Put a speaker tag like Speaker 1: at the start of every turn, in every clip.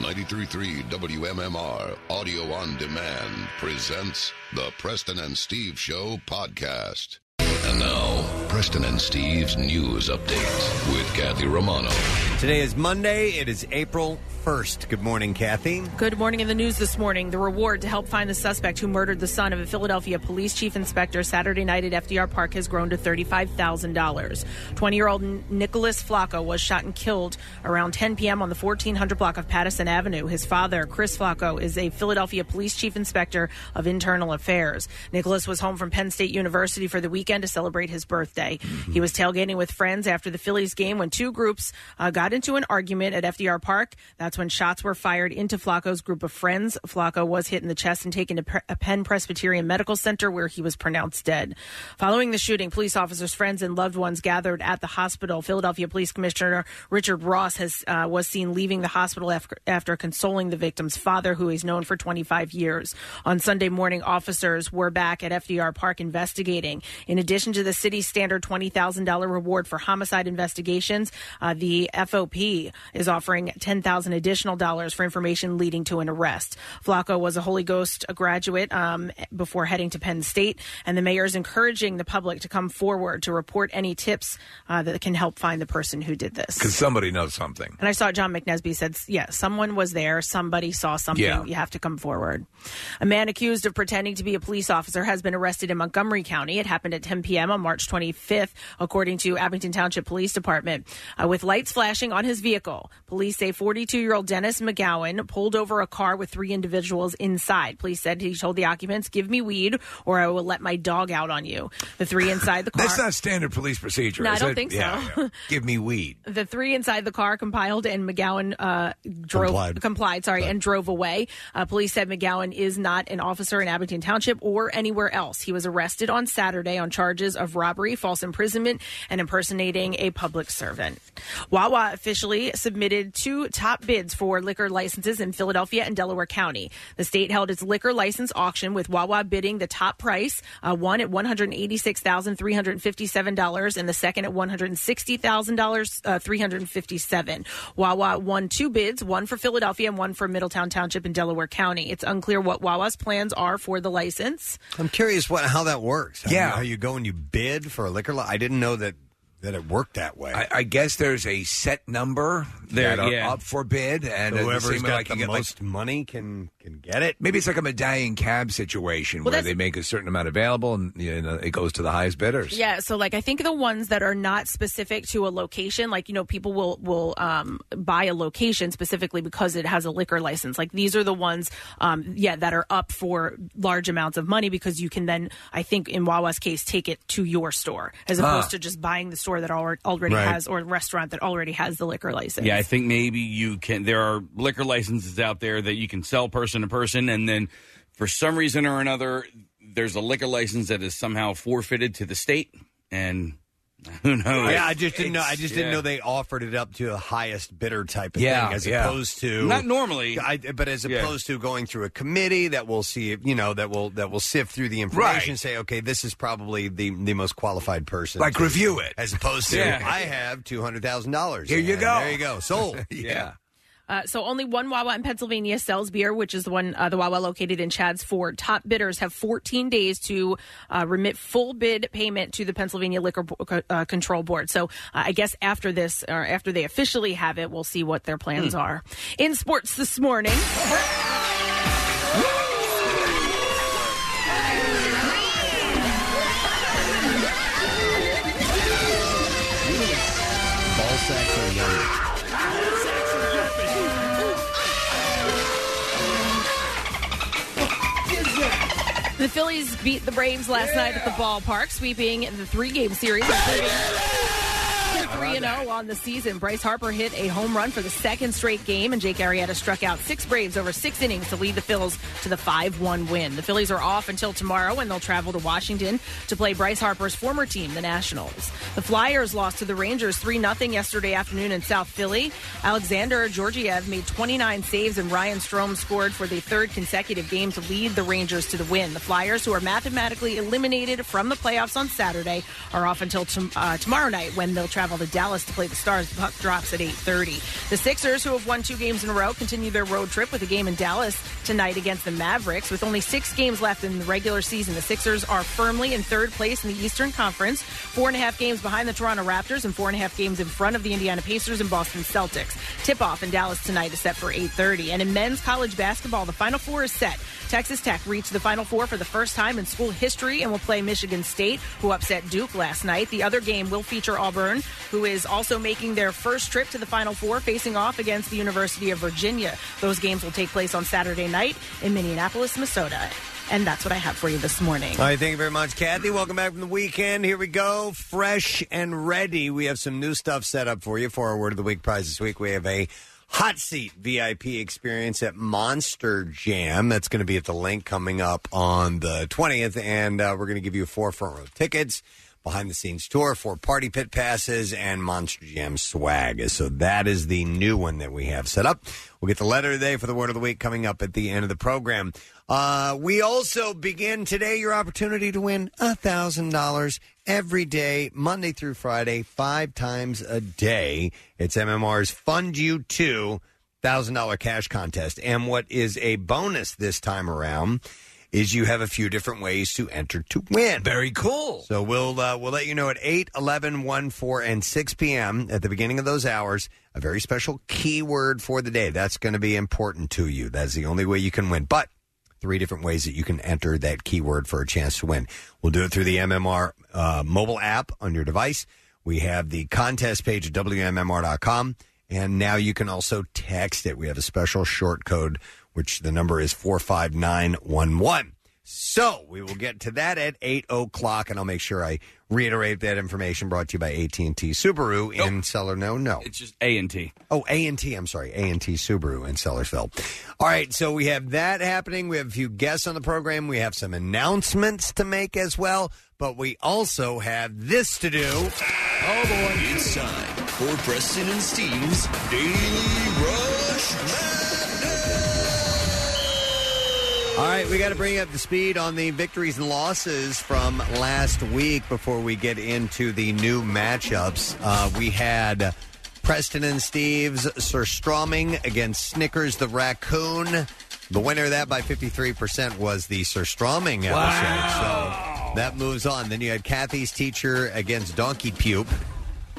Speaker 1: 933 WMMR Audio on Demand presents the Preston and Steve Show podcast. And now, Preston and Steve's news update with Kathy Romano.
Speaker 2: Today is Monday. It is April 1st. Good morning, Kathy.
Speaker 3: Good morning. In the news this morning, the reward to help find the suspect who murdered the son of a Philadelphia police chief inspector Saturday night at FDR Park has grown to $35,000. 20 year old Nicholas Flacco was shot and killed around 10 p.m. on the 1400 block of Patterson Avenue. His father, Chris Flacco, is a Philadelphia police chief inspector of internal affairs. Nicholas was home from Penn State University for the weekend to celebrate his birthday. He was tailgating with friends after the Phillies game when two groups uh, got into an argument at FDR Park. That's when shots were fired into Flacco's group of friends. Flacco was hit in the chest and taken to Pre- uh, Penn Presbyterian Medical Center where he was pronounced dead. Following the shooting, police officers, friends, and loved ones gathered at the hospital. Philadelphia Police Commissioner Richard Ross has uh, was seen leaving the hospital after, after consoling the victim's father, who he's known for 25 years. On Sunday morning, officers were back at FDR Park investigating. In addition to the city's standard $20,000 reward for homicide investigations, uh, the FOP is offering $10,000 additional dollars for information leading to an arrest. Flacco was a Holy Ghost graduate um, before heading to Penn State, and the mayor is encouraging the public to come forward to report any tips uh, that can help find the person who did this.
Speaker 4: Because somebody knows something.
Speaker 3: And I saw John McNesby said, yeah, someone was there. Somebody saw something.
Speaker 4: Yeah.
Speaker 3: You have to come forward. A man accused of pretending to be a police officer has been arrested in Montgomery County. It happened at 10 p.m. on March 25th, according to Abington Township Police Department. Uh, with lights flashing on his vehicle, police say 42 year old Dennis McGowan pulled over a car with three individuals inside. Police said he told the occupants, Give me weed or I will let my dog out on you. The three inside the car.
Speaker 4: That's not standard police procedure.
Speaker 3: No, I
Speaker 4: is
Speaker 3: don't
Speaker 4: it?
Speaker 3: think so.
Speaker 4: Yeah, yeah. Give me weed.
Speaker 3: The three inside the car compiled, and McGowan uh, drove
Speaker 4: Complied.
Speaker 3: sorry, and drove away. Uh, police said McGowan is not an officer in Abington Township or anywhere else. He was arrested on Saturday on charges of robbery, false imprisonment, and impersonating a public servant. Wawa officially submitted two top bids for liquor licenses in Philadelphia and Delaware County. The state held its liquor license auction with Wawa bidding the top price, uh, one at one hundred eighty-six thousand three hundred fifty-seven dollars, and the second at one hundred sixty thousand dollars, uh, three hundred fifty-seven. Wawa won two bids, one for Philadelphia and one for Middletown Township in Delaware County. It's unclear what Wawa's plans are for the license.
Speaker 2: I'm curious what how that works. How
Speaker 4: Yeah.
Speaker 2: you, how you go and you bid for a liquor li I didn't know that that it worked that way.
Speaker 4: I, I guess there's a set number
Speaker 2: There,
Speaker 4: that are
Speaker 2: yeah.
Speaker 4: up for bid, and at
Speaker 2: Whoever's
Speaker 4: the same
Speaker 2: got
Speaker 4: like,
Speaker 2: the
Speaker 4: you get, like-
Speaker 2: most money can can get it.
Speaker 4: Maybe it's like a medallion cab situation
Speaker 3: Well,
Speaker 4: where
Speaker 3: that's-
Speaker 4: they make a certain amount available, and you know, it goes to the highest bidders.
Speaker 3: Yeah, so like I think the ones that are not specific to a location, like you know, people will will um, buy a location specifically because it has a liquor license. Like these are the ones, um, yeah, that are up for large amounts of money because you can then, I think, in Wawa's case, take it to your store as
Speaker 5: Ah.
Speaker 3: opposed to just buying the store that alre- already
Speaker 5: Right.
Speaker 3: has or restaurant that already has the liquor license.
Speaker 5: Yeah, I think maybe you can. There are liquor licenses out there that you can sell person to person, and then for some reason or another, there's a liquor license that is somehow forfeited to the state, and who knows?
Speaker 2: yeah, I just didn't know. I just didn't
Speaker 5: Oh, Yeah.
Speaker 2: know they offered it up to the highest bidder type of
Speaker 5: Yeah,
Speaker 2: thing, as
Speaker 5: yeah.
Speaker 2: opposed to
Speaker 5: Not normally,
Speaker 2: I, but as opposed to going through a committee that will see, you know, that will that will sift through the information, and say, okay, this is probably the the most qualified person,
Speaker 4: Like,
Speaker 2: to-
Speaker 4: review it.
Speaker 2: as opposed to
Speaker 4: Yeah.
Speaker 2: I have two hundred thousand dollars.
Speaker 4: Here you go.
Speaker 2: There you go. Sold.
Speaker 4: yeah.
Speaker 3: Uh, so only one Wawa in Pennsylvania sells beer, which is the one uh, the Wawa located in Chad's Ford. Top bidders have 14 days to uh, remit full bid payment to the Pennsylvania Liquor Bo- Co- uh, Control Board. So uh, I guess after this, or after they officially have it, we'll see what their plans
Speaker 5: Hmm.
Speaker 3: are. In sports this morning.
Speaker 2: Ball sacks are young.
Speaker 3: The Phillies beat the Braves last night at the ballpark, sweeping the three-game series, including three and zero on the season. Bryce Harper hit a home run for the second straight game, and Jake Arrieta struck out six Braves over six innings to lead the Phils to the five-one win. The Phillies are off until tomorrow, and they'll travel to Washington to play Bryce Harper's former team, the Nationals. The Flyers lost to the Rangers three 0 yesterday afternoon in South Philly. Alexander Georgiev made 29 saves, and Ryan Strom scored for the third consecutive game to lead the Rangers to the win. The Flyers, who are mathematically eliminated from the playoffs on Saturday, are off until tom- uh, tomorrow night when they'll travel to Dallas to play the Stars. The puck drops at 8:30. The Sixers, who have won two games in a row, continue their road trip with a game in Dallas tonight against the Mavericks. With only six games left in the regular season, the Sixers are firmly in third place in the Eastern Conference, four and a half games behind the Toronto Raptors and four and a half games in front of the Indiana Pacers and Boston Celtics. Tip-off in Dallas tonight is set for 8:30. And in men's college basketball, the Final Four is set. Texas Tech reached the Final Four for the first time in school history and will play Michigan State, who upset Duke last night. The other game will feature Auburn, who is also making their first trip to the Final Four, facing off against the University of Virginia. Those games will take place on Saturday night in Minneapolis, Minnesota. And that's what I have for you this morning.
Speaker 2: All right, thank you very much, Kathy. Welcome back from the weekend. Here we go, fresh and ready. We have some new stuff set up for you for our Word of the Week prize this week. We have a hot seat VIP experience at Monster Jam. That's going to be at the link coming up on the 20th, and uh, we're going to give you four front row tickets. Behind the scenes tour, four party pit passes, and Monster Jam swag. So that is the new one that we have set up. We'll get the letter today for the word of the week coming up at the end of the program. Uh, we also begin today your opportunity to win $1,000 every day, Monday through Friday, five times a day. It's MMR's Fund You Two thousand dollar cash contest. And what is a bonus this time around is you have a few different ways to enter to win. Very cool. So we'll uh, we'll let you know at 8, 11, 1, 4, and 6 p.m. at the beginning of those hours. A very special keyword for the day. That's going to be important to you. That's the only way you can win. But three different ways that you can enter that keyword for a chance to win. We'll do it through the MMR uh, mobile app on your device. We have the contest page at WMMR.com. And now you can also text it. We have a special short code, which the number is 45911. So we will get to that at 8 o'clock, and I'll make sure I reiterate that information brought to you by AT&T Subaru in Cellarno. No.
Speaker 5: It's just A and T.
Speaker 2: Oh, A and T. I'm sorry, A and T Subaru in Sellersville. All right, so we have that happening. We have a few guests on the program. We have some announcements to make as well, but we also have this to do. Oh boy!
Speaker 6: It's time for Preston and Steve's Daily Rush
Speaker 2: All right, we got to bring you up to speed on the victories and losses from last week before we get into the new matchups. Uh, we had Preston and Steve's Sir Stroming against Snickers the Raccoon. The winner of that by 53% was the Sir Stroming episode. So that moves on. Then you had Kathy's teacher against Donkey Puke.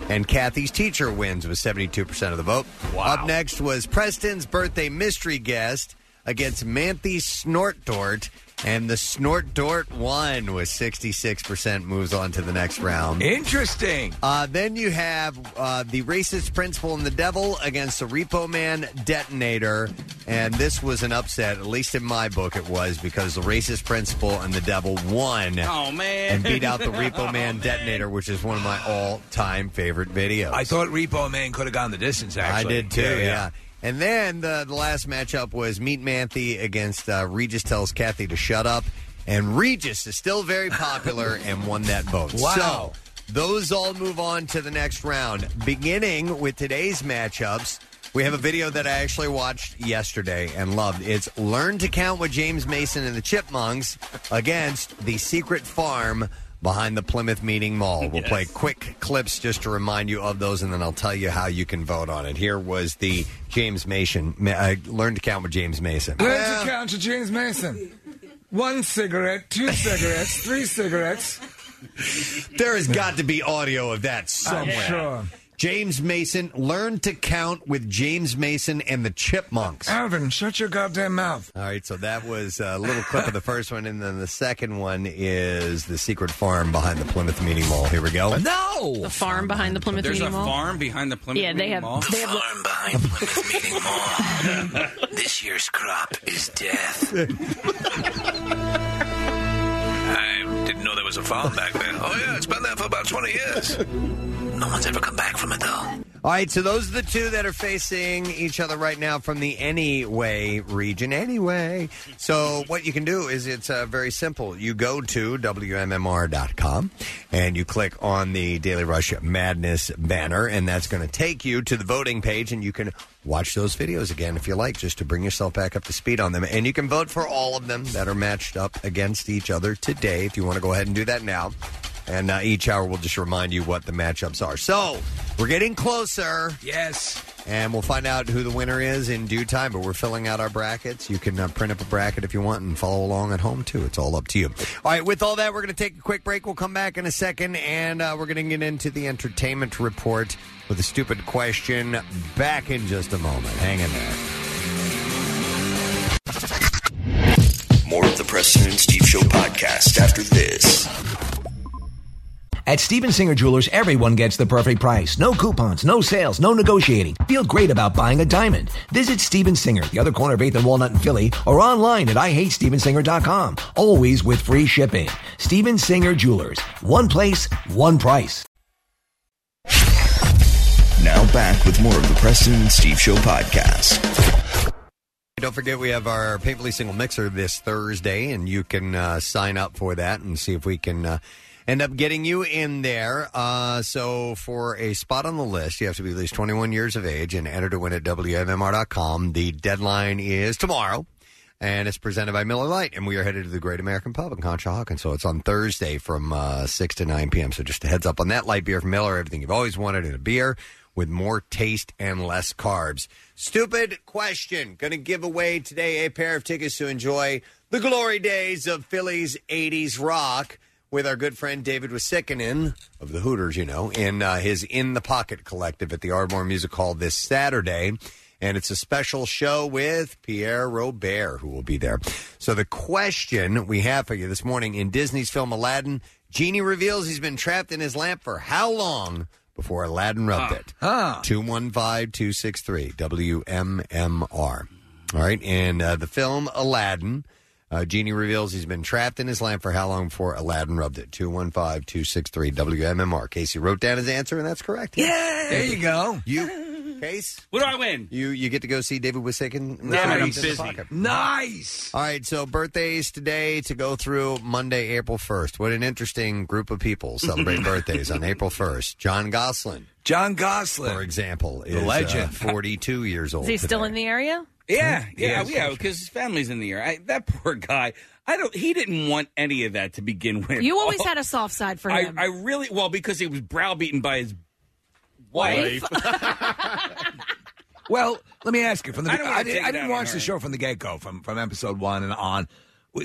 Speaker 2: And Kathy's teacher wins with 72% of the vote. Up next was Preston's birthday mystery guest against Manthe Snortdort. And the Snortdort won with 66%, moves on to the next round.
Speaker 4: Interesting.
Speaker 2: Uh, then you have uh, the racist principal and the devil against the repo man detonator. And this was an upset, at least in my book, it was because the racist principal and the devil won.
Speaker 5: Oh, man.
Speaker 2: And beat out the
Speaker 7: Oh,
Speaker 2: repo man detonator, which is one of my all time favorite videos.
Speaker 4: I thought Repo Man could have gone the distance.
Speaker 2: I
Speaker 4: Actually,
Speaker 2: did too, yeah. And then the, the last matchup was Meet Manthe against uh, Regis tells Kathy to shut up. And Regis is still very popular and won that vote.
Speaker 4: Wow.
Speaker 2: So those all move on to the next round. Beginning with today's matchups, we have a video that I actually watched yesterday and loved. It's Learn to Count with James Mason and the Chipmunks against the Secret Farm behind the Plymouth Meeting Mall. We'll play quick clips just to remind you of those, and then I'll tell you how you can vote on it. Here was the James Mason. Ma- Uh, learn to count with James Mason.
Speaker 7: Learn to count to James Mason. One cigarette, two cigarettes, three cigarettes.
Speaker 2: There has got to be audio of that somewhere.
Speaker 7: sure.
Speaker 2: James Mason, learn to count with James Mason and the Chipmunks.
Speaker 7: Alvin, shut your goddamn mouth.
Speaker 2: All right, so that was a little clip of the first one, and then the second one is the secret farm behind the Plymouth Meeting Mall. Here we go.
Speaker 4: No.
Speaker 3: The farm behind the Plymouth
Speaker 5: There's a
Speaker 3: Meeting Mall.
Speaker 5: farm behind the Plymouth
Speaker 3: Yeah, they
Speaker 5: Meeting
Speaker 3: have-
Speaker 5: Mall.
Speaker 3: they have
Speaker 8: Farm behind Plymouth Meeting Mall. this year's crop is death. I didn't know there was a farm back then. Oh, yeah, it's been there for about 20 years. No one's ever come back from it, though.
Speaker 2: All right, so those are the two that are facing each other right now from the Anyway region. Anyway, so what you can do is it's uh, very simple. You go to WMMR.com and you click on the Daily Rush Madness banner, and that's going to take you to the voting page, and you can watch those videos again if you like, just to bring yourself back up to speed on them. And you can vote for all of them that are matched up against each other today if you want to go ahead and do that now. And uh, each hour will just remind you what the matchups are. So we're getting closer.
Speaker 4: Yes.
Speaker 2: And we'll find out who the winner is in due time, but we're filling out our brackets. You can uh, print up a bracket if you want and follow along at home, too. It's all up to you. All right, with all that, we're going to take a quick break. We'll come back in a second, and uh, we're going to get into the entertainment report with a stupid question back in just a moment. Hang in there.
Speaker 6: More of the Preston and Steve Show podcast after this.
Speaker 9: At Steven Singer Jewelers, everyone gets the perfect price. No coupons, no sales, no negotiating. Feel great about buying a diamond. Visit Steven Singer, the other corner of 8th and Walnut in Philly, or online at IHateStevenSinger.com. Always with free shipping. Steven Singer Jewelers. One place, one price.
Speaker 6: Now back with more of the Preston and Steve Show podcast.
Speaker 2: Don't forget, we have our Painfully Single Mixer this Thursday, and you can uh, sign up for that and see if we can uh, end up getting you in there. Uh, so, for a spot on the list, you have to be at least 21 years of age and enter to win at WMMR.com. The deadline is tomorrow, and it's presented by Miller Lite, and we are headed to the Great American Pub in Conshohocken. So, it's on Thursday from uh, 6 to 9 p.m. So, just a heads up on that light beer from Miller, everything you've always wanted in a beer with more taste and less carbs. Stupid question. Going to give away today a pair of tickets to enjoy the glory days of Philly's 80s rock with our good friend David Wasikinen of the Hooters, you know, in uh, his In the Pocket collective at the Ardmore Music Hall this Saturday. And it's a special show with Pierre Robert, who will be there. So, the question we have for you this morning in Disney's film Aladdin, Genie reveals he's been trapped in his lamp for how long before Aladdin rubbed it? 215 263 WMMR. All right. In uh, the film Aladdin, uh, Genie reveals he's been trapped in his lamp for how long before Aladdin rubbed it? 215 263 WMMR. Casey wrote down his answer, and that's correct. Yeah.
Speaker 4: There you go.
Speaker 2: You, Case?
Speaker 5: What do I win?
Speaker 2: You you get to go see David Wisicki.
Speaker 4: Nice.
Speaker 2: All right, so birthdays today to go through Monday, April 1st. What an interesting group of people celebrate birthdays on April 1st. John Goslin.
Speaker 4: John Goslin.
Speaker 2: For example, is
Speaker 4: The legend.
Speaker 2: uh, 42 years old.
Speaker 3: Is he
Speaker 2: today.
Speaker 3: still in the area?
Speaker 5: Yeah, yeah,
Speaker 4: Yes,
Speaker 5: yeah, because his family's in the air. I, that poor guy. I don't. He didn't want any of that to begin with.
Speaker 3: You always
Speaker 5: Oh,
Speaker 3: had a soft side for
Speaker 5: I,
Speaker 3: him.
Speaker 5: I really well because he was browbeaten by his
Speaker 3: Wife?
Speaker 5: wife.
Speaker 4: Well, let me ask you from the.
Speaker 5: I
Speaker 4: I,
Speaker 5: don't wanna
Speaker 4: I, did,
Speaker 5: take it
Speaker 4: I didn't
Speaker 5: out on
Speaker 4: watch
Speaker 5: her.
Speaker 4: the show from the get go, from from episode one and on.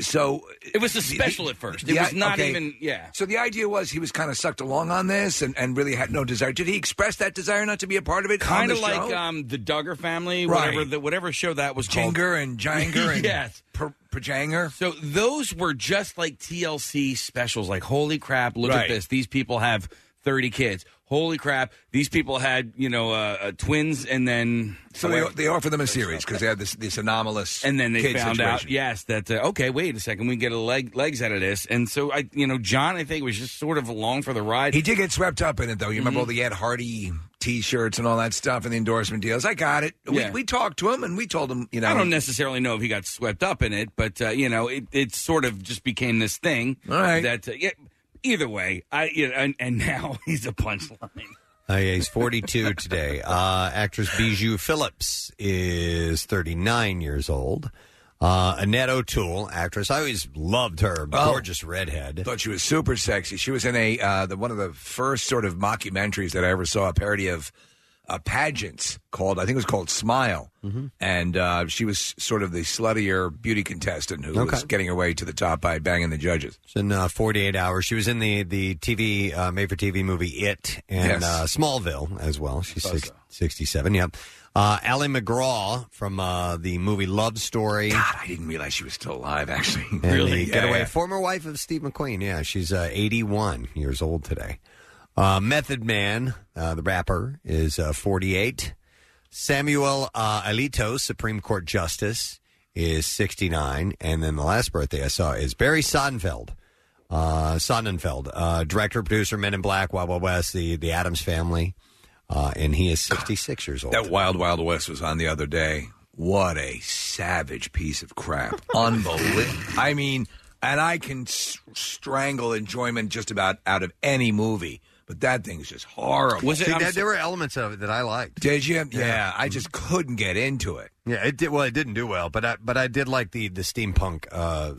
Speaker 4: So
Speaker 5: It was a special at first. It
Speaker 4: the-
Speaker 5: was not
Speaker 4: okay.
Speaker 5: even yeah.
Speaker 4: So the idea was he was kind of sucked along on this and, and really had no desire. Did he express that desire not to be a part of it? on
Speaker 5: Kind of
Speaker 4: the
Speaker 5: like
Speaker 4: show?
Speaker 5: um, the Duggar family,
Speaker 4: Right.
Speaker 5: whatever the, whatever show that was called.
Speaker 4: Jinger and Janger and
Speaker 5: Yes.
Speaker 4: Per- Perjanger.
Speaker 5: So those were just like TLC specials. Like, holy crap, look at
Speaker 4: Right.
Speaker 5: this. These people have 30 kids. Holy crap, these people had, you know, uh, uh, twins and then.
Speaker 4: So they, they offered them a series because they had this this anomalous
Speaker 5: and then they
Speaker 4: kid
Speaker 5: found out,
Speaker 4: situation.
Speaker 5: yes, that, uh, okay, wait a second, we can get a leg, legs out of this. And so, I, you know, John, I think, was just sort of along for the ride.
Speaker 4: He did get swept up in it, though. You remember all
Speaker 5: Mm-hmm.
Speaker 4: the Ed Hardy T-shirts and all that stuff, and the endorsement deals. I got it.
Speaker 5: Yeah.
Speaker 4: We, we talked to him, and we told him, you know,
Speaker 5: I don't necessarily know if he got swept up in it, but uh, you know, it, it sort of just became this thing.
Speaker 4: All right.
Speaker 5: That uh, yeah, either way, I you know, and, and now he's a punchline.
Speaker 2: Uh, yeah, he's 42 today. Uh, actress Bijou Phillips is 39 years old. Uh, Annette O'Toole, actress. I always loved her. Gorgeous redhead.
Speaker 4: thought she was super sexy. She was in a uh, the one of the first sort of mockumentaries that I ever saw, a parody of uh, pageants called I think it was called Smile,
Speaker 2: Mm-hmm.
Speaker 4: and uh, she was sort of the sluttier beauty contestant who was
Speaker 2: Okay.
Speaker 4: getting her way to the top by banging the judges.
Speaker 2: It's in uh, 48 hours. She was in the the TV uh, made for TV movie It
Speaker 4: Yes.
Speaker 2: and uh, Smallville as well. She's six, 67. Yep. Uh, Allie McGraw from uh, the movie Love Story.
Speaker 4: God, I didn't realize she was still alive. Actually,
Speaker 2: And
Speaker 5: really?
Speaker 2: the
Speaker 4: Yeah,
Speaker 2: getaway
Speaker 4: yeah.
Speaker 2: former wife of Steve McQueen. Yeah, she's uh, 81 years old today. Uh, Method Man, uh, the rapper, is uh, 48. Samuel uh, Alito, Supreme Court Justice, is 69. And then the last birthday I saw is Barry Sonnenfeld. Uh, Sonnenfeld, uh, director, producer, Men in Black, Wild Wild West, the, the Adams Family. Uh, and he is 66 years old.
Speaker 4: that Wild Wild West was on the other day. What a savage piece of crap! Unbelievable. I mean, and I can s- strangle enjoyment just about out of any movie. But that thing is just horrible.
Speaker 2: Was it- See, I'm there- so- there were elements of it that I liked.
Speaker 4: Did you? Yeah,
Speaker 2: Yeah.
Speaker 4: I just couldn't get into it.
Speaker 2: Yeah, it did. Well, it didn't do well, but I but I did like the the steampunk uh,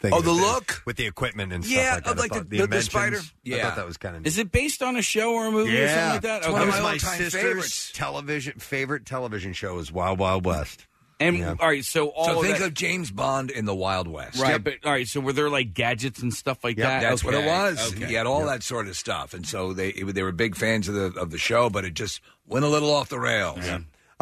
Speaker 2: thing.
Speaker 4: Oh, the
Speaker 2: with
Speaker 4: look?
Speaker 2: with the equipment and
Speaker 4: Yeah,
Speaker 2: stuff like that.
Speaker 4: of, like,
Speaker 2: I
Speaker 4: the-
Speaker 2: thought-
Speaker 4: the- the
Speaker 2: inventions,
Speaker 4: spider?
Speaker 2: I
Speaker 4: Yeah.
Speaker 2: thought that was kind of neat.
Speaker 5: Is it based on a show or a movie or something like that?
Speaker 2: It's one
Speaker 5: Okay.
Speaker 2: of my, sister's television favorite television show is Wild Wild West.
Speaker 5: And all right, so all
Speaker 4: so
Speaker 5: of
Speaker 4: think
Speaker 5: that-
Speaker 4: of James Bond in the Wild West.
Speaker 5: Right, but all right. So were there like gadgets and stuff like
Speaker 4: Yeah,
Speaker 5: that?
Speaker 4: that's what it
Speaker 5: Okay,
Speaker 4: was.
Speaker 5: okay.
Speaker 4: He had all that sort of stuff, and so they it, they were big fans of the of the show, but it just went a little off the rails.
Speaker 2: All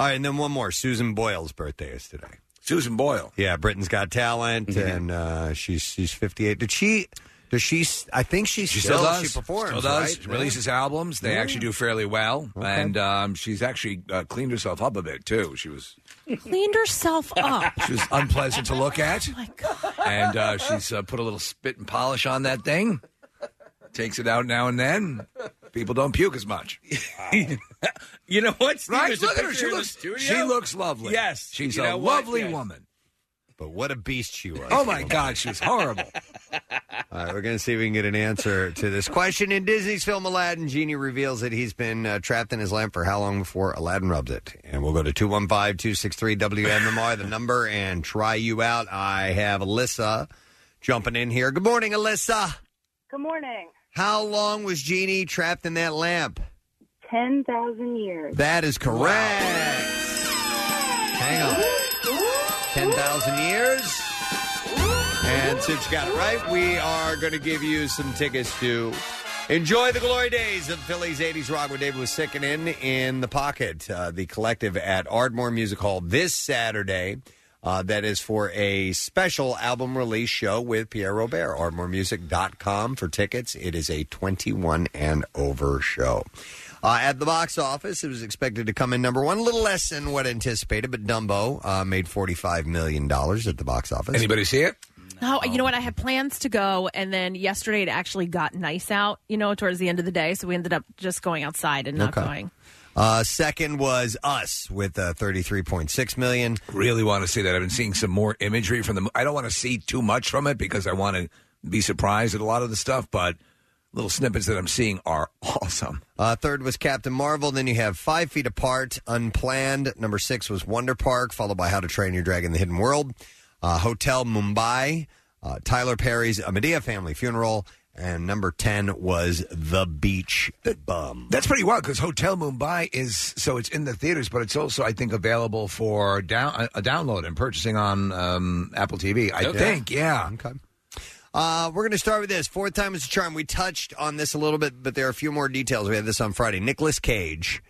Speaker 2: right, and then one more. Susan Boyle's birthday is today.
Speaker 4: Susan Boyle. Mm-hmm.
Speaker 2: Yeah, Britain's Got Talent, and uh, she's she's fifty eight. Did she? Does she? s- I think she,
Speaker 4: She still does.
Speaker 2: She performs.
Speaker 4: Still does.
Speaker 2: right?
Speaker 4: She Releases albums. They
Speaker 2: Yeah.
Speaker 4: actually do fairly well, and um, she's actually uh, cleaned herself up a bit too. She was
Speaker 3: Cleaned herself up.
Speaker 4: she was unpleasant to look at. Oh my god! And uh, she's uh, put a little spit and polish on that thing. Takes it out now and then. People don't puke as much.
Speaker 5: you know what? Steve?
Speaker 4: right?
Speaker 5: There's a
Speaker 4: Look at her.
Speaker 5: picture
Speaker 4: She
Speaker 5: in the
Speaker 4: looks.
Speaker 5: studio.
Speaker 4: She looks lovely.
Speaker 5: Yes.
Speaker 4: she's
Speaker 5: You
Speaker 4: a
Speaker 5: know what?
Speaker 4: lovely
Speaker 5: Yes.
Speaker 4: woman.
Speaker 2: But what a beast she was!
Speaker 4: Oh my God, she's horrible.
Speaker 2: All right, we're going to see if we can get an answer to this question. In Disney's film Aladdin, Genie reveals that he's been uh, trapped in his lamp for how long before Aladdin rubs it? And we'll go to 215 263 WMMR, the number, and try you out. I have Alyssa jumping in here. Good morning, Alyssa.
Speaker 10: Good morning.
Speaker 2: How long was Genie trapped in that lamp?
Speaker 10: 10,000 years.
Speaker 2: That is correct. Hang on. 10,000 years. And since you got it right, we are going to give you some tickets to enjoy the glory days of Philly's 80s rock when David was sicking in in the pocket, uh, the collective at Ardmore Music Hall this Saturday. Uh, that is for a special album release show with Pierre Robert, ardmoremusic.com for tickets. It is a 21 and over show. Uh, at the box office, it was expected to come in number one, a little less than what anticipated, but Dumbo uh, made $45 million at the box office.
Speaker 4: Anybody see it?
Speaker 3: No, you know what? I had plans to go, and then yesterday it actually got nice out, you know, towards the end of the day. So we ended up just going outside and not
Speaker 2: Okay.
Speaker 3: going.
Speaker 2: Uh, second was Us with uh, 33.6 million.
Speaker 4: Really want to see that. I've been seeing some more imagery from the. mo- I don't want to see too much from it because I want to be surprised at a lot of the stuff, but little snippets that I'm seeing are awesome.
Speaker 2: Uh, third was Captain Marvel. Then you have Five Feet Apart, Unplanned. Number six was Wonder Park, followed by How to Train Your Dragon, The Hidden World, uh, Hotel Mumbai, uh, Tyler Perry's A Medea Family Funeral, and number 10 was The Beach Bum.
Speaker 4: That's pretty wild because Hotel Mumbai is so it's in the theaters, but it's also I think available for down a download and purchasing on um, Apple TV. I
Speaker 2: Okay.
Speaker 4: think, yeah.
Speaker 2: Okay. Uh, we're going to start with this. Fourth time is a charm. We touched on this a little bit, but there are a few more details. We had this on Friday. Nicolas Cage,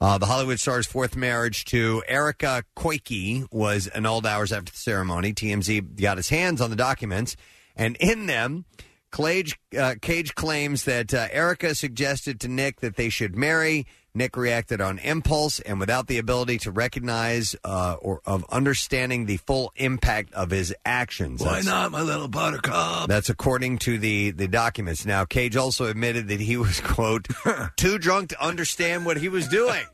Speaker 2: uh, the Hollywood star's fourth marriage to Erica Koike, was annulled hours after the ceremony. TMZ got his hands on the documents, and in them, Cage, uh, Cage claims that uh, Erica suggested to Nick that they should marry. Nick reacted on impulse and without the ability to recognize uh, or of understanding the full impact of his actions.
Speaker 4: Why
Speaker 2: That's-
Speaker 4: not, my little buttercup?
Speaker 2: that's according to the the documents. Now, Cage also admitted that he was quote too drunk to understand what he was doing.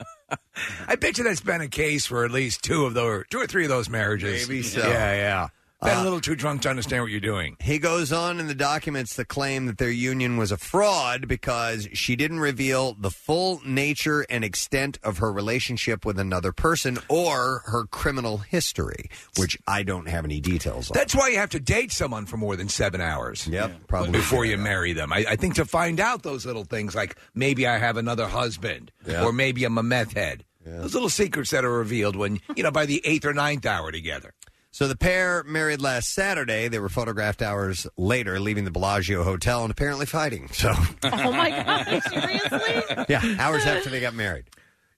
Speaker 4: I bet you that's been a case for at least two of those, two or three of those marriages.
Speaker 2: Maybe so.
Speaker 4: Yeah, yeah.
Speaker 2: Uh,
Speaker 4: Been a little too drunk to understand what you're doing.
Speaker 2: He goes on in the documents to claim that their union was a fraud because she didn't reveal the full nature and extent of her relationship with another person or her criminal history, which I don't have any details on.
Speaker 4: That's why you have to date someone for more than seven hours.
Speaker 2: Yep, probably
Speaker 4: before you marry them. I, I think to find out those little things, like maybe I have another husband,
Speaker 2: Yeah.
Speaker 4: or maybe I'm a meth head. Those little secrets that are revealed when you know by the eighth or ninth hour together.
Speaker 2: So the pair married last Saturday. They were photographed hours later, leaving the Bellagio Hotel and apparently fighting. So
Speaker 3: Oh my god! Seriously?
Speaker 2: Yeah, hours after they got married.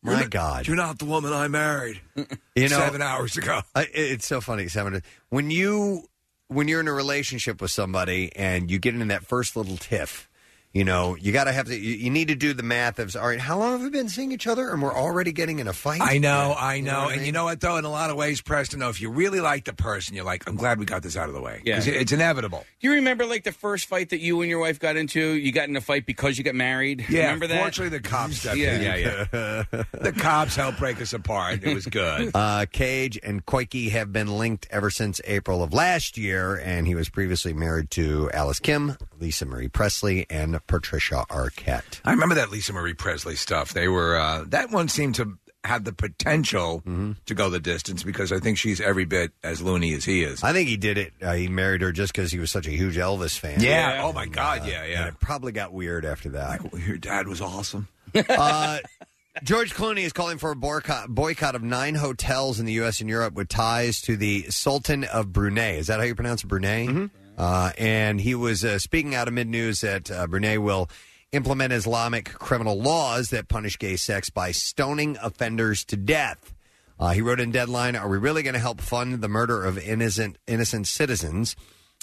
Speaker 2: My God,
Speaker 4: You're not the woman I married.
Speaker 2: you know,
Speaker 4: seven hours ago.
Speaker 2: I, it- it's so funny. Seven when you when you're in a relationship with somebody and you get into that first little tiff, you know, you got to have to. You, you need to do the math of all right. How long have we been seeing each other? And we're already getting in a fight.
Speaker 4: I know, I know,
Speaker 2: what I
Speaker 4: and you know what though? In a lot of ways, Preston, though, if you really like the person, you're like, I'm glad we got this out of the way.
Speaker 5: Yeah.
Speaker 4: 'Cause it- it's inevitable.
Speaker 5: Do you remember like the first fight that you and your wife got into? You got in a fight because you got married. remember that?
Speaker 4: Fortunately, the cops stepped
Speaker 5: Yeah.
Speaker 4: in. Yeah, yeah. the cops helped break us apart. It was good.
Speaker 2: Uh, Cage and Koike have been linked ever since April of last year, and he was previously married to Alice Kim, Lisa Marie Presley, and Patricia Arquette.
Speaker 4: I remember that Lisa Marie Presley stuff. They were uh, that one seemed to have the potential
Speaker 2: Mm-hmm.
Speaker 4: to go the distance because I think she's every bit as loony as he is.
Speaker 2: I think he did it. Uh, he married her just because he was such a huge Elvis fan.
Speaker 4: Yeah. Oh my God. yeah. Yeah.
Speaker 2: And it probably got weird after that.
Speaker 4: Your dad was awesome.
Speaker 2: uh, George Clooney is calling for a boycott, boycott of nine hotels in the U.S. and Europe with ties to the Sultan of Brunei. Is that how you pronounce it, Brunei?
Speaker 4: Mm-hmm.
Speaker 2: Uh, and he was uh, speaking out of mid news that uh, Brunei will implement Islamic criminal laws that punish gay sex by stoning offenders to death. Uh, he wrote in Deadline, "Are we really going to help fund the murder of innocent innocent citizens?"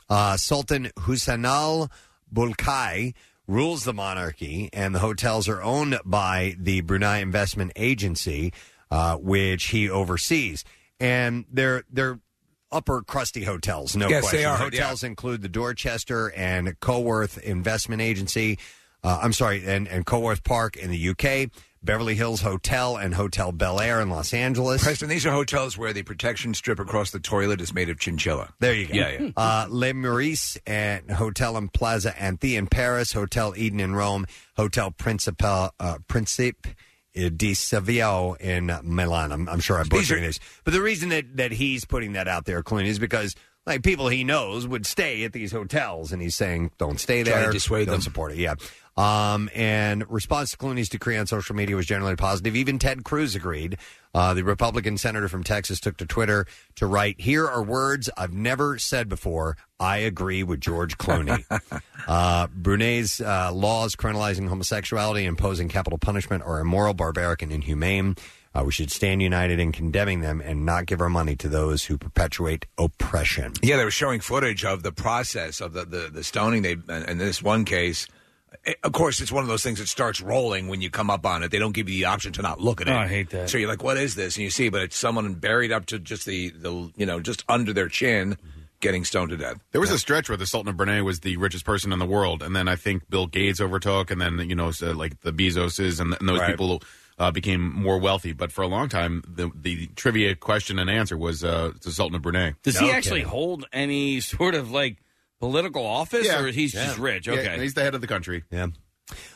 Speaker 2: Uh, Sultan Husanal Bulkai rules the monarchy, and the hotels are owned by the Brunei Investment Agency, uh, which he oversees. And they're they're upper crusty hotels, no
Speaker 4: Yes,
Speaker 2: question.
Speaker 4: they are,
Speaker 2: hotels
Speaker 4: yeah.
Speaker 2: include the Dorchester and Coworth Investment Agency. Uh, I'm sorry, and, and Coworth Park in the UK, Beverly Hills Hotel and Hotel Bel Air in Los Angeles.
Speaker 4: Preston, these are hotels where the protection strip across the toilet is made of chinchilla.
Speaker 2: There you go.
Speaker 4: Yeah, yeah.
Speaker 2: Uh, Le Maurice and Hotel and Plaza Anthe in Paris, Hotel Eden in Rome, Hotel Principal uh, Principe di Sevio uh, in Milan. I'm, I'm sure I'm butchering this, but the reason that that he's putting that out there, Clooney, is because. Like people he knows would stay at these hotels, and he's saying, "Don't stay
Speaker 4: Try to
Speaker 2: there.
Speaker 4: dissuade
Speaker 2: don't
Speaker 4: them.
Speaker 2: support it." Yeah. Um, and response to Clooney's decree on social media was generally positive. Even Ted Cruz agreed. Uh, the Republican senator from Texas took to Twitter to write, Here are words I've never said before. I agree with George Clooney. uh, Brunei's uh, laws criminalizing homosexuality, imposing capital punishment, are immoral, barbaric, and inhumane. Uh, we should stand united in condemning them and not give our money to those who perpetuate oppression.
Speaker 4: Yeah, they were showing footage of the process of the the, the stoning. They and in this one case, it- of course, it's one of those things that starts rolling when you come up on it. They don't give you the option to not look at it.
Speaker 5: Oh, I hate that.
Speaker 4: So you're like, "What is this?" And you see, but it's someone buried up to just the the you know just under their chin, getting stoned to death.
Speaker 11: There was a stretch where the Sultan of Brunei was the richest person in the world, and then I think Bill Gates overtook, and then you know so like the Bezoses and, and those
Speaker 4: Right.
Speaker 11: people uh, became more wealthy. But for a long time, the, the trivia question and answer was uh, the Sultan of Brunei.
Speaker 5: Does he actually hold any sort of like political office, or he's just rich? Okay,
Speaker 11: he's the head of the country.
Speaker 2: Yeah.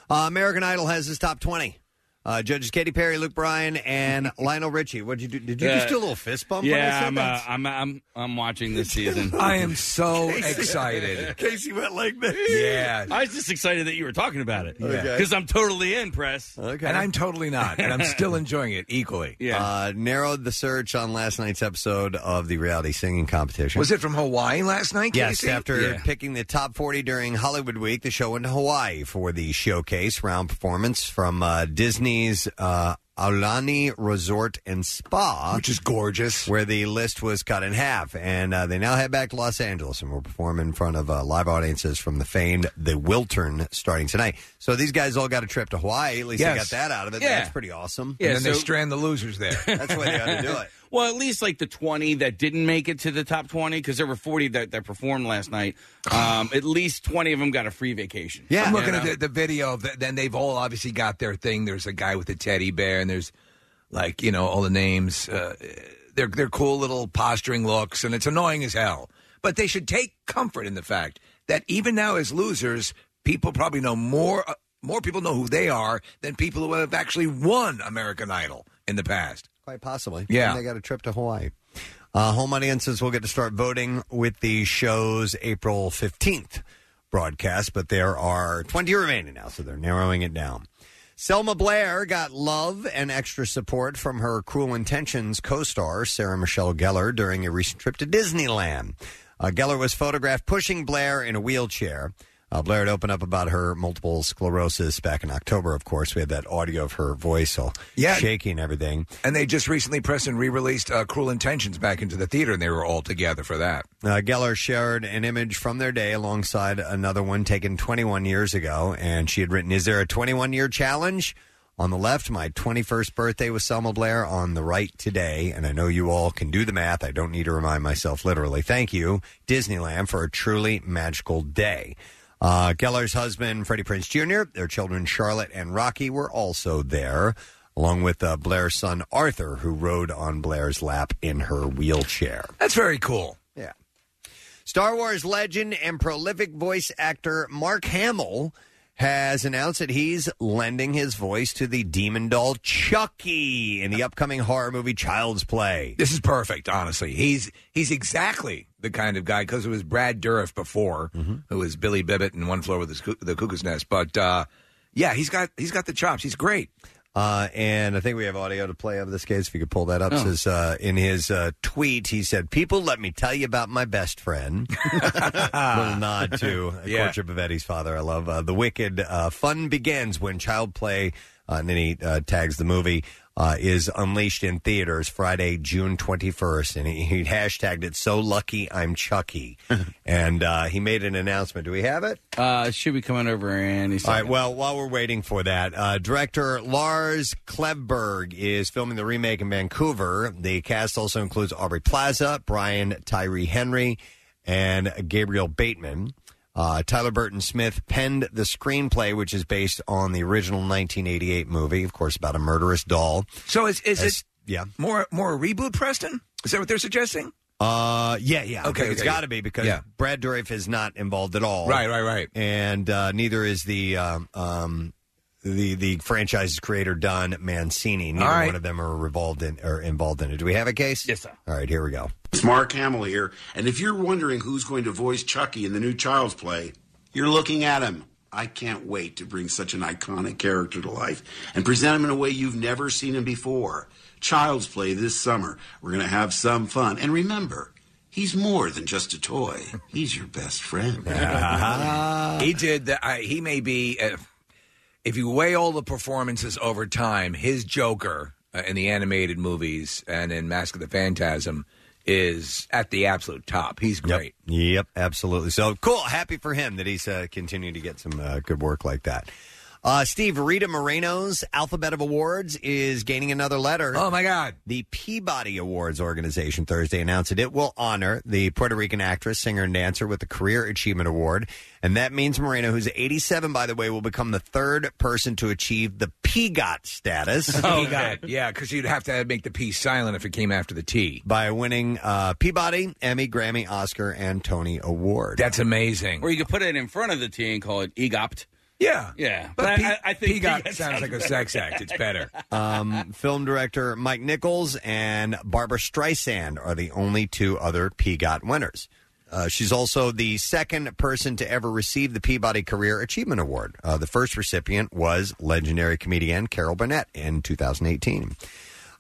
Speaker 2: Uh, American Idol has his top 20. Uh, judges Katy Perry, Luke Bryan, and Lionel Richie. What'd you do? Did you
Speaker 5: Uh,
Speaker 2: just do a little fist bump? when I
Speaker 5: Yeah,
Speaker 2: said
Speaker 5: I'm,
Speaker 2: that?
Speaker 5: uh, I'm I'm I'm watching this season.
Speaker 4: I am so excited.
Speaker 2: Casey went like this.
Speaker 4: Yeah.
Speaker 5: I was just excited that you were talking about it
Speaker 4: Okay.
Speaker 5: because I'm totally in press.
Speaker 2: Okay,
Speaker 4: And I'm totally not, and I'm still enjoying it equally.
Speaker 2: Uh, narrowed the search on last night's episode of the reality singing competition.
Speaker 4: Was it from Hawaii last night?
Speaker 2: Yes,
Speaker 4: Casey?
Speaker 2: after
Speaker 4: Yeah.
Speaker 2: picking the top 40 during Hollywood Week, the show went to Hawaii for the showcase round performance from uh, Disney's uh, Aulani Resort and Spa, which
Speaker 4: is gorgeous,
Speaker 2: where the list was cut in half. And uh, they now head back to Los Angeles and will perform in front of uh, live audiences from the famed The Wiltern starting tonight. So these guys all got a trip to Hawaii. At least
Speaker 4: Yes.
Speaker 2: they got that out of it.
Speaker 5: Yeah.
Speaker 2: That's pretty awesome.
Speaker 5: Yeah, And then they so-
Speaker 4: strand the losers there.
Speaker 2: That's why they ought to do it.
Speaker 5: Well, at least like the 20 that didn't make it to the top 20 because there were 40 that, that performed last night. Um, at least 20 of them got a free vacation.
Speaker 4: I'm looking
Speaker 5: You
Speaker 4: at
Speaker 5: know?
Speaker 4: the, the video. Of the, then they've all obviously got their thing. There's a guy with a teddy bear, and there's like you know all the names. Uh, they're they're cool little posturing looks, and it's annoying as hell. But they should take comfort in the fact that even now, as losers, people probably know more. Uh, more people know who they are than people who have actually won American Idol in the past.
Speaker 2: Quite possibly.
Speaker 4: Yeah.
Speaker 2: And they got a trip to Hawaii. Uh, home audiences will get to start voting with the show's April 15th broadcast, but there are 20 remaining now, so they're narrowing it down. Selma Blair got love and extra support from her Cruel Intentions co star, Sarah Michelle Gellar, during a recent trip to Disneyland. Uh, Geller was photographed pushing Blair in a wheelchair. Uh, Blair had opened up about her multiple sclerosis back in October, of course. We had that audio of her voice all
Speaker 4: Yeah.
Speaker 2: shaky and everything.
Speaker 4: And they just recently pressed and re-released uh, "Cruel Intentions" back into the theater, and they were all together for that.
Speaker 2: Uh, Geller shared an image from their day alongside another one taken 21 years ago, and she had written, "Is there a 21 year challenge?" On the left, my 21st birthday was Selma Blair. On the right, today, and I know you all can do the math. I don't need to remind myself literally. Thank you, Disneyland, for a truly magical day. Uh, Geller's husband, Freddie Prince Jr., their children, Charlotte and Rocky, were also there, along with uh, Blair's son, Arthur, who rode on Blair's lap in her wheelchair.
Speaker 4: That's very cool.
Speaker 2: Yeah. Star Wars legend and prolific voice actor Mark Hamill has announced that he's lending his voice to the demon doll Chucky in the upcoming horror movie Child's Play.
Speaker 4: This is perfect, honestly. He's he's exactly the kind of guy because it was Brad Dourif before,
Speaker 2: Mm-hmm.
Speaker 4: who was Billy Bibbit in One Floor with his, Coo- the Cuckoo's Nest. But uh, yeah, he's got he's got the chops. He's great.
Speaker 2: Uh, and I think we have audio to play of this case. If you could pull that up,
Speaker 4: Oh.
Speaker 2: says uh, in his uh, tweet, he said, "People, let me tell you about my best friend." Little nod to uh,
Speaker 12: Yeah.
Speaker 2: Courtship of Eddie's father. I love uh, the wicked uh, fun begins when child play, uh, and then he uh, tags the movie. Uh, is unleashed in theaters Friday, June 21st. And he, he hashtagged it, So Lucky I'm Chucky. and uh, he made an announcement. Do we have it?
Speaker 5: Uh, should be coming over any
Speaker 2: All right. Well, while we're waiting for that, uh, director Lars Klevberg is filming the remake in Vancouver. The cast also includes Aubrey Plaza, Brian Tyree Henry, and Gabriel Bateman. Uh, Tyler Burton Smith penned the screenplay, which is based on the original 1988 movie, of course, about a murderous doll.
Speaker 4: So is is
Speaker 2: As-
Speaker 4: it
Speaker 2: yeah.
Speaker 4: more more a reboot, Preston? Is that what they're suggesting?
Speaker 2: Uh, yeah, yeah.
Speaker 4: Okay,
Speaker 2: it's
Speaker 4: okay.
Speaker 2: got to be because
Speaker 4: Yeah.
Speaker 2: Brad Dourif is not involved at all.
Speaker 4: Right, right, right.
Speaker 2: And uh, neither is the um, um, the the franchise's creator Don Mancini. Neither
Speaker 13: All right.
Speaker 2: one of them are revolved in or involved in it. Do we have a case? Yes, sir. All right, here we go.
Speaker 13: It's Mark Hamill here, and if you're wondering who's going to voice Chucky in the new Child's Play, you're looking at him. I can't wait to bring such an iconic character to life and present him in a way you've never seen him before. Child's Play this summer. We're going to have some fun. And remember, he's more than just a toy, he's your best friend.
Speaker 2: Uh,
Speaker 4: he did. The, I he may be. Uh, if you weigh all the performances over time, his Joker uh, in the animated movies and in Mask of the Phantasm is at the absolute top. He's great.
Speaker 2: Yep, absolutely. So cool. Happy for him that he's uh, continuing to get some uh, good work like that. Uh, Steve, Rita Moreno's Alphabet of Awards is gaining another letter. Oh,
Speaker 4: my God.
Speaker 2: The Peabody Awards organization Thursday announced that it will honor the Puerto Rican actress, singer, and dancer with the Career Achievement Award. And that means Moreno, who's 87, by the way, will become the third person to achieve the PGOT status.
Speaker 4: Oh, God. Yeah, because you'd have to make the P silent if it came after the T.
Speaker 2: By winning uh, Peabody, Emmy, Grammy, Oscar, and Tony Award.
Speaker 4: That's amazing.
Speaker 5: Or you could put it in front of the T and call it EGOPT.
Speaker 4: Yeah.
Speaker 5: Yeah.
Speaker 4: But P-
Speaker 5: EGOPT
Speaker 4: EGOPT sounds like a sex act. It's better.
Speaker 2: um, film director Mike Nichols and Barbara Streisand are the only two other PGOT winners. Uh, she's also the second person to ever receive the Peabody Career Achievement Award. Uh, the first recipient was legendary comedian Carol Burnett in 2018.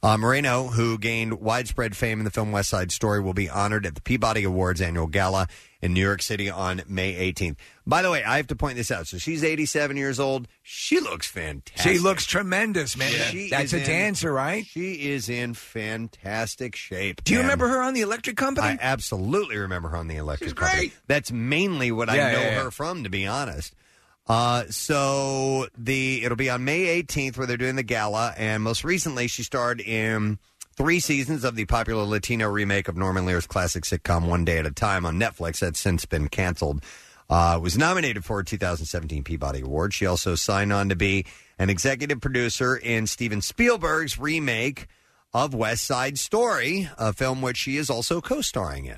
Speaker 2: Uh, Moreno, who gained widespread fame in the film West Side Story, will be honored at the Peabody Awards annual gala in New York City on May 18th. By the way, I have to point this out. So she's 87 years old. She looks fantastic.
Speaker 4: She looks tremendous, man.
Speaker 2: She
Speaker 4: That's
Speaker 2: is
Speaker 4: a
Speaker 2: in-
Speaker 4: dancer, right?
Speaker 2: She is in fantastic shape.
Speaker 4: Do you
Speaker 2: man.
Speaker 4: remember her on The Electric Company?
Speaker 2: I absolutely remember her on the Electric Company. That's mainly what I
Speaker 4: Yeah,
Speaker 2: know
Speaker 4: yeah, yeah.
Speaker 2: her from, to be honest. Uh, so the it'll be on May 18th where they're doing the gala, and most recently she starred in three seasons of the popular Latino remake of Norman Lear's classic sitcom One Day at a Time on Netflix. That's since been canceled. Uh, was nominated for a 2017 Peabody Award. She also signed on to be an executive producer in Steven Spielberg's remake of West Side Story, a film which she is also co-starring in.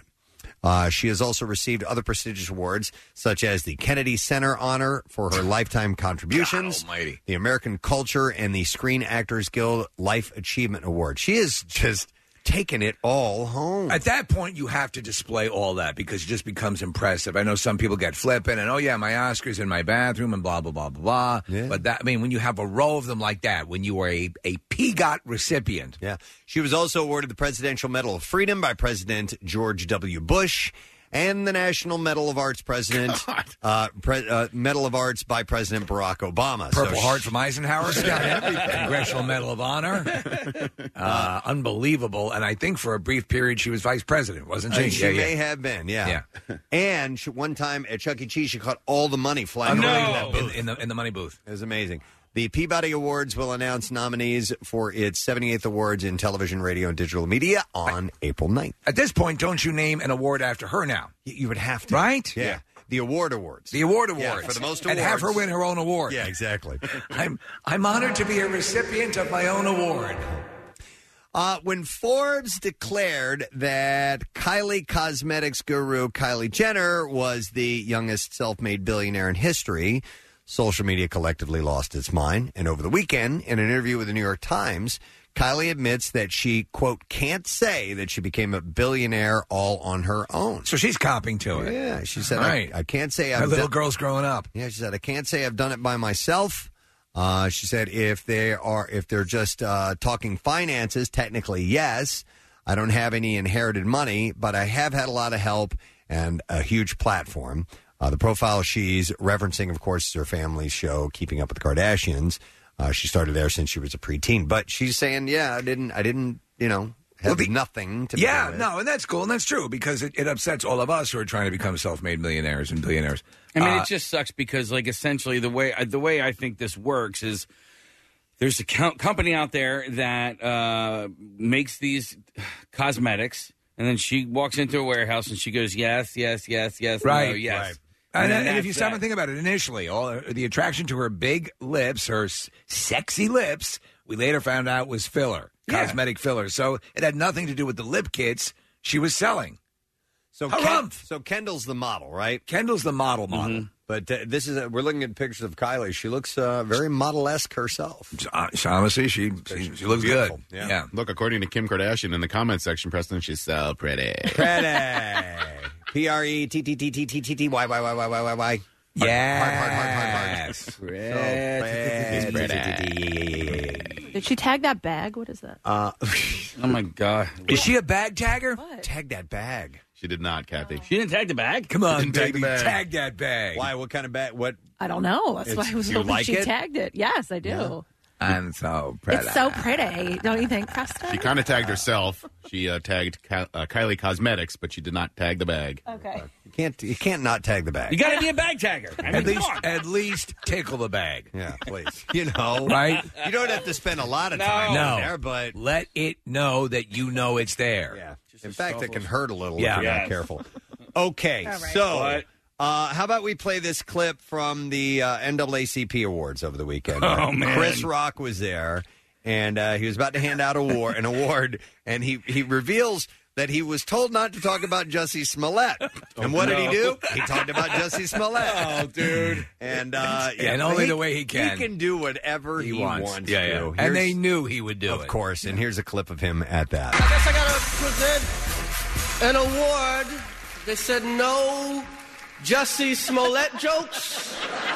Speaker 2: Uh, she has also received other prestigious awards, such as the Kennedy Center Honor for her lifetime contributions, the American Culture, and the Screen Actors Guild Life Achievement Award. She is just taking it all home.
Speaker 4: At that point, you have to display all that because it just becomes impressive. I know some people get flippant and, oh, yeah, my Oscar's in my bathroom and blah, blah, blah, blah, blah. But that, I mean, when you have a row of them like that, when you are a, a PGOT recipient.
Speaker 2: Yeah. She was also awarded the Presidential Medal of Freedom by President George W. Bush and the National Medal of Arts President uh, Pre- uh, Medal of Arts by President Barack Obama.
Speaker 4: Purple
Speaker 2: she-
Speaker 4: Heart from Eisenhower. She's got everything. Congressional Medal of Honor. Uh, unbelievable. And I think for a brief period, she was vice president, wasn't she?
Speaker 2: Uh, she
Speaker 4: Yeah, yeah.
Speaker 2: may have been, yeah. and she, one time at Chuck E. Cheese, she caught all the money flying
Speaker 4: No.
Speaker 2: around that booth.
Speaker 4: In, in the, in the money booth.
Speaker 2: It was amazing. The Peabody Awards will announce nominees for its 78th awards in television, radio, and digital media on April 9th.
Speaker 4: At this point, don't you name an award after her now?
Speaker 2: You would have to.
Speaker 4: Right?
Speaker 2: Yeah. The award awards.
Speaker 4: The award awards.
Speaker 2: Yeah, for the most
Speaker 4: And have her
Speaker 2: awards.
Speaker 4: win her own award.
Speaker 2: Yeah, exactly.
Speaker 4: I'm, I'm honored to be a recipient of my own award.
Speaker 2: Uh, when Forbes declared that Kylie Cosmetics guru Kylie Jenner was the youngest self made billionaire in history, Social media collectively lost its mind. And over the weekend, in an interview with the New York Times, Kylie admits that she, quote, can't say that she became a billionaire all on her own.
Speaker 4: So she's copping to it.
Speaker 2: Yeah, she said,
Speaker 4: Right.
Speaker 2: I, I can't say
Speaker 4: Her
Speaker 2: I've
Speaker 4: little
Speaker 2: done-
Speaker 4: girl's growing up.
Speaker 2: Yeah, she said, I can't say I've done it by myself. Uh, she said, if they are, if they're just uh, talking finances, technically yes. I don't have any inherited money, but I have had a lot of help and a huge platform. Uh, the profile she's referencing, of course, is her family's show, Keeping Up with the Kardashians. Uh, she started there since she was a preteen, but she's saying, yeah, I didn't, I didn't, you know, have nothing to. begin
Speaker 4: Yeah,
Speaker 2: with.
Speaker 4: no, and that's cool, and that's true because it, it upsets all of us who are trying to become self-made millionaires and billionaires.
Speaker 5: I mean,
Speaker 4: Uh,
Speaker 5: it just sucks because, like, essentially the way the way I think this works is there's a co- company out there that uh, makes these cosmetics, and then she walks into a warehouse and she goes, "Yes, yes, yes, yes,
Speaker 4: Right.
Speaker 5: no, yes."
Speaker 4: Right. And,
Speaker 5: then
Speaker 4: and if
Speaker 5: that's
Speaker 4: you stop
Speaker 5: that.
Speaker 4: and think about it, initially, all uh, the attraction to her big lips, her s- sexy lips, we later found out was filler, cosmetic filler. So it had nothing to do with the lip kits she was selling.
Speaker 2: So, Ken- so Kendall's the model, right?
Speaker 4: Kendall's the model model.
Speaker 2: But uh, this is a, we're looking at pictures of Kylie. She looks uh, very model esque herself.
Speaker 4: uh, honestly, she she, looks good.
Speaker 11: Yeah. Look, according to Kim Kardashian in the comment section, Preston, she's so pretty.
Speaker 2: Pretty. P R E T T T T T T T Y Y Y Y Y Y Y.
Speaker 4: Yes.
Speaker 3: Did she tag that bag? What is that?
Speaker 2: Uh,
Speaker 5: oh my god!
Speaker 4: Is she a bag tagger?
Speaker 2: Tag that bag.
Speaker 11: She did not, Kathy.
Speaker 5: She didn't tag the bag.
Speaker 4: Come on,
Speaker 11: Didn't tag the
Speaker 4: baby,
Speaker 11: bag.
Speaker 4: tag that bag.
Speaker 2: Why? What kind of bag? What?
Speaker 3: I don't know. That's
Speaker 4: It's-
Speaker 3: why I was
Speaker 4: you
Speaker 3: hoping
Speaker 4: like
Speaker 3: she
Speaker 4: it?
Speaker 3: tagged it. Yes, I do.
Speaker 4: I'm so
Speaker 3: It's so pretty, don't you think, Preston?
Speaker 11: She kind of tagged herself. She uh, tagged Ka- uh, Kylie Cosmetics, but she did not tag the bag.
Speaker 3: Okay.
Speaker 2: You can't you can't not tag the bag.
Speaker 5: You got to be a bag tagger. I mean,
Speaker 4: At least,
Speaker 5: come on.
Speaker 4: at least tickle the bag.
Speaker 2: Yeah, please. You know,
Speaker 4: right?
Speaker 2: You don't have to spend a lot of time
Speaker 4: no.
Speaker 2: there, but
Speaker 4: let it know that you know it's there.
Speaker 2: Yeah. In fact, it can hurt a little if you're
Speaker 4: Yeah.
Speaker 2: not careful. Okay,
Speaker 4: All right.
Speaker 2: so
Speaker 4: What?
Speaker 2: uh, how about we play this clip from the uh, NAACP awards over the weekend?
Speaker 5: Oh,
Speaker 2: where
Speaker 5: man.
Speaker 2: Chris Rock was there, and uh, he was about to hand out award, an award, and he he reveals. That he was told not to talk about Jussie Smollett, and what did he do?
Speaker 5: no.
Speaker 2: He talked about Jussie Smollett.
Speaker 5: Oh, dude!
Speaker 2: And uh, yeah,
Speaker 4: And
Speaker 2: but
Speaker 4: only the way he can.
Speaker 2: He can do whatever he, wants.
Speaker 4: Yeah,
Speaker 2: to.
Speaker 4: yeah. And
Speaker 2: Here's-
Speaker 4: they knew he would do it.
Speaker 2: of course. And here's a clip of him at that.
Speaker 12: I guess I gotta present an award. They said no Jussie Smollett jokes.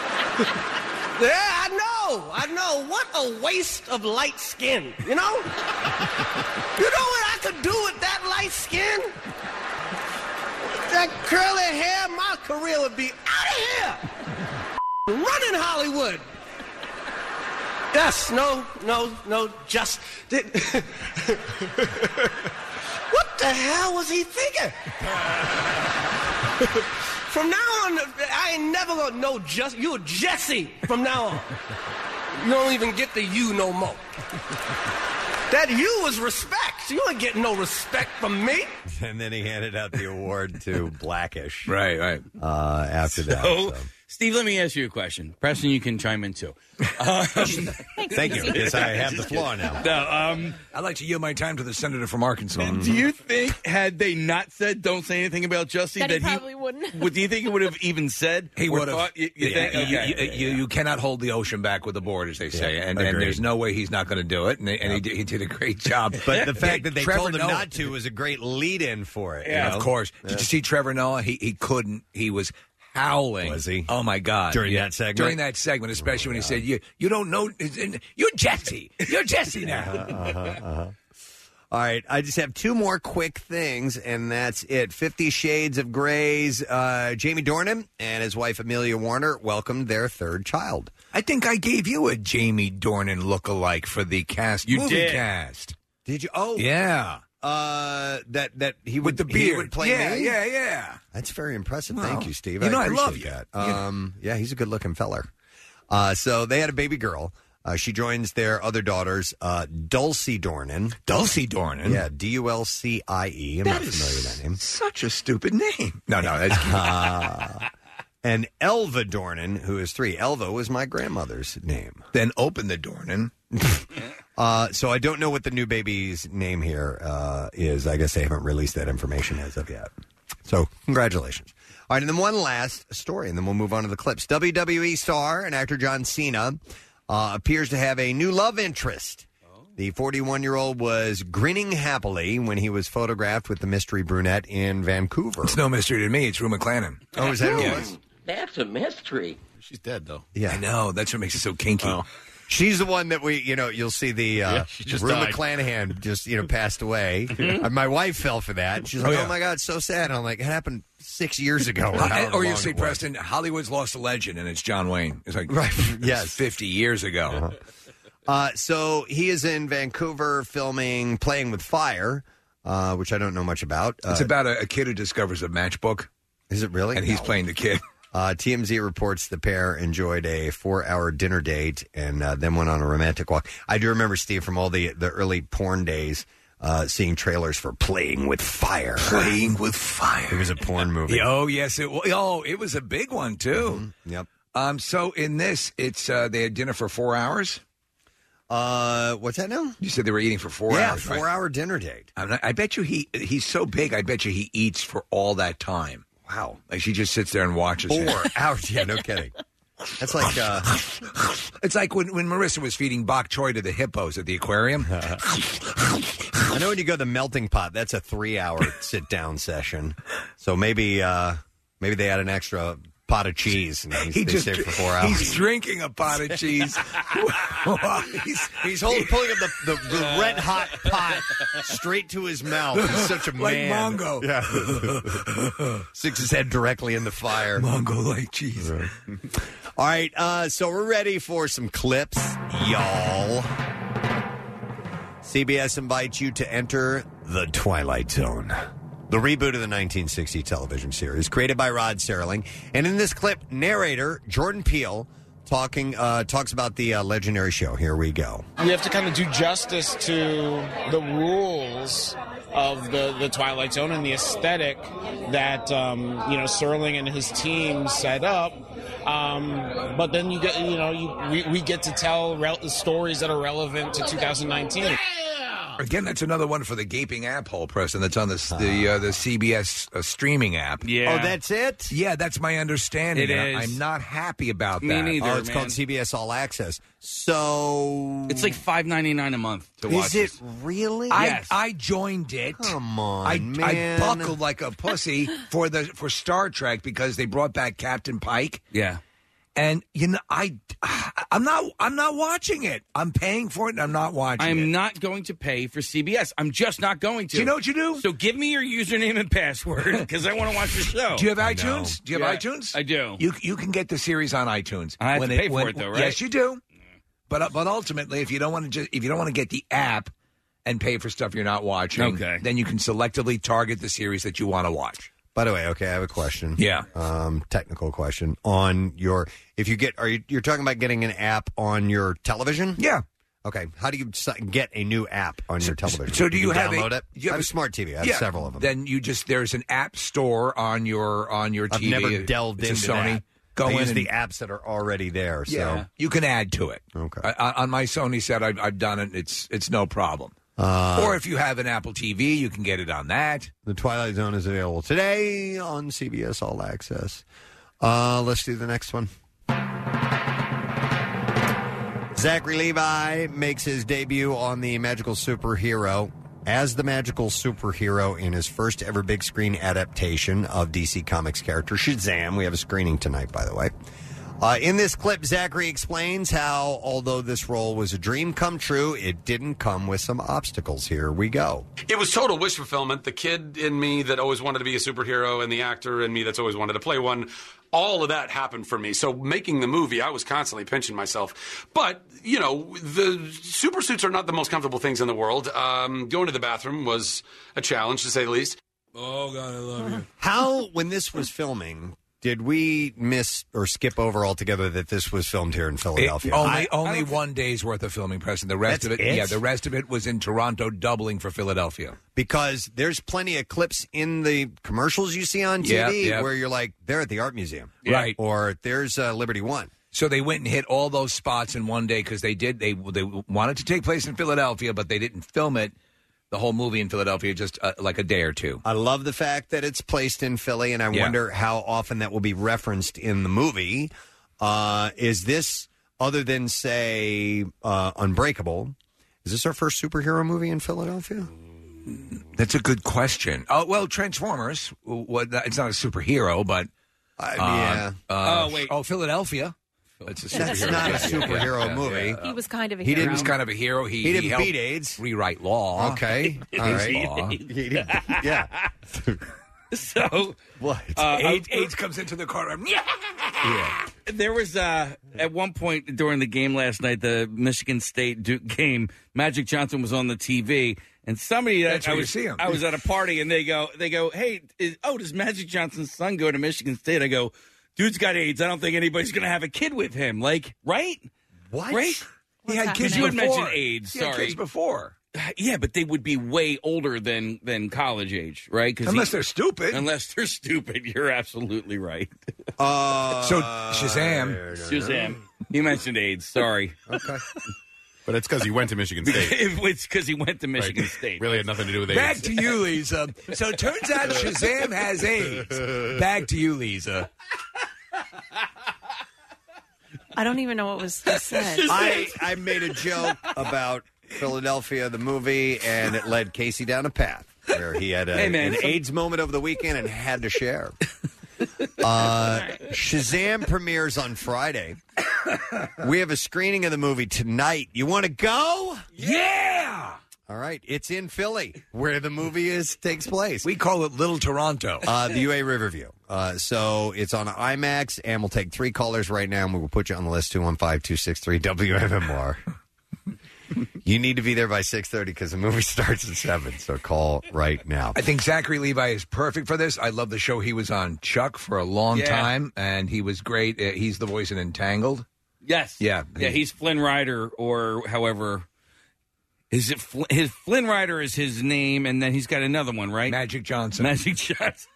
Speaker 12: yeah, I know, I know. What a waste of light skin, you know? you know what I could do with that light skin? With that curly hair, my career would be out of here. Running Hollywood. Yes, no, no, no, just. Did, what the hell was he thinking? from now on, I ain't never gonna know just. You're Jesse from now on. You don't even get the you no more. That you was respect. You ain't getting no respect from me.
Speaker 2: and then he handed out the award to Blackish.
Speaker 4: Right, right.
Speaker 2: Uh, after that,
Speaker 5: So, Steve, let me ask you a question. Preston, you can chime in too. Um,
Speaker 2: Thank you. Yes, I have the floor now.
Speaker 5: No, um,
Speaker 4: I'd like to yield my time to the senator from Arkansas.
Speaker 5: do you think had they not said "Don't say anything about Jussie"
Speaker 3: That
Speaker 5: that,
Speaker 3: he
Speaker 5: he
Speaker 3: probably wouldn't.
Speaker 5: Would do you think he would have even said?
Speaker 4: He
Speaker 5: or
Speaker 4: would have.
Speaker 5: thought- You, you
Speaker 4: Yeah,
Speaker 5: think?
Speaker 4: you-
Speaker 5: Okay.
Speaker 4: you- you- you cannot hold the ocean back with a board, as they say, and, and
Speaker 2: agreed.
Speaker 4: there's no way he's not going to do it. And, they, and he, did, he did a great job.
Speaker 2: But the fact that they
Speaker 4: Trevor
Speaker 2: told him
Speaker 4: Noah-
Speaker 2: not to was a great lead-in for it. you
Speaker 4: Yeah,
Speaker 2: know?
Speaker 4: of course.
Speaker 2: Yeah.
Speaker 4: Did you see Trevor Noah? He he couldn't. He was howling. Was he? Oh my God!
Speaker 2: During
Speaker 4: Yeah.
Speaker 2: that segment? Oh,
Speaker 4: During that segment, especially when he said, "You you don't know. You're Jesse. You're Jesse now."
Speaker 2: Uh-huh, All right, I just have two more quick things, and that's it. Fifty Shades of Grey's uh, Jamie Dornan and his wife Amelia Warner welcomed their third child.
Speaker 4: I think I gave you a Jamie Dornan look-alike for the cast
Speaker 2: You
Speaker 4: movie
Speaker 2: did.
Speaker 4: cast.
Speaker 2: Did you? Oh,
Speaker 4: Yeah.
Speaker 2: Uh, that that he would
Speaker 4: the
Speaker 2: he
Speaker 4: beard.
Speaker 2: would play
Speaker 4: yeah,
Speaker 2: me.
Speaker 4: yeah, yeah.
Speaker 2: That's very impressive.
Speaker 4: Well,
Speaker 2: Thank you, Steve.
Speaker 4: you know I
Speaker 2: I,
Speaker 4: love
Speaker 2: appreciate
Speaker 4: you.
Speaker 2: that. Um, yeah, he's a good looking feller. Uh, so they had a baby girl. Uh, she joins their other daughters, uh, Dulcie Dornan.
Speaker 4: Dulcie Dornan?
Speaker 2: Yeah, D U L C I E. I'm not familiar with that name.
Speaker 4: Such a stupid name. No, no, that's
Speaker 2: uh, and Elva Dornan, who is three. Elva was my grandmother's name.
Speaker 4: Then open the Dornan.
Speaker 2: uh, so I don't know what the new baby's name here uh, is. I guess they haven't released that information as of yet. So, congratulations. All right, and then one last story, and then we'll move on to the clips. WWE star and actor John Cena uh, appears to have a new love interest. The 41 year old was grinning happily when he was photographed with the mystery brunette in Vancouver. It's
Speaker 4: no mystery to me. It's Rue McClannon.
Speaker 2: Oh, is that who it
Speaker 4: Yeah.
Speaker 2: was?
Speaker 14: That's a mystery.
Speaker 11: She's dead though.
Speaker 2: Yeah, I
Speaker 4: know. That's what makes it so kinky.
Speaker 2: She's the one that we, you know, you'll see the uh,
Speaker 4: Yeah, she just
Speaker 2: Rue
Speaker 4: died.
Speaker 2: McClanahan just, you know, passed away.
Speaker 4: Mhm.
Speaker 2: And my wife fell for that. She's like,
Speaker 4: Oh,
Speaker 2: oh,
Speaker 4: yeah.
Speaker 2: my god, it's so sad. And I'm like, it happened six years ago. Or,
Speaker 4: Uh,
Speaker 2: however
Speaker 4: or you
Speaker 2: long
Speaker 4: see,
Speaker 2: it was.
Speaker 4: Preston, Hollywood's lost a legend, and it's John Wayne. It's like
Speaker 2: right, yes, Uh-huh.
Speaker 4: fifty years ago.
Speaker 2: Uh, so he is in Vancouver filming "Playing with Fire," uh, which I don't know much about. Uh,
Speaker 4: It's about a, a kid who discovers a matchbook.
Speaker 2: Is it really?
Speaker 4: And he's playing the kid.
Speaker 2: Uh, TMZ reports the pair enjoyed a four-hour dinner date and uh, then went on a romantic walk. I do remember Steve from all the the early porn days, uh, seeing trailers for "Playing with Fire."
Speaker 4: Playing with Fire.
Speaker 2: It was a porn movie. Mm-hmm.
Speaker 4: Yeah, Oh yes, it was. Oh, it was a big one too.
Speaker 2: Yep.
Speaker 4: Um. So in this, it's uh, they had dinner for four hours.
Speaker 2: Uh, what's that now?
Speaker 4: You said they were eating for four
Speaker 2: yeah,
Speaker 4: hours. right?
Speaker 2: four-hour dinner date.
Speaker 4: I'm not, I bet you he he's so big. I bet you he eats for all that time.
Speaker 2: Wow.
Speaker 4: Like she just sits there and watches. him.
Speaker 2: Four hours. Yeah, no kidding. That's like uh,
Speaker 4: it's like when, when Marissa was feeding bok choy to the hippos at the aquarium.
Speaker 2: I know when you go to the melting pot, that's a three hour sit down session. So maybe uh maybe they add an extra pot of cheese and they, they stay for four hours.
Speaker 4: He's drinking a pot of cheese. he's
Speaker 2: he's holding, pulling up the, the, the red hot pot straight to his mouth. He's such a
Speaker 4: Like
Speaker 2: man.
Speaker 4: Mongo.
Speaker 2: Yeah. Sticks his head directly in the fire.
Speaker 4: Mongo like cheese.
Speaker 2: All right, uh, so we're ready for some clips, y'all. CBS invites you to enter the Twilight Zone, the reboot of the 1960 television series created by Rod Serling. And in this clip, narrator Jordan Peele talking uh, talks about the uh, legendary show. Here we go.
Speaker 15: you have to kind of do justice to the rules of the, the Twilight Zone and the aesthetic that um, you know Serling and his team set up. Um, but then you get you know you, we, we get to tell rel- stories that are relevant to 2019.
Speaker 4: Again, that's another one for the gaping app hole, Preston. That's on this, the uh, the CBS uh, streaming app.
Speaker 2: Ah. Oh, that's it?
Speaker 4: Yeah, that's my understanding.
Speaker 2: It
Speaker 4: and I-
Speaker 2: is.
Speaker 4: I'm not happy about
Speaker 2: Me
Speaker 4: that.
Speaker 2: neither, Oh, it's man. called CBS All Access. So
Speaker 5: it's like five ninety nine a month to
Speaker 4: Is
Speaker 5: watch.
Speaker 4: it
Speaker 5: this.
Speaker 2: really?
Speaker 4: I,
Speaker 5: Yes.
Speaker 4: I joined it.
Speaker 2: Come on,
Speaker 4: I, I
Speaker 2: man.
Speaker 4: buckled like a pussy for the for Star Trek because they brought back Captain Pike.
Speaker 5: Yeah.
Speaker 4: And you know, I I'm not I'm not watching it. I'm paying for it and I'm not watching
Speaker 5: I'm
Speaker 4: it.
Speaker 5: not going to pay for CBS. I'm just not going to.
Speaker 4: Do you know what you do?
Speaker 5: So give me your username and password because I want to watch the show.
Speaker 4: Do you have iTunes? Do you have
Speaker 5: Yeah,
Speaker 4: iTunes?
Speaker 5: I do.
Speaker 4: You you can get the series on iTunes.
Speaker 5: I have to pay for
Speaker 4: when-
Speaker 5: it, though, right?
Speaker 4: Yes, you do. But uh, but ultimately, if you don't want to just if you don't want to get the app and pay for stuff you're not watching,
Speaker 2: Okay.
Speaker 4: then you can selectively target the series that you want to watch.
Speaker 2: By the way, okay, I have a question.
Speaker 4: Yeah.
Speaker 2: Um, technical question on your if you get are you you're talking about getting an app on your television?
Speaker 4: Yeah.
Speaker 2: Okay. How do you s- get a new app on your television?
Speaker 4: So do you, have
Speaker 2: download
Speaker 4: a,
Speaker 2: it?
Speaker 4: do You
Speaker 2: I
Speaker 4: have
Speaker 2: have a smart TV. I have
Speaker 4: yeah.
Speaker 2: several of them.
Speaker 4: Then you just there's an app store on your on your
Speaker 2: I've
Speaker 4: TV.
Speaker 2: never delved
Speaker 4: It's a
Speaker 2: into
Speaker 4: Sony.
Speaker 2: that.
Speaker 4: Go
Speaker 2: I
Speaker 4: in
Speaker 2: use
Speaker 4: and-
Speaker 2: the apps that are already there. So
Speaker 4: Yeah, you can add to it. Okay. on my Sony set, I've, I've done it. It's it's no problem.
Speaker 2: Uh,
Speaker 4: or if you have an Apple TV, you can get it on that.
Speaker 2: The Twilight Zone is available today on CBS All Access. Uh, let's do the next one. Zachary Levi makes his debut on the Magical Superhero as the Magical Superhero in his first ever big screen adaptation of DC Comics character Shazam. We have a screening tonight, by the way. Uh, in this clip, Zachary explains how, although this role was a dream come true, it didn't come with some obstacles. Here we go.
Speaker 16: It was total wish fulfillment. The kid in me that always wanted to be a superhero and the actor in me that's always wanted to play one. All of that happened for me. So making the movie, I was constantly pinching myself. But, you know, the super suits are not the most comfortable things in the world. Um, going to the bathroom was a challenge, to say the least.
Speaker 4: Oh God, I love you.
Speaker 2: How, when this was filming, did we miss or skip over altogether that this was filmed here in Philadelphia?
Speaker 4: only
Speaker 2: I-
Speaker 4: only one day's worth of filming, Preston. The rest
Speaker 2: That's
Speaker 4: of it,
Speaker 2: it?
Speaker 4: yeah, the rest of it was in Toronto, doubling for Philadelphia.
Speaker 2: because there's plenty of clips in the commercials you see on TV
Speaker 4: Yep, yep.
Speaker 2: where you're like, they're at the art museum,
Speaker 4: Right.
Speaker 2: Or there's uh, Liberty One.
Speaker 4: So they went and hit all those spots in one day because they did. They they wanted to take place in Philadelphia, but they didn't film it the whole movie in Philadelphia, just uh, like a day or two.
Speaker 2: I love the fact that it's placed in Philly, and I
Speaker 4: Yeah.
Speaker 2: wonder how often that will be referenced in the movie. Uh, is this, other than, say, uh, Unbreakable, is this our first superhero movie in Philadelphia?
Speaker 4: That's a good question. Oh well, Transformers. What? It's not a superhero, but uh,
Speaker 2: yeah.
Speaker 4: uh,
Speaker 2: Oh, wait.
Speaker 4: Oh, Philadelphia. It's a
Speaker 2: That's
Speaker 4: superhero.
Speaker 2: not
Speaker 4: Yeah,
Speaker 2: a
Speaker 4: yeah,
Speaker 2: superhero
Speaker 4: yeah, yeah,
Speaker 2: movie.
Speaker 4: yeah.
Speaker 3: He was kind of a
Speaker 4: He
Speaker 3: hero.
Speaker 4: didn't. was kind of a hero. He,
Speaker 2: He didn't
Speaker 4: helped
Speaker 2: beat AIDS.
Speaker 4: Rewrite law.
Speaker 2: Okay.
Speaker 4: He
Speaker 2: All
Speaker 4: didn't
Speaker 2: right.
Speaker 4: beat law.
Speaker 2: He didn't- yeah.
Speaker 5: so
Speaker 2: what?
Speaker 5: Uh,
Speaker 4: AIDS, AIDS comes into the courtroom. Yeah.
Speaker 5: There was uh, at one point during the game last night, the Michigan State Duke game. Magic Johnson was on the TV, and somebody uh,
Speaker 4: That's
Speaker 5: I,
Speaker 4: where you
Speaker 5: was
Speaker 4: see him.
Speaker 5: I was at a party, and they go, they go, hey, is, oh, does Magic Johnson's son go to Michigan State? I go, dude's got AIDS. I don't think anybody's going to have a kid with him. Like, right?
Speaker 2: What?
Speaker 5: Right?
Speaker 4: He had kids
Speaker 5: you had
Speaker 4: before.
Speaker 5: mentioned AIDS.
Speaker 4: He had
Speaker 5: Sorry,
Speaker 4: kids before.
Speaker 5: Yeah, but they would be way older than than college age, right? 'Cause
Speaker 4: Unless they're stupid.
Speaker 5: Unless they're stupid, you're absolutely right.
Speaker 2: Uh,
Speaker 4: So, Shazam.
Speaker 5: Shazam. You mentioned AIDS. Sorry.
Speaker 2: okay.
Speaker 11: But it's because he went to Michigan State.
Speaker 5: it's because he went to Michigan State.
Speaker 11: Really had nothing to do with
Speaker 4: Back
Speaker 11: AIDS.
Speaker 4: to you, Lisa. So it turns out Shazam has AIDS. Back to you, Lisa.
Speaker 3: I don't even know what was said.
Speaker 2: I, I made a joke about Philadelphia, the movie, and it led Casey down a path where he had a,
Speaker 5: Hey, man.
Speaker 2: an AIDS moment over the weekend and had to share. Uh, Shazam premieres on Friday. We have a screening of the movie tonight. You want to go?
Speaker 4: Yeah!
Speaker 2: All right, it's in Philly, where the movie is takes place.
Speaker 4: We call it Little Toronto.
Speaker 2: Uh, the UA Riverview. Uh, so it's on IMAX, and we'll take three callers right now, and we will put you on the list 215 263 WMMR. You need to be there by 6.30 because the movie starts at 7, so call right now.
Speaker 4: I think Zachary Levi is perfect for this. I love the show he was on Chuck for a long
Speaker 5: Yeah.
Speaker 4: time, and he was great. Uh, He's the voice in Entangled.
Speaker 5: Yes.
Speaker 4: Yeah.
Speaker 5: Yeah, he's Flynn Rider, or however. Is it Fl- his Flynn Rider is his name, and then he's got another one, right?
Speaker 4: Magic Johnson.
Speaker 5: Magic Johnson.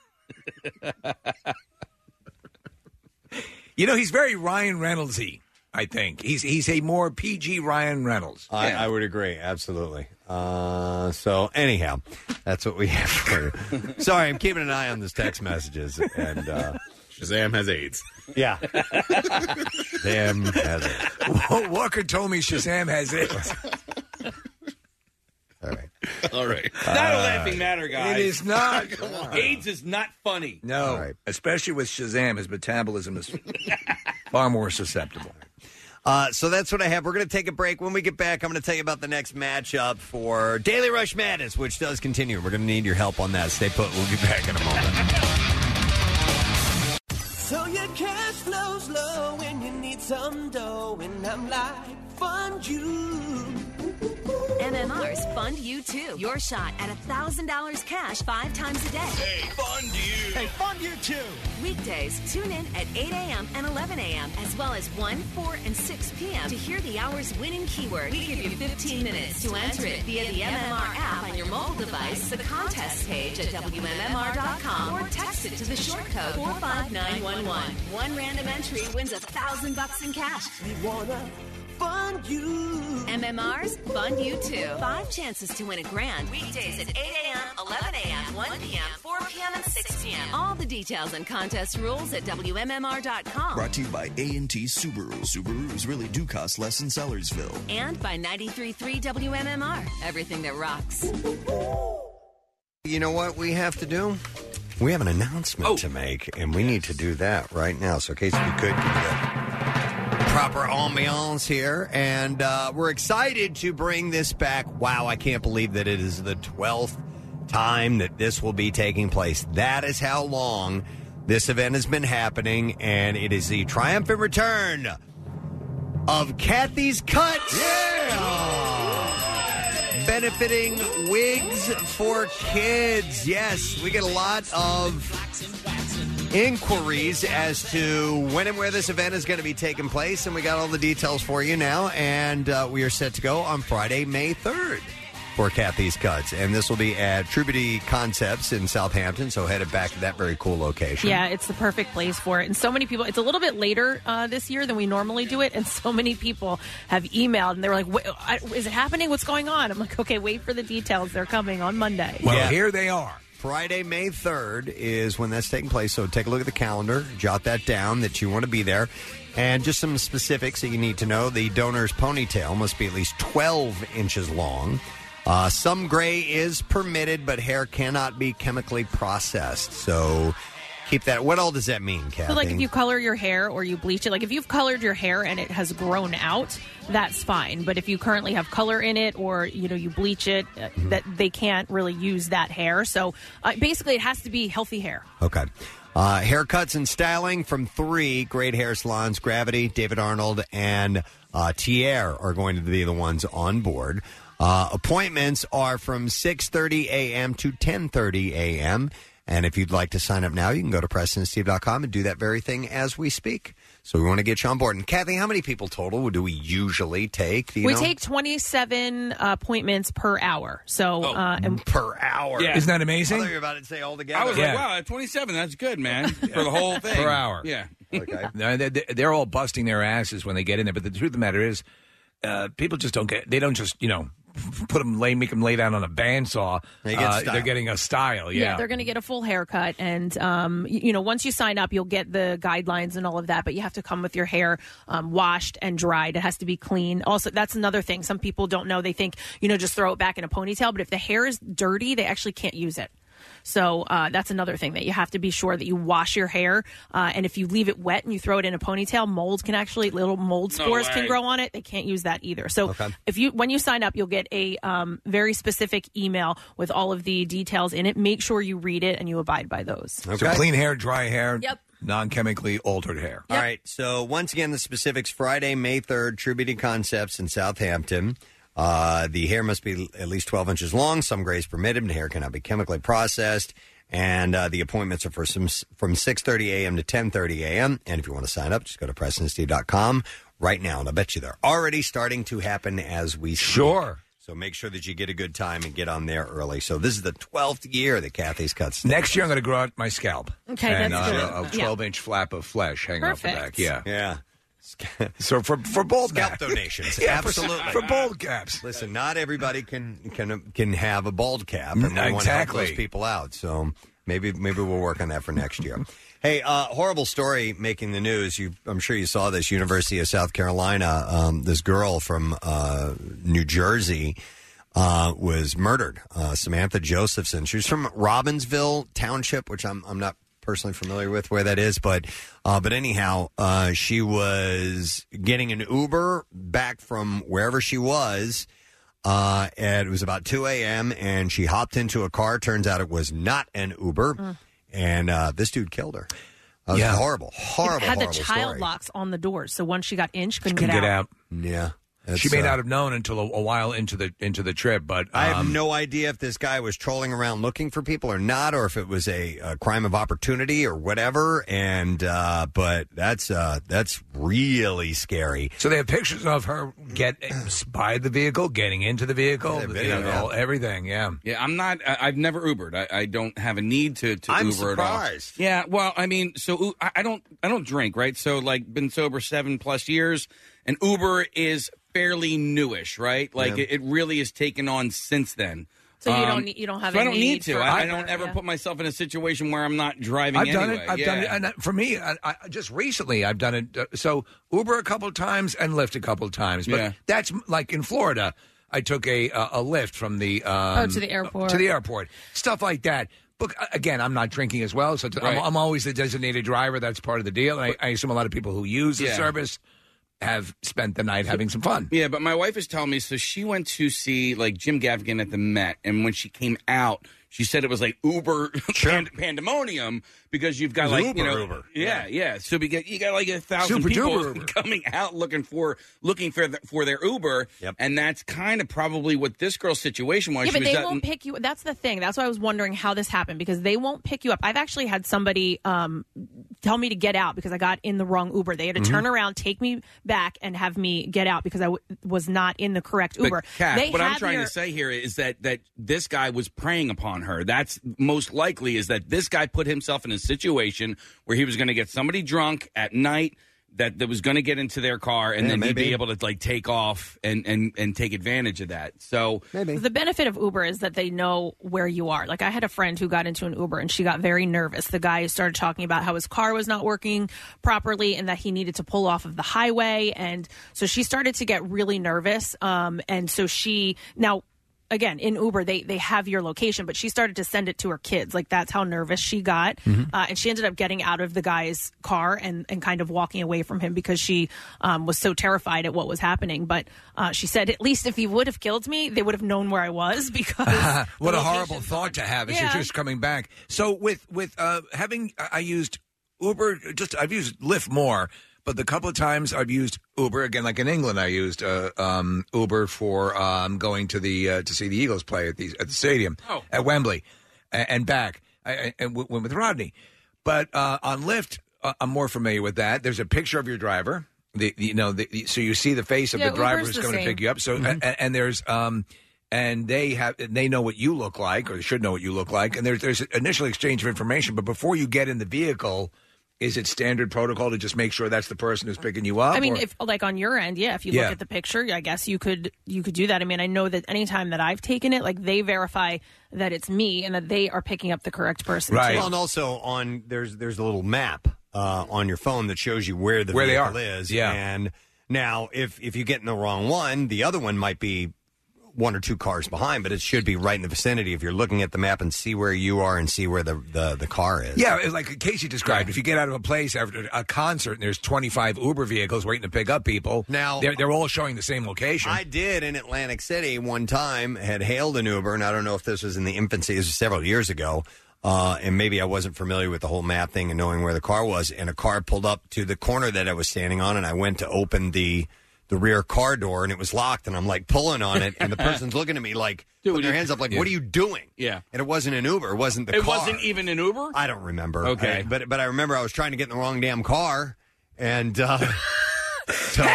Speaker 4: You know, he's very Ryan Reynoldsy. I think he's he's a more PG Ryan Reynolds.
Speaker 2: I, I would agree, absolutely. Uh, so anyhow, that's what we have for you. Sorry, I'm keeping an eye on those text messages. And uh,
Speaker 11: Shazam has AIDS.
Speaker 2: Yeah. Damn has it.
Speaker 4: Walker told me Shazam has it.
Speaker 11: All right.
Speaker 5: Not a laughing matter, guys.
Speaker 4: it is not.
Speaker 5: AIDS is not funny.
Speaker 4: No, especially with Shazam, his metabolism is far more susceptible.
Speaker 2: Uh, so that's what I have. We're going to take a break. When we get back, I'm going to tell you about the next matchup for Daily Rush Madness, which does continue. We're going to need your help on that. Stay put. We'll be back in a moment.
Speaker 12: So your cash flows low and you need some dough, and I'm like, fund you.
Speaker 17: MMRs fund you too. Your shot at $1,000 cash five times a day. Hey, fund you. Hey, fund you too. Weekdays, tune in at 8 a.m. and 11 a.m., as well as 1, 4, and 6 p.m. to hear the hour's winning keyword. We give you 15 minutes to answer it via the MMR app on your mobile device, the contest page at WMMR.com, or text it to the short code 45911. One random entry wins a 1000 bucks in cash. We wanna fund you. MMRs fund you too. Five chances to win a grand. Weekdays at 8 a.m., 11 a.m., 1 p.m., 4 p.m., and 6 p.m. All the details and contest rules at WMMR.com
Speaker 6: Brought to you by A&T Subaru. Subarus really do cost less in Sellersville.
Speaker 17: and by 93.3 WMMR. Everything that rocks.
Speaker 2: You know what we have to do? We have an announcement to make, and we need to do that right now. So, Casey, you could give the proper ambiance here. And uh, we're excited to bring this back. Wow, I can't believe that it is the 12th time that this will be taking place. That is how long this event has been happening, and it is the triumphant return of Kathy's Cuts. Benefiting wigs for kids. Yes, we get a lot of inquiries as to when and where this event is going to be taking place, and we got all the details for you now. And uh, we are set to go on Friday, May 3rd. for Kathy's Cuts. And this will be at Trubity Concepts in Southampton. So headed back to that very cool location.
Speaker 3: Yeah, it's the perfect place for it. And so many people, it's a little bit later uh, this year than we normally do it. And so many people have emailed and they were like, "Wait, I- is it happening? What's going on? I'm like, okay, wait for the details. They're coming on Monday.
Speaker 2: Well, Yeah.
Speaker 4: Here they are.
Speaker 2: Friday, May 3rd is when that's taking place. So take a look at the calendar, jot that down that you want to be there. And just some specifics that you need to know the donor's ponytail must be at least 12 inches long. Uh, some gray is permitted, but hair cannot be chemically processed. So keep that. What all does that mean, Kathy?
Speaker 3: So, like, if you color your hair or you bleach it, like if you've colored your hair and it has grown out, that's fine. But if you currently have color in it or you know you bleach it, uh,
Speaker 2: Mm-hmm.
Speaker 3: that they can't really use that hair. So, uh, basically, it has to be healthy hair.
Speaker 2: Okay. Uh, haircuts and styling from three great hair salons Gravity, David Arnold, and uh, Tier are going to be the ones on board. Uh, appointments are from 6.30 a.m. to 10.30 a.m. And if you'd like to sign up now, you can go to PrestonSteve.com and do that very thing as we speak. So we want to get you on board. And Kathy, how many people total do we usually take? Do you
Speaker 3: we
Speaker 2: know?
Speaker 3: take 27 appointments per hour. So, uh, and
Speaker 2: Oh, per hour.
Speaker 5: Yeah. Isn't that amazing?
Speaker 2: I thought you were about to say all together.
Speaker 5: I was like, wow, at 27, that's good, man, for the whole thing.
Speaker 4: Per hour.
Speaker 5: Yeah.
Speaker 2: Okay.
Speaker 4: No, they- they- They're all busting their asses when they get in there. But the truth of the matter is, uh, people just don't get. They don't just you know put them lay make them lay down on a bandsaw.
Speaker 2: They
Speaker 3: get
Speaker 4: uh,
Speaker 3: style.
Speaker 4: they're getting a style. Yeah.
Speaker 3: they're going to get a full haircut, and um, y- you know, once you sign up, you'll get the guidelines and all of that. But you have to come with your hair um, washed and dried. It has to be clean. Also, that's another thing. Some people don't know. They think you know, just throw it back in a ponytail. But if the hair is dirty, they actually can't use it. So uh, that's another thing that you have to be sure that you wash your hair. Uh, and if you leave it wet and you throw it in a ponytail, mold can actually little mold
Speaker 18: No
Speaker 3: spores
Speaker 18: way.
Speaker 3: can grow on it. They can't use that either. So
Speaker 18: Okay.
Speaker 3: if you when you sign up, you'll get a um, very specific email with all of the details in it. Make sure you read it and you abide by those.
Speaker 4: So clean hair, dry hair,
Speaker 3: Yep.
Speaker 4: non chemically altered hair.
Speaker 2: All right. So once again, the specifics: Friday, May third, True Beauty Concepts in Southampton. Uh, the hair must be l- at least twelve inches long. Some gray is permitted, and hair cannot be chemically processed. And uh, the appointments are for some s- from six thirty a.m. to ten thirty a.m. And if you want to sign up, just go to PrestonSteve.com right now. And I bet you they're already starting to happen as we speak.
Speaker 4: Sure.
Speaker 2: So make sure that you get a good time and get on there early. So this is the twelfth year that Kathy's cuts.
Speaker 4: Next year, I'm going to grow out my scalp.
Speaker 2: Okay,
Speaker 4: and,
Speaker 2: that's
Speaker 4: uh,
Speaker 2: good.
Speaker 4: A
Speaker 2: Yeah.
Speaker 4: 12 inch flap of flesh hanging off
Speaker 2: Perfect.
Speaker 4: the back.
Speaker 2: Yeah, yeah.
Speaker 4: so for for bald
Speaker 2: scalp
Speaker 4: back.
Speaker 2: donations,
Speaker 4: Yeah, for-
Speaker 2: absolutely
Speaker 4: for bald caps.
Speaker 2: Listen, not everybody can can can have a bald cap, and we want to help
Speaker 4: Exactly.
Speaker 2: those people out. So maybe maybe we'll work on that for next year. hey, uh, horrible story making the news. You, I'm sure you saw this. University of South Carolina, um, this girl from uh, New Jersey. Uh, was murdered. Uh, Samantha Josephson. She was from Robbinsville Township, which I'm I'm not personally familiar with where that is, but uh, but anyhow, uh, she was getting an Uber back from wherever she was. Uh, and it was about 2 a.m. and she hopped into a car. Turns out it was not an Uber,
Speaker 3: Mm.
Speaker 2: and uh, this dude killed her. That was
Speaker 3: Yeah.
Speaker 2: horrible, horrible,
Speaker 3: had the
Speaker 2: horrible
Speaker 3: child
Speaker 2: story.
Speaker 3: locks on the doors, so once she got in, she couldn't,
Speaker 4: Couldn't
Speaker 3: get,
Speaker 4: get out.
Speaker 2: Yeah.
Speaker 4: she
Speaker 2: It's,
Speaker 4: may
Speaker 2: uh,
Speaker 4: not have known until a, a while into the into the trip, but
Speaker 2: I have
Speaker 4: um,
Speaker 2: no idea if this guy was trolling around looking for people or not, or if it was a, a crime of opportunity or whatever. And uh, but that's uh, that's really scary.
Speaker 4: So they have pictures of her get by the vehicle, getting into the vehicle, you
Speaker 5: video,
Speaker 4: know,
Speaker 5: yeah.
Speaker 4: all- everything. Yeah.
Speaker 5: Yeah, I'm not. I, I've never Ubered. I, I don't have a need to, to
Speaker 4: I'm
Speaker 5: Uber
Speaker 4: surprised.
Speaker 5: at all. Yeah, well, I mean, so U- I, I don't. I don't drink, right? So like, been sober seven plus years, and Uber is fairly newish, right? Like,
Speaker 3: Yeah.
Speaker 5: it, it really has taken on since then.
Speaker 3: So you
Speaker 5: Um,
Speaker 3: don't need- you don't have.
Speaker 5: so
Speaker 3: a
Speaker 5: I don't need, to.
Speaker 3: for
Speaker 5: I, I
Speaker 3: Uber,
Speaker 5: don't ever
Speaker 3: yeah.
Speaker 5: put myself in a situation where I'm not driving.
Speaker 4: I've done
Speaker 5: anyway.
Speaker 4: it. I've done it.
Speaker 5: Yeah.
Speaker 4: And uh, for me, I, I, just recently, I've done it. uh, So Uber a couple of times and Lyft a couple of times. But
Speaker 5: Yeah.
Speaker 4: that's m- like in Florida, I took a uh, a Lyft from the um,
Speaker 3: Oh, to the airport.
Speaker 4: to the airport, stuff like that. Look uh, again. I'm not drinking as well, so t-
Speaker 5: Right.
Speaker 4: I'm, I'm always the designated driver. That's part of the deal. And I, I assume a lot of people who use the
Speaker 5: Yeah.
Speaker 4: service have spent the night having some fun.
Speaker 5: Yeah, but my wife is telling me so she went to see like Jim Gaffigan at the Met, and when she came out, she said it was like Uber pand- pandemonium because you've got
Speaker 16: It was
Speaker 5: like you
Speaker 16: Uber,
Speaker 5: know
Speaker 16: Uber.
Speaker 5: yeah yeah so we get, you got like a thousand
Speaker 16: Super
Speaker 5: people
Speaker 16: duper Uber.
Speaker 5: coming out looking for looking for the, for their Uber, yep. and that's kind of probably what this girl's situation was.
Speaker 3: Yeah,
Speaker 5: She
Speaker 3: but
Speaker 5: was
Speaker 3: they
Speaker 5: out in-
Speaker 3: won't pick you. That's the thing. That's why I was wondering how this happened because they won't pick you up. I've actually had somebody um, tell me to get out because I got in the wrong Uber. They had to
Speaker 5: Mhm.
Speaker 3: turn around, take me back, and have me get out because I w- was not in the correct
Speaker 5: But,
Speaker 3: Uber.
Speaker 5: Kat,
Speaker 3: they
Speaker 5: what I'm
Speaker 3: have
Speaker 5: trying
Speaker 3: your-
Speaker 5: to say here is that that this guy was preying upon her. That's most likely is that this guy put himself in a situation where he was going to get somebody drunk at night that, that was going to get into their car and
Speaker 3: Yeah,
Speaker 5: then he'd
Speaker 3: maybe.
Speaker 5: be able to like take off and and and take advantage of that. So
Speaker 3: The benefit of Uber is that they know where you are. Like I had a friend who got into an Uber and she got very nervous. The guy started talking about how his car was not working properly and that he needed to pull off of the highway, and so she started to get really nervous. Um, and so she now. Again, in Uber, they they have your location, but she started to send it to her kids. Like that's how nervous she got,
Speaker 19: Mm-hmm.
Speaker 18: Mhm.
Speaker 3: uh, and she ended up getting out of the guy's car and and kind of walking away from him because she um, was so terrified at what was happening. But uh, she said, at least if he would have killed me, they would have known where I was because
Speaker 4: what a horrible thought to have as
Speaker 3: Yeah.
Speaker 4: you're just coming back. So with with uh, having I I used Uber, just I've used Lyft more, but the couple of times I've used Uber again, like in England, I used uh, um, Uber for um, going to the uh, to see the Eagles play at the at the stadium
Speaker 8: Oh.
Speaker 4: at Wembley and, and back, I, I, and w- went with Rodney. But uh, on Lyft, uh, I'm more familiar with that. There's a picture of your driver. The, the- you know, the, the- so you see the face of
Speaker 8: Yeah,
Speaker 4: the driver
Speaker 8: Uber's
Speaker 4: who's
Speaker 8: the
Speaker 4: coming
Speaker 8: same.
Speaker 4: to pick you up. So a- a- and there's um and they have and they know what you look like or they should know what you look like. And there's there's initial exchange of information, but before you get in the vehicle, is it standard protocol to just make sure that's the person who's picking you up?
Speaker 3: I mean,
Speaker 4: or-
Speaker 3: if like on your end, yeah. If you
Speaker 4: Yeah.
Speaker 3: look at the picture, I guess you could you could do that. I mean, I know that anytime that I've taken it, like they verify that it's me and that they are picking up the correct person. too.
Speaker 2: Well, and also on there's there's a little map uh, on your phone that shows you where the
Speaker 4: Where they
Speaker 2: vehicle
Speaker 4: are.
Speaker 2: is.
Speaker 4: Yeah.
Speaker 2: And now if if you get in the wrong one, the other one might be one or two cars behind, but it should be right in the vicinity if you're looking at the map and see where you are and see where the the, the car is.
Speaker 4: Yeah, it- like Casey described, if you get out of a place after a concert and there's 25 Uber vehicles waiting to pick up people,
Speaker 2: Now-
Speaker 4: they're, they're all showing the same location.
Speaker 2: I did in Atlantic City one time had hailed an Uber, and I don't know if this was in the infancy. This was several years ago, uh, and maybe I wasn't familiar with the whole map thing and knowing where the car was. And a car pulled up to the corner that I was standing on, and I went to open the the rear car door, and it was locked. And I'm like pulling on it, and the person's looking at me like putting their hands up, like, "What are you doing?"
Speaker 5: Yeah.
Speaker 2: And it wasn't an Uber. It wasn't the
Speaker 5: it
Speaker 2: car.
Speaker 5: wasn't even an Uber.
Speaker 2: I don't remember.
Speaker 5: Okay.
Speaker 2: I- but but I remember I was trying to get in the wrong damn car, and uh, so.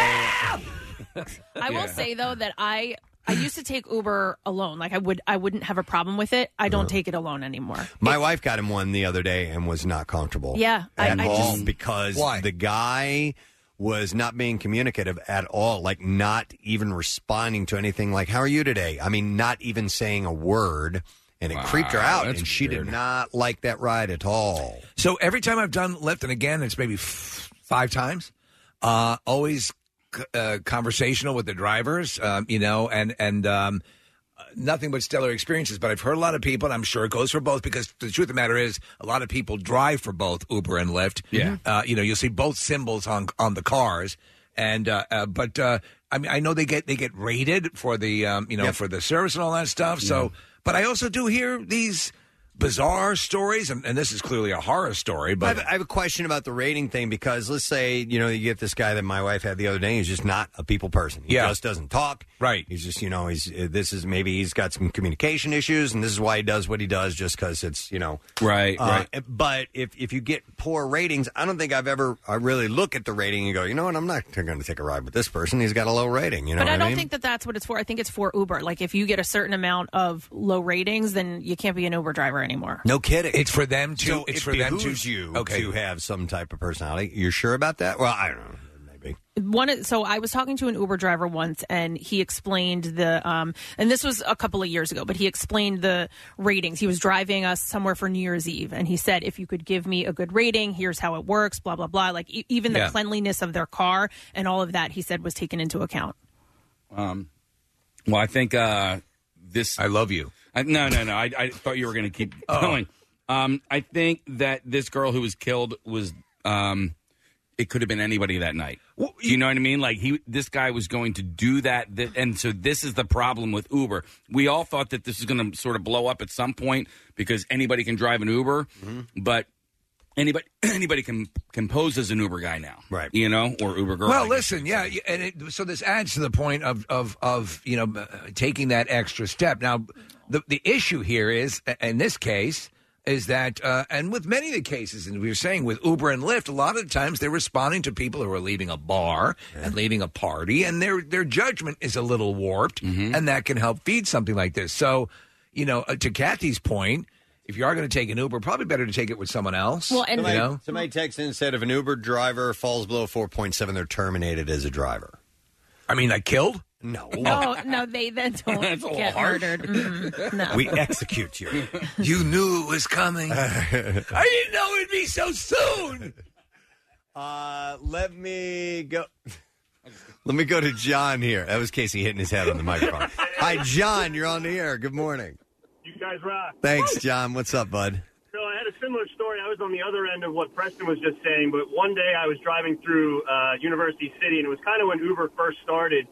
Speaker 3: I
Speaker 2: Yeah.
Speaker 3: will say though that I I used to take Uber alone. Like I would I wouldn't have a problem with it. I don't take it alone anymore.
Speaker 2: My wife got him one the other day and was not comfortable.
Speaker 3: Yeah, I-
Speaker 2: at
Speaker 3: I
Speaker 2: all
Speaker 3: just-
Speaker 2: because
Speaker 3: Why?
Speaker 2: the guy was not being communicative at all, like not even responding to anything. Like, "How are you today?" I mean, not even saying a word, and it creeped her out, and she did not like that ride at all.
Speaker 4: So every time I've done Lyft, and again, it's maybe f- five times, uh, always c- uh, conversational with the drivers, um, you know, and and um, uh, nothing but stellar experiences. But I've heard a lot of people, and I'm sure it goes for both because the truth of the matter is, a lot of people drive for both Uber and Lyft.
Speaker 8: Yeah.
Speaker 4: uh, you know, you'll see both symbols on on the cars, and uh, uh, but uh, I mean, I know they get they get rated for the um, you know for the service and all that stuff. So, but I also do hear these bizarre stories, and, and this is clearly a horror story.
Speaker 2: I
Speaker 4: But
Speaker 2: have, I have a question about the rating thing because let's say you know you get this guy that my wife had the other day. He's just not a people person. He
Speaker 4: Yeah.
Speaker 2: just doesn't talk. Right. He's just you know he's uh, this is maybe he's got some communication issues and this is why he does what he does just because it's you know
Speaker 5: Right,
Speaker 2: Uh,
Speaker 5: right.
Speaker 2: But if if you get poor ratings, I don't think I've ever I really look at the rating and go you know what I'm not going to take a ride with this person. He's got a low rating. You know
Speaker 3: but
Speaker 2: what
Speaker 3: I don't
Speaker 2: mean?
Speaker 3: think that that's what it's for. I think it's for Uber. Like if you get a certain amount of low ratings, then you can't be an Uber driver anymore.
Speaker 2: no kidding.
Speaker 4: It's for them to.
Speaker 2: So
Speaker 4: it's
Speaker 2: it
Speaker 4: for them to.
Speaker 2: behooves you
Speaker 4: okay.
Speaker 2: to have some type of personality. You're sure about that? Well, I don't know.
Speaker 3: one so i was talking to an uber driver once and he explained the um and this was a couple of years ago but he explained the ratings he was driving us somewhere for new year's eve and he said if you could give me a good rating here's how it works blah blah blah like e- even the
Speaker 5: Yeah.
Speaker 3: cleanliness of their car and all of that he said was taken into account
Speaker 5: Um, well, I think uh, this. I
Speaker 4: love you. Oh.
Speaker 5: I, no, no, no. I, I thought you were going to keep going. Um, I think that this girl who was killed was. Um, it could have been anybody that night. Do you know what I mean? Like he, this guy was going to do that, th- and so this is the problem with Uber. We all thought that this was going to sort of blow up at some point because anybody can drive an Uber, but anybody anybody can can pose as an Uber guy now, right? You know, or Uber girl. I
Speaker 4: Well,
Speaker 5: guess.
Speaker 4: listen, yeah, y- and it, so this adds to the point of of of you know uh, taking that extra step. Now, the the issue here is, uh, in this case, is that, uh, and with many of the cases, and we were saying with Uber and Lyft, a lot of the times they're responding to people who are leaving a bar and leaving a party, and their their judgment is a little warped,
Speaker 5: Mm-hmm.
Speaker 4: and that can help feed something like this. So, you know, uh, to Kathy's point, if you are going to take an Uber, probably better to take it with someone else.
Speaker 3: Well, and-
Speaker 4: you
Speaker 2: somebody,
Speaker 4: know?
Speaker 2: somebody texts in instead of an Uber driver falls below 4.7, they're terminated as a driver.
Speaker 4: I mean, like killed?
Speaker 2: No.
Speaker 3: Oh no, they then don't
Speaker 2: That's a little
Speaker 3: get
Speaker 2: harsh.
Speaker 3: murdered. Mm, no.
Speaker 2: We execute you.
Speaker 4: you knew it was coming. I didn't know it'd be so soon.
Speaker 2: Uh, let me go. Let me go to John here. That was Casey hitting his head on the microphone. Hi, John. You're on the air. Good morning.
Speaker 18: You guys rock.
Speaker 2: Thanks, John. What's up, bud?
Speaker 18: So I had a similar story. I was on the other end of what Preston was just saying, but one day I was driving through uh, University City, and it was kind of when Uber first started.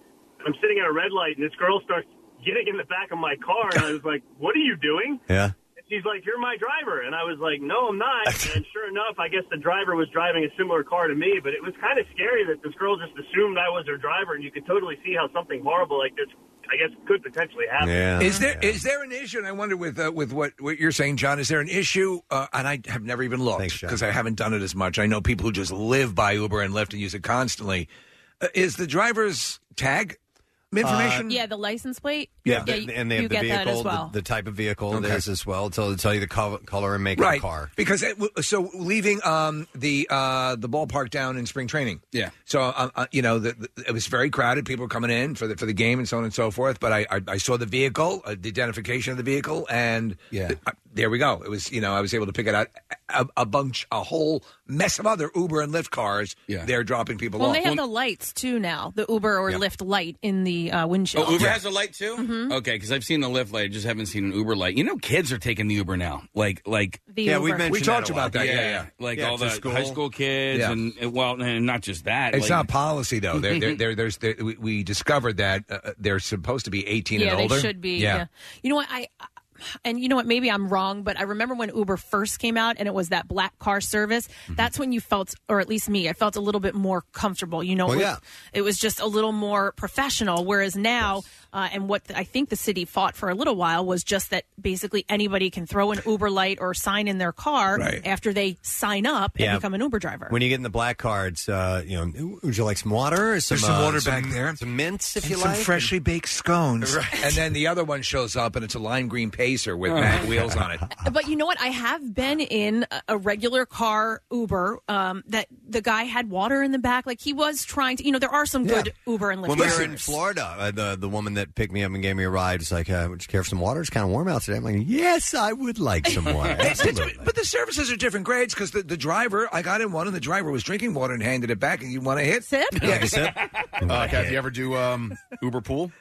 Speaker 18: I'm sitting at a red light, and this girl starts getting in the back of my car, and I was like, "What are you doing?"
Speaker 2: Yeah.
Speaker 18: And she's like, "You're my driver," and I was like, "No, I'm not." and sure enough, I guess the driver was driving a similar car to me, but it was kind of scary that this girl just assumed I was her driver, and you could totally see how something horrible like this, I guess, could potentially happen.
Speaker 4: Is there is there an issue? And I wonder with uh, with what, what you're saying, John. Is there an issue? Uh, and I have never even looked because I haven't done it as much. I know people who just live by Uber and Lyft and use it constantly. Uh, is the driver's tag
Speaker 3: Uh,
Speaker 4: information?
Speaker 3: yeah, the license plate.
Speaker 2: th- Uh, and they have
Speaker 3: you
Speaker 2: the
Speaker 3: get
Speaker 2: vehicle,
Speaker 3: that as well.
Speaker 2: the, the type of vehicle
Speaker 4: Okay.
Speaker 2: it is as well. So they'll tell you the col- color and make of
Speaker 4: right
Speaker 2: the car.
Speaker 4: because it, w- so leaving um, the uh, the ballpark down in spring training.
Speaker 5: Yeah.
Speaker 4: So uh, uh, you know, the, the- it was very crowded. People were coming in for the for the game and so on and so forth. But I I, I saw the vehicle, uh, the identification of the vehicle, and yeah, there we go. It was you know I was able to pick it out a, a bunch, a whole mess of other Uber and Lyft cars. Yeah. they're dropping people
Speaker 3: well,
Speaker 4: off.
Speaker 3: they have the lights too now. The Uber or
Speaker 5: Yeah.
Speaker 3: Lyft light in the uh, windshield. Mm-hmm.
Speaker 5: Oh, Uber has a light too. Okay, because I've seen the Lyft light, I just haven't seen an Uber light. You know, kids are taking the Uber now. Like, like
Speaker 3: The Yeah, we Uber. mentioned
Speaker 5: we
Speaker 4: that
Speaker 5: talked
Speaker 4: a lot.
Speaker 5: about that.
Speaker 4: Yeah, yeah.
Speaker 5: like
Speaker 4: Yeah,
Speaker 5: all
Speaker 4: to
Speaker 5: the
Speaker 4: school.
Speaker 5: high school kids,
Speaker 4: Yeah.
Speaker 5: and and- well, and not just that.
Speaker 4: It's
Speaker 5: like-
Speaker 4: not policy though. There,
Speaker 3: Mm-hmm.
Speaker 4: there, there, there's there, we, we discovered that uh, they're supposed to be 18
Speaker 3: yeah,
Speaker 4: and older.
Speaker 3: they should be. Yeah. You know what? I and you know what? Maybe I'm wrong, but I remember when Uber first came out, and it was that black car service. That's when you felt, or at least me, I felt a little bit more comfortable. You know,
Speaker 20: Well,
Speaker 3: it, was,
Speaker 20: yeah.
Speaker 3: it was just a little more professional. Whereas now, uh, and what I think the city fought for a little while was just that basically anybody can throw an Uber light or sign in their car after they sign up and
Speaker 2: Yeah.
Speaker 3: become an Uber driver.
Speaker 2: When you get in the black cards, uh, you know, would you like some water? Or some,
Speaker 4: There's some
Speaker 2: uh,
Speaker 4: water back there.
Speaker 2: Some mints, if
Speaker 4: And
Speaker 2: you
Speaker 4: some
Speaker 2: like.
Speaker 4: freshly baked scones.
Speaker 2: Right.
Speaker 4: And then the other one shows up, and it's a lime green pacer with
Speaker 2: Oh.
Speaker 4: mad wheels on it.
Speaker 3: But you know what? I have been in a- a regular car Uber um, that the guy had water in the back. Like he was trying to, you know, there are some good Uber and Lyft.
Speaker 2: When we were in
Speaker 3: drivers.
Speaker 2: Florida, uh, the the woman that picked me up and gave me a ride was like, uh, "Would you care for some water? It's kind of warm out today." I'm like, "Yes, I would like some water."
Speaker 4: It's- it's-
Speaker 2: Absolutely.
Speaker 4: but the services are different grades because the, the driver, I got in one, and the driver was drinking water and handed it back, and you want to hit?
Speaker 3: Sip?
Speaker 4: Yeah, sip.
Speaker 11: Uh, Kathy, you ever do um, Uber pool?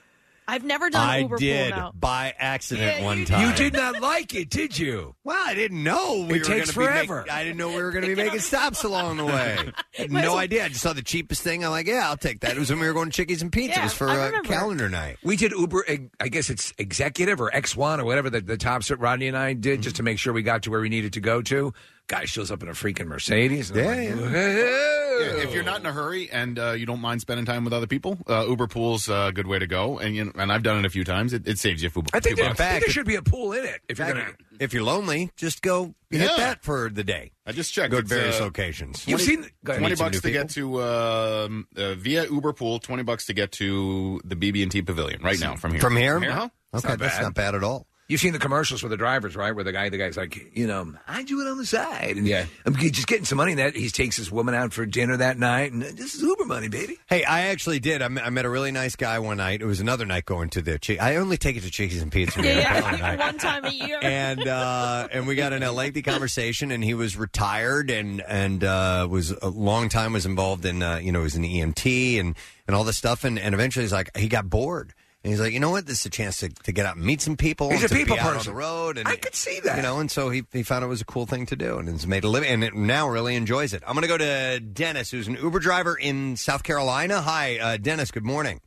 Speaker 3: I've never done Uber pool now.
Speaker 2: by accident
Speaker 3: Yeah,
Speaker 2: one
Speaker 3: you did.
Speaker 2: time.
Speaker 4: You did not like it, did you?
Speaker 2: Well, I didn't know we
Speaker 4: it
Speaker 2: were
Speaker 4: takes
Speaker 2: gonna be
Speaker 4: forever.
Speaker 2: making- I didn't know we were going to be making stops along the way. I had
Speaker 4: Might as
Speaker 2: no
Speaker 4: well-
Speaker 2: idea. I just saw the cheapest thing. I'm like, "Yeah, I'll take that." It was when we were going to Chickies and Pizza. it was for
Speaker 4: I
Speaker 2: uh,
Speaker 4: remember.
Speaker 2: calendar night.
Speaker 4: We did Uber, e- I guess it's executive or X1 or whatever the, the tops that Rodney and I
Speaker 11: Mm-hmm.
Speaker 4: did just to make sure we got to where we needed to go to. Guy shows up in a freaking Mercedes. and I'm like,
Speaker 11: Yeah, if you're not in a hurry and uh, you don't mind spending time with other people, uh, Uber Pool's a good way to go. And you know, and I've done it a few times. It, it saves you a few,
Speaker 4: I think,
Speaker 11: few
Speaker 4: there, I
Speaker 11: bucks.
Speaker 4: think there should be a pool in it. If you're gonna,
Speaker 11: Fact-
Speaker 2: if you're lonely, just go
Speaker 11: Yeah.
Speaker 2: hit that for the day.
Speaker 11: I just checked.
Speaker 2: Go to
Speaker 11: It's,
Speaker 2: various
Speaker 11: uh,
Speaker 2: locations.
Speaker 11: 20 twenty
Speaker 2: Meet some
Speaker 11: bucks
Speaker 2: new
Speaker 11: to
Speaker 2: people.
Speaker 11: get to um, uh, via Uber Pool. Twenty bucks to get to the BB and T Pavilion right now from here.
Speaker 2: From here?
Speaker 11: Uh-huh.
Speaker 2: Okay, that's not bad at all.
Speaker 4: You've seen the commercials with the drivers, right? Where the guy, the guy's like, you know, I do it on the side. And
Speaker 5: Yeah.
Speaker 4: I'm just getting some money. and That he takes his woman out for dinner that night, and this is Uber money, baby.
Speaker 2: Hey, I actually did. I met, I met a really nice guy one night. It was another night going to the. Chi- I only take it to Chickies and Pizza. when we have a night.
Speaker 3: one time a year.
Speaker 2: and uh, and we got in a lengthy conversation. And he was retired and and uh, was a long time was involved in uh, you know was an EMT and and all this stuff. And and eventually he's like he got bored. And he's like, you know what? This is a chance to, to get out and meet some people.
Speaker 4: He's
Speaker 2: and
Speaker 4: a
Speaker 2: to be
Speaker 4: people
Speaker 2: out on
Speaker 4: person.
Speaker 2: the road. And,
Speaker 4: I could see that.
Speaker 2: You know, and so he, he found it was a cool thing to do and has made a living and it now really enjoys it. I'm going to go to Dennis, who's an Uber driver in South Carolina. Hi, uh, Dennis. Good morning.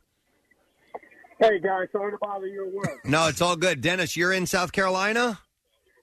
Speaker 21: Hey guys, sorry to bother your work.
Speaker 2: No, it's all good. Dennis, you're in South Carolina?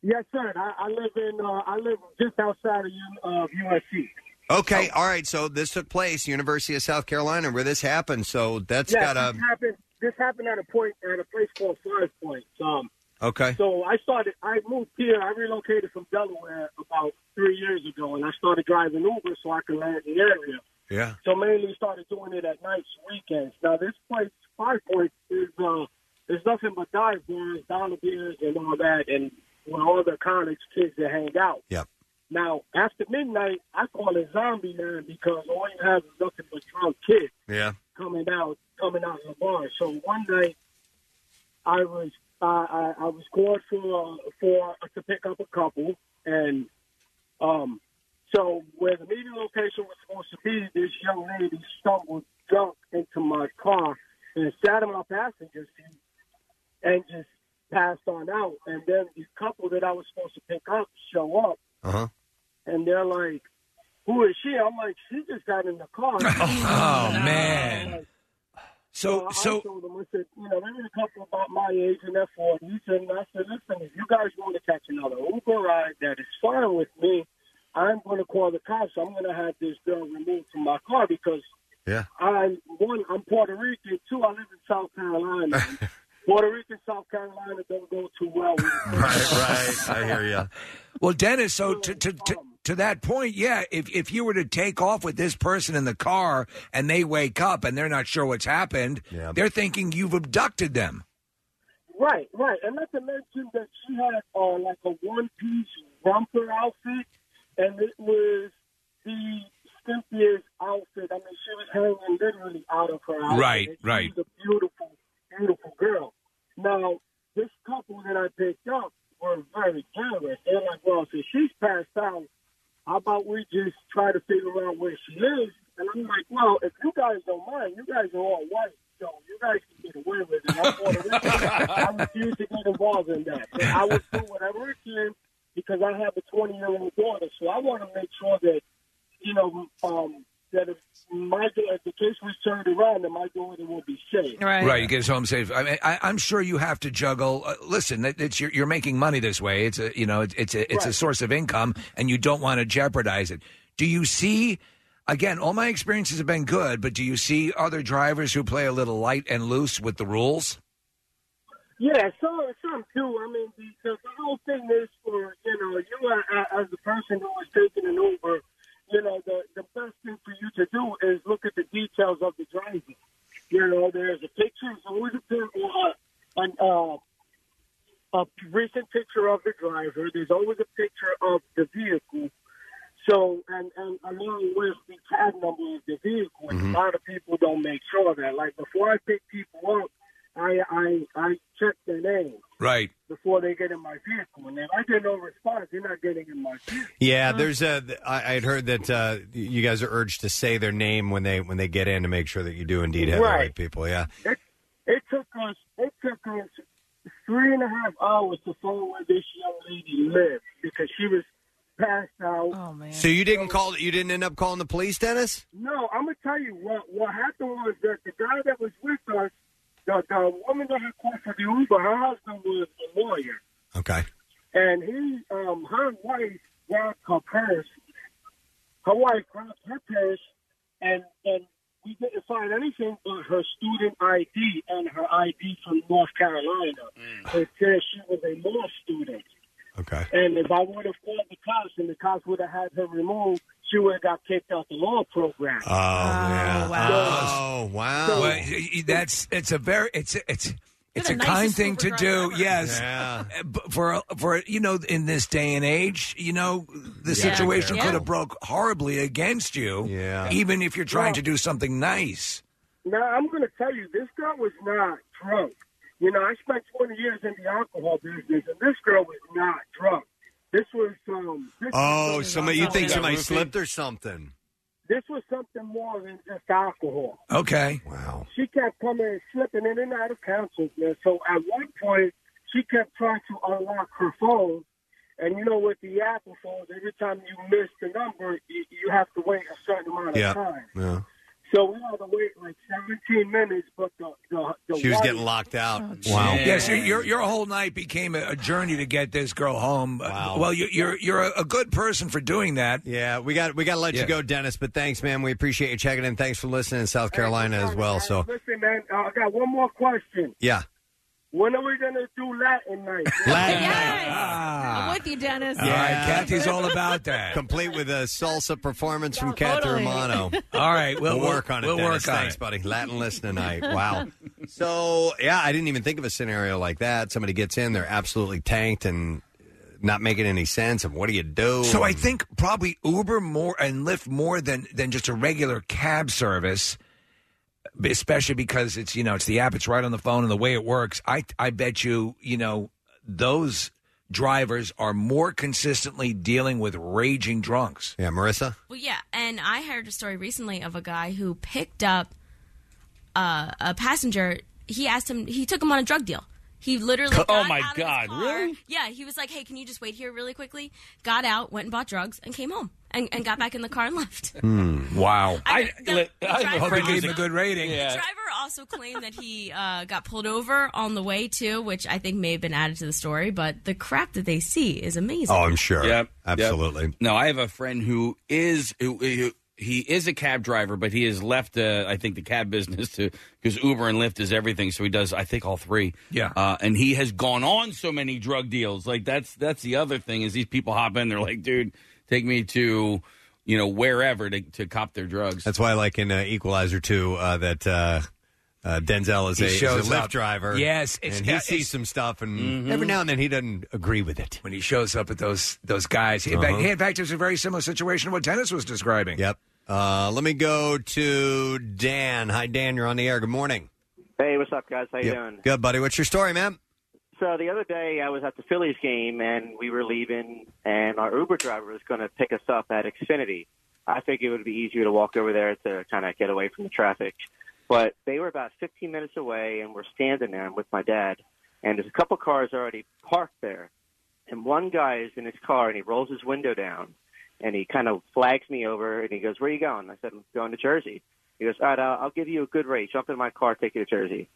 Speaker 21: Yes, sir. I, I live in uh, I live just outside of, U- of USC.
Speaker 2: Okay, all right. So this took place, University of South Carolina, where this happened. So that's
Speaker 21: yes,
Speaker 2: got a.
Speaker 21: this happened. This happened at a point at a place called Five Points. Um,
Speaker 2: Okay.
Speaker 21: So I started. I moved here. I relocated from Delaware about three years ago, and I started driving Uber so I could learn the area.
Speaker 2: Yeah.
Speaker 21: So mainly started doing it at nights, weekends. Now this place, Five Points, is uh, is nothing but dive bars, dollar beers, and all that, and with all the college kids that hang out.
Speaker 2: Yep.
Speaker 21: Now after midnight, I call it zombie land because all you have is nothing but drunk kids
Speaker 2: Yeah.
Speaker 21: coming out coming out of the bar. So one night, I was I I, I was going for uh, for to pick up a couple, and um, so where the meeting location was supposed to be, this young lady stumbled drunk into my car and sat in my passenger seat and just passed on out. And then the couple that I was supposed to pick up show up,
Speaker 2: Uh huh.
Speaker 21: and they're like. Who is she? I'm like, she just got in the car. Uh,
Speaker 4: Oh man. So
Speaker 21: I
Speaker 4: so
Speaker 21: told him, I said, you know, there was a couple about my age and their 40s, and I said, listen, if you guys want to catch another Uber ride, that is fine with me. I'm going to call the cops. I'm going to have this girl removed from my car because
Speaker 2: Yeah.
Speaker 21: I'm one. I'm Puerto Rican too. I live in South Carolina. Puerto Rican, South Carolina don't go too well. With
Speaker 2: right, I hear you.
Speaker 4: Well, Dennis, so to to, to to that point, yeah, if if you were to take off with this person in the car and they wake up and they're not sure what's happened, they're thinking you've abducted them.
Speaker 21: Right, right. And not to mention that she had uh, like a one piece romper outfit, and it was the skimpiest outfit. I mean, she was hanging literally out of her outfit.
Speaker 16: Right,
Speaker 21: And
Speaker 16: right.
Speaker 21: She was a beautiful, beautiful girl. Now, this couple that I picked up were very generous. They're like, well, since she's passed out, how about we just try to figure out where she lives? And I'm like, well, if you guys don't mind, you guys are all white, so you guys can get away with it. I'm Puerto Rican. I refuse to get involved in that. And I would do whatever it can because I have a 20 year old daughter, so I want to make sure that, you know, um, that if my if the case was turned around, then my daughter will be safe.
Speaker 4: Right, you get us home safe. I mean, I, I'm sure you have to juggle. Uh, listen, it, it's you're, you're making money this way. It's a you know, it's it's a, it's a
Speaker 21: Right.
Speaker 4: source of income, and you don't want to jeopardize it. Do you see? Again, all my experiences have been good, but do you see other drivers who play a little light and loose with the rules?
Speaker 21: Yeah, some some do. I mean, the, the, the whole thing is for you know you are, uh, as the person who is taking an Uber, you know the the best thing for you to do is look at the details of the driver. You know, there's a picture, there's always a picture, uh, an, uh, a recent picture of the driver. There's always a picture of the vehicle. So, and, and along with the tag number of the vehicle, and a lot of people don't make sure of that. Like before I pick people up, I I I check their name
Speaker 4: Right.
Speaker 21: before they get in my vehicle, and if I get no response, they're not getting in my vehicle.
Speaker 2: Yeah, there's a. th- I I had heard that uh, you guys are urged to say their name when they when they get in to make sure that you do indeed have the
Speaker 21: Right.
Speaker 2: right people. Yeah,
Speaker 21: It, it took us it took us three and a half hours to find where this young lady lived because she was passed out. Oh man!
Speaker 2: So you didn't call. You didn't end up calling the police, Dennis.
Speaker 21: No, I'm gonna tell you what. What happened was that the guy that was with us, the, the woman that had called for the Uber, her husband was a lawyer,
Speaker 2: Okay.
Speaker 21: and he, um, her wife grabbed her purse. Her wife grabbed her purse, and and we didn't find anything but her student ID and her ID from North Carolina. It says she was a law student.
Speaker 2: Okay.
Speaker 21: And if I would have called the cops and the cops would have had her removed, she would have got kicked out the law program.
Speaker 2: Oh, yeah.
Speaker 4: wow.
Speaker 2: Oh wow.
Speaker 4: Well, y- y- that's it's a very it's a- it's it's
Speaker 2: the
Speaker 4: a kind
Speaker 2: nicest
Speaker 4: thing to
Speaker 2: Uber
Speaker 4: do.
Speaker 2: driver ever.
Speaker 4: Yes,
Speaker 2: Yeah.
Speaker 4: Uh, b- for for you know in this day and age, you know the
Speaker 2: Yeah.
Speaker 4: situation
Speaker 2: Yeah.
Speaker 4: could have broke horribly against you. Yeah, even if you're trying to do something nice.
Speaker 21: Now I'm going to tell you, this girl was not drunk. You know, I spent 20 years in the alcohol business, and this girl was not drunk. This was um. This
Speaker 2: Oh,
Speaker 21: was
Speaker 2: somebody. You think somebody
Speaker 21: something-
Speaker 2: slipped or something?
Speaker 21: This was something more than just alcohol.
Speaker 4: Okay.
Speaker 21: She kept coming and slipping in and out of consciousness. So at one point, she kept trying to unlock her phone. And you know, with the Apple phones, every time you miss the number, you, you have to wait a certain amount
Speaker 2: Yeah.
Speaker 21: of time.
Speaker 2: Yeah.
Speaker 21: So we had to wait like 17 minutes, but the the, the
Speaker 2: She was
Speaker 21: wife-
Speaker 2: getting locked out.
Speaker 4: Wow. Oh, Yes, your, your your whole night became a, a journey to get this girl home. Wow. Well, you, you're you're a, a good person for doing that.
Speaker 2: Yeah, we got we got to let you
Speaker 4: Yeah.
Speaker 2: go, Dennis. But thanks, man. We appreciate you checking in. Thanks for listening in South Carolina as well. So
Speaker 21: Listen, man, uh, I got one more question.
Speaker 2: yeah,
Speaker 21: When are we gonna do Latin night?
Speaker 3: I'm with you, Dennis.
Speaker 2: All right, Kathy's all
Speaker 4: about that.
Speaker 2: Complete with a salsa performance from Kathy
Speaker 4: totally.
Speaker 2: Romano.
Speaker 4: All right, we'll-
Speaker 2: work on it.
Speaker 4: we'll
Speaker 2: Dennis.
Speaker 4: work on
Speaker 2: Thanks,
Speaker 4: it.
Speaker 2: buddy. Latin listen tonight. Wow. So yeah, I didn't even think of a scenario like that. Somebody gets in, they're absolutely tanked and not making any sense. And what do you do?
Speaker 4: So I think probably Uber more and Lyft more than than just a regular cab service, especially because it's you know it's the app, it's right on the phone, and the way it works. I I bet you you know those drivers are more consistently dealing with raging drunks.
Speaker 2: Yeah, Marissa.
Speaker 20: Well, yeah, and I heard a story recently of a guy who picked up uh, a passenger. He asked him. He took him on a drug deal. He literally.
Speaker 5: Oh,
Speaker 20: got
Speaker 5: my
Speaker 20: out of his
Speaker 5: God,
Speaker 20: car.
Speaker 5: really?
Speaker 20: Yeah, he was like, "Hey, can you just wait here really quickly?" Got out, went and bought drugs, and came home, and, and got back in the car and left.
Speaker 4: Hmm. Wow.
Speaker 5: I, li- I
Speaker 20: driver-
Speaker 5: have a friend
Speaker 4: They gave
Speaker 5: who's
Speaker 4: him a good rating.
Speaker 20: The driver also claimed that he uh, got pulled over on the way too, which I think may have been added to the story. But the crap that they see is amazing.
Speaker 5: Oh, Yep.
Speaker 2: Absolutely.
Speaker 5: No, I have a friend who is who, who he is a cab driver, but he has left. Uh, I think the cab business to because Uber and Lyft is everything. So he does. I think all three.
Speaker 4: Yeah.
Speaker 5: Uh, and he has gone on so many drug deals. Like that's that's the other thing is these people hop in. They're like, dude, take me to you know wherever to to cop their drugs.
Speaker 2: That's why, I like in uh, Equalizer two, uh, that uh, uh, Denzel is
Speaker 5: He
Speaker 2: a, is a
Speaker 5: shows
Speaker 2: Lyft
Speaker 5: up.
Speaker 2: driver.
Speaker 5: Yes, it's-
Speaker 2: and he
Speaker 5: yeah,
Speaker 2: sees
Speaker 5: it's-
Speaker 2: some stuff, and
Speaker 4: Mhm.
Speaker 2: every now and then he doesn't agree with it.
Speaker 4: When he shows up at those those guys, in fact,
Speaker 2: Uh-huh.
Speaker 4: in fact, it's a very similar situation to what Dennis was describing.
Speaker 2: Yep. Uh, let me go to Dan. Hi, Dan. You're on the air. Good morning.
Speaker 22: Hey, what's up, guys? How you
Speaker 2: Yep.
Speaker 22: doing?
Speaker 2: Good, buddy. What's your story, man?
Speaker 22: So the other day, I was at the Phillies game, and we were leaving, and our Uber driver was going to pick us up at Xfinity. I figured it would be easier to walk over there to kind of get away from the traffic. But they were about 15 minutes away, and we're standing there. I'm with my dad, and there's a couple cars already parked there. And one guy is in his car, and he rolls his window down, and he kind of flags me over, and he goes, "Where are you going?" I said, "I'm going to Jersey." He goes, "All right, I'll, I'll give you a good rate. Jump in my car, take you to Jersey."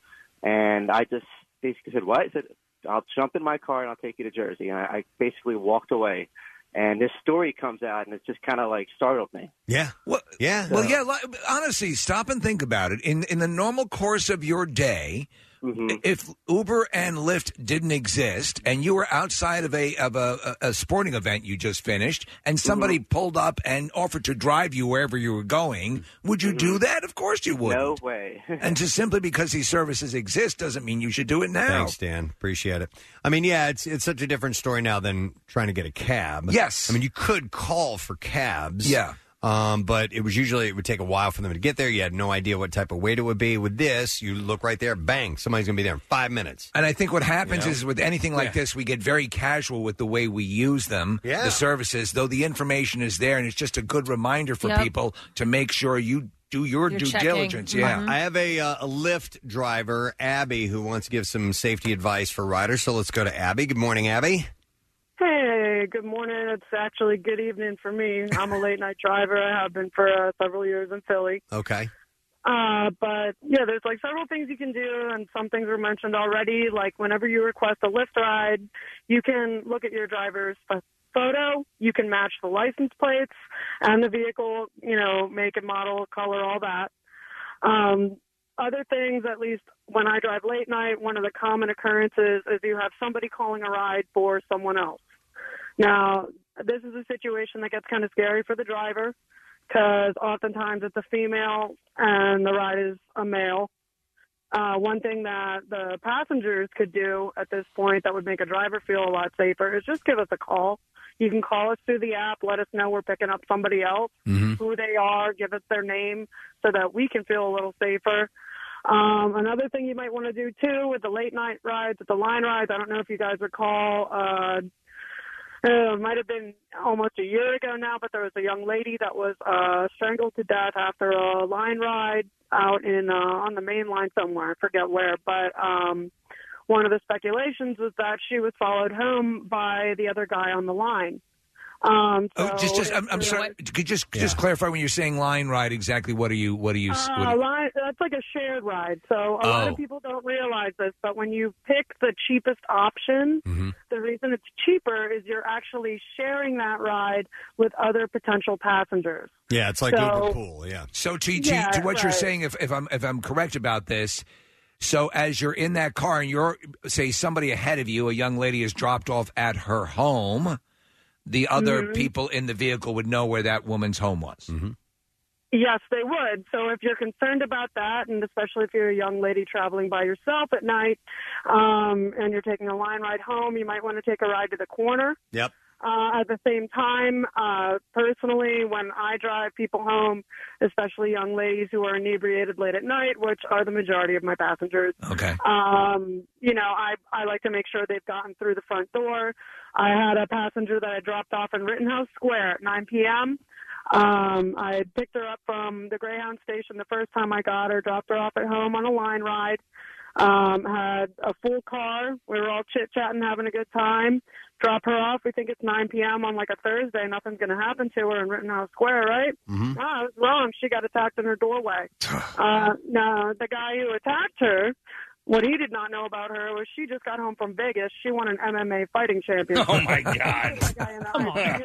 Speaker 22: And I just basically said, "What?" I said, "I'll jump in my car and I'll take you to Jersey." And I, I basically walked away. And this story comes out, and it just kind of like startled me.
Speaker 2: Yeah.
Speaker 4: Well,
Speaker 2: yeah.
Speaker 4: Well, yeah. li- Honestly, stop and think about it. In in the normal course of your day,
Speaker 2: Mm-hmm.
Speaker 4: if Uber and Lyft didn't exist, and you were outside of a of a, a a sporting event you just finished, and
Speaker 2: Mm-hmm.
Speaker 4: somebody pulled up and offered to drive you wherever you were going, would you
Speaker 2: Mm-hmm.
Speaker 4: do that? Of course you would.
Speaker 22: No way.
Speaker 4: and just simply because these services exist doesn't mean you should do it now.
Speaker 2: Thanks, Dan. Appreciate it. I mean, yeah, it's it's such a different story now than trying to get a cab.
Speaker 4: Yes.
Speaker 2: I mean, you could call for cabs.
Speaker 4: Yeah.
Speaker 2: Um, but it was usually it would take a while for them to get there. You had no idea what type of wait it would be. With this, you look right there, bang, somebody's gonna be there in five minutes.
Speaker 4: And I think what happens
Speaker 2: You know?
Speaker 4: is with anything like
Speaker 2: Yeah.
Speaker 4: this, we get very casual with the way we use them,
Speaker 2: Yeah.
Speaker 4: the services, though the information is there. And it's just a good reminder for
Speaker 2: Yep.
Speaker 4: people to make sure you do your due diligence. Yeah.
Speaker 2: I have a, uh, a Lyft driver, Abby, who wants to give some safety advice for riders. So let's go to Abby. Good morning, Abby.
Speaker 19: Hey, good morning. It's actually good evening for me. I'm a late night driver. I have been for uh, several years in Philly.
Speaker 2: Okay.
Speaker 19: Uh, but yeah, there's like several things you can do, and some things were mentioned already. Like whenever you request a Lyft ride, you can look at your driver's ph- photo, you can match the license plates and the vehicle, you know, make and model, color, all that. Um, other things, at least when I drive late night, one of the common occurrences is you have somebody calling a ride for someone else. Now, this is a situation that gets kind of scary for the driver because oftentimes it's a female and the ride is a male. Uh, one thing that the passengers could do at this point that would make a driver feel a lot safer is just give us a call. You can call us through the app, let us know we're picking up somebody else, who they are, give us their name so that we can feel a little safer. Um, another thing you might want to do too with the late night rides, with the line rides, I don't know if you guys recall, uh, uh, it might have been almost a year ago now, but there was a young lady that was uh, strangled to death after a line ride out in uh, on the main line somewhere. I forget where, but um, one of the speculations was that she was followed home by the other guy on the line. Um, so
Speaker 4: Oh, just, just, I'm, I'm
Speaker 19: it's-
Speaker 4: sorry. Could you just, just clarify when you're saying line ride exactly what are you, what are you, what
Speaker 19: Uh,
Speaker 4: are
Speaker 19: a
Speaker 4: you-
Speaker 19: lot, that's like a shared ride. So a
Speaker 4: Oh.
Speaker 19: lot of people don't realize this, but when you pick the cheapest option, the reason it's cheaper is you're actually sharing that ride with other potential passengers.
Speaker 2: Yeah, it's like
Speaker 19: So-
Speaker 2: Uber Pool. Yeah.
Speaker 4: So to, to,
Speaker 19: Yeah,
Speaker 4: to what you're
Speaker 19: right.
Speaker 4: saying, if, if I'm if I'm correct about this, So as you're in that car and you're say somebody ahead of you, a young lady is dropped off at her home, the other
Speaker 19: Mhm.
Speaker 4: people in the vehicle would know where that woman's home was. Mm-hmm.
Speaker 19: Yes, they would. So if you're concerned about that, and especially if you're a young lady traveling by yourself at night, um, and you're taking a line ride home, you might want to take a ride to the corner.
Speaker 2: Yep.
Speaker 19: Uh, at the same time, uh, personally, when I drive people home, especially young ladies who are inebriated late at night, which are the majority of my passengers,
Speaker 4: okay.
Speaker 19: um, you know, I, I like to make sure they've gotten through the front door. I had a passenger that I dropped off in Rittenhouse Square at 9 p.m. Um, I had picked her up from the Greyhound station the first time I got her, dropped her off at home on a line ride, um, had a full car. We were all chit chatting, having a good time. Drop her off. We think it's 9 p.m. on like a Thursday. Nothing's going to happen to her in Rittenhouse Square, right?
Speaker 5: Mm-hmm.
Speaker 1: Mhm.
Speaker 19: No, I was wrong. She got attacked in her doorway. uh, no, the guy who attacked her, what he did not know about her was she just got home from Vegas. She won an MMA fighting championship.
Speaker 5: Oh my god!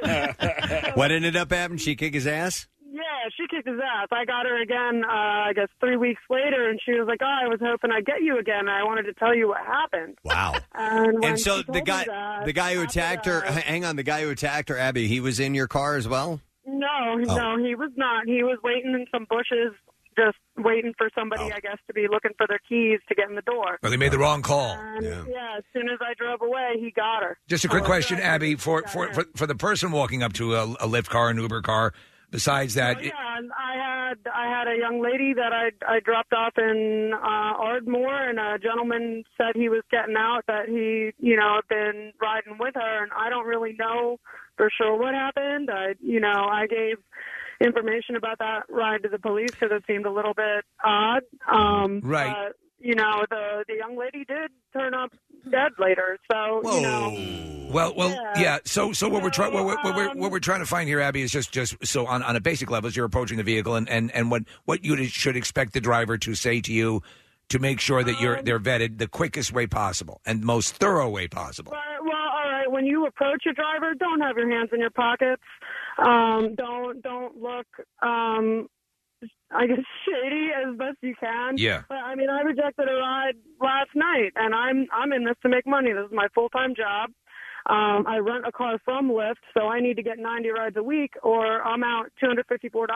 Speaker 2: what ended up happening? She kick his ass.
Speaker 19: Yeah, she kicked his ass. I got her again, uh, I guess three weeks later, and she was like, oh, I was hoping I'd get you again. I wanted to tell you what happened.
Speaker 2: Wow.
Speaker 19: And, when
Speaker 2: And so
Speaker 19: she
Speaker 2: the
Speaker 19: told
Speaker 2: guy,
Speaker 19: me that- uh,
Speaker 2: the guy who attacked her. h- Hang on, the guy who attacked her, Abby. He was in your car as well.
Speaker 19: No,
Speaker 2: Oh.
Speaker 19: no, he was not. He was waiting in some bushes, just waiting for somebody, I guess, to be looking for their keys to get in the door.
Speaker 4: Well, Oh. they made the wrong call.
Speaker 19: And yeah. as soon as I drove away, he got her. Oh,
Speaker 4: Just a quick question, Abby, for, for, for, for the person walking up to a, a Lyft car, an Uber car, besides that,
Speaker 19: Oh, Yeah, and I had I had a young lady that I I dropped off in uh, Ardmore, and a gentleman said he was getting out that he you know had been riding with her, and I don't really know for sure what happened. I you know I gave information about that ride to the police because it seemed a little bit odd. Um,
Speaker 4: Right.
Speaker 19: But, you know the the young lady did turn up dead later, so you know.
Speaker 4: Well, well, yeah. So, so what we're trying, what, what, what, we're, what we're trying to find here, Abby, is just, just so on, on a basic level, as you're approaching the vehicle, and, and, and what, what you should expect the driver to say to you, to make sure that you're they're vetted the quickest way possible and most thorough way possible.
Speaker 19: But, Uh, well, all right. When you approach your driver, don't have your hands in your pockets. Um, don't don't look. Um, I guess shady as best you can.
Speaker 7: Yeah.
Speaker 19: But I mean, I rejected a ride last night, and I'm I'm in this to make money. This is my full time job. Um, I rent a car from Lyft, so I need to get 90 rides a week, or I'm out $254 for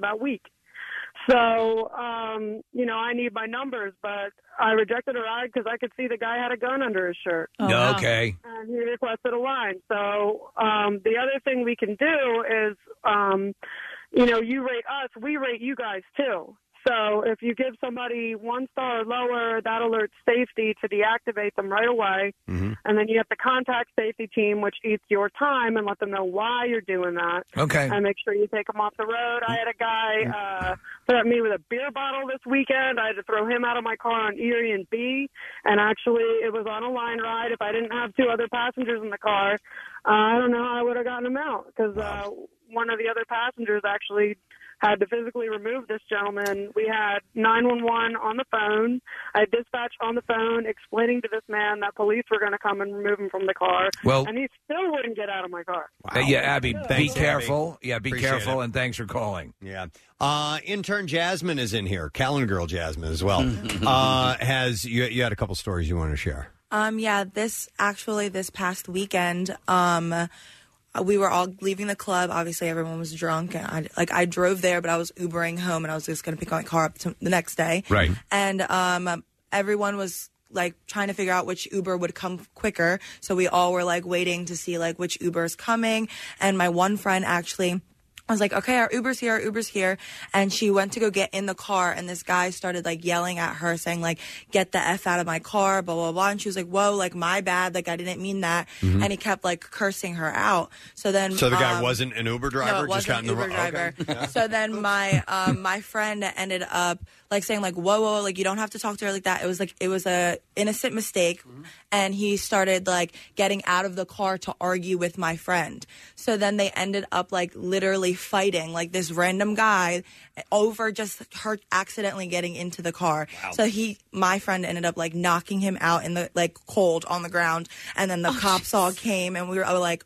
Speaker 19: that week. So, um, you know, I need my numbers, but I rejected a ride because I could see the guy had a gun under his shirt.
Speaker 4: okay.
Speaker 19: And he requested a line. So, um, the other thing we can do is, um, you know, you rate us, we rate you guys too. So if you give somebody one star or lower, that alerts safety to deactivate them right away. And then you have to contact safety team, which eats your time, and let them know why you're doing that.
Speaker 4: Okay.
Speaker 19: And make sure you take them off the road. I had a guy uh, threaten me with a beer bottle this weekend. I had to throw him out of my car on Erie and B. And actually, it was on a line ride. If I didn't have two other passengers in the car, uh, I don't know how I would have gotten him out because uh, one of the other passengers actually had to physically remove this gentleman. We had 911 on the phone. I had dispatch on the phone explaining to this man that police were going to come and remove him from the car.
Speaker 4: Well-
Speaker 19: and he still wouldn't get out of my car.
Speaker 4: Uh, yeah, Abby, be
Speaker 2: Thanks, Abby.
Speaker 4: careful. Yeah, be
Speaker 2: Appreciate
Speaker 4: careful, and thanks for calling.
Speaker 2: Yeah. Uh, intern Jasmine is in here. Calendar girl Jasmine as well. uh, has you, you had a couple stories you want to share?
Speaker 23: Um, yeah, this actually this past weekend, um, we were all leaving the club. Obviously, everyone was drunk, and I like I drove there, but I was Ubering home, and I was just gonna pick my car up to, the next day.
Speaker 24: Right.
Speaker 23: And um, everyone was like trying to figure out which Uber would come quicker, so we all were like waiting to see like which Uber is coming. And my one friend actually. I was like, okay, our Uber's here, our Uber's here. And she went to go get in the car, and this guy started like yelling at her, saying, like, get the F out of my car, blah, blah, blah. And she was like, whoa, like, my bad. Like, I didn't mean that.
Speaker 2: Mhm.
Speaker 23: And he kept like cursing her out. So then.
Speaker 2: So the guy
Speaker 23: um,
Speaker 2: wasn't an Uber driver,
Speaker 23: no, it wasn't
Speaker 2: just got in the
Speaker 23: Uber
Speaker 2: wrong-
Speaker 23: driver.
Speaker 2: Okay. Yeah.
Speaker 23: So then my um, my friend ended up like saying like whoa, whoa like you don't have to talk to her like that. It was like it was a innocent mistake,
Speaker 2: Mm-hmm.
Speaker 23: and he started like getting out of the car to argue with my friend. So then they ended up like literally fighting like this random guy over just her accidentally getting into the car. So he my friend ended up like knocking him out in the like cold on the ground, and then the cops all came and we were all like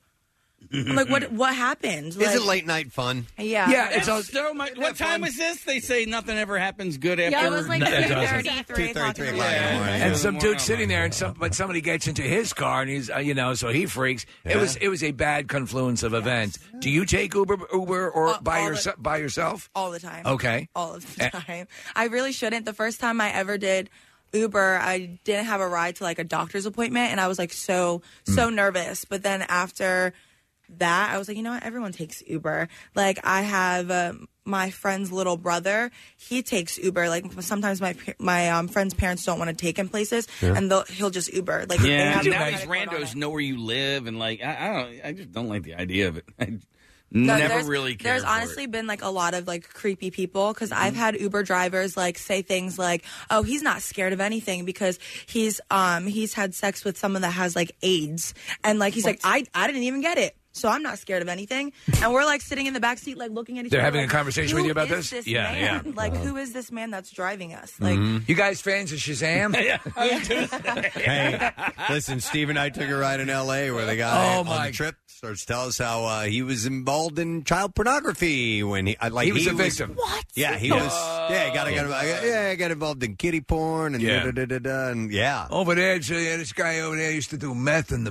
Speaker 23: I'm like, what what happened?
Speaker 2: Mm-hmm, Is it late night fun?
Speaker 23: Yeah.
Speaker 5: it's so much. What time is this? They say nothing ever happens good after.
Speaker 23: Yeah, it was like
Speaker 5: That doesn't.
Speaker 23: 2:30, 3 o'clock in the morning.
Speaker 4: and some dude sitting there, and some, but somebody gets into his car, and he's uh, you know, so he freaks. It was it was a bad confluence of events. Do you take Uber Uber or
Speaker 23: Uh,
Speaker 4: by yourself? by yourself?
Speaker 23: all the time.
Speaker 4: Okay.
Speaker 23: All of the
Speaker 4: Eh.
Speaker 23: time. I really shouldn't. The first time I ever did Uber, I didn't have a ride to like a doctor's appointment and I was like so
Speaker 2: Mm.
Speaker 23: so nervous. But then after that, I was like, you know what? Everyone takes Uber. Like I have um, my friend's little brother. He takes Uber. Like sometimes my pa- my um, friend's parents don't want to take him places,
Speaker 5: Sure.
Speaker 23: and they'll, he'll just Uber. Like they
Speaker 5: yeah,
Speaker 23: have no
Speaker 5: now
Speaker 23: credit
Speaker 5: these randos know where you live, and like I, I don't, I just don't like the idea of it. I
Speaker 23: No,
Speaker 5: never
Speaker 23: there's-
Speaker 5: really cared.
Speaker 23: There's
Speaker 5: for it.
Speaker 23: honestly been like a lot of like creepy people because I've
Speaker 4: Mm-hmm.
Speaker 23: had Uber drivers like say things like, "Oh, he's not scared of anything because he's um he's had sex with someone that has like AIDS," and like he's like, "I I didn't even get it." So I'm not scared of anything, and we're like sitting in the back seat, like looking at each
Speaker 4: They're
Speaker 23: other.
Speaker 4: having
Speaker 23: like,
Speaker 4: a conversation with
Speaker 23: "Who
Speaker 4: you about
Speaker 23: is
Speaker 4: this?
Speaker 23: this
Speaker 4: Yeah,
Speaker 23: man?
Speaker 4: yeah.
Speaker 23: Like,
Speaker 4: Uh-huh.
Speaker 23: who is this man that's driving us?
Speaker 2: Mm-hmm.
Speaker 4: Mhm. you guys fans of Shazam?
Speaker 2: Hey, listen, Steve and I took a ride in L.A. where the guy
Speaker 4: Oh,
Speaker 2: on
Speaker 4: my-
Speaker 2: the trip starts to tell us how uh, he was involved in child pornography when he I- like
Speaker 4: He was a victim.
Speaker 2: What? Yeah, he
Speaker 4: Yeah.
Speaker 2: was. Yeah, I got, I got, I got, yeah, I got involved in kitty porn and
Speaker 4: Yeah.
Speaker 2: da, da, da, da, da, and yeah.
Speaker 4: Over there, so yeah, this guy over there used to do meth in the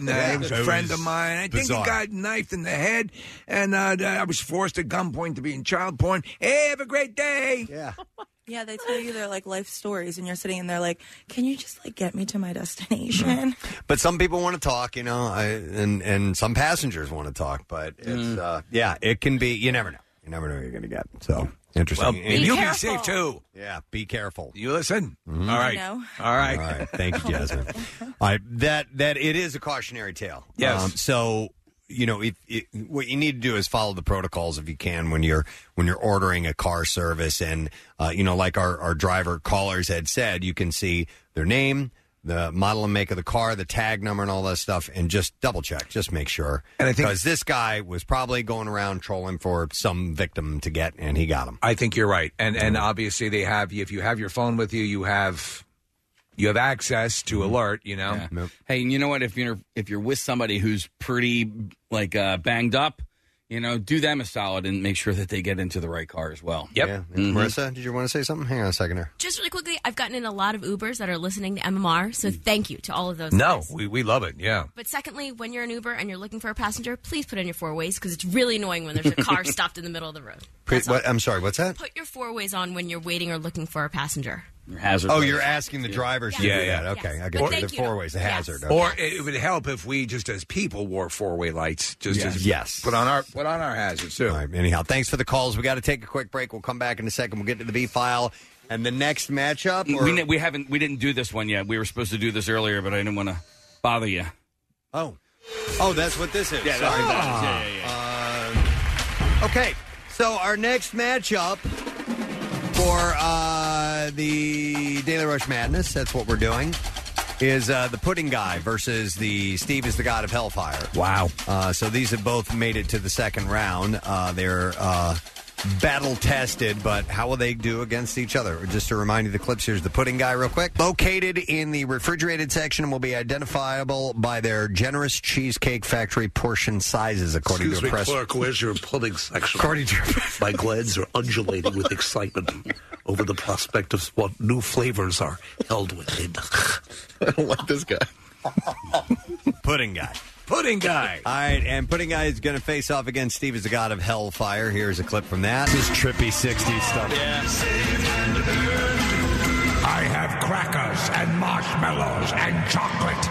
Speaker 4: and uh,
Speaker 2: Yeah.
Speaker 4: he was a
Speaker 2: It
Speaker 4: friend
Speaker 2: was
Speaker 4: of mine. I think
Speaker 2: bizarre.
Speaker 4: he got knifed in the head, and uh, I was forced at gunpoint to be in child porn. Hey, have a great day.
Speaker 2: Yeah.
Speaker 23: Yeah, they tell you their like life stories, and you're sitting in there like, "Can you just like get me to my destination?"
Speaker 2: But some people want to talk, you know, I, and and some passengers want to talk, but it's
Speaker 4: Mm.
Speaker 2: uh, yeah, it can be. You never know. You never know what you're going to get. So interesting.
Speaker 4: Well, and you be safe too.
Speaker 2: Yeah, be careful.
Speaker 4: You listen.
Speaker 2: Mhm.
Speaker 4: All right.
Speaker 2: I know.
Speaker 4: All right.
Speaker 2: All right. Thank you, Jasmine. All right, that that it is a cautionary tale. Um,
Speaker 4: Yes.
Speaker 2: so you know, if, it, what you need to do is follow the protocols if you can when you're when you're ordering a car service, and uh, you know, like our our driver callers had said, you can see their name. The model and make of the car, the tag number, and all that stuff, and just double check, just make sure. And I think because this guy was probably going around trolling for some victim to get, and he got him.
Speaker 4: I think you're right, and and obviously they have. If you have your phone with you, you have you have access
Speaker 2: Mm-hmm.
Speaker 4: to alert. You know.
Speaker 5: Yeah. Hey, and you know what? If you're if you're with somebody who's pretty like uh, banged up, you know, do them a solid and make sure that they get into the right car as well. Mm-hmm.
Speaker 2: Yep. Yeah.
Speaker 4: Mm-hmm.
Speaker 2: And Marissa, did you want to say something? Hang on a second here.
Speaker 20: Just really quickly, I've gotten in a lot of Ubers that are listening to MMR, so thank you to all of those.
Speaker 4: No,
Speaker 20: guys.
Speaker 4: we, we love it. Yeah.
Speaker 20: But secondly, when you're an Uber and you're looking for a passenger, please put in your four ways because it's really annoying when there's a car stopped in the middle of the road.
Speaker 2: Pre- what, I'm sorry. What's that?
Speaker 20: Put your four ways on when you're waiting or looking for a passenger.
Speaker 2: Hazard. Oh, you're asking the drivers. to
Speaker 4: Yeah,
Speaker 2: do
Speaker 4: yeah.
Speaker 2: that. Okay, I
Speaker 20: But
Speaker 2: get it.
Speaker 20: thank
Speaker 2: The
Speaker 20: you.
Speaker 2: four ways, the hazard. okay.
Speaker 4: Or it would help if we just as people wore four way lights. Just
Speaker 2: Yes.
Speaker 4: as,
Speaker 2: Yes.
Speaker 4: Put on our put on our hazards too.
Speaker 2: All right. Anyhow, thanks for the calls. We got to take a quick break. We'll come back in a second. We'll get to the B file and the next matchup. Or...
Speaker 5: We ne- we haven't we didn't do this one yet. We were supposed to do this earlier, but I didn't want to bother you.
Speaker 2: Oh, oh, that's what this is.
Speaker 5: Yeah, that's
Speaker 2: Sorry. Ah.
Speaker 5: what that is. Yeah,
Speaker 2: Um, okay, so our next matchup for uh, the Daily Rush Madness. That's what we're doing. Is uh, the pudding guy versus the Steve is the god of hellfire?
Speaker 4: Wow!
Speaker 2: Uh, so these have both made it to the second round. Uh, they're uh, battle tested, but how will they do against each other? Just to remind you, the clips here's the pudding guy, real quick. Located in the refrigerated section, and will be identifiable by their generous cheesecake factory portion sizes, according
Speaker 1: Excuse
Speaker 2: to a
Speaker 1: me,
Speaker 2: press.
Speaker 1: Clark, where's your pudding section?
Speaker 2: According to
Speaker 1: My glands are undulating with excitement over the prospect of what new flavors are held within. I don't like this guy.
Speaker 2: Pudding guy.
Speaker 4: Pudding guy.
Speaker 2: All right, and Pudding Guy is going to face off against Steve is the God of Hellfire. Here's a clip from that. This is trippy 60s stuff.
Speaker 7: I have crackers and marshmallows and chocolate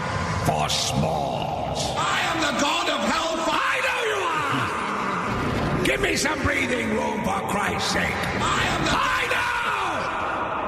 Speaker 7: for s'mores. I am the god of hellfire. I know you are. Give me some breathing room for Christ's sake. I am the. I know.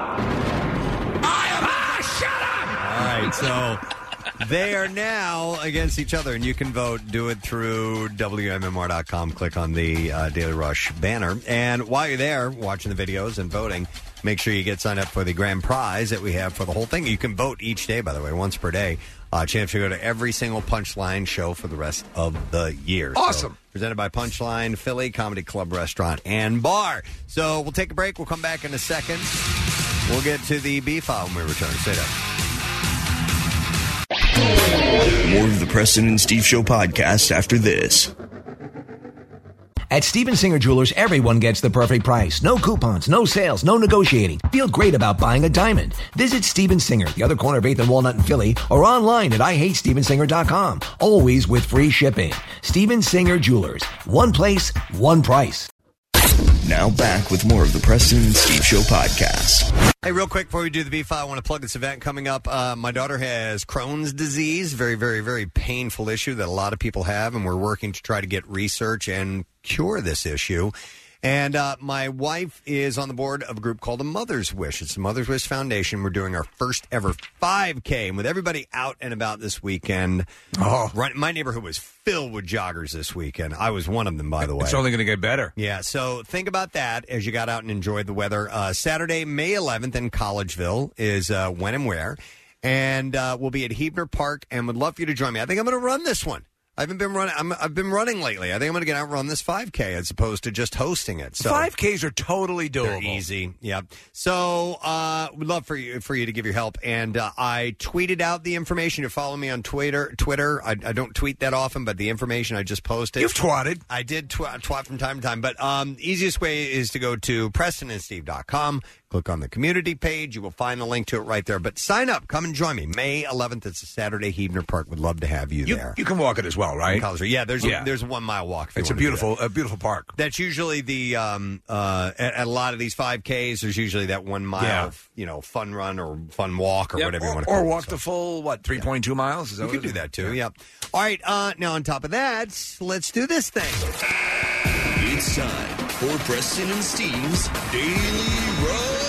Speaker 7: I am. Ah, shut up.
Speaker 2: All right, so they are now against each other, and you can vote. Do it through WMMR.com. Click on the uh, Daily Rush banner. And while you're there watching the videos and voting, make sure you get signed up for the grand prize that we have for the whole thing. You can vote each day, by the way, once per day. Uh, chance to go to every single Punchline show for the rest of the year. Awesome. presented by Punchline Philly Comedy Club Restaurant and Bar. So we'll take a break. We'll come back in a second. We'll get to the B file when we return. Stay up.
Speaker 6: More of the Preston and Steve Show podcast after this.
Speaker 9: At Steven Singer Jewelers, everyone gets the perfect price. No coupons, no sales, no negotiating. Feel great about buying a diamond. Visit Steven Singer, the other corner of 8th and Walnut in Philly, or online at IHateStevenSinger.com. Always with free shipping. Steven Singer Jewelers. One place, one price.
Speaker 6: Now back with more of the Preston and Steve Show podcast.
Speaker 2: Hey, real quick before we do the B file, I want to plug this event coming up. Uh, my daughter has Crohn's disease, very, very, very painful issue that a lot of people have, and we're working to try to get research and cure this issue. And uh, my wife is on the board of a group called A Mother's Wish. It's the Mother's Wish Foundation. We're doing our first ever 5K, and with everybody out and about this weekend, oh. my neighborhood was filled with joggers this weekend. I was one of them, by the way.
Speaker 4: It's only going to get better.
Speaker 2: Yeah, so think about that as you got out and enjoyed the weather. Uh, Saturday, May 11th in Collegeville is uh, when and where. And uh, we'll be at Hebner Park and would love for you to join me. I think I'm going to run this one. I haven't been running. I'm, I've been running lately. I think I'm going to get out and run this 5K as opposed to just hosting it. So
Speaker 4: 5Ks are totally doable.
Speaker 2: They're easy. Yeah. So uh, we'd love for you for you to give your help. And uh, I tweeted out the information. You follow me on Twitter. Twitter. I, I don't tweet that often, but the information I just posted. You've
Speaker 4: twatted.
Speaker 2: I did tw- twat from time to time. But um, easiest way is to go to PrestonandSteve.com. Click on the community page. You will find the link to it right there. But sign up. Come and join me. May 11th. It's a Saturday. Hebner Park. Would love to have you, there.
Speaker 4: You can walk it as well, right?
Speaker 2: In College Street. Yeah, there's a- there's a one mile walk. if you
Speaker 4: It's a
Speaker 2: wanna do
Speaker 4: beautiful,
Speaker 2: that.
Speaker 4: a beautiful park.
Speaker 2: That's usually the um uh at, at a lot of these five Ks. There's usually that one mile,
Speaker 4: Yeah.
Speaker 2: you know, fun run or fun walk or
Speaker 4: Yeah,
Speaker 2: whatever
Speaker 4: or,
Speaker 2: you want to
Speaker 4: or
Speaker 2: call
Speaker 4: walk
Speaker 2: it.
Speaker 4: the full what 3.2 miles is that
Speaker 2: You
Speaker 4: what
Speaker 2: could
Speaker 4: it
Speaker 2: do
Speaker 4: is?
Speaker 2: that too. Yep. All right. Uh, now on top of that, let's do this thing.
Speaker 6: It's time for Preston and Steve's Daily Rush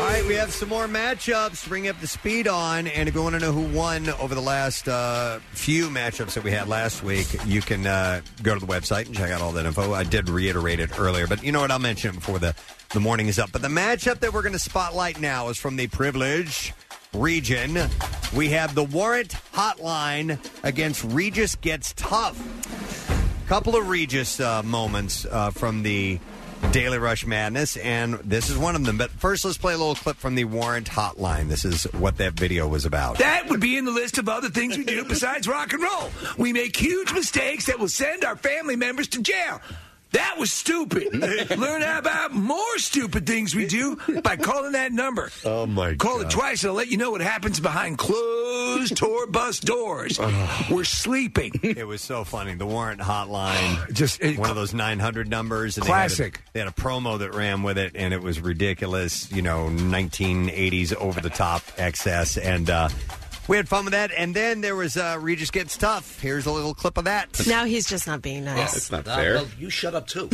Speaker 2: All right, we have some more matchups to bring up the speed on. And if you want to know who won over the last uh, few matchups that we had last week, you can uh, go to the website and check out all that info. I did reiterate it earlier, but you know what? I'll mention it before the, the morning is up. But the matchup that we're going to spotlight now is from the privilege region. We have the Warrant Hotline against Regis Gets Tough couple of Regis uh, moments uh, from the Daily Rush Madness, and this is one of them. But first, let's play a little clip from the Warrant Hotline. This is what that video was about.
Speaker 7: That would be in the list of other things we do besides rock and roll. We make huge mistakes that will send our family members to jail. That was stupid. Learn about more stupid things we do by calling that number.
Speaker 2: Oh my!
Speaker 7: Call it twice and I'll let you know what happens behind closed tour bus doors. We're sleeping.
Speaker 2: It was so funny. The Warrant Hotline,
Speaker 4: just
Speaker 2: one of those nine hundred numbers. And
Speaker 4: Classic.
Speaker 2: They had, a, they had a promo that ran with it, and it was ridiculous. You know, nineteen eighties over the top excess, and uh, we had fun with that. And then there was uh, Regis Gets Tough. Here's a little clip of that.
Speaker 10: Now he's just not being nice.
Speaker 13: Uh, well, you shut up too.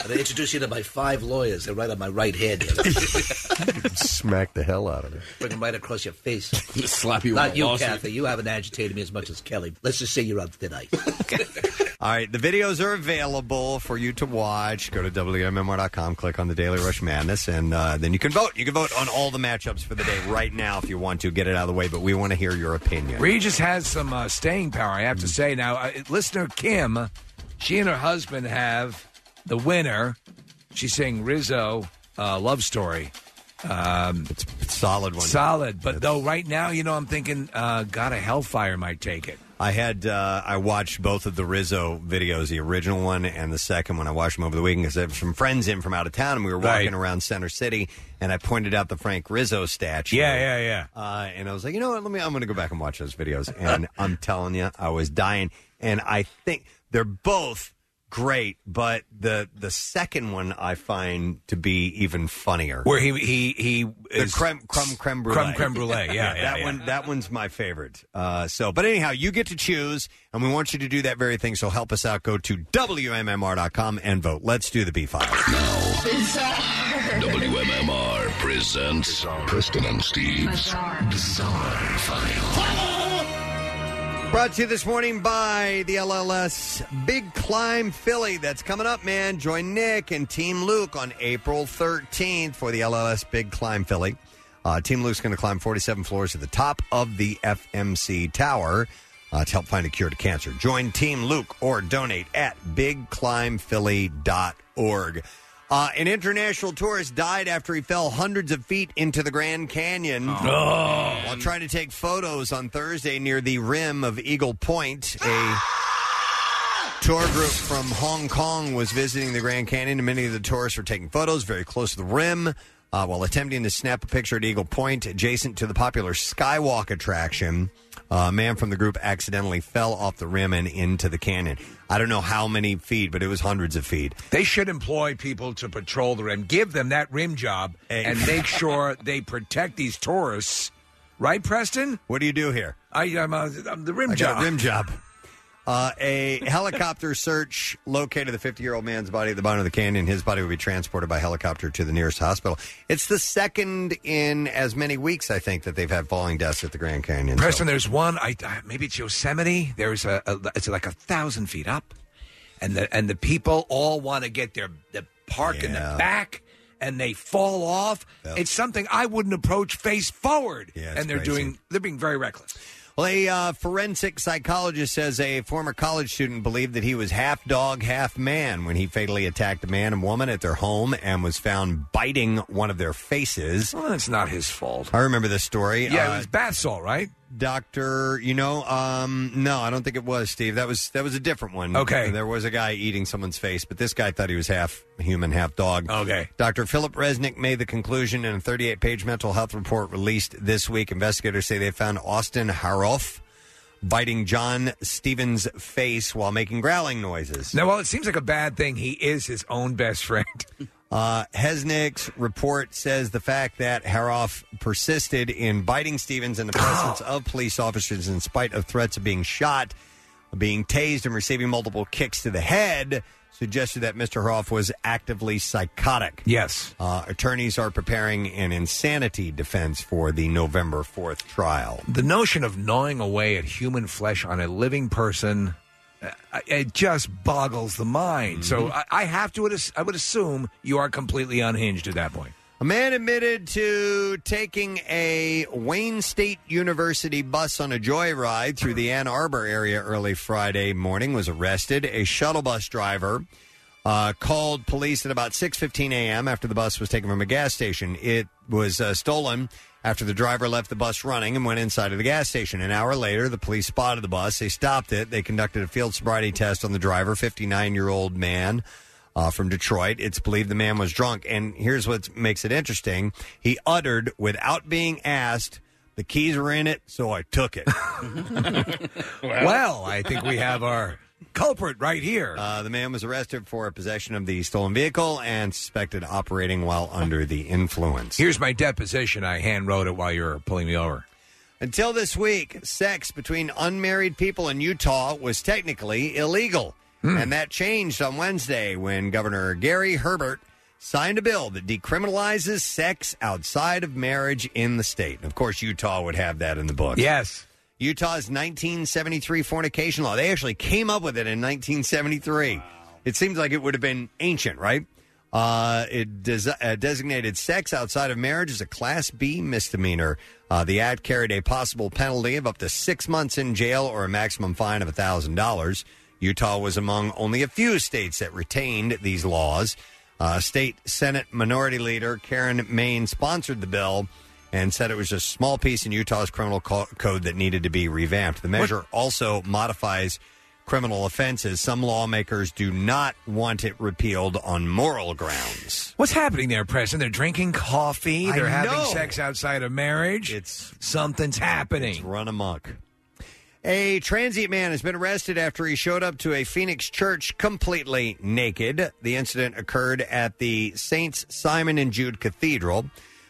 Speaker 13: And they introduce you to my five lawyers. They're right on my right hand.
Speaker 2: Smack the hell out of it.
Speaker 13: Bring them right across your face.
Speaker 2: Slap you with
Speaker 13: Not
Speaker 2: a
Speaker 13: you,
Speaker 2: lawsuit.
Speaker 13: Kathy. You haven't agitated me as much as Kelly. Let's just say you're on thin ice.
Speaker 2: All right, the videos are available for you to watch. Go to WMMR.com, click on the Daily Rush Madness, and uh, then you can vote. You can vote on all the matchups for the day right now if you want to. Get it out of the way, but we want to hear your opinion.
Speaker 4: Regis has some uh, staying power, I have to
Speaker 2: Hmm.
Speaker 4: say. Now, uh, listener Kim, she and her husband have the winner. She's saying Rizzo, uh, love story. Um,
Speaker 2: it's solid one.
Speaker 4: Solid, but though right now, you know, I'm thinking, uh, God, a Hellfire might take it.
Speaker 2: I had uh, I watched both of the Rizzo videos, the original one and the second one. I watched them over the weekend because I have some friends in from out of town, and we were walking around Center City, and I pointed out the Frank Rizzo statue.
Speaker 4: Yeah, yeah, yeah.
Speaker 2: Uh, and I was like, you know what? Let me. I'm going to go back and watch those videos. And I'm telling you, I was dying. And I think they're both great, but the the second one I find to be even funnier.
Speaker 4: Where he he he
Speaker 2: the creme creme creme brulee.
Speaker 4: Creme creme brulee, yeah, yeah,
Speaker 2: that
Speaker 4: yeah.
Speaker 2: one that one's my favorite. Uh, so, but anyhow, you get to choose, and we want you to do that very thing. So help us out. Go to wmmr.com and vote. Let's do the B file.
Speaker 24: WMMR presents Preston and Steve's Bizarre, File.
Speaker 2: Brought to you this morning by the LLS Big Climb Philly. That's coming up, man. Join Nick and Team Luke on April 13th for the LLS Big Climb Philly. Uh, Team Luke's going to climb 47 floors to the top of the FMC Tower uh, to help find a cure to cancer. Join Team Luke or donate at bigclimbphilly.org. Uh, an international tourist died after he fell hundreds of feet into the Grand Canyon
Speaker 4: Oh.
Speaker 2: while trying Oh. to take photos on Thursday near the rim of Eagle Point. A tour group from Hong Kong was visiting the Grand Canyon, and many of the tourists were taking photos very close to the rim uh, while attempting to snap a picture at Eagle Point, adjacent to the popular Skywalk attraction. A man from the group accidentally fell off the rim and into the canyon. I don't know how many feet, but it was hundreds of feet.
Speaker 4: They should employ people to patrol the rim. Give them that rim job and make sure they protect these tourists. Right, Preston?
Speaker 2: What do you do here?
Speaker 4: I, I'm, uh, I'm the rim
Speaker 2: I
Speaker 4: job.
Speaker 2: got a rim job. Uh, a helicopter search located the 50 year old man's body at the bottom of the canyon. His body will be transported by helicopter to the nearest hospital. It's the second in as many weeks, I think, that they've had falling deaths at the Grand Canyon. So-
Speaker 4: Preston, there's one. I uh, maybe it's Yosemite. There's a, a it's like a thousand feet up, and the and the people all want to get their the park in the back, and they fall off. It's something I wouldn't approach face forward.
Speaker 2: Yeah, it's
Speaker 4: and they're
Speaker 2: crazy.
Speaker 4: doing they're being very reckless.
Speaker 2: Well, a uh, forensic psychologist says a former college student believed that he was half dog, half man when he fatally attacked a man and woman at their home and was found biting one of their faces.
Speaker 4: Well, it's not his fault.
Speaker 2: I remember this story.
Speaker 4: Yeah,
Speaker 2: Uh,
Speaker 4: it was bath salt, right?
Speaker 2: Doctor, you know, um, no, I don't think it was Steve. That was that was a different one.
Speaker 4: Okay.
Speaker 2: there was a guy eating someone's face, but this guy thought he was half human, half dog.
Speaker 4: Okay.
Speaker 2: Doctor Philip Resnick made the conclusion in a 38-page mental health report released this week. Investigators say they found Austin Haroff biting John Stevens' face while making growling noises.
Speaker 4: Now, while it seems like a bad thing, he is his own best friend.
Speaker 2: Uh, Hesnick's report says the fact that Haroff persisted in biting Stevens in the presence of police officers in spite of threats of being shot, being tased, and receiving multiple kicks to the head suggested that Mr. Haroff was actively psychotic.
Speaker 4: Yes.
Speaker 2: Uh, attorneys are preparing an insanity defense for the November 4th trial.
Speaker 4: The notion of gnawing away at human flesh on a living person, uh, it just boggles the mind. So
Speaker 2: Mm-hmm.
Speaker 4: I, I have to, ass- I would assume you are completely unhinged at that point.
Speaker 2: A man admitted to taking a Wayne State University bus on a joyride through the Ann Arbor area early Friday morning was arrested. A shuttle bus driver uh, called police at about 6:15 a.m. after the bus was taken from a gas station. It was uh, stolen after the driver left the bus running and went inside of the gas station. An hour later, the police spotted the bus. They stopped it. They conducted a field sobriety test on the driver, 59-year-old man uh, from Detroit. It's believed the man was drunk. And here's what makes it interesting he uttered, without being asked, the keys were in it, so I took it.
Speaker 4: Well, I think we have our culprit right here.
Speaker 2: Uh, the man was arrested for possession of the stolen vehicle and suspected operating while under the influence.
Speaker 4: Here's my deposition. I hand wrote it while you were pulling me over.
Speaker 2: Until this week, sex between unmarried people in Utah was technically illegal. And that changed on Wednesday when Governor Gary Herbert signed a bill that decriminalizes sex outside of marriage in the state. And of course, Utah would have that in the book.
Speaker 4: Yes.
Speaker 2: Utah's 1973 fornication law. They actually came up with it in 1973. It seems like it would have been ancient, right? Uh, it des- uh, designated sex outside of marriage as a Class B misdemeanor. Uh, the act carried a possible penalty of up to six months in jail or a maximum fine of $1,000. Utah was among only a few states that retained these laws. Uh, State Senate Minority Leader Karen Maine sponsored the bill and said it was just a small piece in Utah's criminal co- code that needed to be revamped. The measure also modifies criminal offenses. Some lawmakers do not want it repealed on moral grounds.
Speaker 4: What's happening there, Preston? They're drinking coffee.
Speaker 2: I
Speaker 4: They're having
Speaker 2: know.
Speaker 4: sex outside of marriage. It's something's happening. It's
Speaker 2: run amok. A transient man has been arrested after he showed up to a Phoenix church completely naked. The incident occurred at the Saints Simon and Jude Cathedral.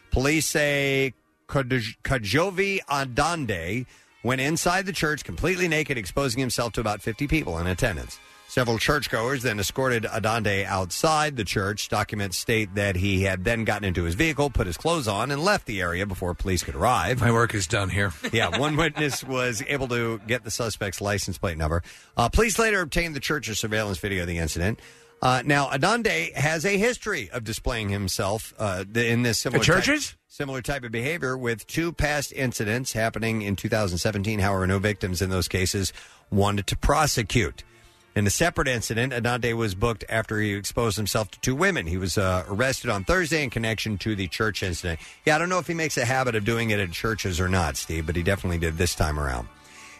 Speaker 2: Police say Kaj- Kajovi Adande went inside the church completely naked, exposing himself to about 50 people in attendance. Several churchgoers then escorted Adande outside the church. Documents state that he had then gotten into his vehicle, put his clothes on, and left the area before police could arrive.
Speaker 4: My work is done here.
Speaker 2: Yeah, one witness was able to get the suspect's license plate number. Uh, police later obtained the church's surveillance video of the incident. Uh, now, Adonde has a history of displaying himself uh, th- in this similar
Speaker 4: At churches?
Speaker 2: type, similar type of behavior, with two past incidents happening in 2017. However, no victims in those cases wanted to prosecute. In a separate incident, Anande was booked after he exposed himself to two women. He was uh, arrested on Thursday in connection to the church incident. Yeah, I don't know if he makes a habit of doing it at churches or not, Steve, but he definitely did this time around.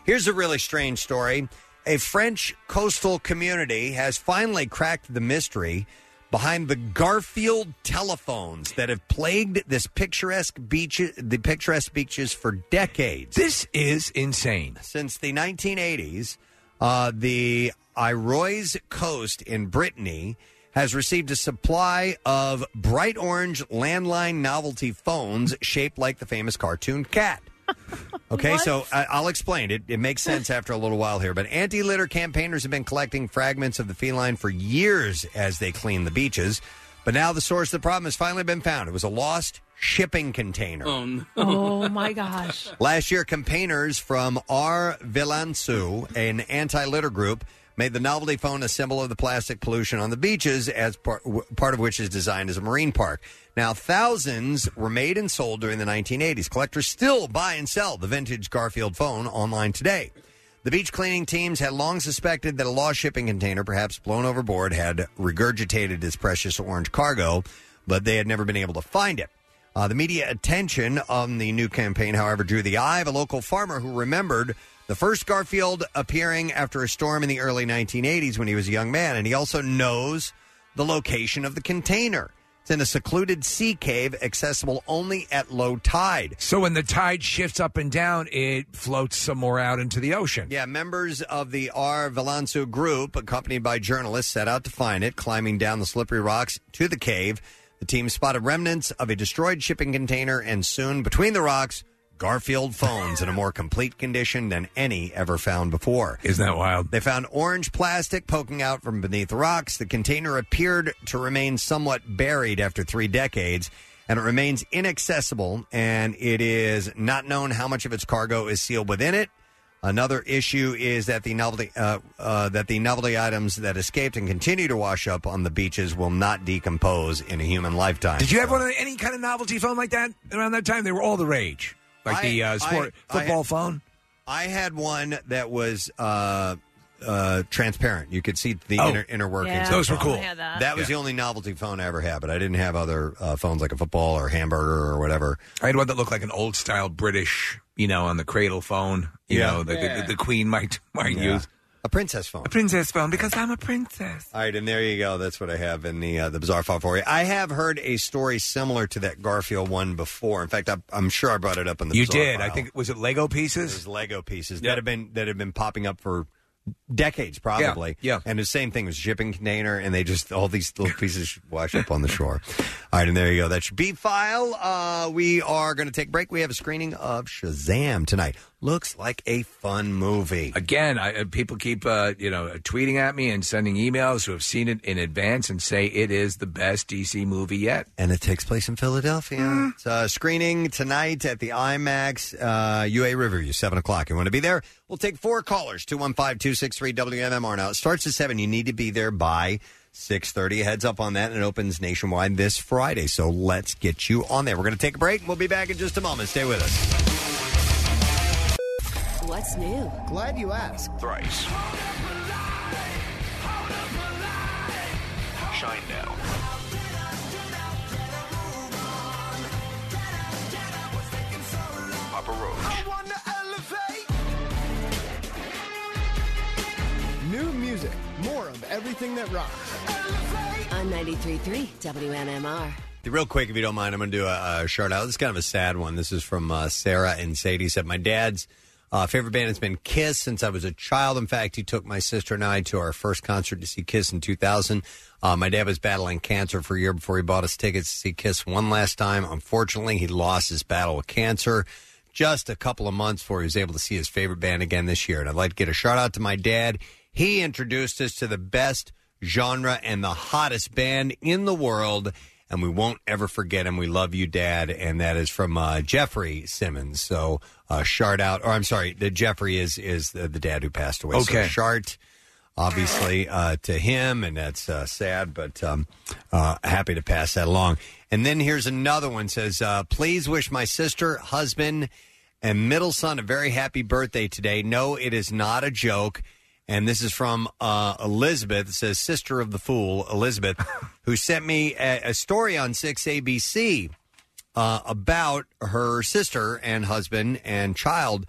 Speaker 2: Here's a really strange story. A French coastal community has finally cracked the mystery behind the Garfield telephones that have plagued this picturesque beach, the picturesque beaches for decades. This is insane. Since the 1980s, uh, the Irois Coast in Brittany has received a supply of bright orange landline novelty phones shaped like the famous cartoon cat. Okay, so I, I'll explain. It, it makes sense after a little while here. But anti litter campaigners have been collecting fragments of the feline for years as they clean the beaches. But now the source of the problem has finally been found. It was a lost shipping container.
Speaker 3: Oh my gosh.
Speaker 2: Last year, campaigners from R. Villansu, an anti litter group, made the novelty phone a symbol of the plastic pollution on the beaches, as par- w- part of which is designed as a marine park. Now, thousands were made and sold during the 1980s. Collectors still buy and sell the vintage Garfield phone online today. The beach cleaning teams had long suspected that a lost shipping container, perhaps blown overboard, had regurgitated its precious orange cargo, but they had never been able to find it. Uh, the media attention on the new campaign, however, drew the eye of a local farmer who remembered the first Garfield appearing after a storm in the early 1980s when he was a young man, and he also knows the location of the container. It's in a secluded sea cave, accessible only at low tide.
Speaker 4: So when the tide shifts up and down, it floats some more out into the ocean.
Speaker 2: Yeah, members of the R. Valansu group, accompanied by journalists, set out to find it, climbing down the slippery rocks to the cave. The team spotted remnants of a destroyed shipping container, and soon, between the rocks, Garfield phones in a more complete condition than any ever found before.
Speaker 4: Isn't that wild?
Speaker 2: They found orange plastic poking out from beneath the rocks. The container appeared to remain somewhat buried after three decades, and it remains inaccessible, and it is not known how much of its cargo is sealed within it. Another issue is that the novelty uh, uh, that the novelty items that escaped and continue to wash up on the beaches will not decompose in a human lifetime.
Speaker 4: Did you have one of the, any kind of novelty phone like that around that time? They were all the rage, like the
Speaker 2: I-
Speaker 4: uh, sport
Speaker 2: I- I-
Speaker 4: football phone.
Speaker 2: I had one that was uh, uh, transparent. You could see the
Speaker 4: Oh.
Speaker 2: inner, inner workings.
Speaker 4: Yeah.
Speaker 2: of
Speaker 4: Those
Speaker 2: the
Speaker 4: were
Speaker 2: phone.
Speaker 4: cool. I had that.
Speaker 2: was
Speaker 4: Yeah.
Speaker 2: the only novelty phone I ever had, but I didn't have other uh, phones like a football or hamburger or whatever.
Speaker 4: I had one that looked like an old style British, you know, on the cradle phone. You
Speaker 2: Yeah.
Speaker 4: know, the, the-
Speaker 2: Yeah.
Speaker 4: the, Queen might might
Speaker 2: Yeah.
Speaker 4: use
Speaker 2: a princess phone.
Speaker 4: A princess phone because I'm a princess.
Speaker 2: All right, and there you go. That's what I have in the uh, the bizarre file for you. I have heard a story similar to that Garfield one before. In fact, I, I'm sure I brought it up in the.
Speaker 4: You
Speaker 2: Bizarre
Speaker 4: did. I
Speaker 2: File.
Speaker 4: think was it Lego pieces? It was
Speaker 2: Lego pieces that have been that have been popping up for decades, probably.
Speaker 4: Yeah.
Speaker 2: And the same thing was shipping container, and they just all these little pieces wash up on the shore. All right, and there you go. That's your B file. Uh, we are going to take a break. We have a screening of Shazam tonight. Looks like a fun movie.
Speaker 4: Again, I, uh, people keep uh, you know tweeting at me and sending emails who have seen it in advance and say it is the best DC movie yet.
Speaker 2: And it takes place in Philadelphia. It's uh, screening tonight at the IMAX uh, UA Riverview, 7 o'clock. You want to be there? We'll take four callers, 215-263-WMMR. Now, it starts at 7. You need to be there by 6.30. Heads up on that, and it opens nationwide this Friday. So let's get you on there. We're going to take a break. We'll be back in just a moment. Stay with us.
Speaker 17: What's new? Glad you asked.
Speaker 24: Thrice. Shine now. Papa Roach.
Speaker 10: New music, more of everything that rocks.
Speaker 17: On 93.3 WMMR.
Speaker 2: Real quick, if you don't mind, I'm going to do a, a shout out. This is kind of a sad one. This is from uh, Sarah and Sadie. Said my dad's uh, favorite band has been Kiss since I was a child. In fact, he took my sister and I to our first concert to see Kiss in 2000. Uh, my dad was battling cancer for a year before he bought us tickets to see Kiss one last time. Unfortunately, he lost his battle with cancer just a couple of months before he was able to see his favorite band again this year. And I'd like to get a shout out to my dad. He introduced us to the best genre and the hottest band in the world. And we won't ever forget him. We love you, Dad. And that is from uh, Jeffrey Simmons. So, uh, shout out, or I'm sorry, the Jeffrey is is the, the dad who passed away. So,
Speaker 4: Okay.
Speaker 2: Shart, obviously, uh, to him, and that's uh, sad, but um, uh, happy to pass that along. And then here's another one says, uh, please wish my sister, husband, and middle son a very happy birthday today. No, it is not a joke. And this is from uh, Elizabeth. It says, Sister of the Fool, Elizabeth, who sent me a, a story on 6ABC uh, about her sister and husband and child.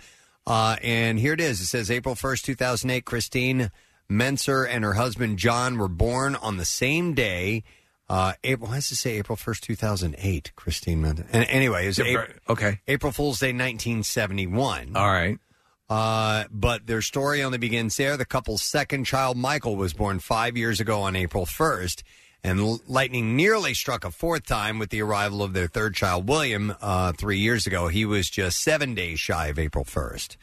Speaker 2: Uh, and here it is. It says April 1st, 2008, Christine Menser and her husband John were born on the same day. Uh, April, why does it say April 1st, 2008, Christine Menser? And anyway, it was
Speaker 4: Yeah,
Speaker 2: April,
Speaker 4: very- okay.
Speaker 2: April Fool's Day, 1971.
Speaker 4: All right.
Speaker 2: Uh, but their story only begins there. The couple's second child, Michael, was born five years ago on April 1st. And l- lightning nearly struck a fourth time with the arrival of their third child, William, uh, three years ago. He was just seven days shy of April 1st.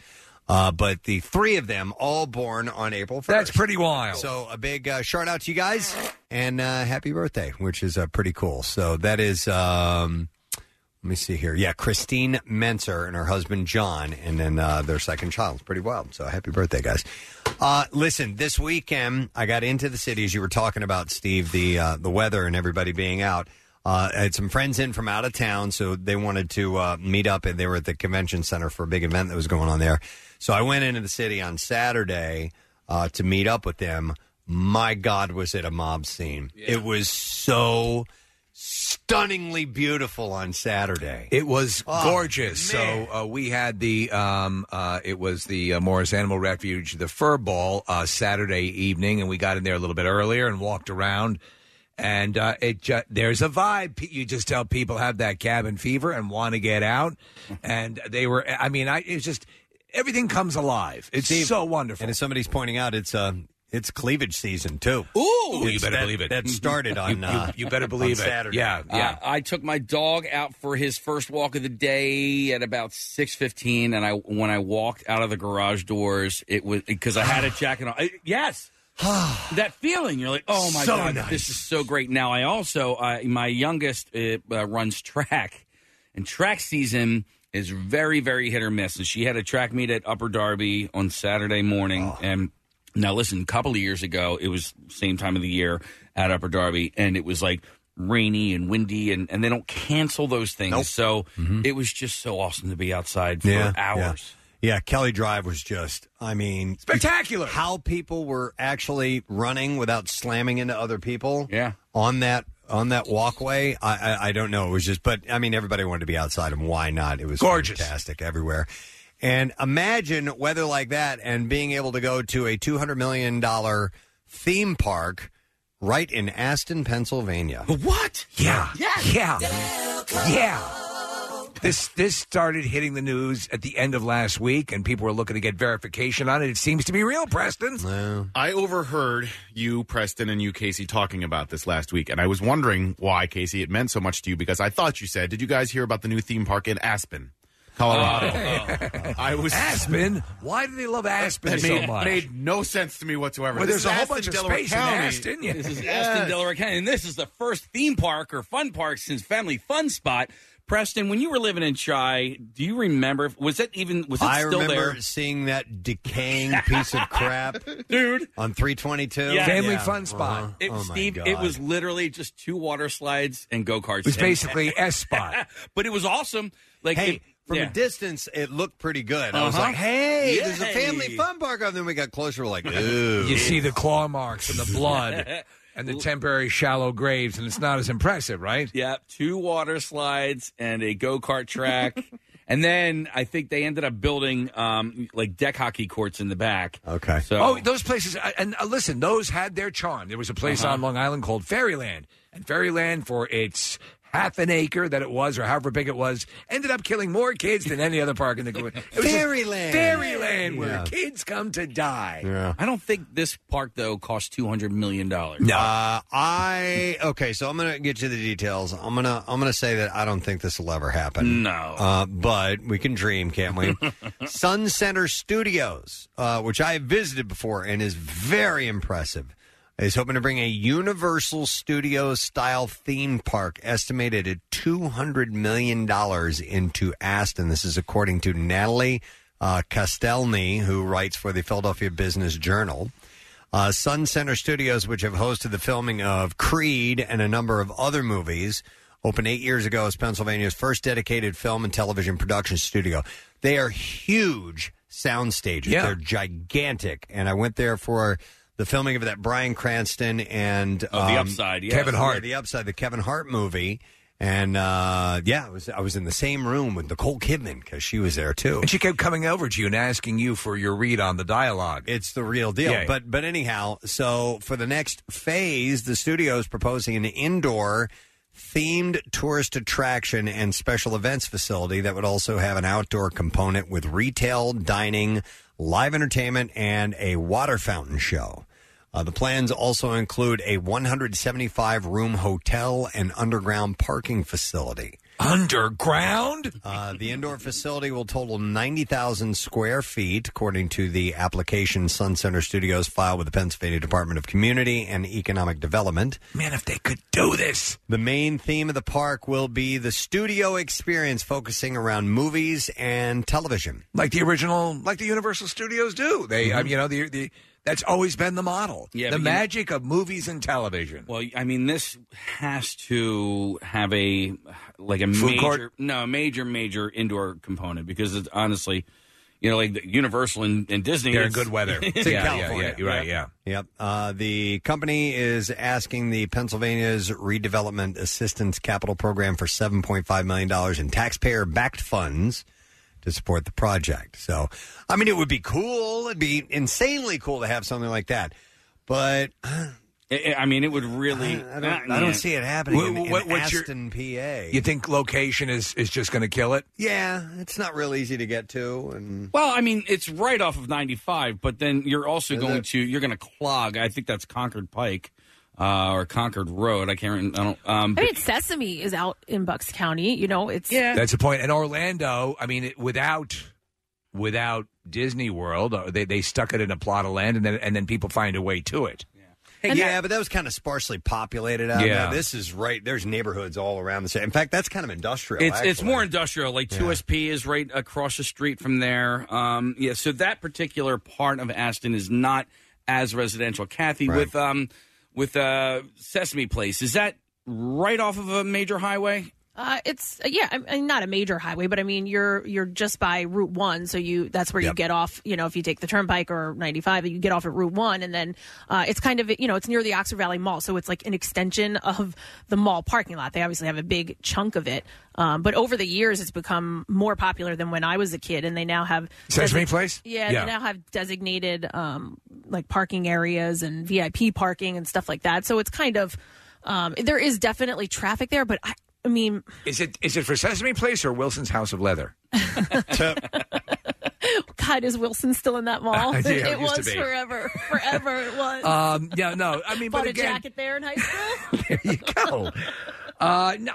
Speaker 2: Uh, but the three of them all born on April 1st. That's
Speaker 4: pretty wild.
Speaker 2: So a big uh, shout out to you guys and uh, happy birthday, which is uh, pretty cool. So that is, um, let me see here. Yeah, Christine Menser and her husband John, and then uh, their second child. It's pretty wild. So happy birthday, guys. Uh, listen, this weekend I got into the city as you were talking about, Steve, the uh, the weather and everybody being out. Uh, I had some friends in from out of town, so they wanted to uh, meet up, and they were at the convention center for a big event that was going on there. So I went into the city on Saturday uh, to meet up with them. My God, was it a mob scene? It was so stunningly beautiful on Saturday.
Speaker 4: It was
Speaker 2: Oh,
Speaker 4: gorgeous.
Speaker 2: man.
Speaker 4: So uh, we had the um, uh, it was the uh, Morris Animal Refuge, the Fur Ball, uh, Saturday evening, and we got in there a little bit earlier and walked around. And uh, it ju- there's a vibe. P- You just tell people have that cabin fever and want to get out. And they were. I mean, I it's just everything comes alive. It's
Speaker 2: Steve,
Speaker 4: so wonderful.
Speaker 2: And as somebody's pointing out, it's uh, it's cleavage season too.
Speaker 4: Ooh,
Speaker 2: It's- that- That started on. uh, on Saturday.
Speaker 5: Uh,
Speaker 2: Ah.
Speaker 5: I, I took my dog out for his first walk of the day at about six fifteen, and I when I walked out of the garage doors, it was because I had a jacket on. I- yes. that feeling you're like oh my
Speaker 4: So
Speaker 5: god this is so great now i also I my youngest uh, uh, runs track and track season is very very hit or miss and she had a track meet at upper darby on saturday morning
Speaker 2: Oh.
Speaker 5: and now listen a couple of years ago it was same time of the year at upper darby and it was like rainy and windy and, and they don't cancel those things so it was just so awesome to be outside for
Speaker 2: Mm-hmm. Yeah,
Speaker 5: hours
Speaker 2: Yeah, Kelly Drive was just, I mean, spectacular. How people were actually running without slamming into other people. Yeah. On that on that walkway, I I, I don't know. It was just, but I mean, everybody wanted to be outside, and why not? It was gorgeous, fantastic everywhere. And imagine weather like that, and being able to go to a two hundred million dollar theme park right in Aston, Pennsylvania.
Speaker 5: What?
Speaker 4: Yeah. Yeah. Yeah. Yeah. This this started hitting the news at the end of last week, and people were looking to get verification on it. It seems to be real, Preston.
Speaker 11: I overheard you, Preston, and you, Casey, talking about this last week, and I was wondering why, Casey, it meant so much to you because I thought you said, "Did you guys hear about the new theme park in Aspen, Colorado?" Oh. I was
Speaker 4: Aspen. Why do they love Aspen
Speaker 11: That
Speaker 4: so
Speaker 11: made,
Speaker 4: much?
Speaker 11: made no sense to me whatsoever.
Speaker 4: Well,
Speaker 11: This
Speaker 4: there's a whole
Speaker 11: is Aspen,
Speaker 4: bunch of
Speaker 11: Delaware
Speaker 4: space in
Speaker 11: County.
Speaker 4: Aston, yeah.
Speaker 5: This is
Speaker 11: Yes.
Speaker 5: Aston, Delaware County, and this is the first theme park or fun park since Family Fun Spot. Preston, when you were living in Chai, do you remember? Was it even was it
Speaker 2: I
Speaker 5: still
Speaker 2: remember
Speaker 5: there?
Speaker 2: seeing that decaying piece of crap,
Speaker 5: dude,
Speaker 2: on three Uh-huh. twenty two.
Speaker 5: Yeah. It,
Speaker 2: Oh,
Speaker 5: Steve, it was literally just two water slides and go karts.
Speaker 2: It was basically
Speaker 4: S spot,
Speaker 5: but it was awesome. Like
Speaker 2: hey,
Speaker 5: it-
Speaker 2: from
Speaker 5: yeah.
Speaker 2: a distance, it looked pretty good. I was
Speaker 5: Uh-huh.
Speaker 2: like, hey, there's a
Speaker 5: Yay.
Speaker 2: family fun park. And then we got closer, we're like, ooh.
Speaker 4: You see the claw marks and the blood and the temporary shallow graves, and it's not as impressive, right?
Speaker 5: Yeah, two water slides and a go kart track. and then I think they ended up building um, like deck hockey courts in the back.
Speaker 2: Okay.
Speaker 5: So
Speaker 4: Oh, those places, I- and uh, listen, those had their charm. There was a place
Speaker 5: Uh-huh.
Speaker 4: on Long Island called Fairyland, and Fairyland, for its half an acre that it was, or however big it was, ended up killing more kids than any other park in the country. It was just
Speaker 5: Fairyland.
Speaker 4: Fairyland, where
Speaker 5: Yeah.
Speaker 4: kids come to die.
Speaker 5: I don't think this park though cost two hundred million dollars.
Speaker 2: Uh, I okay, so I'm gonna get you the details. I'm gonna I'm gonna say that I don't think this will ever happen.
Speaker 5: No,
Speaker 2: uh, but we can dream, can't we? Sun Center Studios, uh, which I have visited before and is very impressive, is hoping to bring a Universal Studios style theme park estimated at two hundred million dollars into Aston. This is according to Natalie uh, Castelny, who writes for the Philadelphia Business Journal. Uh, Sun Center Studios, which have hosted the filming of Creed and a number of other movies, opened eight years ago as Pennsylvania's first dedicated film and television production studio. They are huge sound stages.
Speaker 4: Yeah.
Speaker 2: They're gigantic. And I went there for the filming of that Brian Cranston and um,
Speaker 5: Oh, The Upside, yes. Kevin Hart.
Speaker 2: The Upside, the Kevin Hart movie. And uh, yeah, I was I was in the same room with Nicole Kidman because she was there too.
Speaker 4: And she kept coming over to you and asking you for your read on the dialogue.
Speaker 2: It's the real deal.
Speaker 4: Yeah.
Speaker 2: But but anyhow, so for the next phase, the studio is proposing an indoor themed tourist attraction and special events facility that would also have an outdoor component with retail, dining, live entertainment, and a water fountain show. Uh, the plans also include a 175 room hotel and underground parking facility.
Speaker 4: Underground?
Speaker 2: Uh, the indoor facility will total 90,000 square feet, according to the application Sun Center Studios filed with the Pennsylvania Department of Community and Economic Development.
Speaker 4: Man, if they could do this.
Speaker 2: The main theme of the park will be the studio experience, focusing around movies and television.
Speaker 4: Like the original, like the Universal Studios do. They, I
Speaker 2: Mhm.
Speaker 4: mean, you know, the, the that's always been the model.
Speaker 5: Yeah,
Speaker 4: the
Speaker 5: but you-
Speaker 4: magic of movies and television.
Speaker 5: Well, I mean, this has to have a like a
Speaker 4: Food
Speaker 5: major,
Speaker 4: court?
Speaker 5: no, a major, major indoor component because it's honestly, you know, like the Universal and, and Disney,
Speaker 4: They're in
Speaker 5: it's-
Speaker 4: good weather.
Speaker 2: It's in
Speaker 5: yeah,
Speaker 2: California.
Speaker 5: yeah, yeah, you're right, yeah.
Speaker 2: Yep. Uh, the company is asking the Pennsylvania's Redevelopment Assistance Capital Program for $7.5 million in taxpayer backed funds to support the project. So, I mean, it would be cool. It'd be insanely cool to have something like that. But uh,
Speaker 5: I- I mean, it would really.
Speaker 2: I don't, I don't see it happening
Speaker 4: Wh-
Speaker 2: in, in
Speaker 4: what- what's your-
Speaker 2: Aston, PA.
Speaker 4: You think location is is just going to kill it?
Speaker 2: yeah, it's not real easy to get to. And
Speaker 5: Well, I mean, it's right off of 95, but then you're also going to you're going to clog. I think that's Concord Pike uh, or Concord Road. I can't. rem- I don't. Um,
Speaker 3: I mean, Sesame is out in Bucks County. You know, it's yeah.
Speaker 4: That's the point. And Orlando, I mean, it, without without Disney World, uh, they they stuck it in a plot of land, and then and then people find a way to it.
Speaker 2: yeah, but that was kind of sparsely populated out
Speaker 4: Yeah.
Speaker 2: there. This is right. There's neighborhoods all around the city. In fact, that's kind of industrial.
Speaker 5: It's it's
Speaker 2: actually.
Speaker 5: more industrial. Like 2SP is right across the street from there. Um, yeah, so that particular part of Aston is not as residential. Kathy,
Speaker 2: Right.
Speaker 5: with um, with uh, Sesame Place, is that right off of a major highway?
Speaker 3: Uh, it's uh, yeah, I mean, not a major highway, but I mean you're you're just by Route One, so you that's where you
Speaker 5: Yep.
Speaker 3: get off. You know, if you take the Turnpike or 95, you get off at Route One, and then uh, it's kind of you know it's near the Oxford Valley Mall, so it's like an extension of the mall parking lot. They obviously have a big chunk of it, um, but over the years it's become more popular than when I was a kid, and they now have
Speaker 4: Sesame Place?
Speaker 3: Yeah,
Speaker 4: Yeah.
Speaker 3: they now have designated um, like parking areas and VIP parking and stuff like that. So it's kind of um, there is definitely traffic there, but I, I mean.
Speaker 4: Is it is it for Sesame Place or Wilson's House of Leather?
Speaker 3: God, is Wilson still in that mall?
Speaker 4: Yeah, it
Speaker 3: it
Speaker 4: used to
Speaker 3: was
Speaker 4: be.
Speaker 3: forever. Forever it was.
Speaker 4: Um, yeah, no, I mean,
Speaker 3: Bought
Speaker 4: but
Speaker 3: a
Speaker 4: again,
Speaker 3: jacket there in high school.
Speaker 4: there you go. Uh, no,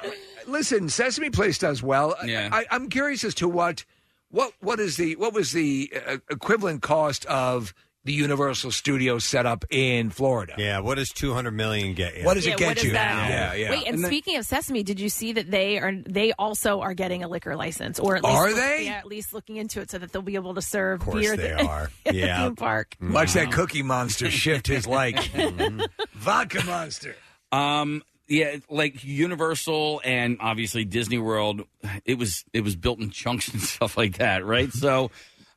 Speaker 4: listen, Sesame Place does well. Yeah. I, I'm curious as to what what what is the what was the uh, equivalent cost of the Universal Studio setup in Florida?
Speaker 2: Yeah, what does 200 million get you?
Speaker 4: What does it get
Speaker 3: what is
Speaker 4: you?
Speaker 3: that?
Speaker 4: Yeah, yeah.
Speaker 3: Wait, and,
Speaker 4: And then-
Speaker 3: speaking of Sesame, did you see that they are they also are getting a liquor license, or at least
Speaker 4: Are they?
Speaker 3: Yeah, at least looking into it so that they'll be able to serve
Speaker 4: course
Speaker 3: beer.
Speaker 4: they
Speaker 3: at the-
Speaker 4: are.
Speaker 3: at the
Speaker 4: Yeah.
Speaker 3: theme park.
Speaker 4: Watch that Cookie Monster shift his like. Mm-hmm. Vodka Monster.
Speaker 5: Um, yeah, like Universal and obviously Disney World. It was it was built in chunks and stuff like that, right? So.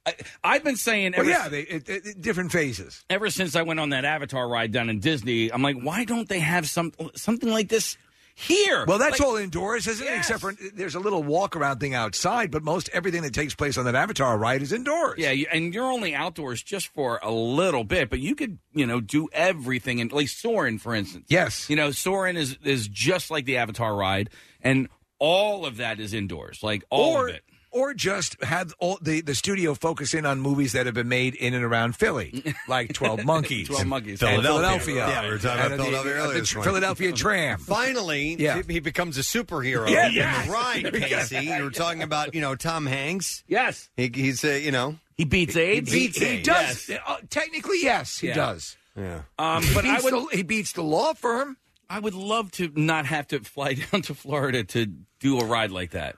Speaker 5: I, I've been saying, ever
Speaker 4: Well, yeah, they, it, it, different phases.
Speaker 5: ever since I went on that Avatar ride down in Disney, I'm like, why don't they have some something like this here?
Speaker 4: Well, that's
Speaker 5: Like-
Speaker 4: all indoors, isn't it? Except for there's a little walk around thing outside, but most everything that takes place on that Avatar ride is indoors.
Speaker 5: Yeah, you, and you're only outdoors just for a little bit, but you could, you know, do everything. And like Soren, for instance.
Speaker 4: Yes.
Speaker 5: You know, Soren is is just like the Avatar ride, and all of that is indoors, like all
Speaker 4: or,
Speaker 5: of it.
Speaker 4: Or just have all the, the studio focus in on movies that have been made in and around Philly, like 12 Monkeys.
Speaker 2: 12 Monkeys.
Speaker 4: And
Speaker 2: Philadelphia.
Speaker 4: Philadelphia.
Speaker 2: Yeah, we were talking
Speaker 4: And
Speaker 2: about Philadelphia
Speaker 4: the,
Speaker 2: earlier
Speaker 4: The,
Speaker 2: this morning.
Speaker 4: Philadelphia Tram.
Speaker 2: Finally,
Speaker 4: Yeah.
Speaker 2: he, he becomes a superhero.
Speaker 4: Yeah,
Speaker 2: in
Speaker 4: yes.
Speaker 2: the ride, Casey. You were talking about, you know, Tom Hanks.
Speaker 5: Yes.
Speaker 2: He, he's, uh, you know.
Speaker 5: He beats AIDS.
Speaker 2: He, beats
Speaker 4: He,
Speaker 2: AIDS.
Speaker 4: does. uh, technically, yes, he
Speaker 5: Yeah.
Speaker 4: does.
Speaker 2: Yeah.
Speaker 5: Um,
Speaker 4: He
Speaker 5: but I
Speaker 4: beats
Speaker 5: would,
Speaker 4: the- he beats the law firm.
Speaker 5: I would love to not have to fly down to Florida to do a ride like that.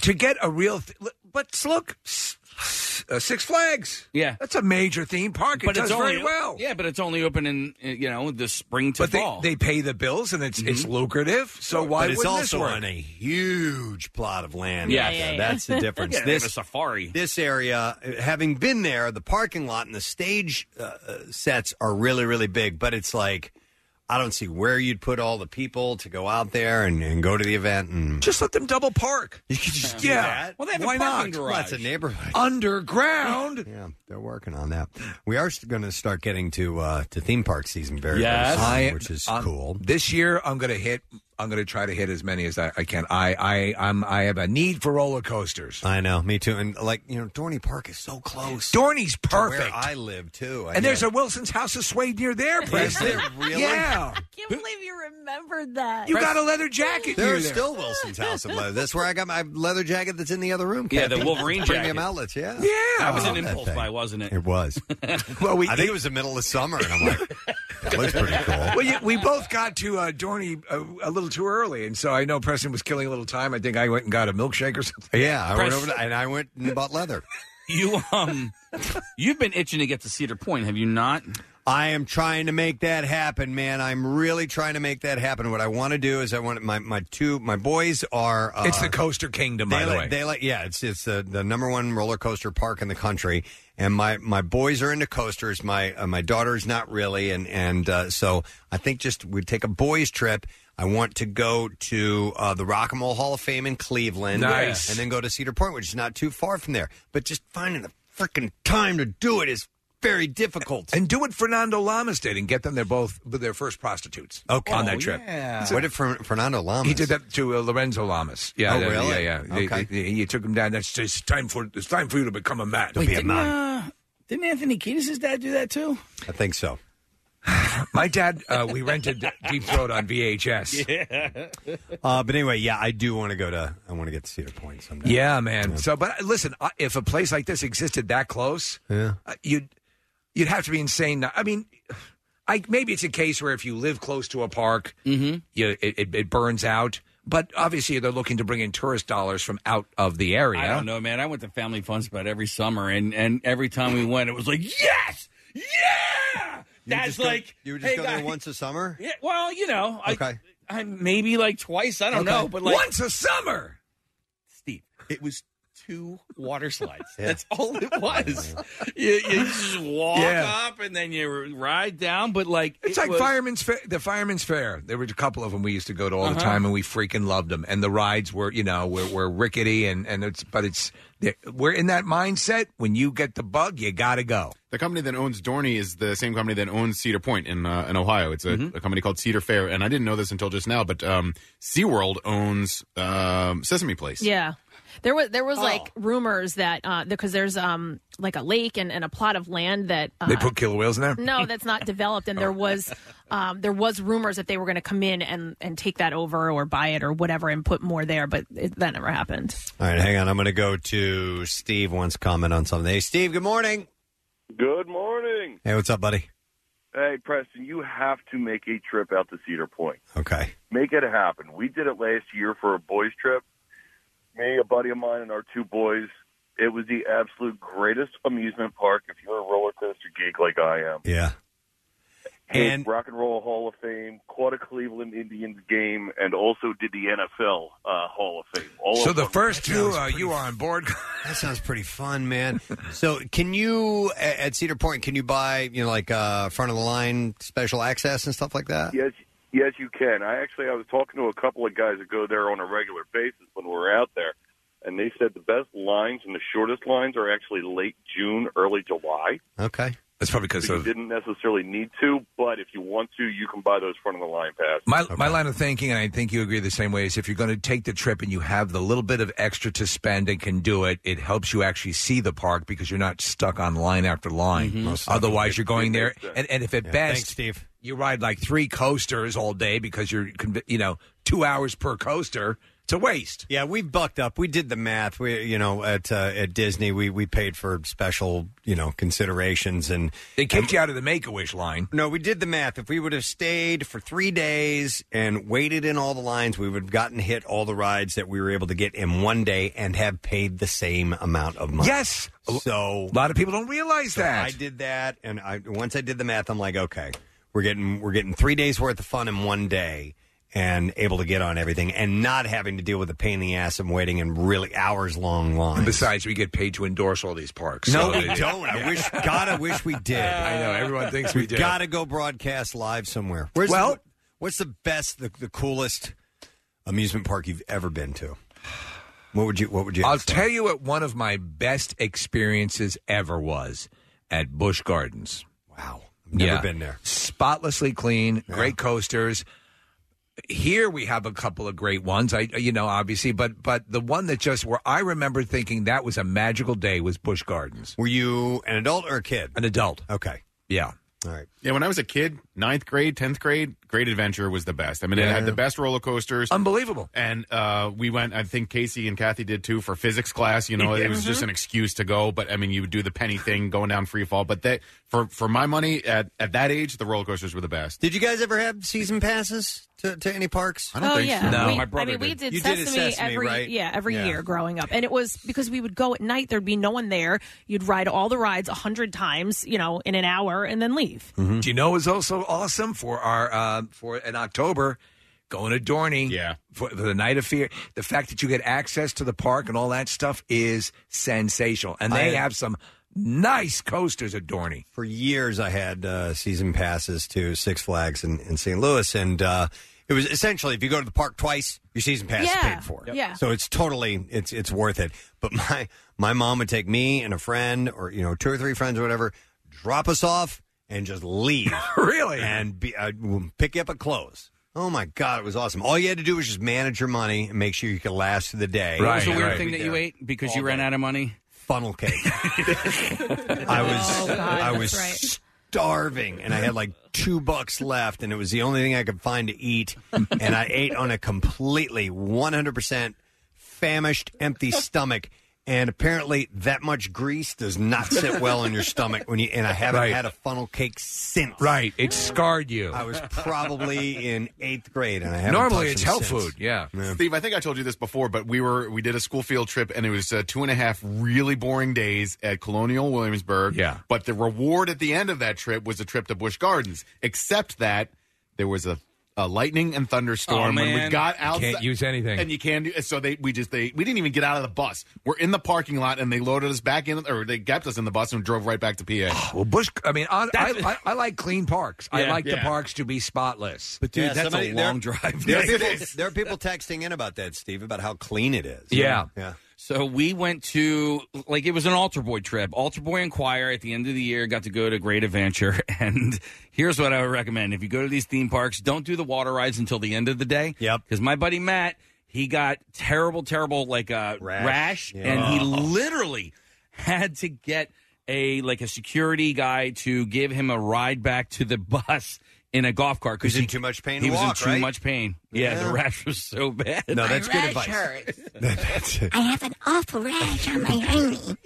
Speaker 4: to get a real th- But s- look, s- s- uh, Six Flags.
Speaker 5: Yeah,
Speaker 4: that's a major theme park. It does
Speaker 5: only,
Speaker 4: very well.
Speaker 5: Yeah, but it's only open in uh, you know the spring to
Speaker 4: But they-
Speaker 5: fall. Mm-hmm.
Speaker 4: they pay the bills and it's it's lucrative. So
Speaker 5: Sure.
Speaker 4: why
Speaker 5: But it's
Speaker 4: wouldn't this
Speaker 5: also
Speaker 4: work?
Speaker 2: on a huge plot of land.
Speaker 5: Yeah,
Speaker 2: out there.
Speaker 5: yeah, yeah.
Speaker 2: that's the difference.
Speaker 5: Yeah, they have a safari.
Speaker 2: This area, uh, having been there, the parking lot and the stage uh, uh, sets are really, really big. But it's like, I don't see where you'd put all the people to go out there and, and go to the event and
Speaker 4: just let them double park.
Speaker 2: You could just do
Speaker 4: Yeah.
Speaker 2: that.
Speaker 4: Well, they have a
Speaker 2: Why
Speaker 4: parking
Speaker 2: not?
Speaker 4: garage.
Speaker 2: Well, it's a neighborhood
Speaker 4: underground.
Speaker 2: Yeah, they're working on that. We are going to start getting to uh, to theme park season very,
Speaker 4: Yes.
Speaker 2: very
Speaker 4: I-
Speaker 2: soon, which is
Speaker 4: I'm-
Speaker 2: cool.
Speaker 4: This year, I'm going to hit. I'm going to try to hit as many as I, I can. I I I'm, I have a need for roller coasters.
Speaker 2: I know, me too. And like you know, Dorney Park is so close.
Speaker 4: Dorney's
Speaker 2: to where
Speaker 4: perfect.
Speaker 2: I live too, I
Speaker 4: and there's
Speaker 2: know.
Speaker 4: a Wilson's House of Suede near there, Preston.
Speaker 2: there really?
Speaker 4: Yeah,
Speaker 3: can't believe you remembered that.
Speaker 4: you got a leather jacket.
Speaker 2: There
Speaker 4: near
Speaker 2: is still Wilson's House of Leather. That's where I got my leather jacket. That's in the other room.
Speaker 5: yeah, the
Speaker 2: Kathy.
Speaker 5: Wolverine
Speaker 2: Premium
Speaker 5: jacket.
Speaker 2: outlets. Yeah,
Speaker 5: that was
Speaker 2: I
Speaker 5: an
Speaker 2: love that
Speaker 5: impulse
Speaker 2: thing.
Speaker 5: buy, wasn't it?
Speaker 2: It was.
Speaker 4: well, we
Speaker 2: I think it was the middle of summer, and I'm like, that looks pretty cool.
Speaker 4: well, yeah, we both got to uh, Dorney a, a little too early, and so I know Preston was killing a little time. I think I went and got a milkshake or something.
Speaker 2: Yeah, I went over to, and I went and bought leather.
Speaker 5: You um, you've been itching to get to Cedar Point, have you not?
Speaker 2: I am trying to make that happen, man. I'm really trying to make that happen. What I want to do is I want my my two my boys are. Uh,
Speaker 4: It's the Coaster Kingdom,
Speaker 2: they
Speaker 4: by the
Speaker 2: like,
Speaker 4: way.
Speaker 2: They like yeah. It's it's the, the number one roller coaster park in the country, and my my boys are into coasters. My uh, my daughter's not really, and and uh, so I think just we take a boys trip. I want to go to uh, the Rock and Roll Hall of Fame in Cleveland,
Speaker 4: Nice.
Speaker 2: and then go to Cedar Point, which is not too far from there. But just finding the freaking time to do it is very difficult.
Speaker 4: And do what Fernando Lamas did, and get them. They're both their first prostitutes.
Speaker 2: Okay.
Speaker 4: on
Speaker 2: Oh,
Speaker 4: that trip.
Speaker 2: yeah.
Speaker 4: So-
Speaker 2: What did Fer- Fernando Lamas?
Speaker 4: He did that to uh, Lorenzo Lamas. Yeah,
Speaker 2: Oh,
Speaker 4: yeah,
Speaker 2: really?
Speaker 4: Yeah, yeah. They-
Speaker 2: Okay.
Speaker 4: they- he took him down. That's just it's time for it's time for you to become a man.
Speaker 5: Wait, didn't, Uh, didn't Anthony Kiedis' dad do that too?
Speaker 2: I think so.
Speaker 4: My dad, uh, we rented Deep Throat on VHS.
Speaker 5: Yeah.
Speaker 2: Uh, but anyway, yeah, I do want to go to. I want to get to Cedar Point someday.
Speaker 4: Yeah, man. So, but uh, listen, I- if a place like this existed that close,
Speaker 2: Yeah.
Speaker 4: uh, you'd you'd have to be insane. Not, I mean, I maybe it's a case where if you live close to a park,
Speaker 5: Mm-hmm.
Speaker 4: you, it, it, it burns out. But obviously, they're looking to bring in tourist dollars from out of the area.
Speaker 5: I don't know, man. I went to Family Fun Spot every summer, and and every time we went, it was like, yes, yeah. That's
Speaker 2: just go-
Speaker 5: like
Speaker 2: you would just
Speaker 5: hey,
Speaker 2: go there
Speaker 5: guys-
Speaker 2: once a summer.
Speaker 5: Yeah, well, you know, I,
Speaker 2: Okay.
Speaker 5: I maybe like twice. I don't
Speaker 2: Okay.
Speaker 5: know, but like
Speaker 2: Once a
Speaker 4: summer.
Speaker 5: Steve, it was two water slides. That's all it was. you, you just walk
Speaker 4: Yeah.
Speaker 5: up and then you ride down, but like
Speaker 4: It's
Speaker 5: it
Speaker 4: like
Speaker 5: was-
Speaker 4: firemen's fair, the firemen's fair. There were a couple of them we used to go to all
Speaker 5: Uh-huh.
Speaker 4: the time, and we freaking loved them. And the rides were, you know, were, were rickety, and and it's but it's they're- we're in that mindset. When you get the bug, you gotta go.
Speaker 11: The company that owns Dorney is the same company that owns Cedar Point in uh, in Ohio. It's a,
Speaker 2: Mm-hmm.
Speaker 11: a company called Cedar Fair, and I didn't know this until just now, but um, SeaWorld owns um, Sesame Place.
Speaker 3: Yeah. There was
Speaker 2: Oh.
Speaker 3: there was like rumors that uh because there's um like a lake and, and a plot of land that uh,
Speaker 5: Uh-huh.
Speaker 4: they put killer whales in there.
Speaker 3: no that's not developed and there was um there was rumors that they were going to come in and and take that over or buy it or whatever and put more there but it, that never happened.
Speaker 2: All right, hang on. I'm going to go to Steve. Wants to comment on something. Hey, Steve. Good morning.
Speaker 8: Good morning.
Speaker 2: Hey, what's up, buddy?
Speaker 8: Hey, Preston, you have to make a trip out to Cedar Point.
Speaker 2: Okay.
Speaker 8: Make it happen. We did it last year for a boys' trip. Me, a buddy of mine, and our two boys. It was the absolute greatest amusement park if you're a roller coaster geek like I am.
Speaker 2: Yeah.
Speaker 8: And Rock and Roll Hall of Fame, caught a Cleveland Indians game, and also did the NFL uh, Hall of Fame. All
Speaker 4: So
Speaker 8: of
Speaker 4: the
Speaker 8: them.
Speaker 4: first two,
Speaker 2: sounds
Speaker 4: uh, you are on board.
Speaker 2: That sounds pretty fun, man. So, can you a- at Cedar Point? Can you buy you know like uh, front of the line special access and stuff like that?
Speaker 8: Yes, yes, you can. I actually I was talking to a couple of guys that go there on a regular basis when we're out there, and they said the best lines and the shortest lines are actually late June, early July.
Speaker 2: Okay.
Speaker 4: That's probably because
Speaker 8: So you
Speaker 4: of
Speaker 8: didn't necessarily need to, but if you want to, you can buy those front of the line passes.
Speaker 4: My, my line of thinking, and I think you agree the same way, is if you're going to take the trip and you have the little bit of extra to spend and can do it, it helps you actually see the park because you're not stuck on line after line.
Speaker 2: Hmm. Mm-hmm.
Speaker 1: Mhm. Most of
Speaker 4: Otherwise,
Speaker 1: them.
Speaker 4: you're going there,
Speaker 1: Yeah.
Speaker 4: and, and if at
Speaker 1: Yeah.
Speaker 4: best,
Speaker 1: Thanks,
Speaker 2: Steve.
Speaker 4: you ride like three coasters all day because you're, conv- you know, two hours per coaster.
Speaker 2: It's a waste. Yeah, we bucked up. We did the math. We, you know, at uh, at Disney, we we paid for special, you know, considerations, and
Speaker 4: They kicked you out of the Make a Wish line.
Speaker 2: No, we did the math. If we would have stayed for three days and waited in all the lines, we would have gotten hit all the rides that we were able to get in one day and have paid the same amount of money.
Speaker 4: Yes.
Speaker 2: So
Speaker 4: a lot of people don't realize
Speaker 2: so
Speaker 4: that.
Speaker 2: I did that, and I once I did the math, I'm like, okay, we're getting we're getting three days worth of fun in one day, and able to get on everything, and not having to deal with the pain in the ass of waiting in really hours long lines.
Speaker 4: Besides, we get paid to endorse all these parks.
Speaker 2: No,
Speaker 4: so
Speaker 2: we
Speaker 4: they-
Speaker 2: don't. I wish, God, I wish we did.
Speaker 4: I know everyone thinks we
Speaker 2: We've
Speaker 4: do.
Speaker 2: Got to go broadcast live somewhere. Where's
Speaker 4: Well-
Speaker 2: the, what's the best, the, the coolest amusement park you've ever been to? What would you? What would you?
Speaker 4: I'll tell you what one of my best experiences ever was at Busch Gardens.
Speaker 2: Wow. Never been there.
Speaker 4: Spotlessly clean, great coasters. Here we have a couple of great ones. I you know, obviously, but but the one that just where I remember thinking that was a magical day was Busch Gardens.
Speaker 2: Were you an adult or a kid?
Speaker 4: An adult.
Speaker 2: Okay.
Speaker 4: Yeah.
Speaker 2: All right.
Speaker 11: Yeah, when I was a kid, ninth grade, tenth grade, Great Adventure was the best. I mean, it
Speaker 4: Yeah.
Speaker 11: had the best roller coasters,
Speaker 4: unbelievable.
Speaker 11: And uh, we went. I think Casey and Kathy did too for physics class. You know, it was just
Speaker 4: Mhm.
Speaker 11: an excuse to go. But I mean, you would do the penny thing, going down free fall. But that for for my money, at at that age, the roller coasters were the best.
Speaker 2: Did you guys ever have season passes to, to any parks?
Speaker 11: I don't Oh, think
Speaker 3: yeah.
Speaker 11: No.
Speaker 3: We-
Speaker 11: My brother
Speaker 3: I mean, we
Speaker 11: did.
Speaker 3: did,
Speaker 2: You did
Speaker 3: sesame,
Speaker 2: a Sesame,
Speaker 3: every
Speaker 2: right?
Speaker 3: yeah every
Speaker 2: Yeah.
Speaker 3: year growing up, and it was because we would go at night. There'd be no one there. You'd ride all the rides a hundred times, you know, in an hour, and then leave.
Speaker 2: Mm-hmm.
Speaker 4: Do you know it was also awesome for our uh, for in October going to Dorney? Yeah, for, for the Night of Fear. The fact that you get access to the park and all that stuff is sensational, and they
Speaker 2: I-
Speaker 4: have some nice coasters at Dorney.
Speaker 2: For years, I had uh, season passes to Six Flags in, in St. Louis, and uh, it was essentially if you go to the park twice, your season pass is
Speaker 7: Yeah.
Speaker 2: paid for.
Speaker 7: Yep. Yeah.
Speaker 2: So it's totally it's it's worth it. But my my mom would take me and a friend, or you know, two or three friends, or whatever, drop us off and just leave.
Speaker 4: really?
Speaker 2: And be, uh, pick up a clothes. Oh my God, it was awesome. All you had to do was just manage your money and make sure you could last through the day.
Speaker 5: What was the weird thing that you ate because you ran out of money?
Speaker 2: Funnel cake. I was
Speaker 5: God,
Speaker 2: I was
Speaker 5: that's right.
Speaker 2: starving, and I had like two bucks left, and it was the only thing I could find to eat, and I ate on a completely one hundred percent famished, empty stomach. And apparently, that much grease does not sit well on your stomach when you. And I haven't
Speaker 4: Right.
Speaker 2: had a funnel cake since.
Speaker 4: Right, it scarred you.
Speaker 2: I was probably in eighth grade, and I haven't
Speaker 11: Normally,
Speaker 2: touched
Speaker 11: it's
Speaker 2: them
Speaker 11: health
Speaker 2: since.
Speaker 11: food. Yeah. Steve, I think I told you this before, but we were we did a school field trip, and it was uh, two and a half really boring days at Colonial Williamsburg. Yeah, but the reward at the end of that trip was a trip to Busch Gardens, except that there was a. A lightning and thunderstorm
Speaker 4: Oh,
Speaker 11: when we
Speaker 4: man.
Speaker 11: got
Speaker 4: You
Speaker 11: out.
Speaker 4: can't use anything.
Speaker 11: and you can't. do- So they, we just they, we didn't even get out of the bus. We're in the parking lot, and they loaded us back in, or they kept us in the bus and drove right back to PA.
Speaker 4: Well, Bush. I mean, I, I, I, I like clean parks. I
Speaker 11: Yeah.
Speaker 4: like the
Speaker 11: Yeah.
Speaker 4: parks to be spotless.
Speaker 2: But dude, Yeah, that's a somebody- long they're- drive. There are, people, there are people texting in about that, Steve, about how clean it is.
Speaker 5: Yeah.
Speaker 2: yeah.
Speaker 5: So we went to like it was an altar boy trip. Altar boy and choir at the end of the year got to go to Great Adventure. And here's what I would recommend: if you go to these theme parks, don't do the water rides until the end of the day. Yep. Because my buddy Matt, he got terrible, terrible like uh, rash, and he
Speaker 4: Yeah.
Speaker 2: Oh.
Speaker 5: literally had to get a like a security guy to give him a ride back to the bus. In a golf cart because
Speaker 2: He's in too much pain
Speaker 5: He
Speaker 2: to
Speaker 5: was
Speaker 2: walk,
Speaker 5: in too
Speaker 2: right?
Speaker 5: much pain. Yeah,
Speaker 2: Yeah.
Speaker 5: the rash was so bad.
Speaker 2: No, that's good advice.
Speaker 12: I have an awful rash on my hiney.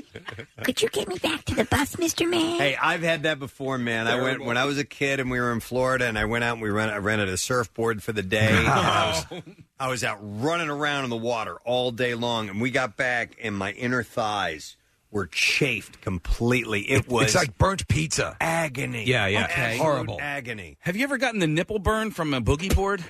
Speaker 12: Could you get me back to the bus, Mr. Man?
Speaker 2: Hey, I've had that before, man. I went when I was a kid, and we were in Florida, and I went out and we rent, I rented a surfboard for the day. and I, was, I was out running around in the water all day long, and we got back, and my inner thighs were chafed completely. It was
Speaker 4: it's like burnt pizza.
Speaker 2: agony.
Speaker 4: Yeah, yeah,
Speaker 2: Absolute
Speaker 4: horrible.
Speaker 2: agony.
Speaker 5: Have you ever gotten the nipple burn from a boogie board?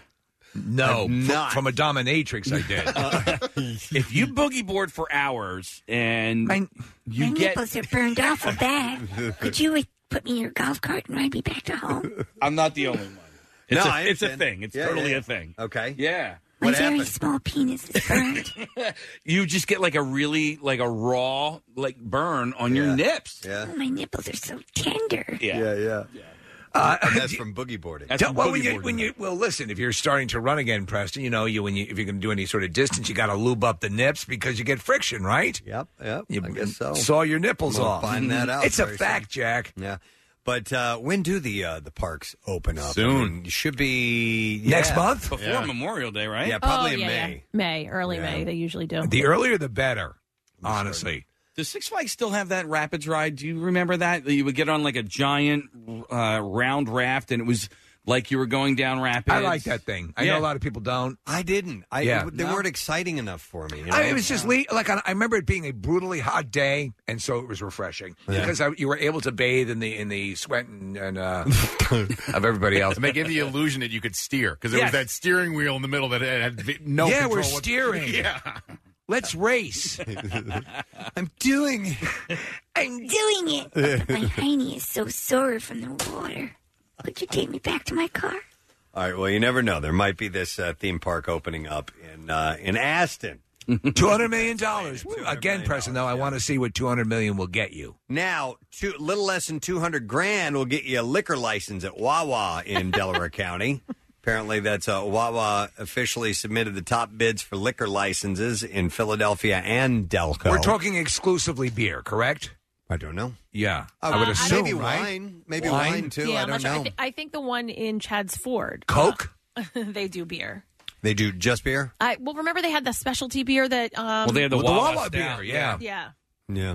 Speaker 4: No,
Speaker 5: I've not.
Speaker 4: from a dominatrix, I did.
Speaker 5: if you boogie board for hours and you
Speaker 12: my
Speaker 5: get,
Speaker 12: nipples are burned awful bad. Could you uh, put me in your golf cart and ride me back to home?
Speaker 5: I'm not the only one.
Speaker 2: No,
Speaker 5: It's,
Speaker 2: I
Speaker 5: a, it's a
Speaker 2: understand.
Speaker 5: thing. It's
Speaker 2: Yeah,
Speaker 5: totally
Speaker 2: yeah.
Speaker 5: a thing.
Speaker 2: Okay.
Speaker 5: Yeah.
Speaker 12: my very small penis is burned.
Speaker 5: You just get like a really like a raw like burn on your nips.
Speaker 2: Yeah.
Speaker 12: my nipples are so tender.
Speaker 5: Yeah.
Speaker 2: Yeah, yeah.
Speaker 4: Uh,
Speaker 2: that's from boogie boarding.
Speaker 4: Don't- well, when you, when you well, listen. If you're starting to run again, Preston, you know you when you if you're going to do any sort of distance, you got to lube up the nips because you get friction, right?
Speaker 2: Yep, yep.
Speaker 4: You
Speaker 2: I guess so.
Speaker 4: Saw your nipples
Speaker 2: We'll
Speaker 4: off. Mm-hmm.
Speaker 2: find that out
Speaker 4: It's a
Speaker 2: very
Speaker 4: fact, Jack.
Speaker 2: Yeah. But uh, when do the uh, the parks open up?
Speaker 5: Soon.
Speaker 2: I mean, it should be
Speaker 4: Next
Speaker 2: yeah.
Speaker 4: month?
Speaker 5: before Memorial Day, right?
Speaker 2: Yeah, probably
Speaker 3: oh,
Speaker 2: in
Speaker 3: yeah,
Speaker 2: May.
Speaker 3: yeah. May, early May. They usually do.
Speaker 4: The earlier the better, honestly.
Speaker 5: Does Six Flags still have that rapids ride? Do you remember that? That You would get on like a giant uh, round raft, and it was like you were going down rapids.
Speaker 4: I like that thing. I know a lot of people don't.
Speaker 2: I didn't. I,
Speaker 4: Yeah.
Speaker 2: They
Speaker 4: No?
Speaker 2: weren't exciting enough for me. you know?
Speaker 4: I, it was just le- like I, I remember it being a brutally hot day, and so it was refreshing
Speaker 2: Yeah.
Speaker 4: because I, you were able to bathe in the in the sweat and, and uh, of everybody else.
Speaker 11: And they gave the illusion that you could steer because there
Speaker 4: Yes.
Speaker 11: was that steering wheel in the middle that had had no.
Speaker 4: Yeah,
Speaker 11: control
Speaker 4: we're
Speaker 11: what-
Speaker 4: steering.
Speaker 11: Yeah,
Speaker 4: Let's race.
Speaker 2: I'm doing.
Speaker 12: I'm doing it. my hiney is so sore from the water. Could you take me back to my car?
Speaker 2: All right. Well, you never know. There might be this uh, theme park opening up in uh, in Aston.
Speaker 4: Two hundred million dollars again, Preston. Though I want to see what two hundred million will get you.
Speaker 2: Now, two, little less than 200 grand will get you a liquor license at Wawa in Delaware County. Apparently, that's uh, Wawa officially submitted the top bids for liquor licenses in Philadelphia and Delco.
Speaker 4: We're talking exclusively beer, correct?
Speaker 2: I don't know.
Speaker 4: Yeah,
Speaker 2: I would assume, Maybe right? wine. Maybe Wine? wine, too.
Speaker 3: Yeah,
Speaker 2: I
Speaker 3: I'm not sure.
Speaker 2: don't know.
Speaker 3: I, thi- I think the one in Chad's Ford.
Speaker 2: Coke?
Speaker 3: they do beer.
Speaker 2: They do just beer?
Speaker 3: I well, remember they had the specialty beer that. Um,
Speaker 2: Well, they had the Well, the Wawa Wawa beer, stout, yeah.
Speaker 3: yeah.
Speaker 2: yeah. Yeah.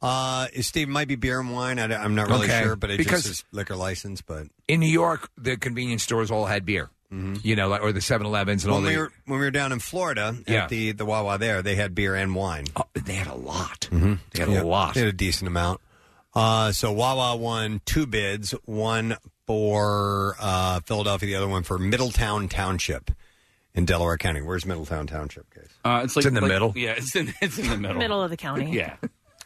Speaker 2: Uh, Steve, it might be beer and wine. I, am not really
Speaker 4: Okay.
Speaker 2: sure, but it
Speaker 4: Because-
Speaker 2: just is liquor license. But
Speaker 4: In New York, the convenience stores all had beer. You know, like or the 7-Elevens and all
Speaker 2: Mm-hmm. when we,
Speaker 4: the-
Speaker 2: were, when we were down in Florida
Speaker 4: Yeah. Oh,
Speaker 2: at the, the Wawa there, they had beer and wine.
Speaker 4: they had a lot.
Speaker 2: Mm-hmm.
Speaker 4: They had a lot.
Speaker 2: They had a decent amount. Uh, so Wawa won two bids, one for uh, Philadelphia, the other one for Middletown Township in Delaware County. Where's Middletown Township, guys?
Speaker 5: Uh, it's like
Speaker 2: It's in the
Speaker 5: like-
Speaker 2: middle.
Speaker 5: Yeah, it's in it's in the middle.
Speaker 3: Middle of the county.
Speaker 5: Yeah,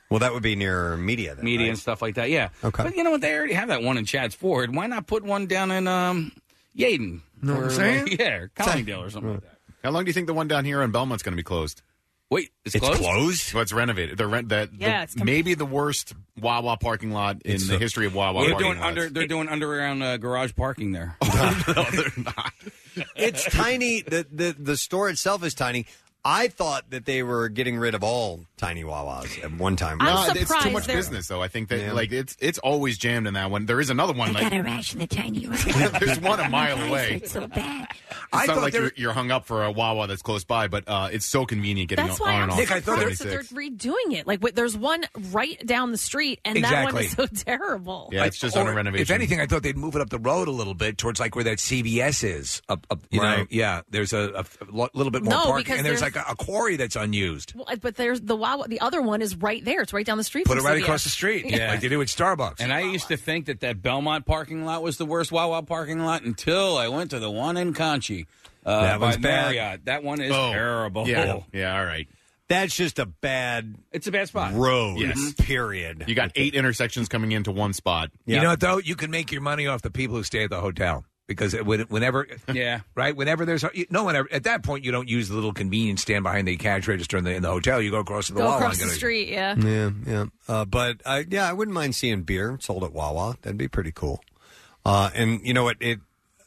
Speaker 2: Well, that would be near media. Then,
Speaker 5: media
Speaker 2: right?
Speaker 5: and stuff like that. Yeah.
Speaker 2: Okay.
Speaker 5: But you know what? They already have that one in Chad's Ford. Why not put one down in um, Yaden?
Speaker 11: Know what I'm
Speaker 5: Or,
Speaker 11: saying?
Speaker 5: like, yeah, or Collingdale or something like that.
Speaker 11: How long do you think the one down here on Belmont's going to be closed?
Speaker 5: Wait, it's It's closed?
Speaker 11: closed. Well, it's renovated. The rent that
Speaker 5: Yeah,
Speaker 11: the-
Speaker 5: it's com-
Speaker 11: maybe the worst Wawa parking lot in
Speaker 5: It's
Speaker 11: the
Speaker 5: a-
Speaker 11: history of Wawa.
Speaker 5: They're
Speaker 11: parking
Speaker 5: doing
Speaker 11: lots.
Speaker 5: under. They're doing underground uh, garage parking there.
Speaker 4: Oh,
Speaker 2: it's tiny. The, the the store itself is tiny. I thought that they were getting rid of all tiny Wawas at one time.
Speaker 11: no, it's too much business though. I think that
Speaker 2: Yeah.
Speaker 11: like it's it's always jammed in that one. There is another one
Speaker 12: I
Speaker 11: like
Speaker 12: got a rash in the tiny one.
Speaker 11: There's one a mile
Speaker 12: My eyes
Speaker 11: away.
Speaker 12: hurt so bad.
Speaker 11: It's not
Speaker 12: thought
Speaker 11: like
Speaker 12: there-
Speaker 11: you're, you're hung up for a Wawa that's close by, but uh, it's so convenient getting
Speaker 3: That's
Speaker 11: on
Speaker 3: why
Speaker 11: and
Speaker 3: I'm
Speaker 11: off.
Speaker 3: so surprised that they're redoing it. Like, wait, there's one right down the street, and that one is so
Speaker 4: Exactly.
Speaker 3: terrible.
Speaker 11: Yeah, it's just
Speaker 4: or
Speaker 11: under renovation.
Speaker 4: If anything, I thought they'd move it up the road a little bit towards like where that CVS is. Up, up you know,
Speaker 2: Right.
Speaker 4: yeah. There's a, a lo- little bit more
Speaker 3: No,
Speaker 4: parking,
Speaker 3: because
Speaker 4: and there's,
Speaker 3: there's-
Speaker 4: like a, a quarry that's unused.
Speaker 3: Well, but there's the Wawa. The other one is right there. It's right down the street.
Speaker 4: Put it
Speaker 3: from
Speaker 4: right
Speaker 3: CVS.
Speaker 4: across the street,
Speaker 3: Yeah.
Speaker 4: like they do at Starbucks.
Speaker 5: And I used to think that that Belmont parking lot was the worst Wawa parking lot until I went to the one in Conchi. Uh,
Speaker 2: That one's
Speaker 5: by
Speaker 2: bad.
Speaker 5: Marriott. That one is
Speaker 2: Oh,
Speaker 5: terrible.
Speaker 2: yeah.
Speaker 11: yeah, all right.
Speaker 2: That's just a bad.
Speaker 5: It's a bad spot.
Speaker 2: Road.
Speaker 11: Yes.
Speaker 2: Mhm. Period.
Speaker 11: You got eight intersections coming into one spot.
Speaker 4: You know what though? You can make your money off the people who stay at the hotel because it, would- whenever,
Speaker 5: yeah,
Speaker 4: right. Whenever there's you- no one ever, at that point, you don't use the little convenience stand behind the cash register in the, in the hotel. You go across to the
Speaker 3: Go
Speaker 4: Wawa
Speaker 3: across
Speaker 4: and
Speaker 3: the
Speaker 4: get a-
Speaker 3: street. Yeah.
Speaker 2: Yeah, yeah. Uh, but I, yeah, I wouldn't mind seeing beer sold at Wawa. That'd be pretty cool. Uh, and you know what? It.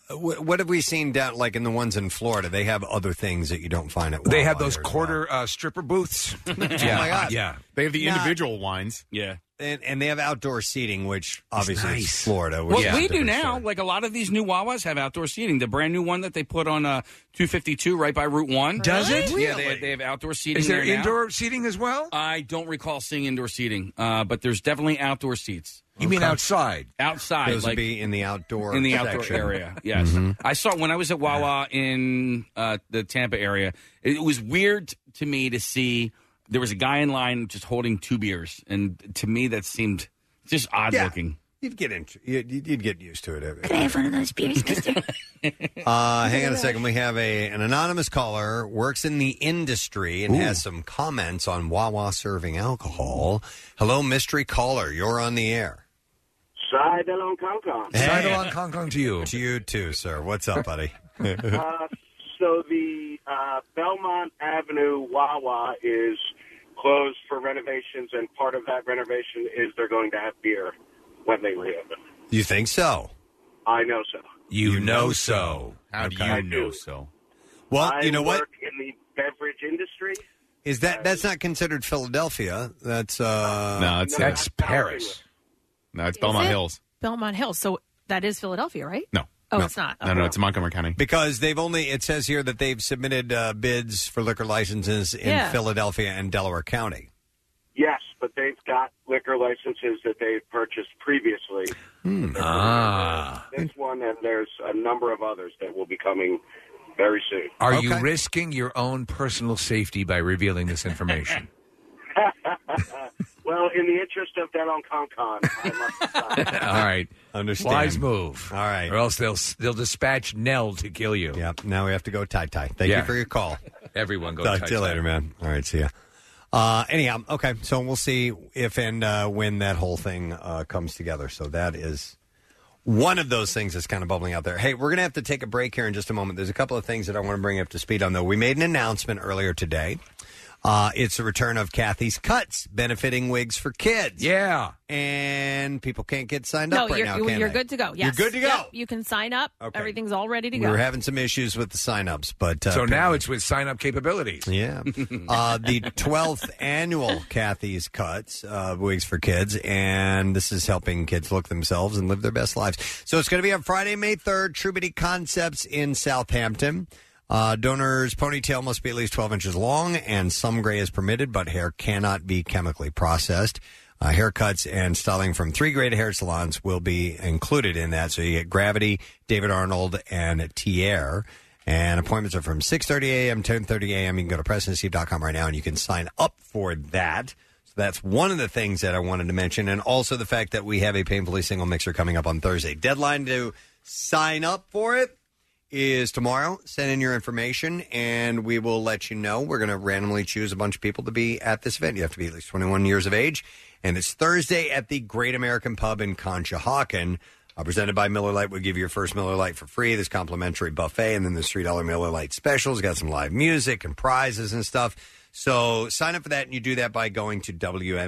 Speaker 2: wh- What have we seen down like in the ones in Florida? They have other things that you don't find at. Wawa.
Speaker 4: They have those quarter uh, stripper booths.
Speaker 2: Oh my God.
Speaker 4: yeah.
Speaker 11: They have the
Speaker 2: Nah.
Speaker 11: individual wines.
Speaker 5: Yeah.
Speaker 2: and, and they have outdoor seating, which obviously it's
Speaker 5: nice.
Speaker 2: Florida. Which
Speaker 5: What
Speaker 2: is a
Speaker 5: we do
Speaker 2: different
Speaker 5: now,
Speaker 2: story.
Speaker 5: like a lot of these new Wawas have outdoor seating. The brand new one that they put on uh, 252 right by Route 1.
Speaker 4: Does it?
Speaker 5: Yeah, they, they have outdoor seating.
Speaker 4: Is there
Speaker 5: now.
Speaker 4: indoor seating as well?
Speaker 5: I don't recall seeing indoor seating, uh, but there's definitely outdoor seats.
Speaker 4: You mean outside?
Speaker 5: Outside.
Speaker 2: Those
Speaker 5: like,
Speaker 2: would be in the outdoor
Speaker 5: in the outdoor Mm-hmm.
Speaker 2: section. Mm-hmm.
Speaker 5: area. Yes, I saw when I was at Wawa in uh, the Tampa area. It was weird to me to see there was a guy in line just holding two beers, and to me that seemed just odd
Speaker 2: Yeah.
Speaker 5: looking.
Speaker 2: You'd get into you'd, you'd get used to it.
Speaker 12: Could I have one of those beers, mister?
Speaker 2: Uh, hang on a second. We have a an anonymous caller works in the industry and
Speaker 14: Ooh.
Speaker 2: has some comments on Wawa serving alcohol. Hello, mystery caller. You're on the air.
Speaker 14: Sai de long Kong Kong.
Speaker 2: Sidalong Kong Kong to you. To you too, sir. What's up, buddy? Uh-huh.
Speaker 14: Uh, so the uh, Belmont Avenue Wawa is closed for renovations, and part of that renovation is they're going to have beer when they reopen.
Speaker 2: you think so?
Speaker 14: I know so.
Speaker 4: You, know so.
Speaker 11: How do
Speaker 2: Okay.
Speaker 11: you know so?
Speaker 2: Well,
Speaker 14: I
Speaker 2: you know what
Speaker 14: work in the beverage industry.
Speaker 2: is that? That's not considered Philadelphia. That's uh,
Speaker 11: No, it's- No, that's
Speaker 2: Paris.
Speaker 11: No, it's Belmont
Speaker 14: it?
Speaker 11: Hills.
Speaker 3: Belmont Hill. So that is Philadelphia, right?
Speaker 11: No.
Speaker 3: Oh, it's not.
Speaker 11: No, no, it's Montgomery County.
Speaker 2: Because they've only, it says here that they've submitted uh, bids for liquor licenses in
Speaker 19: Yeah.
Speaker 2: Philadelphia and Delaware County.
Speaker 19: Yes, but they've got liquor licenses that they've purchased previously.
Speaker 2: Hmm.
Speaker 4: Ah.
Speaker 19: This one, and there's a number of others that will be coming very soon.
Speaker 4: Are you risking your own personal safety by revealing this information?
Speaker 19: well, in the interest of that on ConCon, I must
Speaker 4: All
Speaker 19: decide.
Speaker 4: right.
Speaker 2: Understand.
Speaker 4: Wise move.
Speaker 2: All right.
Speaker 4: Or else they'll they'll dispatch Nell to kill you.
Speaker 2: Yeah. Now we have to go tie tie. Thank you for your call.
Speaker 4: Everyone go
Speaker 2: Talk
Speaker 4: tie
Speaker 2: to you later, man. All right, see ya. Uh, anyhow, okay, so we'll see if and uh, when that whole thing uh, comes together. So that is one of those things that's kind of bubbling out there. Hey, we're going to have to take a break here in just a moment. There's a couple of things that I want to bring up to speed on, though. We made an announcement earlier today. Uh, it's the return of Kathy's Cuts, benefiting wigs for kids.
Speaker 4: Yeah.
Speaker 2: And people can't get signed
Speaker 3: No,
Speaker 2: up right
Speaker 3: you're,
Speaker 2: now,
Speaker 3: you-
Speaker 2: can
Speaker 3: you're
Speaker 2: they?
Speaker 3: good to go.
Speaker 2: You're
Speaker 3: Yes.
Speaker 2: good to go.
Speaker 3: Yep, you can sign up.
Speaker 2: Okay.
Speaker 3: Everything's all ready to
Speaker 2: We
Speaker 3: go.
Speaker 2: were having some issues with the signups, but uh,
Speaker 4: So now it's with sign up capabilities.
Speaker 2: Yeah. uh, the 12th annual Kathy's Cuts uh, Wigs for Kids, and this is helping kids look themselves and live their best lives. So it's going to be on Friday, May 3rd, Trubity Concepts in Southampton. Uh, donors' ponytail must be at least 12 inches long, and some gray is permitted, but hair cannot be chemically processed. Uh, haircuts and styling from three great hair salons will be included in that. So you get Gravity, David Arnold, and Tier. And appointments are from 6.30 a.m., 10.30 a.m. You can go to PresidentSteve.com right now and you can sign up for that. So that's one of the things that I wanted to mention. And also the fact that we have a painfully single mixer coming up on Thursday. Deadline to sign up for it is tomorrow. Send in your information and we will let you know. We're going to randomly choose a bunch of people to be at this event. You have to be at least 21 years of age. And it's Thursday at the Great American Pub in Conshohocken. Uh, presented by Miller Lite, we give you your first Miller Lite for free. This complimentary buffet, and then the three dollar Miller Lite specials. Got some live music and prizes and stuff. So sign up for that, and you do that by going to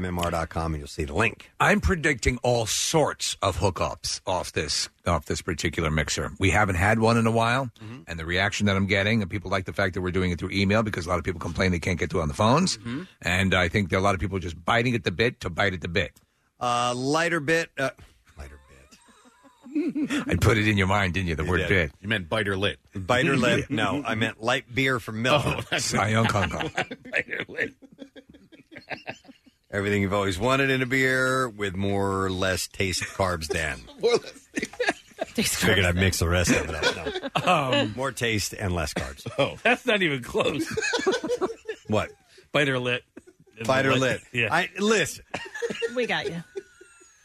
Speaker 2: wmmr.com, and you'll see the link.
Speaker 4: I'm predicting all sorts of hookups off this off this particular mixer. We haven't had one in a while,
Speaker 2: Mm-hmm.
Speaker 4: and the reaction that I'm getting, and people like the fact that we're doing it through email because a lot of people complain they can't get to it on the phones,
Speaker 2: Mm-hmm.
Speaker 4: and I think there are a lot of people just biting at the bit to bite at the bit.
Speaker 2: Uh, lighter bit. Uh, lighter
Speaker 4: bit. I put it in your mind, didn't you? The word
Speaker 2: did.
Speaker 4: bit.
Speaker 11: You meant biter lit.
Speaker 2: Biter lip. No, I meant light beer from Miller.
Speaker 4: Sayong Kong Kong.
Speaker 2: Everything you've always wanted in a beer with more or less taste carbs than.
Speaker 7: More or less.
Speaker 2: Figured I'd mix the rest of it up. No.
Speaker 5: Um,
Speaker 2: more taste and less carbs.
Speaker 5: Oh, that's not even close.
Speaker 2: What?
Speaker 5: Biter lit. Is
Speaker 2: Fighter
Speaker 5: it like-
Speaker 2: lit.
Speaker 5: Yeah.
Speaker 2: I, listen.
Speaker 3: we got you.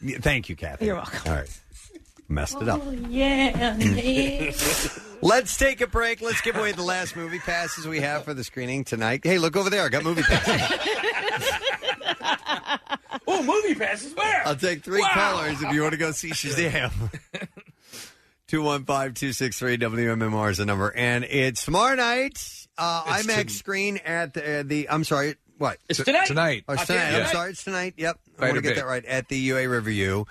Speaker 2: Yeah, Thank you, Kathy.
Speaker 3: You're welcome.
Speaker 2: All right. Messed it up.
Speaker 3: Oh, yeah.
Speaker 2: Let's take a break. Let's give away the last movie passes we have for the screening tonight. Hey, look over there. I got movie passes.
Speaker 5: oh, movie passes where?
Speaker 2: I'll take three callers if you want to go see Shazam. 215-263-WMMR is the number. And it's tomorrow night. Uh,
Speaker 7: It's
Speaker 2: IMAX
Speaker 7: to-
Speaker 2: screen at the, uh, the, I'm sorry, what?
Speaker 7: It's tonight. Tonight.
Speaker 2: Oh, it's
Speaker 7: Uh,
Speaker 2: tonight.
Speaker 7: yeah.
Speaker 2: I'm sorry, it's tonight. Yep. I
Speaker 7: Right
Speaker 2: want to
Speaker 7: a
Speaker 2: get
Speaker 7: bit.
Speaker 2: that right. At the UA Riverview.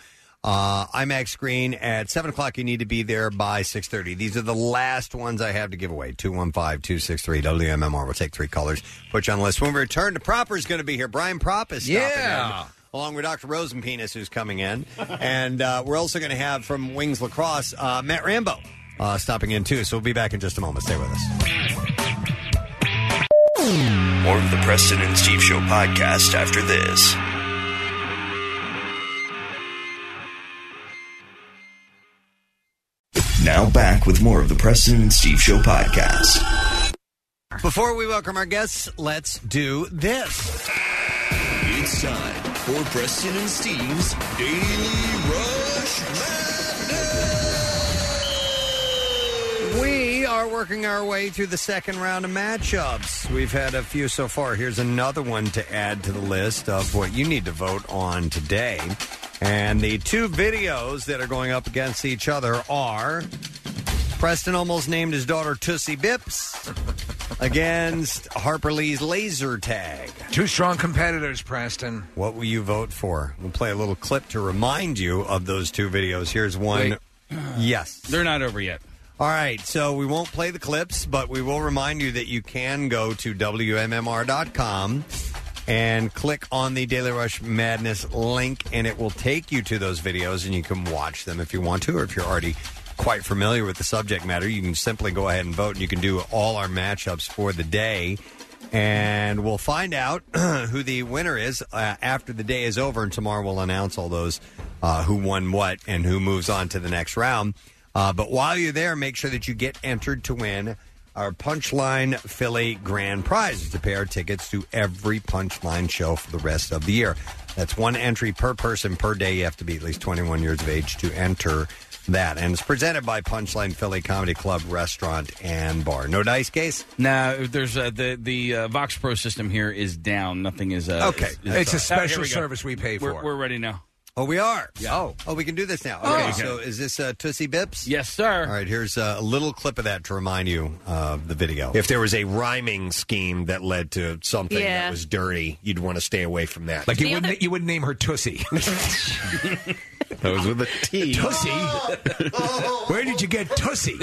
Speaker 2: Uh, IMAX screen at 7 o'clock. You need to be there by 6.30. These are the last ones I have to give away. 215-263-WMMR. We'll take three callers. Put you on the list. When we return, the Proper is going to be here. Brian Propp is stopping
Speaker 7: Yeah.
Speaker 2: in, Along with Dr. Rosenpenis, who's coming in. And uh, we're also going to have from Wings Lacrosse, uh, Matt Rambo uh, stopping in, too. So we'll be back in just a moment. Stay with us.
Speaker 6: More of the Preston and Steve Show podcast after this. Now back with more of the Preston and Steve Show podcast.
Speaker 2: Before we welcome our guests, let's do this.
Speaker 6: It's time for Preston and Steve's Daily Rush
Speaker 2: We are working our way through the second round of matchups. We've had a few so far. Here's another one to add to the list of what you need to vote on today. And the two videos that are going up against each other are Preston almost named his daughter Tussie Bips against Harper Lee's laser tag.
Speaker 4: Two strong competitors, Preston.
Speaker 2: What will you vote for? We'll play a little clip to remind you of those two videos. Here's one. Yes.
Speaker 5: They're not over yet.
Speaker 2: All right, so we won't play the clips, but we will remind you that you can go to WMMR.com and click on the Daily Rush Madness link, and it will take you to those videos, and you can watch them if you want to, or if you're already quite familiar with the subject matter, you can simply go ahead and vote, and you can do all our matchups for the day. And we'll find out who the winner is uh, after the day is over, and tomorrow we'll announce all those uh, who won what and who moves on to the next round. Uh, but while you're there, make sure that you get entered to win our Punchline Philly grand prize. It's a pair of tickets to every Punchline show for the rest of the year. That's one entry per person per day. You have to be at least 21 years of age to enter that. And it's presented by Punchline Philly Comedy Club, Restaurant, and Bar. No dice case?
Speaker 5: Now, there's uh, the the uh, Vox Pro system here is down. Nothing is uh,
Speaker 2: Okay.
Speaker 5: is- is-
Speaker 2: It's a
Speaker 5: Oh, here
Speaker 2: special
Speaker 5: we go.
Speaker 2: service we pay
Speaker 5: We're-
Speaker 2: for.
Speaker 5: We're ready now.
Speaker 2: Oh, we are.
Speaker 5: Yeah.
Speaker 2: Oh, oh, we can do this now. Okay,
Speaker 5: Oh.
Speaker 2: so is this uh, Tootsie Bips?
Speaker 5: Yes, sir.
Speaker 2: All right, here's uh, a little clip of that to remind you of the video. If there was a rhyming scheme that led to something
Speaker 9: Yeah.
Speaker 2: that was dirty, you'd want to stay away from that.
Speaker 9: Like you wouldn't you wouldn't name her Tussie.
Speaker 2: Those were the T.
Speaker 9: Tussie. Where did you get Tussie?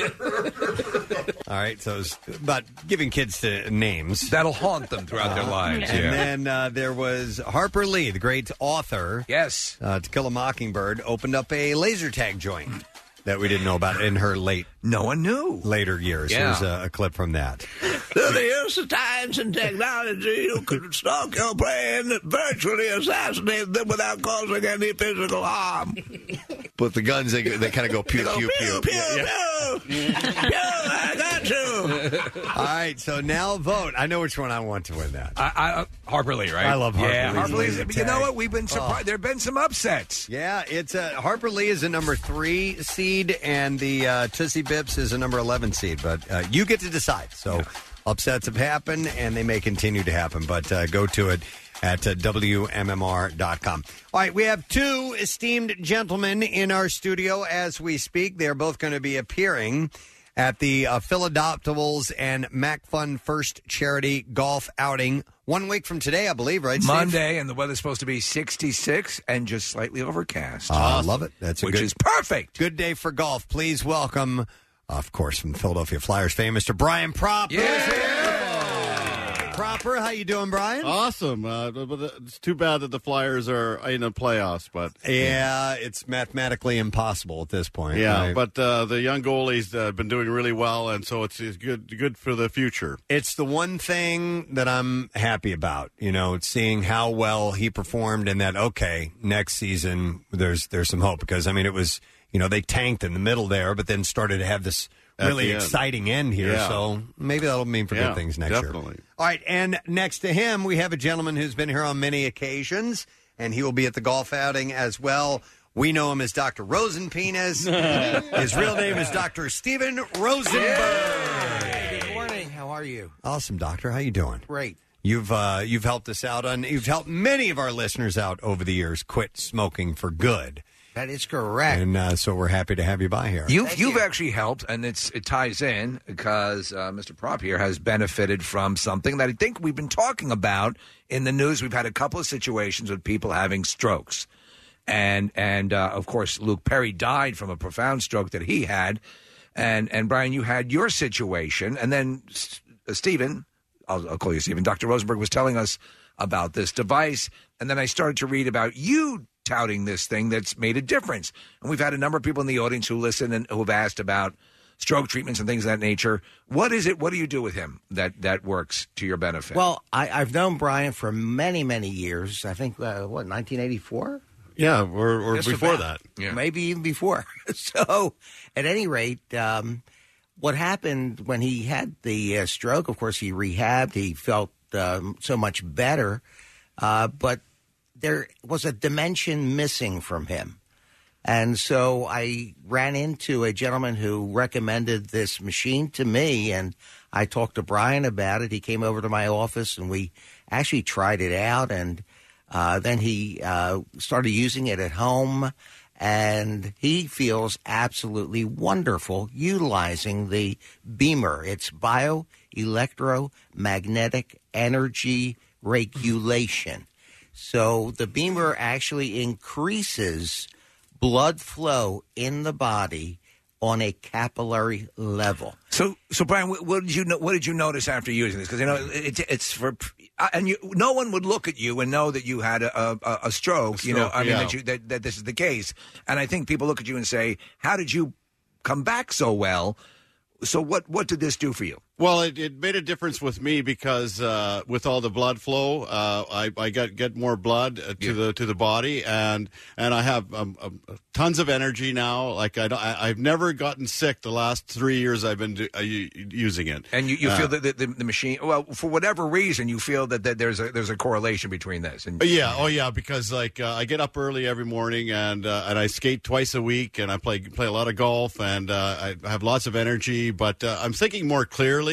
Speaker 2: All right, so it's about giving kids the names Uh-huh.
Speaker 4: that'll haunt them throughout their lives.
Speaker 2: And
Speaker 4: yeah.
Speaker 2: then uh, there was Harper Lee, the great author.
Speaker 4: Yes,
Speaker 2: uh, To Kill a Mockingbird opened up a laser tag joint that we didn't know about in her late.
Speaker 4: No one knew
Speaker 2: later years.
Speaker 24: Yeah.
Speaker 2: Here's a, a clip from that.
Speaker 24: Through the use of science and technology, you can stalk your prey and virtually assassinate them without causing any physical harm.
Speaker 15: But the guns, they, they kind of go pew, pew, pew. Yeah, yeah.
Speaker 24: I got you.
Speaker 2: All right, so now vote. I know which one I want to win that.
Speaker 4: I, I, Harper Lee, right?
Speaker 2: I love Harper
Speaker 4: yeah,
Speaker 2: Lee's
Speaker 4: Harper Lee's-
Speaker 2: laser
Speaker 4: You know
Speaker 2: tag.
Speaker 4: what? We've been surprised. There have been some upsets.
Speaker 2: Oh. Yeah, it's uh, Harper Lee is a number three seed, and the uh, Tootsie Bips is a number eleven seed. But uh, you get to decide. So upsets have happened, and they may continue to happen. But uh, go to it at uh, wmmr.com. All right, we have two esteemed gentlemen in our studio as we speak. They're both going to be appearing at the uh, Philadoptables and MacFun First Charity Golf Outing one week from today, I believe. Right, Steve?
Speaker 4: Monday, and the weather's supposed to be 66 and just slightly overcast.
Speaker 2: I love it. That's a
Speaker 4: which
Speaker 2: good,
Speaker 4: is perfect.
Speaker 2: Ah. Good day for golf. Please welcome, of course, from Philadelphia Flyers fame, Mr. Brian Prop. Proper, how you doing, Brian?
Speaker 15: Awesome. Uh, but- but it's too bad that the Flyers are in the playoffs, but
Speaker 2: Yeah, it's mathematically impossible at this point.
Speaker 15: yeah.
Speaker 2: I-
Speaker 15: But uh, the young goalies have uh, been doing really well, and so it's, it's good good for the future.
Speaker 2: it's the one thing that I'm happy about, you know, seeing how well he performed and that okay, next season there's there's some hope because I mean it was you know, they tanked in the middle there, but then started to have this
Speaker 15: At
Speaker 2: really
Speaker 15: the end.
Speaker 2: exciting end here.
Speaker 15: Yeah.
Speaker 2: So maybe that'll mean for
Speaker 15: Yeah,
Speaker 2: good things next year.
Speaker 15: definitely.
Speaker 2: All right, and next to him, we have a gentleman who's been here on many occasions, and he will be at the golf outing as well. We know him as Dr. Rosenpenis. His real name is Dr. Steven Rosenberg.
Speaker 9: Good morning. How are you?
Speaker 2: Awesome, Doctor. How you doing?
Speaker 9: Great.
Speaker 2: You've uh, you've helped us out on you've helped many of our listeners out over the years quit smoking for good,
Speaker 9: That is correct.
Speaker 2: and uh, so we're happy to have you by here.
Speaker 4: You've, you've actually helped, and it's it ties in because uh, Mr. Prop here has benefited from something that I think we've been talking about in the news. We've had a couple of situations with people having strokes, and and uh, of course Luke Perry died from a profound stroke that he had, and and Brian, you had your situation, and then S- uh, Stephen, I'll, I'll call you Stephen. Dr. Rosenberg was telling us about this device, and then I started to read about you touting this thing that's made a difference. And we've had a number of people in the audience who listen and who have asked about stroke treatments and things of that nature. What is it? What do you do with him that that works to your benefit?
Speaker 13: Well, I, I've known Brian for many, many years. I think uh, what 1984.
Speaker 15: Yeah, or, or
Speaker 13: Just
Speaker 15: before
Speaker 13: about.
Speaker 15: that. Yeah.
Speaker 13: maybe even before. so, at any rate, um, what happened when he had the uh, stroke? Of course, he rehabbed. He felt um, so much better, uh, but there was a dimension missing from him. And so I ran into a gentleman who recommended this machine to me, and I talked to Brian about it. He came over to my office, and we actually tried it out, and uh, then he uh, started using it at home, and he feels absolutely wonderful utilizing the Beamer. It's bioelectromagnetic energy regulation. So the Beamer actually increases blood flow in the body on a capillary level.
Speaker 4: So, so Brian, what, what did you know, what did you notice after using this? Because you know it, it, it's for uh, and you, no one would look at you and know that you had a a, a stroke. you know,
Speaker 16: stroke,
Speaker 4: I mean
Speaker 16: yeah.
Speaker 4: that you that, that this is the case. And I think people look at you and say, "How did you come back so well?" So what what did this do for you?
Speaker 15: Well, it, it made a difference with me because uh, with all the blood flow, uh, I, I got get more blood uh, to the to the body, and and I have um, um, tons of energy now. Like I, don't- I have never gotten sick the last three years I've been do, uh, u- using it.
Speaker 4: And you, you
Speaker 15: Uh,
Speaker 4: feel that the, the, the machine, well, for whatever reason, you feel that, that there's a there's a correlation between this. And
Speaker 15: Yeah, oh yeah, because like uh, I get up early every morning and uh, and I skate twice a week and I play play a lot of golf and uh, I have lots of energy, but uh, I'm thinking more clearly.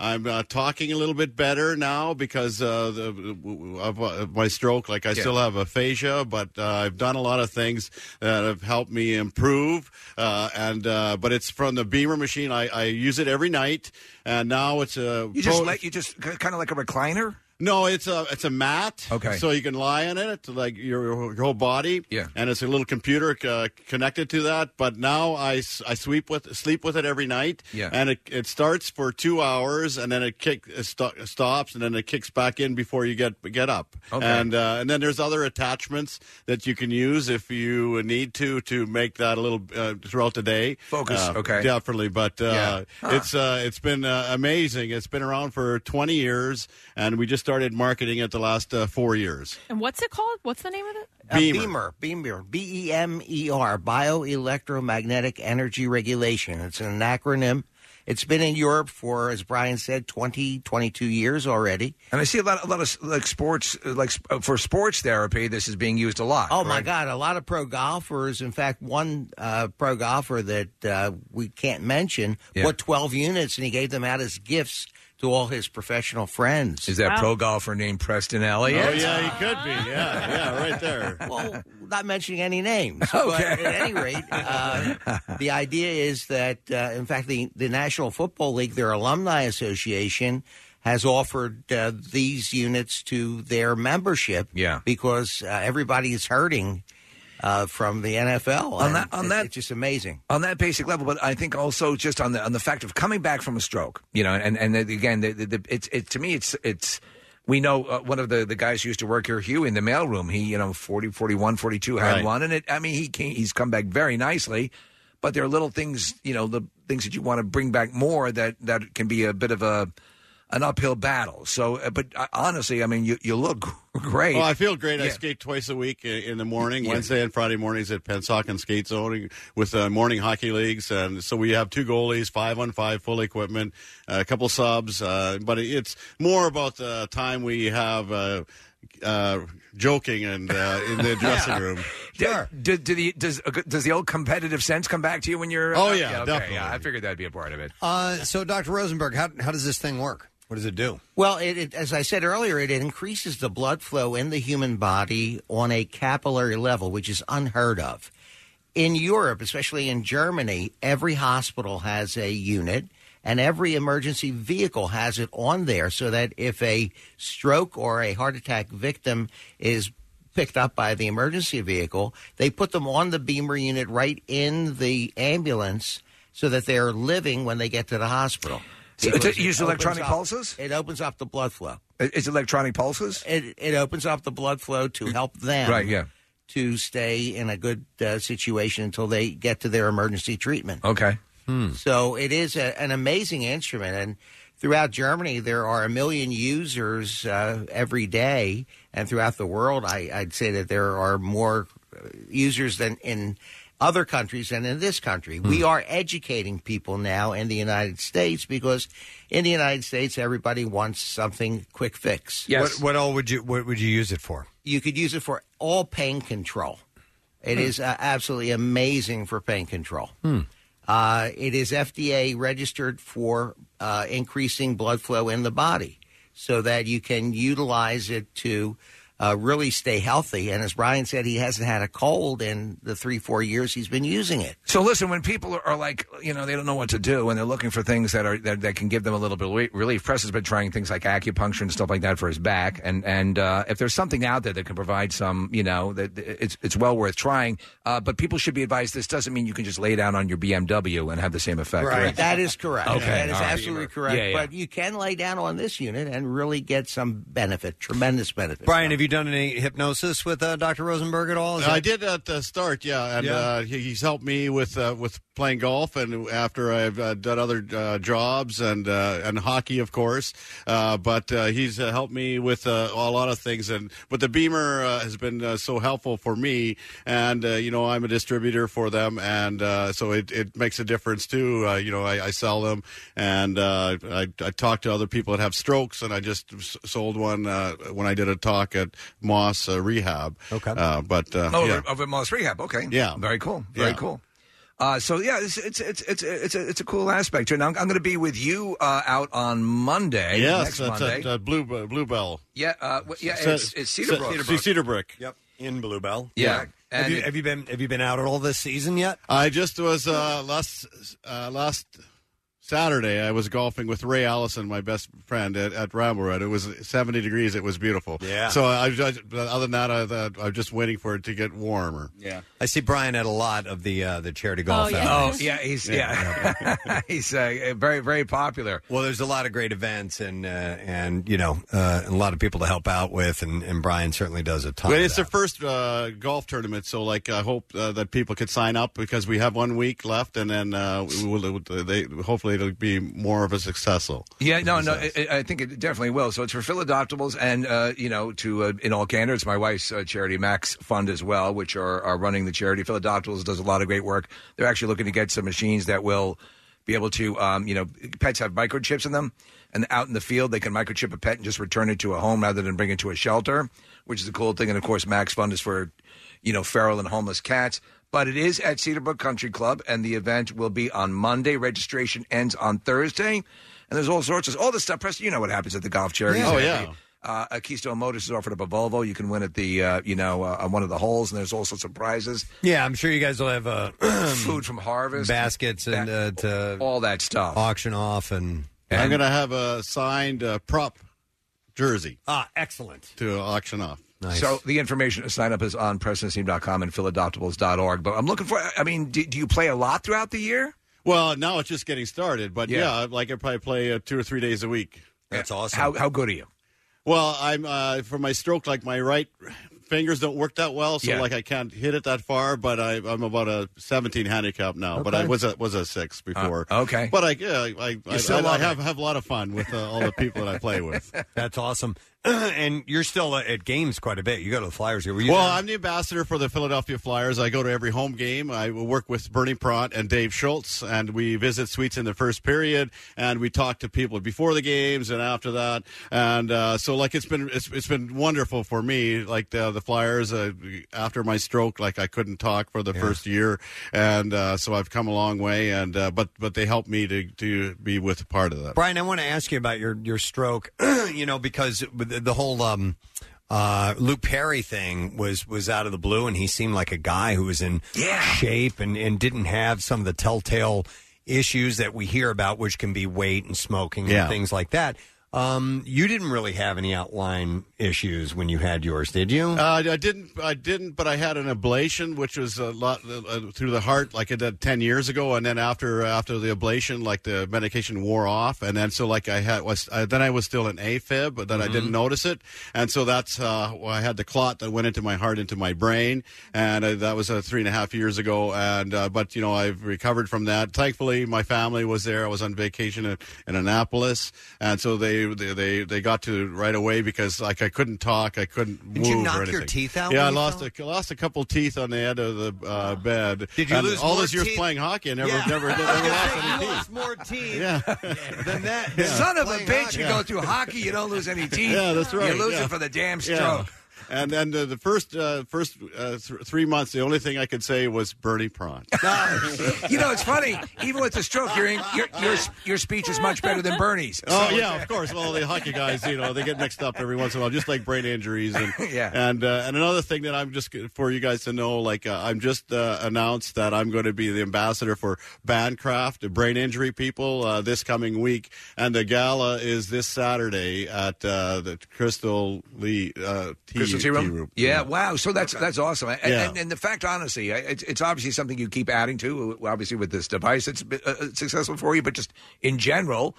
Speaker 15: I'm uh, talking a little bit better now because uh, the, of uh, my stroke. Like I
Speaker 18: Yeah.
Speaker 15: still have aphasia, but uh, I've done a lot of things that have helped me improve. Uh, and uh, but it's from the Beamer machine. I, I use it every night, and now it's a
Speaker 4: You just
Speaker 15: pro-
Speaker 4: let you just kind of like a recliner.
Speaker 15: no, it's a it's a mat.
Speaker 4: Okay.
Speaker 15: So you can lie on it, like your, your whole body.
Speaker 4: Yeah.
Speaker 15: And it's a little computer uh, connected to that. But now I, s- I sweep with sleep with it every night.
Speaker 4: Yeah.
Speaker 15: And it, it starts for two hours, and then it kick it sto- stops, and then it kicks back in before you get get up.
Speaker 4: Okay.
Speaker 15: And uh, and then there's other attachments that you can use if you need to to make that a little uh, throughout the day.
Speaker 4: Focus,
Speaker 15: Uh,
Speaker 4: okay.
Speaker 15: Definitely, but uh,
Speaker 4: Yeah. Huh.
Speaker 15: it's uh, it's been uh, amazing. It's been around for 20 years, and we just started marketing it the last uh, four years.
Speaker 3: And what's it called? What's the name of it?
Speaker 13: Uh, Beamer. Beamer. B E M E R. Bioelectromagnetic Energy Regulation. It's an acronym. It's been in Europe for, as Brian said, 20, 22 years already.
Speaker 4: And I see a lot, a lot of like sports, uh, like sp- uh, for sports therapy, this is being used a lot.
Speaker 13: Oh my
Speaker 4: right?
Speaker 13: God! A lot of pro golfers. In fact, one uh, pro golfer that uh, we can't mention
Speaker 4: Yeah.
Speaker 13: bought twelve units, and he gave them out as gifts to all his professional friends.
Speaker 4: Is that pro golfer named Preston Elliott?
Speaker 13: Oh, yeah, he
Speaker 15: could be. Yeah, yeah, right there.
Speaker 13: Well, not mentioning any names. But
Speaker 4: Okay.
Speaker 13: at any rate, uh,
Speaker 4: Ah.
Speaker 13: the idea is that, uh, in fact, the, the National Football League, their alumni association, has offered uh, these units to their membership.
Speaker 4: Yeah.
Speaker 13: Because uh, everybody is hurting uh, from the NFL.
Speaker 4: On that-
Speaker 13: on that, it's just amazing.
Speaker 4: on that basic level, but I think also just on the on the fact of coming back from a stroke, you know, and and then again, the, the, the, it's it to me, it's it's we know uh, one of the the guys who used to work here, Hugh, in the mailroom. He you know 40, 41, 42 had
Speaker 21: Right.
Speaker 4: one, and it I mean he came, he's come back very nicely, but there are little things, you know, the things that you want to bring back more that that can be a bit of a an uphill battle. So, uh, but uh, honestly, I mean, you you look great.
Speaker 15: Well, Oh, I feel great. I
Speaker 4: Yeah.
Speaker 15: skate twice a week i- in the morning,
Speaker 4: Yeah.
Speaker 15: Wednesday and Friday mornings at Pensacola Skate Zone with uh, morning hockey leagues, and so we have two goalies, five on five, full equipment, a couple subs. Uh, but it's more about the time we have uh, uh, joking and uh, in the dressing room.
Speaker 4: Sure. Do, do the, does uh, does the old competitive sense come back to you when you're? uh,
Speaker 15: Oh, yeah,
Speaker 4: okay,
Speaker 15: definitely.
Speaker 4: Yeah, I figured that'd be a part of it.
Speaker 2: Uh, so, Dr. Rosenberg, how, how does this thing work? What does it do?
Speaker 13: Well, it, it, as I said earlier, it increases the blood flow in the human body on a capillary level, which is unheard of. In Europe, especially in Germany, every hospital has a unit and every emergency vehicle has it on there so that if a stroke or a heart attack victim is picked up by the emergency vehicle, they put them on the beamer unit right in the ambulance so that they're living when they get to the hospital.
Speaker 4: So it's a-
Speaker 13: Because it
Speaker 4: use electronic
Speaker 13: opens up-
Speaker 4: pulses?
Speaker 13: It opens up the blood flow.
Speaker 4: It's electronic pulses.
Speaker 13: It it opens up the blood flow to help them.
Speaker 4: Right, yeah.
Speaker 13: To stay in a good uh, situation until they get to their emergency treatment.
Speaker 4: Okay.
Speaker 13: So it is a, an amazing instrument, and throughout Germany there are a million users uh, every day, and throughout the world, I, I'd say that there are more uh, users than in other countries than in this country. We are educating people now in the United States because in the United States everybody wants something quick fix.
Speaker 2: What, what all would you what would you use it for?
Speaker 13: You could use it for all pain control. It
Speaker 2: Hmm.
Speaker 13: is uh, absolutely amazing for pain control.
Speaker 12: Hmm.
Speaker 13: Uh, it is FDA registered for uh, increasing blood flow in the body so that you can utilize it to uh, really stay healthy. And as Brian said, he hasn't had a cold in the three, four years he's been using it.
Speaker 4: So listen, when people are- are like, you know, they don't know what to do, and they're looking for things that are that, that can give them a little bit of re- relief. Press has been trying things like acupuncture and stuff like that for his back, and and uh, if there's something out there that can provide some, you know, that it's it's well worth trying. Uh, but people should be advised. This doesn't mean you can just lay down on your BMW and have the same effect.
Speaker 13: That is correct.
Speaker 4: Okay,
Speaker 13: That is
Speaker 4: all right.
Speaker 13: absolutely correct.
Speaker 4: Yeah, yeah.
Speaker 13: But you can lay down on this unit and really get some benefit, tremendous benefit.
Speaker 2: Brian, have you done any hypnosis with uh, Dr. Rosenberg at all? Is
Speaker 15: I
Speaker 2: that-
Speaker 15: did at the start, yeah, and
Speaker 2: Yeah.
Speaker 15: Uh, he- he's helped me with uh, with playing golf, and after I've uh, done other uh, jobs and uh, and hockey, of course. Uh, but uh, he's uh, helped me with uh, a lot of things, and but the Beamer uh, has been uh, so helpful for me, and uh, you know I'm a distributor for them, and uh, so it, it makes a difference too. Uh, you know I, I sell them, and uh, I, I talk to other people that have strokes, and I just s- sold one uh, when I did a talk at Moss uh, Rehab. Okay, uh, but uh,
Speaker 4: Oh,
Speaker 15: yeah.
Speaker 4: over, over at Moss Rehab. Okay.
Speaker 15: Yeah.
Speaker 4: Very cool. Very
Speaker 15: Yeah.
Speaker 4: cool. Uh, so yeah, it's it's it's it's it's a, it's a cool aspect. And I'm, I'm going to be with you uh, out on Monday.
Speaker 15: Yes,
Speaker 4: next
Speaker 15: that's
Speaker 4: Monday.
Speaker 15: at uh, Blue Bluebell.
Speaker 4: yeah, uh, w- yeah,
Speaker 15: So-
Speaker 4: it's, it's Cedarbrook.
Speaker 15: so- Cedarbrook.
Speaker 2: Yep, in Bluebell.
Speaker 15: Yeah.
Speaker 2: Have
Speaker 15: And
Speaker 2: you,
Speaker 15: it-
Speaker 2: have you been have you been out all this season yet?
Speaker 15: I just was uh, last uh, last Saturday. I was golfing with Ray Allison, my best friend at, at Ramblerud. It was 70 degrees. It was beautiful.
Speaker 2: Yeah.
Speaker 15: So I, I other than that, I, I'm just waiting for it to get warmer.
Speaker 5: Yeah.
Speaker 2: I see Brian at a lot of the uh, the charity golf.
Speaker 4: Oh, yeah.
Speaker 2: outings.
Speaker 4: Oh, yeah, he's- he's uh, very very popular.
Speaker 2: Well, there's a lot of great events and uh, and you know uh, a lot of people to help out with, and, and Brian certainly does a ton.
Speaker 15: Well,
Speaker 2: of
Speaker 15: it's the first uh, golf tournament, so like I hope uh, that people could sign up because we have one week left, and then uh, we will, they hopefully it'll be more of a successful.
Speaker 4: Yeah, no, no, I, I I think it definitely will. So it's for Philadoptables, and uh, you know, to uh, in all candor, it's my wife's uh, charity, Max Fund, as well, which are, are running the charity. Philadoptables does a lot of great work. They're actually looking to get some machines that will be able to, um, you know, pets have microchips in them, and out in the field they can microchip a pet and just return it to a home rather than bring it to a shelter, which is a cool thing. And of course, Max Fund is for you know, feral and homeless cats. But it is at Cedarbrook Country Club, and the event will be on Monday. Registration ends on Thursday, and there's all sorts of all this stuff. Preston, you know what happens at the golf charities.
Speaker 15: Yeah. Oh,
Speaker 4: Every-
Speaker 15: yeah.
Speaker 4: Uh, a Keystone Motors is offered up a Volvo. You can win at the uh, you know uh, on one of the holes, and there's all sorts of prizes,
Speaker 2: Yeah, I'm sure you guys will have uh,
Speaker 4: food from Harvest,
Speaker 2: baskets and uh, to
Speaker 4: all that stuff,
Speaker 2: auction off, and,
Speaker 15: I'm going to have a signed uh, prop jersey.
Speaker 2: Ah, excellent.
Speaker 15: To auction off.
Speaker 4: So the information to sign up is on PrestonSteam.com and Philadoptables.org. But I'm looking for. I mean, do, do you play a lot throughout the year?
Speaker 15: Well, now it's just getting started, but yeah, like I probably play uh, two or three days a week.
Speaker 2: That's awesome.
Speaker 4: How how good are you?
Speaker 15: Well, I'm uh, for my stroke, like my right fingers don't work that well, so
Speaker 4: Yeah.
Speaker 15: like I can't hit it that far. But I, I'm about a 17 handicap now, but I
Speaker 4: Oh, Okay. Uh,
Speaker 15: was a was a six before.
Speaker 4: okay.
Speaker 15: but I yeah, I I,
Speaker 2: Uh, still
Speaker 15: I, I
Speaker 2: love it.
Speaker 15: have have a lot of fun with uh, all the people that I play with.
Speaker 2: That's awesome. and you're still uh, at games quite a bit. You go to the Flyers. Were you
Speaker 15: Well,
Speaker 2: there?
Speaker 15: I'm the ambassador for the Philadelphia Flyers. I go to every home game. I work with Bernie Pront and Dave Schultz, and we visit suites in the first period, and we talk to people before the games and after that. And uh, so, like, it's been it's, it's been wonderful for me. Like the, the Flyers, uh, after my stroke, like I couldn't talk for the first year, and uh, so I've come a long way. And uh, but but they helped me to to be with part of that.
Speaker 2: Brian, I want to ask you about your your stroke. you know, because with the, the whole um, uh, Luke Perry thing was was out of the blue, and he seemed like a guy who was in shape and and didn't have some of the telltale issues that we hear about, which can be weight and smoking
Speaker 15: Yeah.
Speaker 2: and things like that. Um, you didn't really have any outline issues when you had yours, did you?
Speaker 15: Uh, I didn't. I didn't. But I had an ablation, which was a lot uh, through the heart, like I did ten years ago. And then after after the ablation, like the medication wore off, and then so like I had was uh, then I was still in AFib, but then I didn't notice it, and so that's uh, why I had the clot that went into my heart, into my brain, and uh, that was uh, three and a half years ago. And uh, but you know I've recovered from that. Thankfully, my family was there. I was on vacation in, in Annapolis, and so they they they- they got to it right away because like I couldn't talk, I couldn't
Speaker 2: Did you
Speaker 15: move
Speaker 2: knock
Speaker 15: or
Speaker 2: your
Speaker 15: anything.
Speaker 2: teeth out
Speaker 15: Yeah, I
Speaker 2: when you
Speaker 15: lost a, lost a couple teeth on the end of the uh, bed.
Speaker 2: Did you
Speaker 15: And
Speaker 2: lose
Speaker 15: all
Speaker 2: more
Speaker 15: those years
Speaker 2: teeth?
Speaker 15: playing hockey? I never,
Speaker 2: Yeah.
Speaker 15: never, never
Speaker 2: I was gonna
Speaker 15: lost
Speaker 2: say,
Speaker 15: any
Speaker 2: you
Speaker 15: teeth.
Speaker 2: lost more teeth
Speaker 15: than
Speaker 2: that.
Speaker 15: Yeah.
Speaker 4: Son of a
Speaker 2: Playing
Speaker 4: bitch!
Speaker 2: hockey.
Speaker 4: You go through hockey, you don't lose any teeth.
Speaker 15: Yeah, that's right,
Speaker 4: You lose
Speaker 15: yeah.
Speaker 4: it for the damn
Speaker 15: Yeah.
Speaker 4: stroke.
Speaker 15: And then the, the first uh, first uh, th- three months, the only thing I could say was Bernie Prawn.
Speaker 4: you know, it's funny. Even with the stroke, your your your, your speech is much better than Bernie's.
Speaker 15: Oh
Speaker 4: So-
Speaker 15: yeah, of course. Well, the hockey guys, you know, they get mixed up every once in a while, just like brain injuries. And yeah. And uh, and another thing that I'm just for you guys to know, like uh, I'm just uh, announced that I'm going to be the ambassador for Bandcraft, the brain injury people, uh, this coming week, and the gala is this Saturday at uh, the Crystal Lee uh, Tea,
Speaker 4: Crystal Tea Room? Yeah, wow. So that's that's awesome. And,
Speaker 15: Yeah.
Speaker 4: and, and the fact, honestly, I- it's, it's obviously something you keep adding to. uh, Obviously, with this device, it's been, uh, successful for you, but just in general.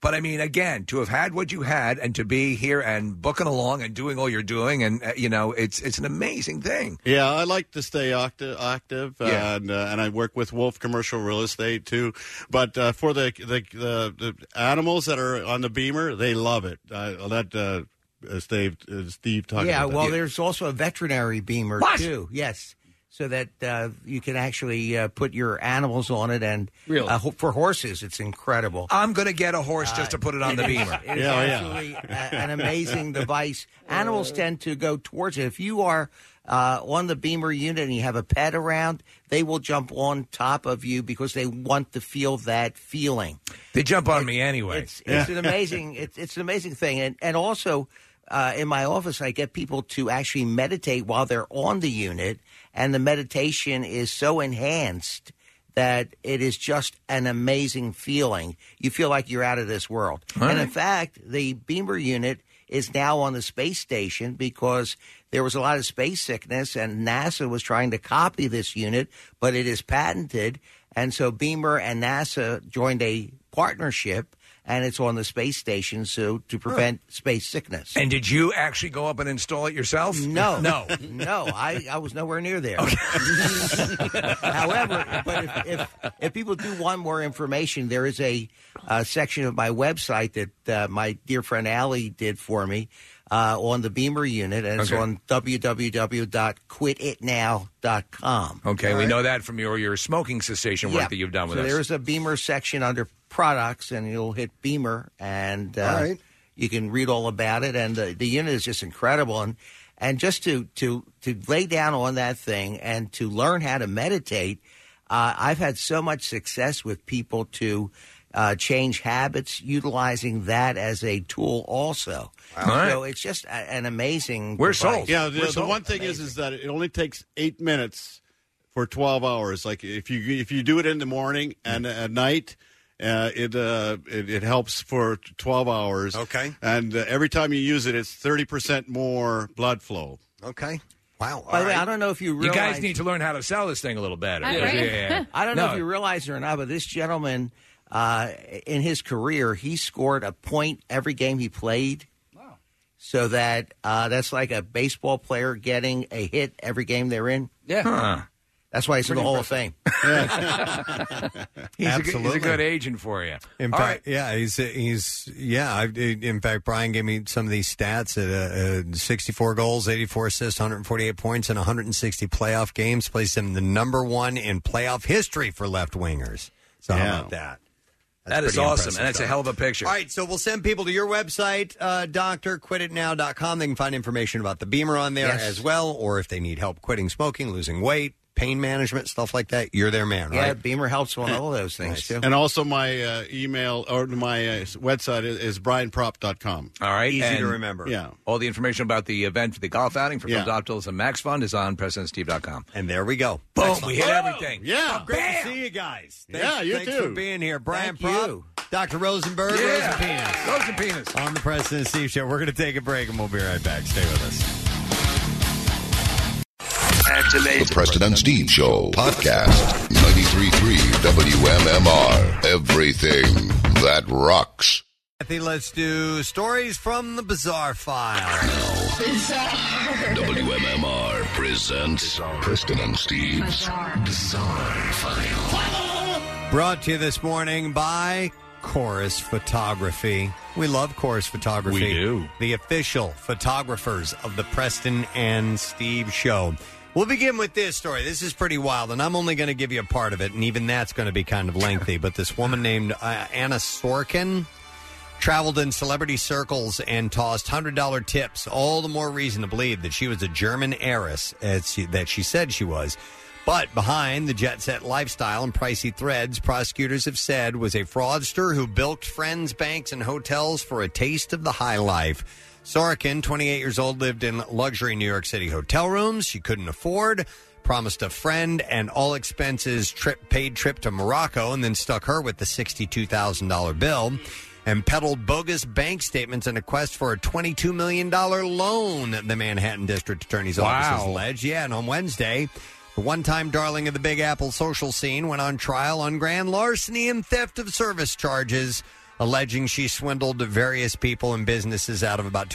Speaker 4: But I mean, again, to have had what you had and to be here and booking along and doing all you're doing, and uh, you know, it's it's an amazing thing.
Speaker 15: Yeah, I like to stay active, active
Speaker 4: Yeah.
Speaker 15: and uh, and I work with Wolf Commercial Real Estate too. But uh, for the, the the the animals that are on the Beamer, they love it. I I'll let uh, uh, Steve uh, Steve talk.
Speaker 13: yeah,
Speaker 15: about
Speaker 13: well,
Speaker 15: that.
Speaker 13: there's also a veterinary beamer
Speaker 15: What?
Speaker 13: too. Yes, so that uh, you can actually uh, put your animals on it, and
Speaker 4: Really?
Speaker 13: uh, ho- for horses, it's incredible.
Speaker 4: I'm gonna get a horse just to put it on the
Speaker 13: it is-
Speaker 4: beamer.
Speaker 13: it is actually a- an amazing device. Animals tend to go towards it. If you are uh, on the beamer unit and you have a pet around, they will jump on top of you because they want to feel that feeling.
Speaker 4: They jump on me anyway.
Speaker 13: It's, it's an amazing it's, it's an amazing thing, and and also uh, in my office, I get people to actually meditate while they're on the unit, and the meditation is so enhanced that it is just an amazing feeling. You feel like you're out of this world,
Speaker 16: All
Speaker 13: and in
Speaker 16: right.
Speaker 13: fact, the Beamer unit is now on the space station because there was a lot of space sickness and NASA was trying to copy this unit, but it is patented. And so Beamer and NASA joined a partnership and it's on the space station so to prevent space sickness.
Speaker 4: And did you actually go up and install it yourself?
Speaker 13: No.
Speaker 4: no.
Speaker 13: no, I, I was nowhere near there. However, but if, if, if people do want more information, there is a, uh section of my website that uh, my dear friend Allie did for me uh, on the Beamer unit, and it's
Speaker 4: Okay.
Speaker 13: on www.quititnow.com.
Speaker 4: Okay,
Speaker 13: All
Speaker 4: we
Speaker 13: right?
Speaker 4: know that from your your smoking cessation work
Speaker 13: Yeah.
Speaker 4: that you've done with
Speaker 13: so
Speaker 4: us.
Speaker 13: There is a Beamer section under products, and you'll hit Beamer, and uh,
Speaker 4: All right.
Speaker 13: you can read all about it. And the, the unit is just incredible, and and just to to to lay down on that thing and to learn how to meditate. Uh, I've had so much success with people to uh, change habits, utilizing that as a tool, also.
Speaker 15: Wow.
Speaker 13: So it's just a, an amazing. device.
Speaker 15: Yeah, the, the one thing is is that it only takes eight minutes for twelve hours. Like if you if you do it in the morning and at night. Uh, it, uh, it it helps for 12 hours. Okay. And uh, every time you use it, it's 30% more blood flow.
Speaker 2: Okay. Wow.
Speaker 13: By the way, I don't know if you
Speaker 4: You
Speaker 13: realize
Speaker 4: guys need to learn how to sell this thing a little better.
Speaker 13: I don't know
Speaker 4: No.
Speaker 13: if you realize it or not, but this gentleman, uh, in his career, he scored a point every game he played. So that uh, that's like a baseball player getting a hit every game they're in.
Speaker 4: Yeah. Huh.
Speaker 13: That's why he's in
Speaker 4: Pretty
Speaker 13: the Hall
Speaker 4: impressive.
Speaker 13: of Fame.
Speaker 4: He's a, good- he's a
Speaker 2: Absolutely.
Speaker 4: good agent for you.
Speaker 2: In
Speaker 4: All
Speaker 2: fact, yeah, he's he's yeah. I, in fact, Brian gave me some of these stats: at uh, uh, 64 goals, 84 assists, 148 points, in 160 playoff games. Placed him the number one in playoff history for left wingers. So how about that? That's
Speaker 4: That is
Speaker 2: pretty
Speaker 4: awesome,
Speaker 2: impressive
Speaker 4: and that's a
Speaker 2: stuff.
Speaker 4: hell of a picture.
Speaker 2: All right, so we'll send people to your website, uh, doctorquititnow.com. They can find information about the Beamer on there
Speaker 13: Yes.
Speaker 2: as well, or if they need help quitting smoking, losing weight, pain management, stuff like that, you're their man,
Speaker 13: Yeah,
Speaker 2: right?
Speaker 13: Beamer helps on all those things too.
Speaker 15: And also, my uh, email or my uh, website is, is brianprop.com.
Speaker 4: All right.
Speaker 15: And-
Speaker 4: and
Speaker 15: Yeah.
Speaker 4: All the information about the event for the golf outing for
Speaker 15: Yeah.
Speaker 4: Phil Doptels and Max Fund is on PresidentSteve.com.
Speaker 2: And there we go.
Speaker 4: Boom.
Speaker 2: Excellent.
Speaker 4: We hit
Speaker 2: Oh,
Speaker 4: everything.
Speaker 2: yeah. Great
Speaker 4: Bam.
Speaker 2: to see you guys.
Speaker 4: Yeah, you
Speaker 2: thanks
Speaker 4: too.
Speaker 2: for being here. Brian
Speaker 4: Thank
Speaker 2: Prop,
Speaker 4: you.
Speaker 2: Dr. Rosenberg,
Speaker 4: Yeah. Rosen penis.
Speaker 2: On the President and Steve Show. We're going to take a break and we'll be right back. Stay with us.
Speaker 18: The President Steve Show podcast. 93.3 WMMR. Everything that rocks.
Speaker 2: Kathy, let's do stories from the bizarre file.
Speaker 18: WMMR presents Preston and Steve's Bizarre, File.
Speaker 2: Brought to you this morning by Chorus Photography. We love Chorus Photography.
Speaker 18: We do.
Speaker 2: The official photographers of the Preston and Steve Show. We'll begin with this story. This is pretty wild, and I'm only going to give you a part of it, and even that's going to be kind of lengthy. But this woman named uh, Anna Sorkin traveled in celebrity circles and tossed $100 tips. All the more reason to believe that she was a German heiress, as she, that she said she was. But behind the jet set lifestyle and pricey threads, prosecutors have said was a fraudster who bilked friends, banks, and hotels for a taste of the high life. Sorokin, 28 years old, lived in luxury New York City hotel rooms she couldn't afford, promised a friend an all expenses trip paid trip to Morocco, and then stuck her with the $62,000 bill. And peddled bogus bank statements in a quest for a $22 million loan, the Manhattan District Attorney's Office has
Speaker 16: Wow.
Speaker 2: alleged. Yeah, and on Wednesday, the one time darling of the Big Apple social scene went on trial on grand larceny and theft of service charges, alleging she swindled various people and businesses out of about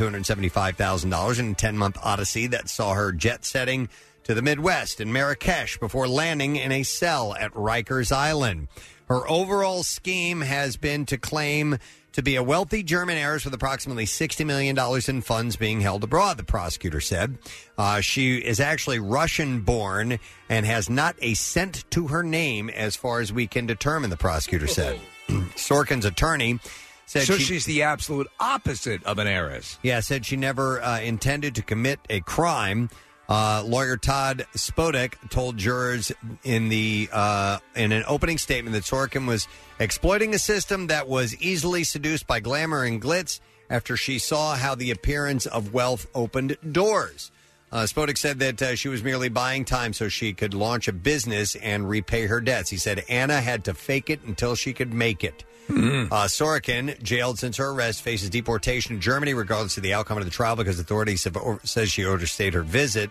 Speaker 2: $275,000 in a 10 month odyssey that saw her jet setting to the Midwest in Marrakesh before landing in a cell at Rikers Island. Her overall scheme has been to claim to be a wealthy German heiress with approximately $60 million in funds being held abroad, the prosecutor said. Uh, she is actually Russian born and has not a cent to her name, as far as we can determine, the prosecutor said. Sorkin's attorney said
Speaker 4: so
Speaker 2: she-
Speaker 4: she's the absolute opposite of an heiress.
Speaker 2: yeah, said she never uh, intended to commit a crime. Uh, lawyer Todd Spodek told jurors in the uh, in an opening statement that Sorkin was exploiting a system that was easily seduced by glamour and glitz after she saw how the appearance of wealth opened doors. Uh, Spodek said that uh, she was merely buying time so she could launch a business and repay her debts. He said Anna had to fake it until she could make it.
Speaker 4: Mm.
Speaker 2: Uh, Sorokin, jailed since her arrest, faces deportation to Germany, regardless of the outcome of the trial, because authorities have over- says she overstayed her visit,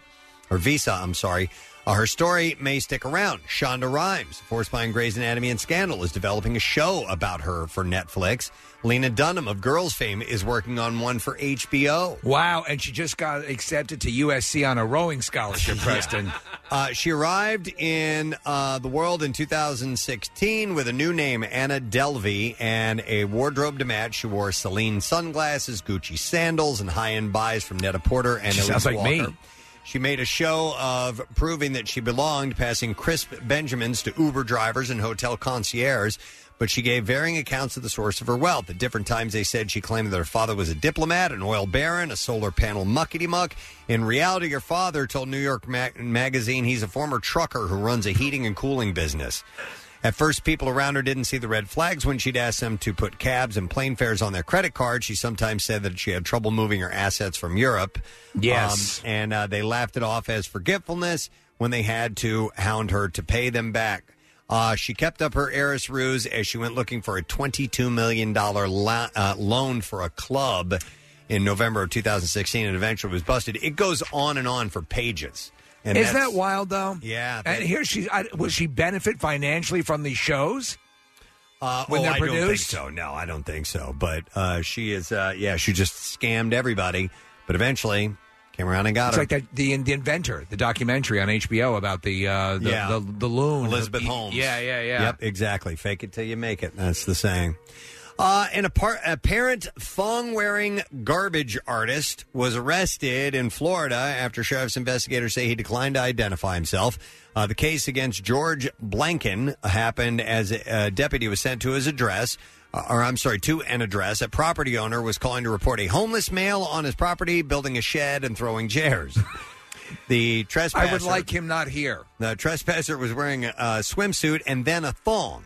Speaker 2: her visa. I'm sorry. Uh, her story may stick around. Shonda Rhimes, forced by Grey's Anatomy and Scandal, is developing a show about her for Netflix. Lena Dunham of Girls fame is working on one for HBO.
Speaker 4: Wow, and she just got accepted to USC on a rowing scholarship, Preston.
Speaker 2: Uh, she arrived in uh, the world in 2016 with a new name, Anna Delvey, and a wardrobe to match. She wore Celine sunglasses, Gucci sandals, and high-end buys from Netta Porter and
Speaker 4: She
Speaker 2: Elise
Speaker 4: sounds like me.
Speaker 2: Walker. She made a show of proving that she belonged, passing crisp Benjamins to Uber drivers and hotel concierges. But she gave varying accounts of the source of her wealth. At different times, they said she claimed that her father was a diplomat, an oil baron, a solar panel muckety muck. In reality, her father told New York ma- Magazine he's a former trucker who runs a heating and cooling business. At first, people around her didn't see the red flags when she'd asked them to put cabs and plane fares on their credit card. She sometimes said that she had trouble moving her assets from Europe.
Speaker 4: Yes.
Speaker 2: Um, and uh, they laughed it off as forgetfulness when they had to hound her to pay them back. Uh, she kept up her heiress ruse as she went looking for a $22 million lo- uh, loan for a club in November of 2016 and eventually was busted. It goes on and on for pages. And
Speaker 4: Isn't
Speaker 2: that's-
Speaker 4: that wild, though?
Speaker 2: Yeah.
Speaker 4: And here she I, was. She benefit financially from these shows
Speaker 2: Uh,
Speaker 4: when
Speaker 2: oh,
Speaker 4: they're
Speaker 2: I
Speaker 4: produced.
Speaker 2: don't think so. No, I don't think so. But uh, she is, uh, yeah, she just scammed everybody. But eventually, came around and got
Speaker 4: It's
Speaker 2: her.
Speaker 4: like that, the the inventor, the documentary on HBO about the uh, the,
Speaker 2: Yeah.
Speaker 4: the the loon
Speaker 2: Elizabeth
Speaker 4: E-
Speaker 2: Holmes.
Speaker 4: Yeah, yeah, yeah.
Speaker 2: Yep, exactly. Fake it till you make it. That's the saying. Uh, an appar- apparent thong wearing garbage artist was arrested in Florida after sheriff's investigators say he declined to identify himself. Uh, the case against George Blanken happened as a, a deputy was sent to his address, uh, or I'm sorry, to an address. A property owner was calling to report a homeless male on his property, building a shed and throwing chairs. The trespasser.
Speaker 4: I would like him not here.
Speaker 2: The trespasser was wearing a swimsuit and then a thong.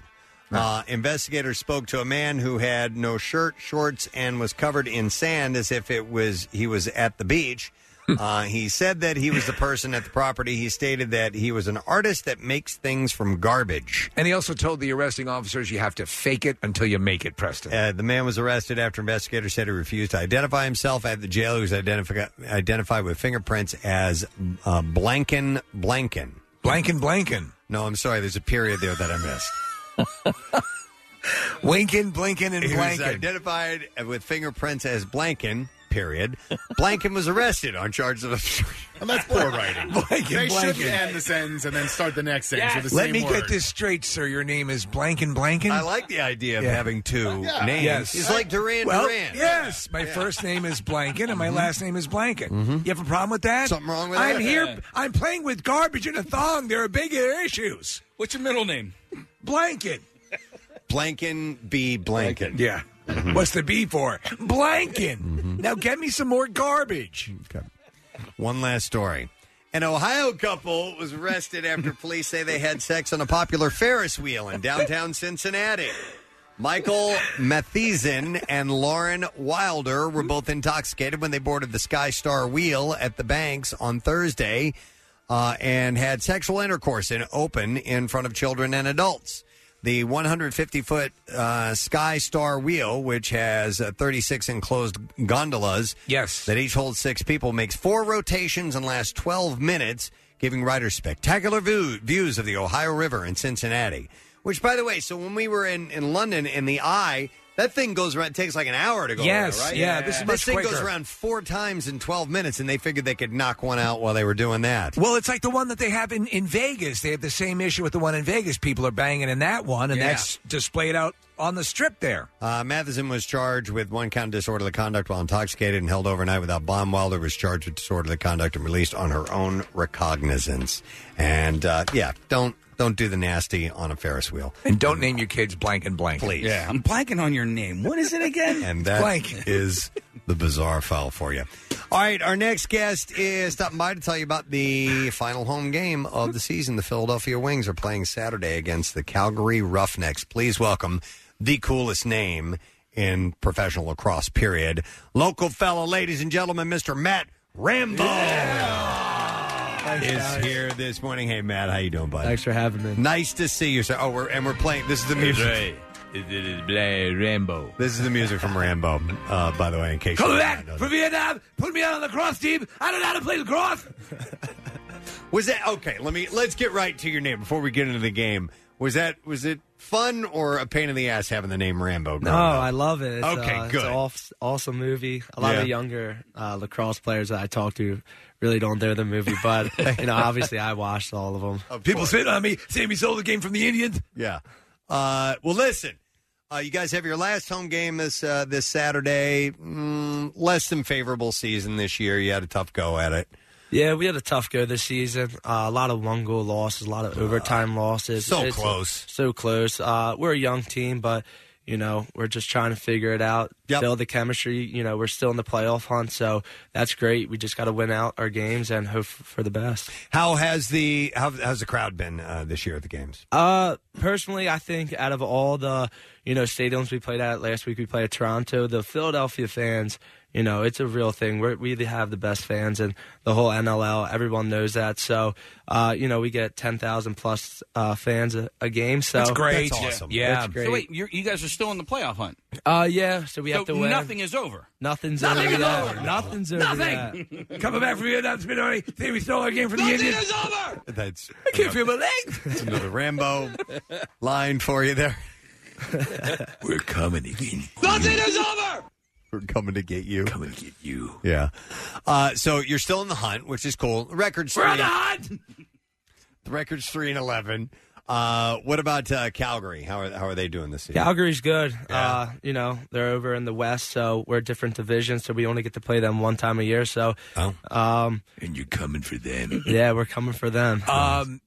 Speaker 4: Ah.
Speaker 2: Uh, investigators spoke to a man who had no shirt, shorts, and was covered in sand as if it was he was at the beach.
Speaker 4: Hmm.
Speaker 2: Uh, he said that he was the person at the property. He stated that he was an artist that makes things from garbage.
Speaker 4: And he also told the arresting officers, "You have to fake it until you make it, Preston."
Speaker 2: Uh, the man was arrested after investigators said he refused to identify himself at the jail. He was identifi- identified with fingerprints as uh, Blanken Blanken.
Speaker 4: Blanken Blanken.
Speaker 2: No, I'm sorry. There's a period there that I missed.
Speaker 4: Winkin, Blinkin, and
Speaker 2: he was
Speaker 4: Blankin.
Speaker 2: identified with fingerprints as Blanken. Period. Blanken was arrested on charges of
Speaker 11: Well, that's poor writing. they should end the sentence and then start the next sentence with the
Speaker 4: Let
Speaker 11: same
Speaker 4: me
Speaker 11: word.
Speaker 4: get this straight, sir. Your name is Blankin Blankin. I
Speaker 2: like the idea of having two
Speaker 4: Yeah.
Speaker 2: names.
Speaker 4: Yes.
Speaker 2: It's like Duran
Speaker 4: well,
Speaker 2: Duran. Mm-hmm.
Speaker 4: Yes, my first name is Blankin and my last name is Blankin. You have a problem with that?
Speaker 2: Something wrong with
Speaker 4: I'm
Speaker 2: that?
Speaker 4: here.
Speaker 2: Yeah.
Speaker 4: I'm playing with garbage in a thong. There are bigger issues.
Speaker 5: What's your middle name?
Speaker 4: Blankin.
Speaker 2: Blanken B. Blanken.
Speaker 4: Yeah. What's the B for? Blanking. Now get me some more garbage.
Speaker 2: One last story. An Ohio couple was arrested after police say they had sex on a popular Ferris wheel in downtown Cincinnati. Michael Matheson and Lauren Wilder were both intoxicated when they boarded the Sky Star wheel at the banks on Thursday uh, and had sexual intercourse in open in front of children and adults. The 150 foot uh, Sky Star wheel, which has uh, 36 enclosed gondolas, yes, that each holds six people, makes four rotations and lasts 12 minutes, giving riders spectacular view- views of the Ohio River in Cincinnati. Which, by the way, so when we were in, in London in the Eye, that thing goes around. It takes like an hour to go.
Speaker 4: Yes,
Speaker 2: around, right?
Speaker 4: yeah, this is much
Speaker 2: thing goes
Speaker 4: quicker.
Speaker 2: around four times in 12 minutes, and they figured they could knock one out while they were doing that.
Speaker 4: Well, it's like the one that they have in, in Vegas. They have the same issue with the one in Vegas. People are banging in that one, and
Speaker 2: Yeah.
Speaker 4: that's displayed out on the strip there.
Speaker 2: Uh, Matheson was charged with one count of disorderly conduct while intoxicated and held overnight without bond. Wilder was charged with disorderly conduct and released on her own recognizance. And uh, yeah, don't don't do the nasty on a Ferris wheel.
Speaker 4: And don't name your kids blank and blank.
Speaker 2: Please.
Speaker 5: Yeah, I'm blanking on your name. What is it again?
Speaker 2: And that is
Speaker 5: Blank.
Speaker 2: the bizarre file for you. All right, our next guest is stopping by to tell you about the final home game of the season. The Philadelphia Wings are playing Saturday against the Calgary Roughnecks. Please welcome the coolest name in professional lacrosse, period. Local fella, ladies and gentlemen, Mr. Matt Rambo is here this morning. Hey, Matt, how you doing, buddy? Thanks
Speaker 16: for having me.
Speaker 2: Nice to see you, sir. Oh, we're, and we're playing. This is the music.
Speaker 16: Rambo.
Speaker 2: This is the music from Rambo, uh, by the way, in case
Speaker 7: Come
Speaker 2: you
Speaker 7: back from Vietnam. Put me out on the cross team. I don't know how to play lacrosse.
Speaker 2: Was that okay? Let me let's get right to your name before we get into the game. Was that was it fun or a pain in the ass having the name
Speaker 16: No,
Speaker 2: Rambo? growing up?
Speaker 16: Oh, I love it. It's,
Speaker 2: Okay,
Speaker 16: uh, It's
Speaker 2: good.
Speaker 16: an aw- awesome movie. A lot of
Speaker 2: Yeah.
Speaker 16: younger uh, lacrosse players that I talk to really don't know the movie, but you know, obviously, I watched all of them.
Speaker 2: Oh,
Speaker 4: People spit on me. Sammy sold the game from the Indians.
Speaker 2: Yeah. Uh, well, listen, uh, you guys have your last home game this uh, this Saturday. Mm, less than favorable season this year. You had a tough go at it.
Speaker 16: Yeah, we had a tough go this season. Uh, a lot of one goal losses, a lot of overtime losses.
Speaker 2: Ah, so close.
Speaker 16: So close. Uh, we're a young team, but, you know, we're just trying to figure it out, build the chemistry. You know, we're still in the playoff hunt, so that's great. We just got to win out our games and hope for the best.
Speaker 2: How has the how, how's the crowd been uh, this year at the games?
Speaker 16: Uh, personally, I think out of all the you know stadiums we played at last week, we played at Toronto. The Philadelphia fans, you know, it's a real thing. We're, we have the best fans, and the whole NLL, everyone knows that. So, uh, you know, we get ten thousand plus uh, fans a, a game. So
Speaker 5: Yeah.
Speaker 16: It's great.
Speaker 5: So wait, you're, you guys are still in the playoff hunt.
Speaker 16: uh, yeah. So we have to
Speaker 5: so
Speaker 16: win.
Speaker 5: nothing is over.
Speaker 16: Nothing's
Speaker 5: Nothing
Speaker 16: over.
Speaker 5: is
Speaker 16: yet.
Speaker 5: over.
Speaker 16: Nothing's over.
Speaker 5: Nothing.
Speaker 16: yet.
Speaker 4: Coming back from Vietnam, spit on me. Sammy sold the game from the Indians.
Speaker 2: That's
Speaker 4: I can't feel my leg.
Speaker 2: that's another Rambo line for you there. We're coming again.
Speaker 7: Nothing is over.
Speaker 2: We're coming to get you. Coming to get you. Yeah. Uh, so you're still in the hunt, which is cool. Records.
Speaker 7: We're on
Speaker 2: three-
Speaker 7: the hunt.
Speaker 2: The record's three and eleven. Uh, what about uh, Calgary? How are how are they doing this season?
Speaker 16: Calgary's good. Uh, you know, they're over in the West, so we're a different division, so we only get to play them one time a year. So, um,
Speaker 4: Oh. and you're coming for them.
Speaker 16: Yeah, we're coming for them.
Speaker 4: Um,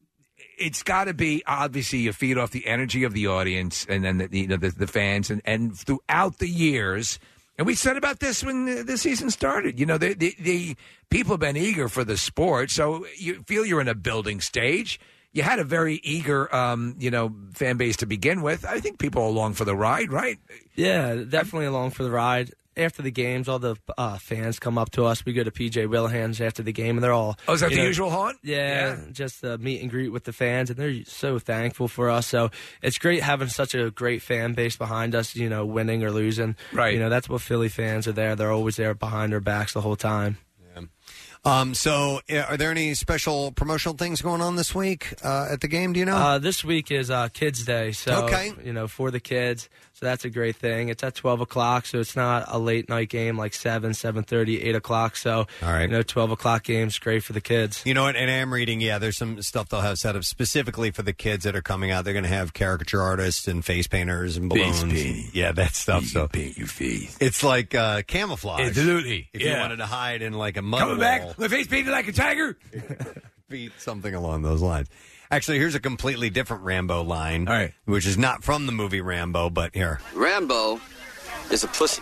Speaker 4: it's got to be obviously you feed off the energy of the audience and then the, you know the, the fans and and throughout the years. And we said about this when the, the season started. You know, the, the the people have been eager for the sport, so you feel you're in a building stage. You had a very eager, um, you know, fan base to begin with. I think people are along for the ride, right?
Speaker 16: yeah, definitely along for the ride. After the games, all the uh, fans come up to us. We go to PJ Willihan's after the game, and they're all.
Speaker 4: Oh, is that
Speaker 16: you
Speaker 4: the
Speaker 16: know,
Speaker 4: usual haunt?
Speaker 16: Yeah, just the meet and greet with the fans, and they're so thankful for us. So it's great having such a great fan base behind us. You know, winning or losing,
Speaker 4: right?
Speaker 16: You know, that's what Philly fans are there. They're always there behind our backs the whole time.
Speaker 2: Um, so uh, are there any special promotional things going on this week uh, at the game? Do you know?
Speaker 16: Uh, this week is uh, Kids Day, so
Speaker 2: Okay.
Speaker 16: you know for the kids, so that's a great thing. It's at twelve o'clock, so it's not a late night game like seven, seven thirty, eight o'clock. So
Speaker 2: All right.
Speaker 16: you know twelve o'clock games great for the kids.
Speaker 2: You know what? And I'm reading, yeah, there's some stuff they'll have set up specifically for the kids that are coming out. They're going to have caricature artists and face painters and balloons.
Speaker 4: Face painting.
Speaker 2: Yeah, that stuff. so
Speaker 4: paint your face.
Speaker 2: It's like uh, camouflage.
Speaker 4: Absolutely.
Speaker 2: If you
Speaker 4: Yeah.
Speaker 2: wanted to hide in like a mud
Speaker 4: Coming
Speaker 2: wall,
Speaker 4: back, my face painted like a tiger.
Speaker 2: beat something along those lines. Actually, here's a completely different Rambo line, All right. which is not from the movie Rambo, but here.
Speaker 21: Rambo
Speaker 20: is a pussy.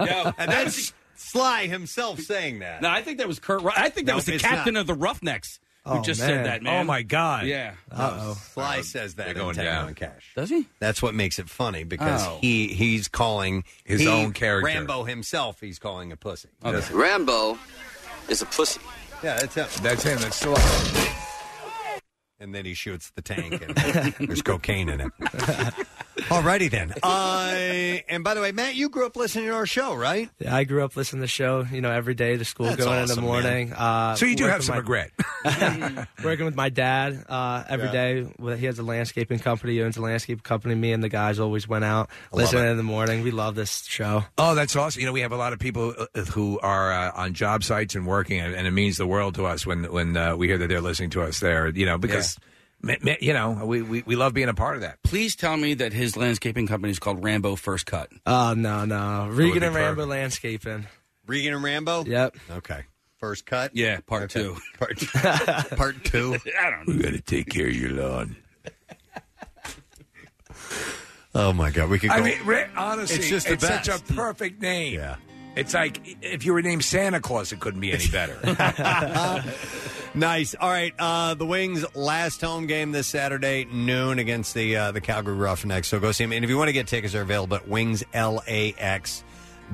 Speaker 2: no, that's Sly himself saying that.
Speaker 5: No, I think that was Kurt. Ru- I think that
Speaker 2: No,
Speaker 5: was the
Speaker 2: it's
Speaker 5: captain
Speaker 2: not.
Speaker 5: of the Roughnecks who
Speaker 2: Oh,
Speaker 5: just
Speaker 2: man.
Speaker 5: said that. Man,
Speaker 2: Oh, my God.
Speaker 5: Yeah.
Speaker 2: Uh-oh. Sly says that.
Speaker 5: going
Speaker 2: in Techno
Speaker 5: down.
Speaker 2: and Cash.
Speaker 5: Does he?
Speaker 2: That's what makes it funny because
Speaker 20: Oh.
Speaker 2: he he's calling
Speaker 20: His
Speaker 2: he-
Speaker 20: own character.
Speaker 2: Rambo himself. He's calling a pussy.
Speaker 20: Rambo is a pussy.
Speaker 2: Yeah, that's him.
Speaker 4: That's him. That's still
Speaker 2: And then he shoots the tank, and there's cocaine in it. Alrighty then. Uh, and by the way, Matt, you grew up listening to our show, right?
Speaker 16: Yeah, I grew up listening to the show, you know, every day to school,
Speaker 2: That's
Speaker 16: going in
Speaker 2: awesome,
Speaker 16: the
Speaker 2: man.
Speaker 16: morning. Uh,
Speaker 2: So you do
Speaker 16: working
Speaker 2: have some
Speaker 16: my-
Speaker 2: regret.
Speaker 16: working with my dad uh, every
Speaker 2: Yeah.
Speaker 16: day. Well, He has a landscaping company, he owns a landscape company. Me and the guys always went out,
Speaker 4: I love
Speaker 16: listening
Speaker 4: it.
Speaker 16: in the morning. We love this show.
Speaker 4: Oh, that's awesome! You know, we have a lot of people uh, who are uh, on job sites and working, and, and it means the world to us when when uh, we hear that they're listening to us there. You know, because ma- ma- you know we, we we love being a part of that.
Speaker 5: Please tell me that his landscaping company is called Rambo First Cut.
Speaker 16: Oh, no, no. Regan and Rambo Landscaping.
Speaker 2: Regan and Rambo.
Speaker 16: Yep.
Speaker 2: Okay. First cut.
Speaker 5: Yeah, part two.
Speaker 2: Part two. part two.
Speaker 5: I don't know.
Speaker 4: We got to take care of your lawn.
Speaker 2: Oh my God, we could. Go,
Speaker 4: I mean, re- honestly,
Speaker 2: It's
Speaker 4: it's
Speaker 2: just the
Speaker 4: such a
Speaker 2: best.
Speaker 4: perfect name. Yeah, it's like if you were named Santa Claus, it couldn't be any better.
Speaker 2: Nice. All right. Uh, the Wings' last home game this Saturday, noon, against the uh, the Calgary Roughnecks. So go see them. And if you want to get tickets, they're available at wingslax.com.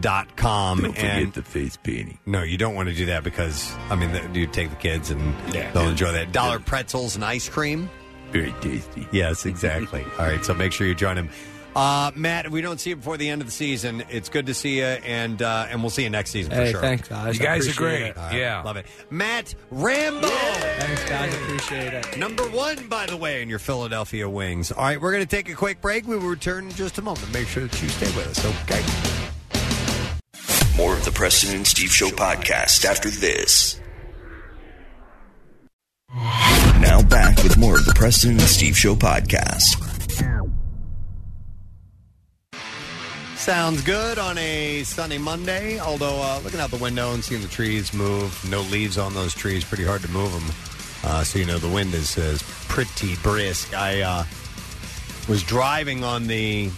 Speaker 4: Don't forget
Speaker 2: Um, and
Speaker 4: the face painting.
Speaker 2: No, you don't want to do that because, I mean, the, you take the kids and they'll enjoy that. Dollar pretzels and ice cream.
Speaker 4: Very tasty.
Speaker 2: Yes, exactly. All right. So make sure you join them. Uh, Matt, if we don't see you before the end of the season, it's good to see you, and uh, and we'll see you next season for
Speaker 16: Hey,
Speaker 2: sure.
Speaker 16: thanks, guys. You I guys are appreciate great. it.
Speaker 2: All right,
Speaker 16: Yeah.
Speaker 2: love it. Matt Rambo.
Speaker 16: Thanks, guys. Appreciate it.
Speaker 2: Number one, by the way, in your Philadelphia Wings. All right, we're going to take a quick break. We will return in just a moment. Make sure that you stay with us, okay?
Speaker 6: More of the Preston and Steve Show podcast after this. Now back with more of the Preston and Steve Show podcast.
Speaker 2: Sounds good on a sunny Monday. Although uh, looking out the window and seeing the trees move, no leaves on those trees. Pretty hard to move them. Uh, so you know the wind is, is pretty brisk. I uh, was driving on the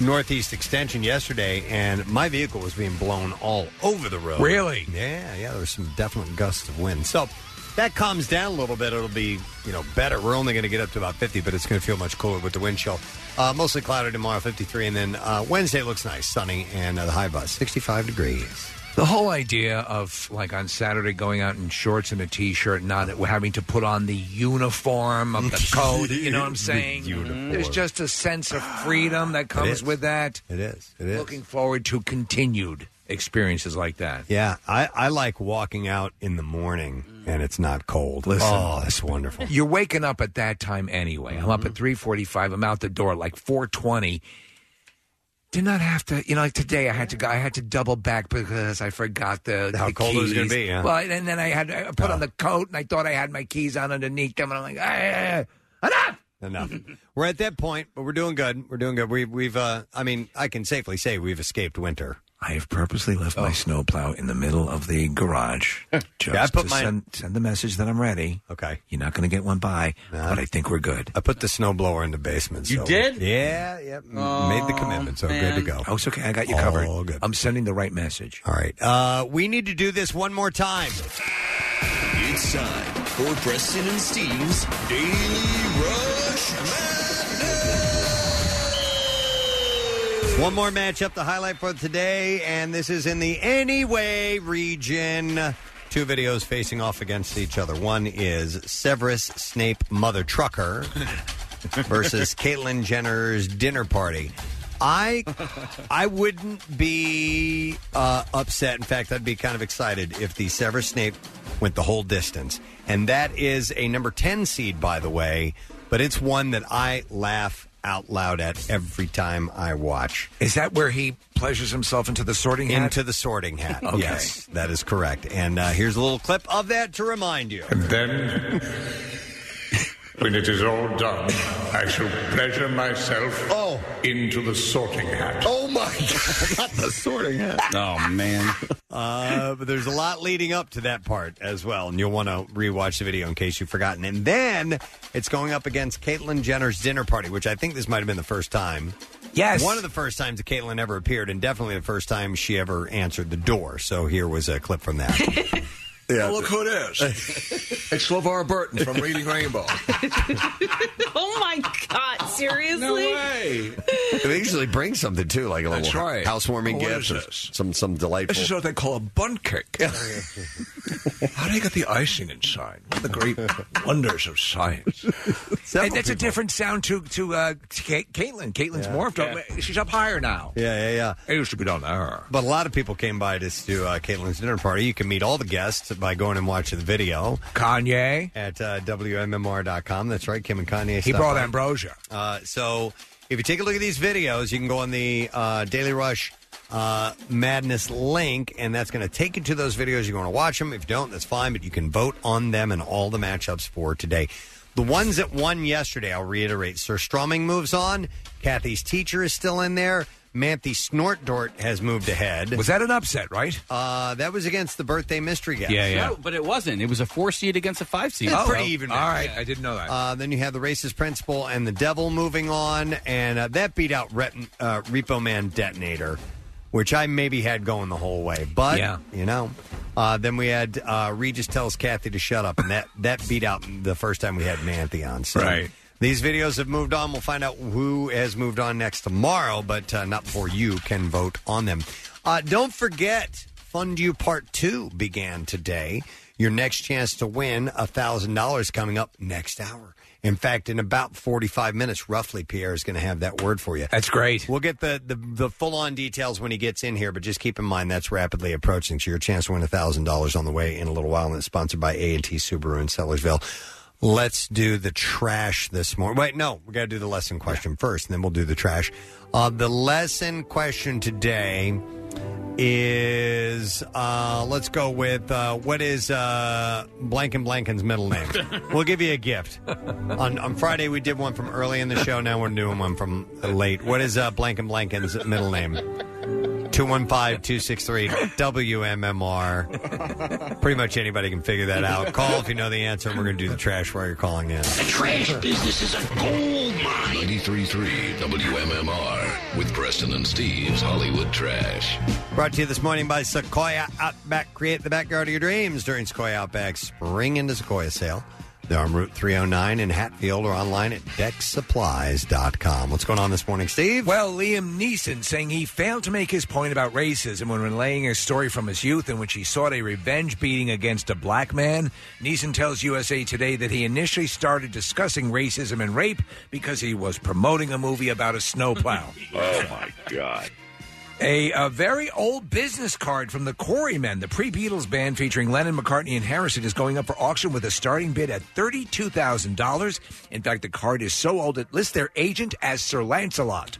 Speaker 2: northeast extension yesterday, and my vehicle was being blown all over the road.
Speaker 4: Really?
Speaker 2: Yeah, yeah. There was some definite gusts of wind. So. That calms down a little bit. It'll be, you know, better. We're only going to get up to about 50, but it's going to feel much cooler with the wind chill. Uh, mostly cloudy tomorrow, 53, and then uh, Wednesday looks nice, sunny, and uh, the high bus 65 degrees.
Speaker 4: The whole idea of like on Saturday going out in shorts and a t-shirt, not having to put on the uniform of the coat. You know what I'm saying? There's just a sense of freedom that comes
Speaker 2: is.
Speaker 4: with that.
Speaker 2: It is. It is.
Speaker 4: Looking forward to continued experiences like that.
Speaker 2: Yeah, I, I like walking out in the morning and it's not cold.
Speaker 4: Listen,
Speaker 2: oh, that's wonderful. Mm-hmm.
Speaker 4: You're waking up at that time anyway. I'm up at 3:45. I'm out the door like 4:20. Did not have to, you know. Like today, I had to go. I had to double back because I forgot the
Speaker 2: How
Speaker 4: the
Speaker 2: cold it was gonna
Speaker 4: keys.
Speaker 2: be, yeah.
Speaker 4: Well, and then I had I put on the coat, and I thought I had my keys on underneath them, and I'm like, ah,
Speaker 2: Enough. we're at that point, but we're doing good. We're doing good. We, we've, uh, I mean, I can safely say we've escaped winter.
Speaker 4: I have purposely left my snowplow in the middle of the garage just
Speaker 2: Oh. Yeah, I put
Speaker 4: to
Speaker 2: mine-
Speaker 4: send, send the message that I'm ready.
Speaker 2: Okay.
Speaker 4: You're not going to get one by, but I think we're good.
Speaker 2: I put the snowblower in the basement.
Speaker 4: You
Speaker 2: so-
Speaker 4: did?
Speaker 2: Yeah, yep. Made the commitment, so good to go.
Speaker 4: Oh, it's okay. I got you
Speaker 2: All
Speaker 4: covered.
Speaker 2: good.
Speaker 4: I'm sending the right message.
Speaker 2: All right. Uh, we need to do this one more time.
Speaker 6: It's time for Preston and Steve's Daily Rush.
Speaker 2: One more matchup to highlight for today, and this is in the Anyway region. Two videos facing off against each other. One is Severus Snape Mother Trucker versus Caitlyn Jenner's dinner party. I I wouldn't be uh, upset. In fact, I'd be kind of excited if the Severus Snape went the whole distance. And that is a number 10 seed, by the way, but it's one that I laugh out loud at every time I watch.
Speaker 4: Is that where he pleasures himself into the sorting hat?
Speaker 2: Into the sorting hat.
Speaker 4: Okay.
Speaker 2: Yes, that is correct. And uh, here's a little clip of that to remind you.
Speaker 18: And then, when it is all done, I shall pleasure myself into the sorting hat.
Speaker 2: Oh my God! Not the sorting hat.
Speaker 5: Oh man!
Speaker 2: Uh, but there's a lot leading up to that part as well, and you'll want to rewatch the video in case you've forgotten. And then it's going up against Caitlyn Jenner's dinner party, which I think this might have been the first time
Speaker 4: Yes.
Speaker 2: One of the first times that Caitlin ever appeared, and definitely the first time she ever answered the door. So here was a clip from that. yeah.
Speaker 18: Oh, look who it is. it's LeVar Burton from Reading Rainbow.
Speaker 3: oh my God! Seriously?
Speaker 2: They usually bring something too, like a little
Speaker 4: right.
Speaker 2: housewarming
Speaker 4: What is
Speaker 2: gift, or some some delightful.
Speaker 4: This is what they call a bun cake. How do you get the icing inside? One of the great wonders of science. And that's a different sound to to uh, Ca- Caitlin. Caitlin's
Speaker 2: Yeah.
Speaker 4: morphed. up. She's up higher now.
Speaker 2: Yeah, yeah, yeah.
Speaker 4: It used to be done there.
Speaker 2: But a lot of people came by just to uh, Caitlin's dinner party. You can meet all the guests by going and watching the video.
Speaker 4: Kanye
Speaker 2: at uh, WMMR.com. That's right, Kim and Kanye.
Speaker 4: He
Speaker 2: stopped
Speaker 4: brought
Speaker 2: by.
Speaker 4: ambrosia.
Speaker 2: Uh, so if you take a look at these videos, you can go on the uh, Daily Rush uh, Madness link, and that's going to take you to those videos. You're going to watch them. If you don't, that's fine, but you can vote on them and all the matchups for today. The ones that won yesterday, I'll reiterate. Sir Strumming moves on. Kathy's teacher is still in there. Manthe Snortdort has moved ahead. Was
Speaker 4: that an upset, right?
Speaker 2: Uh, that was against the birthday mystery guest.
Speaker 5: No, but it wasn't. It was a four seed against a five seed.
Speaker 2: It's
Speaker 4: Oh,
Speaker 2: pretty even. match.
Speaker 4: I didn't know that.
Speaker 2: Uh, then you have the racist principal and the devil moving on, and uh, that beat out Ret- uh, Repo Man Detonator, which I maybe had going the whole way, but
Speaker 4: Yeah.
Speaker 2: you know. Uh, then we had uh, Regis tells Kathy to shut up, and that that beat out the first time we had Mantheon. So
Speaker 4: Right.
Speaker 2: These videos have moved on. We'll find out who has moved on next tomorrow, but uh, not before you can vote on them. Uh, don't forget, Fund You Part 2 began today. Your next chance to win $1,000 coming up next hour. In fact, in about 45 minutes, roughly, Pierre is going to have that word for you.
Speaker 4: That's great.
Speaker 2: We'll get the, the, the full on details when he gets in here, but just keep in mind that's rapidly approaching. So your chance to win $1,000 on the way in a little while, and it's sponsored by A&T Subaru in Sellersville. Let's do the trash this morning. Wait, no, we got to do the lesson question first, and then we'll do the trash. Uh, the lesson question today is uh, let's go with uh, what is uh, blank and blanken's middle name? we'll give you a gift. On, on Friday, we did one from early in the show. Now we're doing one from late. What is uh, blank and blanken's middle name? 215 263 WMMR. Pretty much anybody can figure that out. Call if you know the answer, and we're going to do the trash while you're calling in.
Speaker 6: The trash business is a gold mine. 93.3 WMMR with Preston and Steve's Hollywood Trash.
Speaker 2: Brought to you this morning by Sequoia Outback. Create the backyard of your dreams during Sequoia Outback's Spring into Sequoia sale. They're on Route 309 in Hatfield or online at decksupplies.com. What's going on this morning, Steve?
Speaker 4: Well, Liam Neeson saying he failed to make his point about racism when relaying a story from his youth in which he sought a revenge beating against a black man. Neeson tells USA Today that he initially started discussing racism and rape because he was promoting a movie about a snowplow.
Speaker 18: Oh, my God.
Speaker 4: A, a very old business card from the Quarrymen, the pre-Beatles band featuring Lennon, McCartney, and Harrison, is going up for auction with a starting bid at thirty-two thousand dollars. In fact, the card is so old it lists their agent as Sir Lancelot.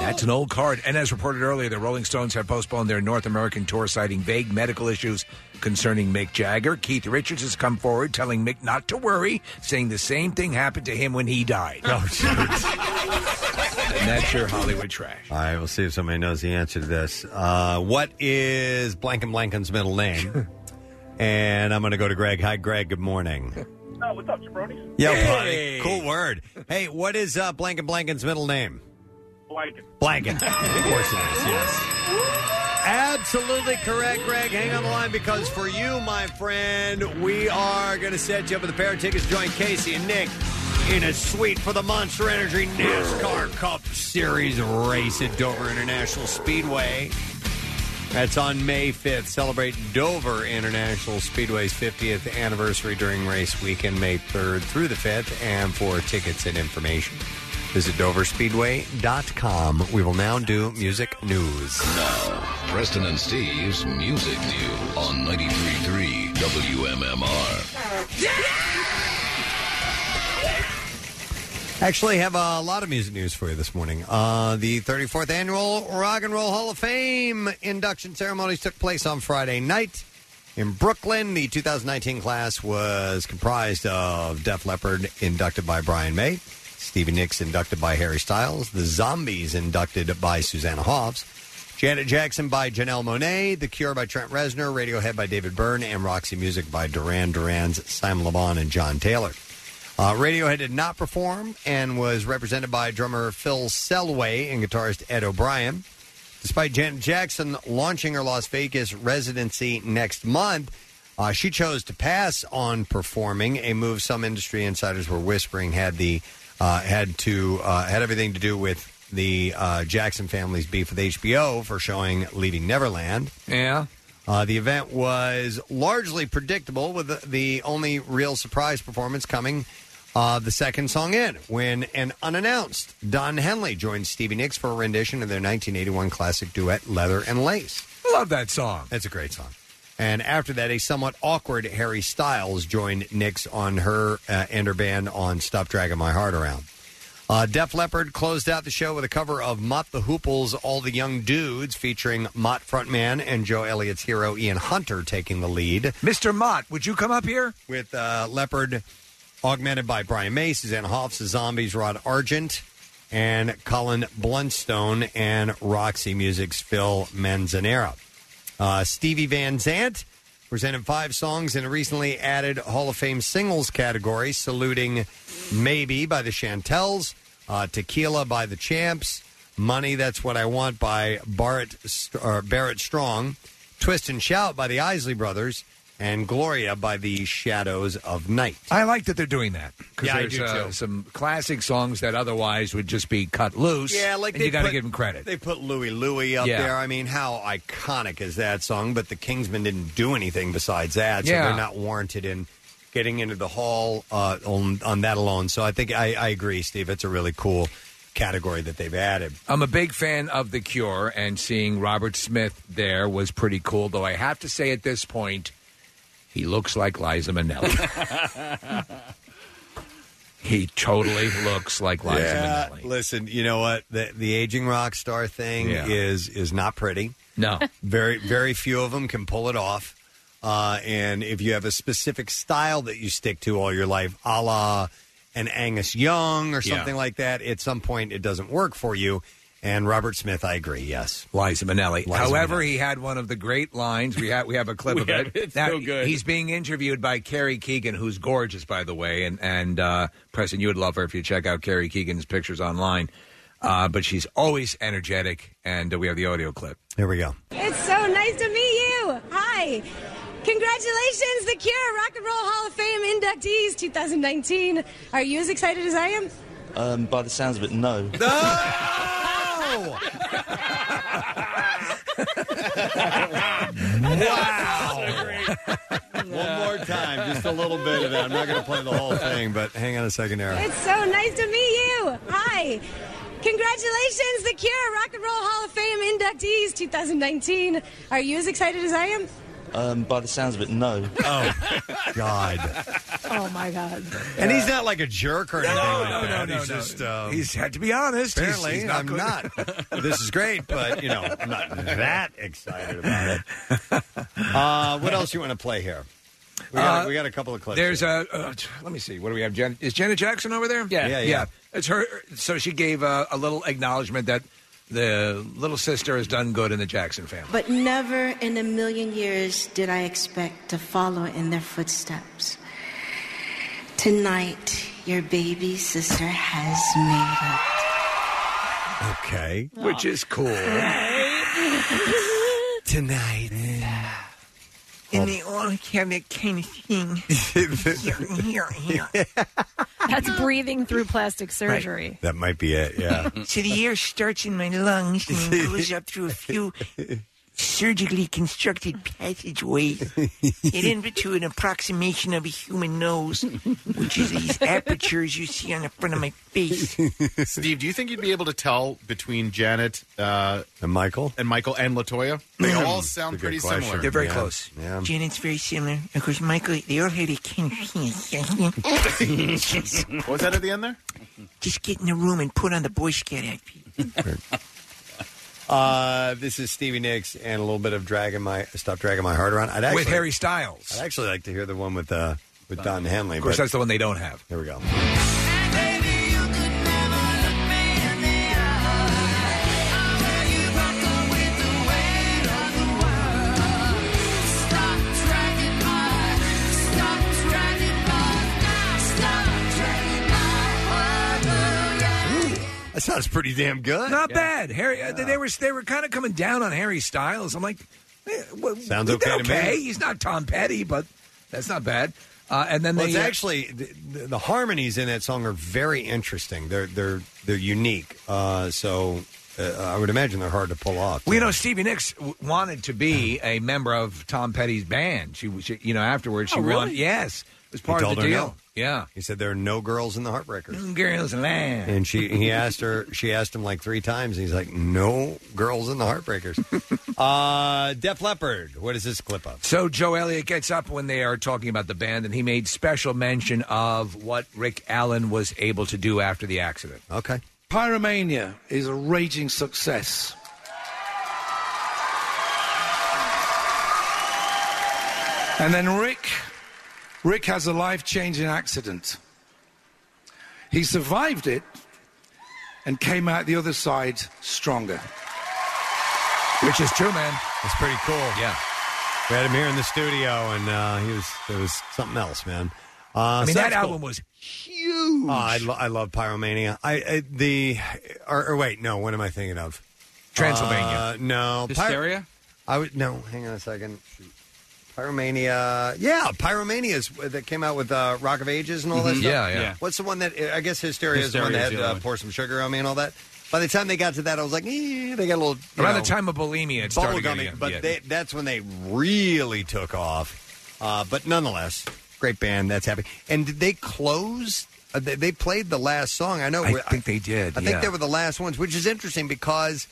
Speaker 4: That's an old card. And as reported earlier, the Rolling Stones have postponed their North American tour, citing vague medical issues concerning Mick Jagger. Keith Richards has come forward telling Mick not to worry, saying the same thing happened to him when he died. and that's your Hollywood trash.
Speaker 2: All right, we'll see if somebody knows the answer to this. Uh, what is Blank and Blanken's middle name? and I'm going to go to Greg. Hi, Greg. Good morning.
Speaker 14: Oh, what's up, jabronis?
Speaker 2: Yo, buddy. Cool word. Hey, what is uh, Blank and Blanken's middle name?
Speaker 14: Blanket.
Speaker 2: Blanket. of course it is, yes. Absolutely correct, Greg. Hang on the line because for you, my friend, we are going to set you up with a pair of tickets to join Casey and Nick in a suite for the Monster Energy NASCAR Cup Series race at Dover International Speedway. That's on May 5th. Celebrate Dover International Speedway's 50th anniversary during race weekend, May 3rd through the 5th. And for tickets and information, visit doverspeedway.com. We will now do music news.
Speaker 6: Now, Preston and Steve's Music News on 93.3 WMMR.
Speaker 2: Actually, have a lot of music news for you this morning. Uh, the 34th annual Rock and Roll Hall of Fame induction ceremonies took place on Friday night in Brooklyn. The 2019 class was comprised of Def Leppard, inducted by Brian May, Stevie Nicks, inducted by Harry Styles, The Zombies, inducted by Susanna Hoffs, Janet Jackson by Janelle Monet, The Cure by Trent Reznor, Radiohead by David Byrne, and Roxy Music by Duran Duran's Simon LeBon and John Taylor. Uh, Radiohead did not perform and was represented by drummer Phil Selway and guitarist Ed O'Brien. Despite Janet Jackson launching her Las Vegas residency next month, uh, she chose to pass on performing a move some industry insiders were whispering had the uh, had to uh, had everything to do with the uh, Jackson family's beef with HBO for showing Leaving Neverland.
Speaker 4: Yeah.
Speaker 2: Uh, the event was largely predictable, with the, the only real surprise performance coming uh, the second song in, when an unannounced Don Henley joined Stevie Nicks for a rendition of their 1981 classic duet "Leather and Lace."
Speaker 4: Love that song.
Speaker 2: That's a great song. And after that, a somewhat awkward Harry Styles joined Nicks on her uh, and her band on "Stop Dragging My Heart Around." Uh, Def Leppard closed out the show with a cover of Mott the Hoople's All the Young Dudes, featuring Mott frontman and Joe Elliott's hero Ian Hunter taking the lead.
Speaker 4: Mr. Mott, would you come up here?
Speaker 2: With uh, Leopard augmented by Brian May, Suzanne Hoffs, the Zombies, Rod Argent, and Colin Blunstone, and Roxy Music's Phil Manzanera. Uh, Stevie Van Zant presented five songs in a recently added Hall of Fame singles category, saluting Maybe by the Chantels, uh, Tequila by the Champs, Money That's What I Want by Barrett, St- or Barrett Strong, Twist and Shout by the Isley Brothers, and Gloria by the Shadows of Night.
Speaker 4: I like that they're doing that. 'Cause
Speaker 2: Yeah, I
Speaker 4: there's,
Speaker 2: do,
Speaker 4: uh,
Speaker 2: too.
Speaker 4: Some classic songs that otherwise would just be cut loose.
Speaker 2: Yeah, like
Speaker 4: and
Speaker 2: they
Speaker 4: you got to
Speaker 2: put-
Speaker 4: give them credit.
Speaker 2: They put Louie Louie up
Speaker 4: Yeah.
Speaker 2: there. I mean, how iconic is that song? But the Kingsmen didn't do anything besides that, so
Speaker 4: Yeah.
Speaker 2: they're not warranted in getting into the hall uh, on on that alone. So I think I, I agree, Steve. It's a really cool category that they've added.
Speaker 4: I'm a big fan of The Cure, and seeing Robert Smith there was pretty cool. Though I have to say, at this point, he looks like Liza Minnelli. he totally looks like Liza
Speaker 2: Yeah, listen, you know what? The the aging rock star thing
Speaker 4: Yeah.
Speaker 2: is is not pretty.
Speaker 4: No.
Speaker 2: very very few of them can pull it off. Uh, and if you have a specific style that you stick to all your life, a la an Angus Young or
Speaker 4: Yeah.
Speaker 2: something like that, at some point it doesn't work for you. And Robert Smith, I agree. Yes,
Speaker 4: Liza Minnelli.
Speaker 2: Liza
Speaker 4: However, he had one of the great lines. We have we have a clip
Speaker 2: We
Speaker 4: of
Speaker 2: have-
Speaker 4: it.
Speaker 2: it's
Speaker 4: Now,
Speaker 2: so good.
Speaker 4: He's being interviewed by Carrie Keegan, who's gorgeous, by the way. And and uh, Preston, you would love her if you check out Carrie Keegan's pictures online. Uh, but she's always energetic, and uh, we have the audio clip.
Speaker 2: Here we go.
Speaker 10: It's so nice to meet you. Hi. Congratulations, The Cure Rock and Roll Hall of Fame inductees 2019. Are you as excited as I am?
Speaker 21: Um, by the sounds of it, no.
Speaker 2: No!
Speaker 7: wow.
Speaker 2: One more time, just a little bit of that. I'm not going to play the whole thing, but hang on a second, Aaron.
Speaker 10: It's so nice to meet you. Hi. Congratulations, The Cure Rock and Roll Hall of Fame inductees 2019. Are you as excited as I am?
Speaker 21: Um, by the sounds of it, no.
Speaker 2: Oh, God.
Speaker 10: Oh my God.
Speaker 2: And he's not like a jerk or anything like
Speaker 4: no,
Speaker 2: that.
Speaker 4: no,
Speaker 2: he's
Speaker 4: no.
Speaker 2: just um,
Speaker 4: He's had to be honest. He's-
Speaker 2: Apparently,
Speaker 4: he's not
Speaker 2: I'm
Speaker 4: good.
Speaker 2: not. this is great, but you know, I'm not that excited about it. Uh, what else you want to play here? We got,
Speaker 4: Uh,
Speaker 2: we got a couple of clips.
Speaker 4: There's a. Uh, t- let me see. What do we have? Jen, is Janet Jackson over there?
Speaker 2: Yeah. Yeah, yeah.
Speaker 4: It's her. So she gave uh, a little acknowledgement that the little sister has done good in the Jackson family.
Speaker 22: But never in a million years did I expect to follow in their footsteps. Tonight, your baby sister has made it.
Speaker 2: Okay.
Speaker 4: Which is cool.
Speaker 2: Tonight.
Speaker 7: In the organic kind of thing. here, here, here.
Speaker 3: That's breathing through plastic surgery.
Speaker 2: That might be it. Yeah.
Speaker 7: So the air starts in my lungs and it goes up through a few surgically constructed passageways and into an approximation of a human nose, which is these apertures you see on the front of my face.
Speaker 11: Steve, do you think you'd be able to tell between Janet uh,
Speaker 2: and Michael
Speaker 11: and Michael and Latoya? They all sound pretty similar.
Speaker 7: Janet's very similar. Of course, Michael, they all had a kind of
Speaker 11: what was that at the end there?
Speaker 7: Just get in the room and put on the Boy Scout outfit.
Speaker 2: Uh, this is Stevie Nicks and a little bit of dragging my stop dragging my heart around. I'd actually,
Speaker 4: with Harry Styles.
Speaker 2: I'd actually like to hear the one with uh, with Don Henley.
Speaker 4: Of course,
Speaker 2: but-
Speaker 4: that's the one they don't have.
Speaker 2: Here we go.
Speaker 7: Stop dragging by. Stop dragging by. Stop dragging
Speaker 2: sounds pretty damn good.
Speaker 4: Not bad. Harry, uh, they were they were kind of coming down on Harry Styles. I'm like, eh, well,
Speaker 2: Sounds
Speaker 4: he did
Speaker 2: okay to me.
Speaker 4: He's not Tom Petty, but that's not bad. Uh, and then
Speaker 2: well,
Speaker 4: they
Speaker 2: it's
Speaker 4: uh,
Speaker 2: actually the, the- the harmonies in that song are very interesting. They're they're they're unique. Uh, so uh, I would imagine they're hard to pull off.
Speaker 4: Well, you know, Stevie Nicks w- wanted to be a member of Tom Petty's band. She, was, she- you know, afterwards she
Speaker 2: Oh, really?
Speaker 4: wanted. Yes, it was
Speaker 2: He
Speaker 4: part of
Speaker 2: told
Speaker 4: the
Speaker 2: her
Speaker 4: deal.
Speaker 2: no.
Speaker 4: Yeah,
Speaker 2: he said there are no girls in the Heartbreakers.
Speaker 4: Mm, Girls land.
Speaker 2: And she he asked her she asked him like three times and he's like, No girls in the heartbreakers. uh Def Leppard, what is this clip of?
Speaker 4: So Joe Elliott gets up when they are talking about the band, and he made special mention of what Rick Allen was able to do after the accident.
Speaker 2: Okay.
Speaker 1: Pyromania is a raging success. And then Rick, Rick has a life-changing accident. He survived it and came out the other side stronger.
Speaker 4: Which is true, man.
Speaker 2: That's pretty cool.
Speaker 4: Yeah.
Speaker 2: We had him here in the studio and uh he was it was something else, man. Uh
Speaker 4: I mean,
Speaker 2: so
Speaker 4: that
Speaker 2: that's cool.
Speaker 4: album was huge.
Speaker 2: Oh, I, lo- I love Pyromania. I, I the or, or wait, no. What am I thinking of?
Speaker 4: Transylvania.
Speaker 2: Uh, no. Pyr-
Speaker 5: Hysteria?
Speaker 2: I would no. Hang on a second. Pyromania. Yeah, Pyromania is that came out with uh, Rock of Ages and all that.
Speaker 4: Mhm.
Speaker 2: Stuff.
Speaker 4: Yeah, yeah. Yeah.
Speaker 2: What's the one that I guess Hysteria, is the one
Speaker 4: Hysteria is
Speaker 2: that had
Speaker 4: the other
Speaker 2: uh,
Speaker 4: one.
Speaker 2: pour some sugar on me and all that. By the time they got to that, I was like, eh, they got a little. you
Speaker 4: Around
Speaker 2: know,
Speaker 4: the time of bulimia, it started getting-
Speaker 2: bubblegummy. But
Speaker 4: yeah.
Speaker 2: they, that's when they really took off. Uh, but nonetheless, great band. That's happy. And did they close? Uh, they, they played the last song. I know.
Speaker 4: I think they did.
Speaker 2: I think
Speaker 4: yeah.
Speaker 2: they were the last ones, which is interesting because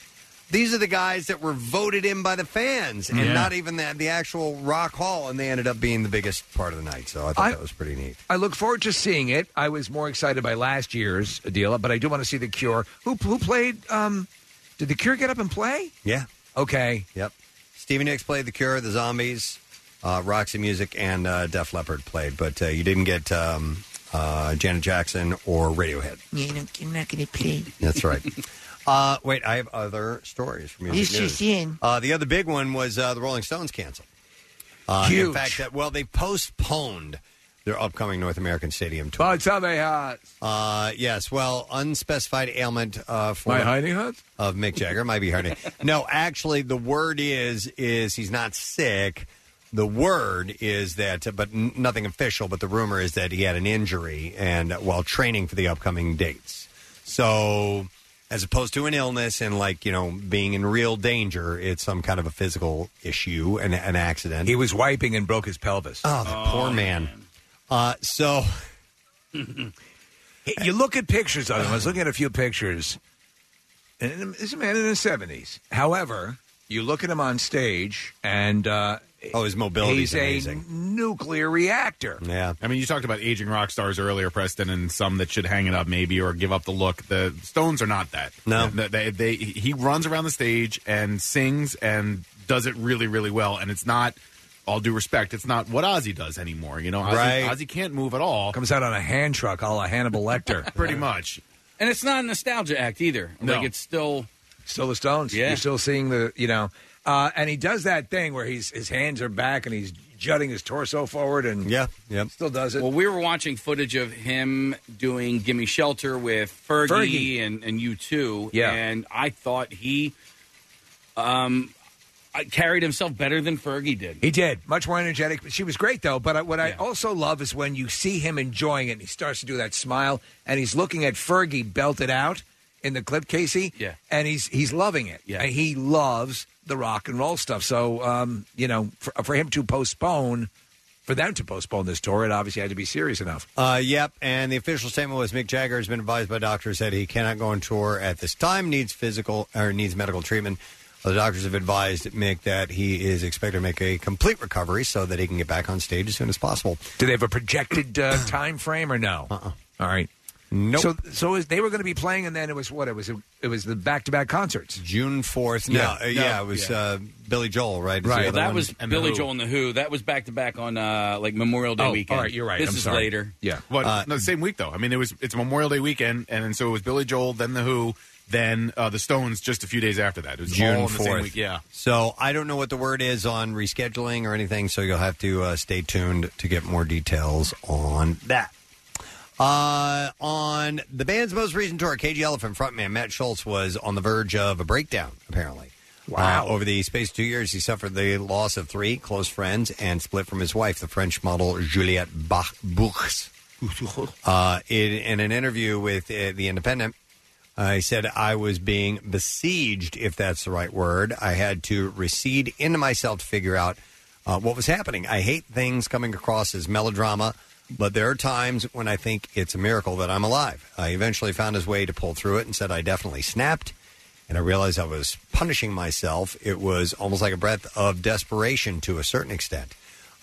Speaker 2: these are the guys that were voted in by the fans and
Speaker 4: Yeah.
Speaker 2: not even the, the actual Rock Hall, and they ended up being the biggest part of the night. So I thought
Speaker 4: I-
Speaker 2: that was pretty neat.
Speaker 4: I look forward to seeing it. I was more excited by last year's deal, but I do want to see the Cure. Who who played? Um, did the Cure get up and play?
Speaker 2: Yeah.
Speaker 4: Okay.
Speaker 2: Yep. Stevie Nicks played The Cure, The Zombies, uh, Roxy Music, and uh, Def Leppard played, but uh, you didn't get um, uh, Janet Jackson or Radiohead.
Speaker 1: You know, I'm not going to play.
Speaker 2: That's right. uh, wait, I have other stories from music
Speaker 1: This
Speaker 2: news.
Speaker 1: is in.
Speaker 2: Uh, the other big one was uh, the Rolling Stones canceled. Uh, In
Speaker 4: Huge.
Speaker 2: fact, that well, they postponed their upcoming North American stadium tour.
Speaker 4: Bon Jovi Hot.
Speaker 2: Uh, yes, well, unspecified ailment uh, for
Speaker 4: My hiding hut?
Speaker 2: of Mick Jagger might be hiding. no, actually, the word is is he's not sick. The word is that, but n- nothing official. But the rumor is that he had an injury and while training for the upcoming dates. So, as opposed to an illness and like you know being in real danger, it's some kind of a physical issue and an accident.
Speaker 4: He was wiping and broke his pelvis.
Speaker 2: Oh, the poor man. Uh, so
Speaker 4: you look at pictures of him. I was looking at a few pictures, and it's a man in his seventies. However, you look at him on stage, and uh,
Speaker 2: oh, his mobility
Speaker 4: he's a nuclear reactor.
Speaker 2: Yeah.
Speaker 11: I mean, you talked about aging rock stars earlier, Preston, and some that should hang it up maybe or give up the look. The Stones are not that.
Speaker 2: No.
Speaker 11: They, they, they- he runs around the stage and sings and does it really, really well. And it's not, all due respect, it's not what Ozzy does anymore. You know, Ozzy,
Speaker 4: Right.
Speaker 11: Ozzy can't move at all.
Speaker 4: Comes out on a hand truck, a la Hannibal Lecter.
Speaker 11: Pretty much.
Speaker 5: And it's not a nostalgia act either.
Speaker 4: No.
Speaker 5: Like it's still
Speaker 4: Still the Stones.
Speaker 5: Yeah.
Speaker 4: You're still seeing the, you know, uh, and he does that thing where he's his hands are back and he's jutting his torso forward and
Speaker 2: yeah, yeah,
Speaker 4: still does it.
Speaker 5: Well, we were watching footage of him doing "Gimme Shelter" with Fergie,
Speaker 4: Fergie.
Speaker 5: and and you too.
Speaker 4: Yeah.
Speaker 5: and I thought he, um, I carried himself better than Fergie did.
Speaker 4: He did much more energetic. She was great though. But I, what I also love is when you see him enjoying it. and He starts to do that smile, and he's looking at Fergie belted out in the clip, Casey.
Speaker 5: Yeah.
Speaker 4: and he's he's loving it.
Speaker 5: Yeah.
Speaker 4: and he loves the rock and roll stuff. So um, you know, for, for him to postpone, for them to postpone this tour, it obviously had to be serious enough.
Speaker 2: Uh, yep. And the official statement was Mick Jagger has been advised by doctors that he cannot go on tour at this time. Needs physical or needs medical treatment. The doctors have advised Mick that he is expected to make a complete recovery so that he can get back on stage as soon as possible.
Speaker 4: Do they have a projected uh, time frame or no? Uh-uh. All right.
Speaker 2: Nope.
Speaker 4: So, so is, they were going to be playing, and then it was what it was. It was the back-to-back concerts.
Speaker 2: June fourth. No, yeah, uh, yeah it was Uh, Billy Joel, right? Is the
Speaker 4: Right.
Speaker 2: other
Speaker 5: that
Speaker 2: one?
Speaker 5: was Billy Joel and the Who. That was back to back on uh, like Memorial Day
Speaker 11: Oh,
Speaker 5: weekend.
Speaker 11: all right, you're right.
Speaker 5: This
Speaker 11: I'm
Speaker 5: is
Speaker 11: sorry.
Speaker 5: later.
Speaker 11: But
Speaker 2: Uh,
Speaker 11: no, the same week though. I mean, it was it's Memorial Day weekend, and then so it was Billy Joel, then the Who, then uh, the Stones. Just a few days after that, it was all
Speaker 2: June
Speaker 11: in the same
Speaker 2: fourth.
Speaker 11: week. Yeah.
Speaker 2: So I don't know what the word is on rescheduling or anything. So you'll have to uh, stay tuned to get more details on that. Uh, on the band's most recent tour, KG Elephant frontman Matt Schultz was on the verge of a breakdown, apparently. Wow. over the space of two years, he suffered the loss of three close friends and split from his wife, the French model Juliette Bach- Buchs. Uh, in, in an interview with uh, The Independent, uh, he said, I was being besieged, if that's the right word. I had to recede into myself to figure out uh, what was happening. I hate things coming across as melodrama, but there are times when I think it's a miracle that I'm alive. I eventually found his way to pull through it and said, I definitely snapped. And I realized I was punishing myself. It was almost like a breath of desperation to a certain extent.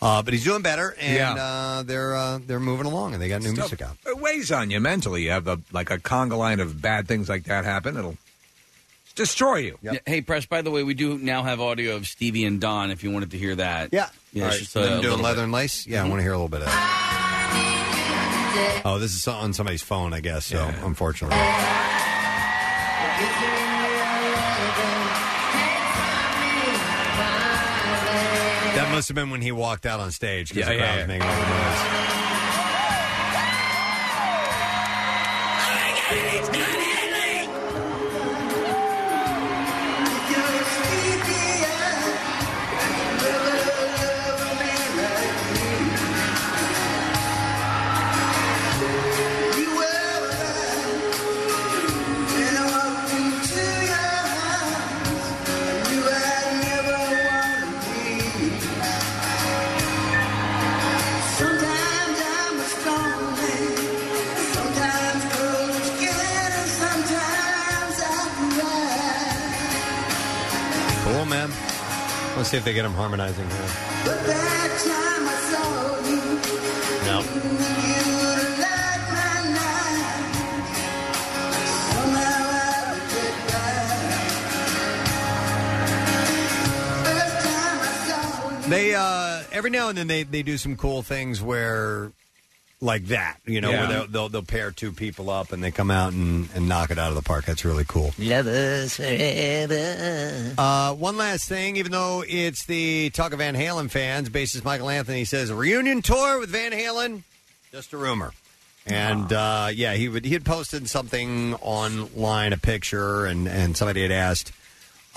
Speaker 2: Uh, but he's doing better, and
Speaker 4: Yeah.
Speaker 2: uh, they're uh, they're moving along, and they got new
Speaker 4: Stuff-
Speaker 2: music out.
Speaker 4: It weighs on you mentally. You have a, like a conga line of bad things like that happen. It'll destroy you.
Speaker 5: Yeah, Hey, Press, by the way, we do now have audio of Stevie and Don if you wanted to hear that.
Speaker 2: Yeah.
Speaker 5: Yeah,
Speaker 2: All
Speaker 5: it's
Speaker 2: right.
Speaker 5: just a
Speaker 2: Them
Speaker 5: little
Speaker 2: doing
Speaker 5: bit.
Speaker 2: leather and lace. Yeah, I want to hear a little bit of that. Oh, this is on somebody's phone, I guess. So unfortunately, that must have been when he walked out on stage because
Speaker 7: Yeah, yeah,
Speaker 2: the crowd
Speaker 7: yeah.
Speaker 2: was making all the noise.
Speaker 7: Sometimes I'm a strong man, sometimes cold and scared, and sometimes I cry.
Speaker 2: Cool, man. Let's see if they get him harmonizing here.
Speaker 7: But that time I saw you,
Speaker 2: No.
Speaker 7: you light my night. Somehow I would get by. First time I saw
Speaker 2: They uh, every now and then they, they do some cool things where like that, you know,
Speaker 13: Yeah.
Speaker 2: where they'll, they'll they'll pair two people up and they come out and, and knock it out of the park. That's really cool.
Speaker 13: Lovers forever.
Speaker 2: Uh, one last thing, even though it's the talk of Van Halen fans, bassist Michael Anthony says a reunion tour with Van Halen, just a rumor. And uh, yeah, he would he had posted something online, a picture, and and somebody had asked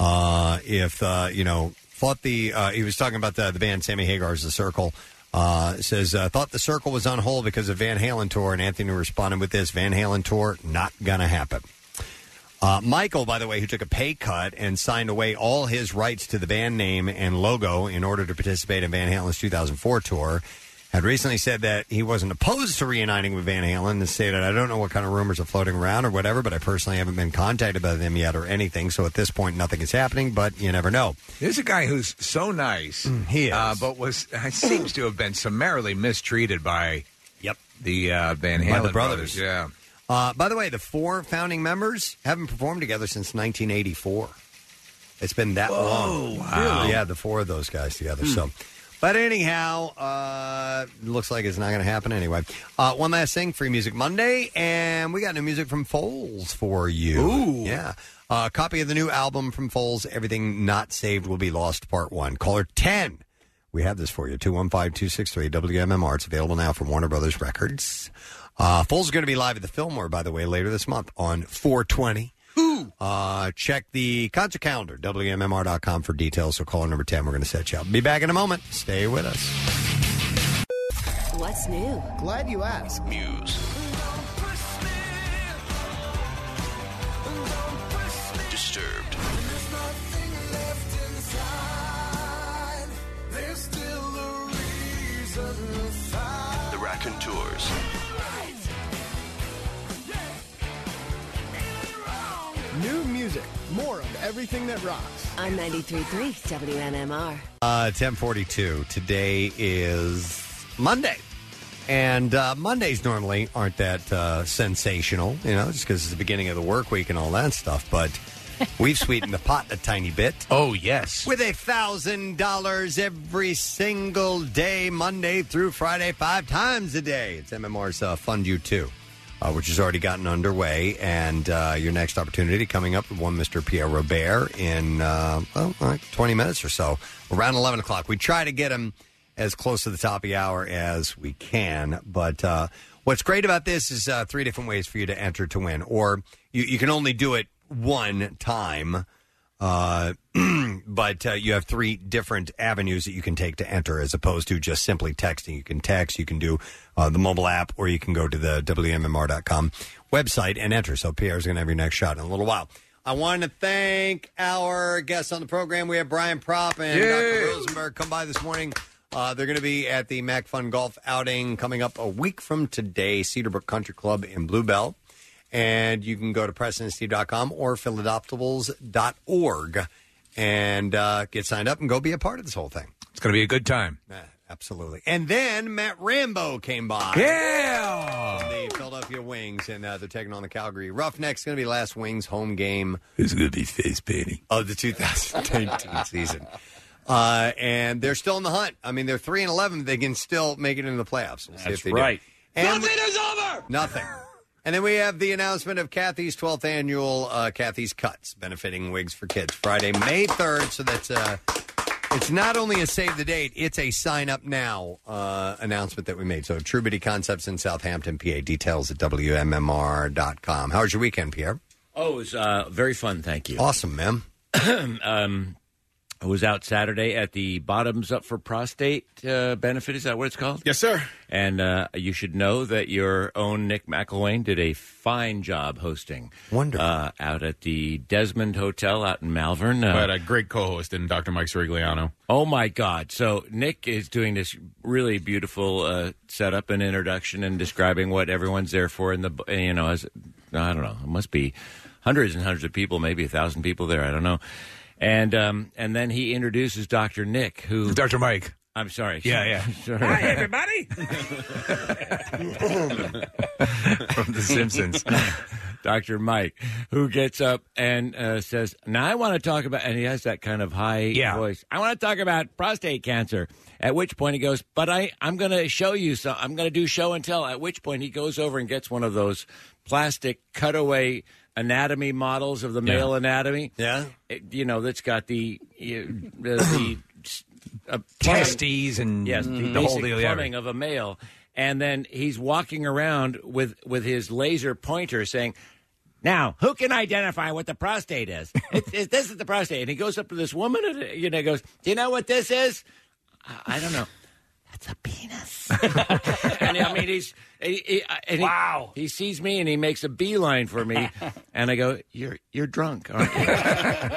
Speaker 2: uh, if uh, you know thought the uh, he was talking about the the band Sammy Hagar's The Circle. Uh, says uh, thought the circle was on hold because of Van Halen tour, and Anthony responded with this: Van Halen tour not gonna happen. Uh, Michael, by the way, who took a pay cut and signed away all his rights to the band name and logo in order to participate in Van Halen's 2004 tour, had recently said that he wasn't opposed to reuniting with Van Halen and stated, I don't know what kind of rumors are floating around or whatever, but I personally haven't been contacted by them yet or anything. So at this point, nothing is happening, but you never know.
Speaker 4: There's a guy who's so nice,
Speaker 2: Mm, he is.
Speaker 4: Uh, but was seems to have been summarily mistreated by
Speaker 2: yep
Speaker 4: the uh, Van
Speaker 2: By
Speaker 4: Halen
Speaker 2: the brothers.
Speaker 4: brothers. Yeah,
Speaker 2: Uh, by the way, the four founding members haven't performed together since 1984. It's been that long.
Speaker 4: wow.
Speaker 2: Yeah, the four of those guys together.
Speaker 7: Hmm.
Speaker 2: So, but anyhow, uh, looks like it's not going to happen anyway. Uh, one last thing, Free Music Monday, and we got new music from Foles for you. Ooh, yeah. Uh, copy of the new album from Foles, Everything Not Saved Will Be Lost, Part 1. Caller 10. We have this for you 215 263 WMMR. It's available now from Warner Brothers Records. Uh, Foles is going to be live at the Fillmore, by the way, later this month on 420. Uh, check the concert calendar, WMMR.com for details. So call number 10. We're going to set you up. Be back in a moment. Stay with us.
Speaker 8: What's new? Glad you asked. News.
Speaker 6: Disturbed. The Raconteurs.
Speaker 8: New music. More of everything that rocks. On 93.3 WMMR.
Speaker 2: Uh, 1042. Today is Monday. And uh, Mondays normally aren't that uh, sensational, you know, just because it's the beginning of the work week and all that stuff. But we've sweetened the pot a tiny bit.
Speaker 4: Oh, yes.
Speaker 2: With a $1,000 every single day, Monday through Friday, five times a day. It's MMR's uh, Fund You Too, uh, which has already gotten underway. And uh, your next opportunity coming up with one Mr. Pierre Robert in, uh, well, like 20 minutes or so, around 11 o'clock. We try to get him as close to the top of the hour as we can. But uh, What's great about this is uh, three different ways for you to enter to win, or you, you can only do it one time. Uh, but uh, you have three different avenues that you can take to enter, as opposed to just simply texting. You can text, you can do uh, the mobile app, or you can go to the WMMR.com website and enter. So Pierre's going to have your next shot in a little while. I want to thank our guests on the program. We have Brian Propp and Dr. Rosenberg come by this morning. Uh, they're going to be at the Mac Fun Golf outing coming up a week from today, Cedarbrook Country Club in Bluebell. And you can go to PresidentSteve.com or Philadoptables.org and uh, get signed up and go be a part of this whole thing.
Speaker 4: It's going to be a good time.
Speaker 2: Absolutely. And then Matt Rambo came by.
Speaker 4: Yeah!
Speaker 2: The Philadelphia Wings, and uh, they're taking on the Calgary Roughnecks. Going to be last Wings home game
Speaker 4: It's going to be face painting.
Speaker 2: of the 2019 season. Uh, and they're still in the hunt. I mean, they're three and eleven. They can still make it into the playoffs. We'll see
Speaker 5: That's
Speaker 2: if they
Speaker 5: right.
Speaker 2: Do. And nothing is over. Nothing. And then we have the announcement of Kathy's 12th annual uh, Kathy's Cuts, benefiting Wigs for Kids, Friday, May 3rd. So that's uh, it's not only a save the date, it's a sign up now uh, announcement that we made. So Truebity Concepts in Southampton, PA. Details at WMMR.com. How was your weekend, Pierre?
Speaker 12: Oh, it was uh, very fun. Thank you.
Speaker 2: Awesome, man.
Speaker 12: um, I was out Saturday at the Bottoms Up for Prostate uh, benefit. Is that what it's called?
Speaker 11: Yes, sir.
Speaker 12: And uh, you should know that your own Nick McElwain did a fine job hosting.
Speaker 2: Wonderful.
Speaker 12: Uh, out at the Desmond Hotel out in Malvern. Uh,
Speaker 11: I had a great co-host in Dr. Mike Sirigliano.
Speaker 12: Oh my God! So Nick is doing this really beautiful uh, setup and introduction and describing what everyone's there for. In the you know, as I don't know, it must be hundreds and hundreds of people, maybe a thousand people there. I don't know. And um, and then he introduces Doctor Nick, who
Speaker 4: Doctor Mike.
Speaker 12: I'm sorry.
Speaker 4: Yeah, yeah.
Speaker 12: Sorry.
Speaker 4: Hi,
Speaker 12: everybody.
Speaker 4: From The Simpsons.
Speaker 12: Dr. Mike, who gets up and uh, says, Now I want to talk about, and he has that kind of high voice, I want to talk about prostate cancer. At which point he goes, But I, I'm going to show you some, I'm going to do show and tell. At which point he goes over and gets one of those plastic cutaway anatomy models of the
Speaker 17: Yeah.
Speaker 12: male anatomy.
Speaker 2: Yeah.
Speaker 12: It- you know, that's got the, you uh, the, uh, plumbing-
Speaker 4: Testes and
Speaker 12: yes, the,
Speaker 4: the whole
Speaker 12: basic
Speaker 4: deal. yeah.
Speaker 12: plumbing of a male, and then he's walking around with with his laser pointer saying. Now, who can identify what the prostate is? It's, it's, this is the prostate, and he goes up to this woman and uh, you know goes, "Do you know what this is?" I, I don't know. That's a penis. and I mean, he's he, he, and he, wow. He sees me and he makes a beeline for me, and I go, "You're you're drunk, aren't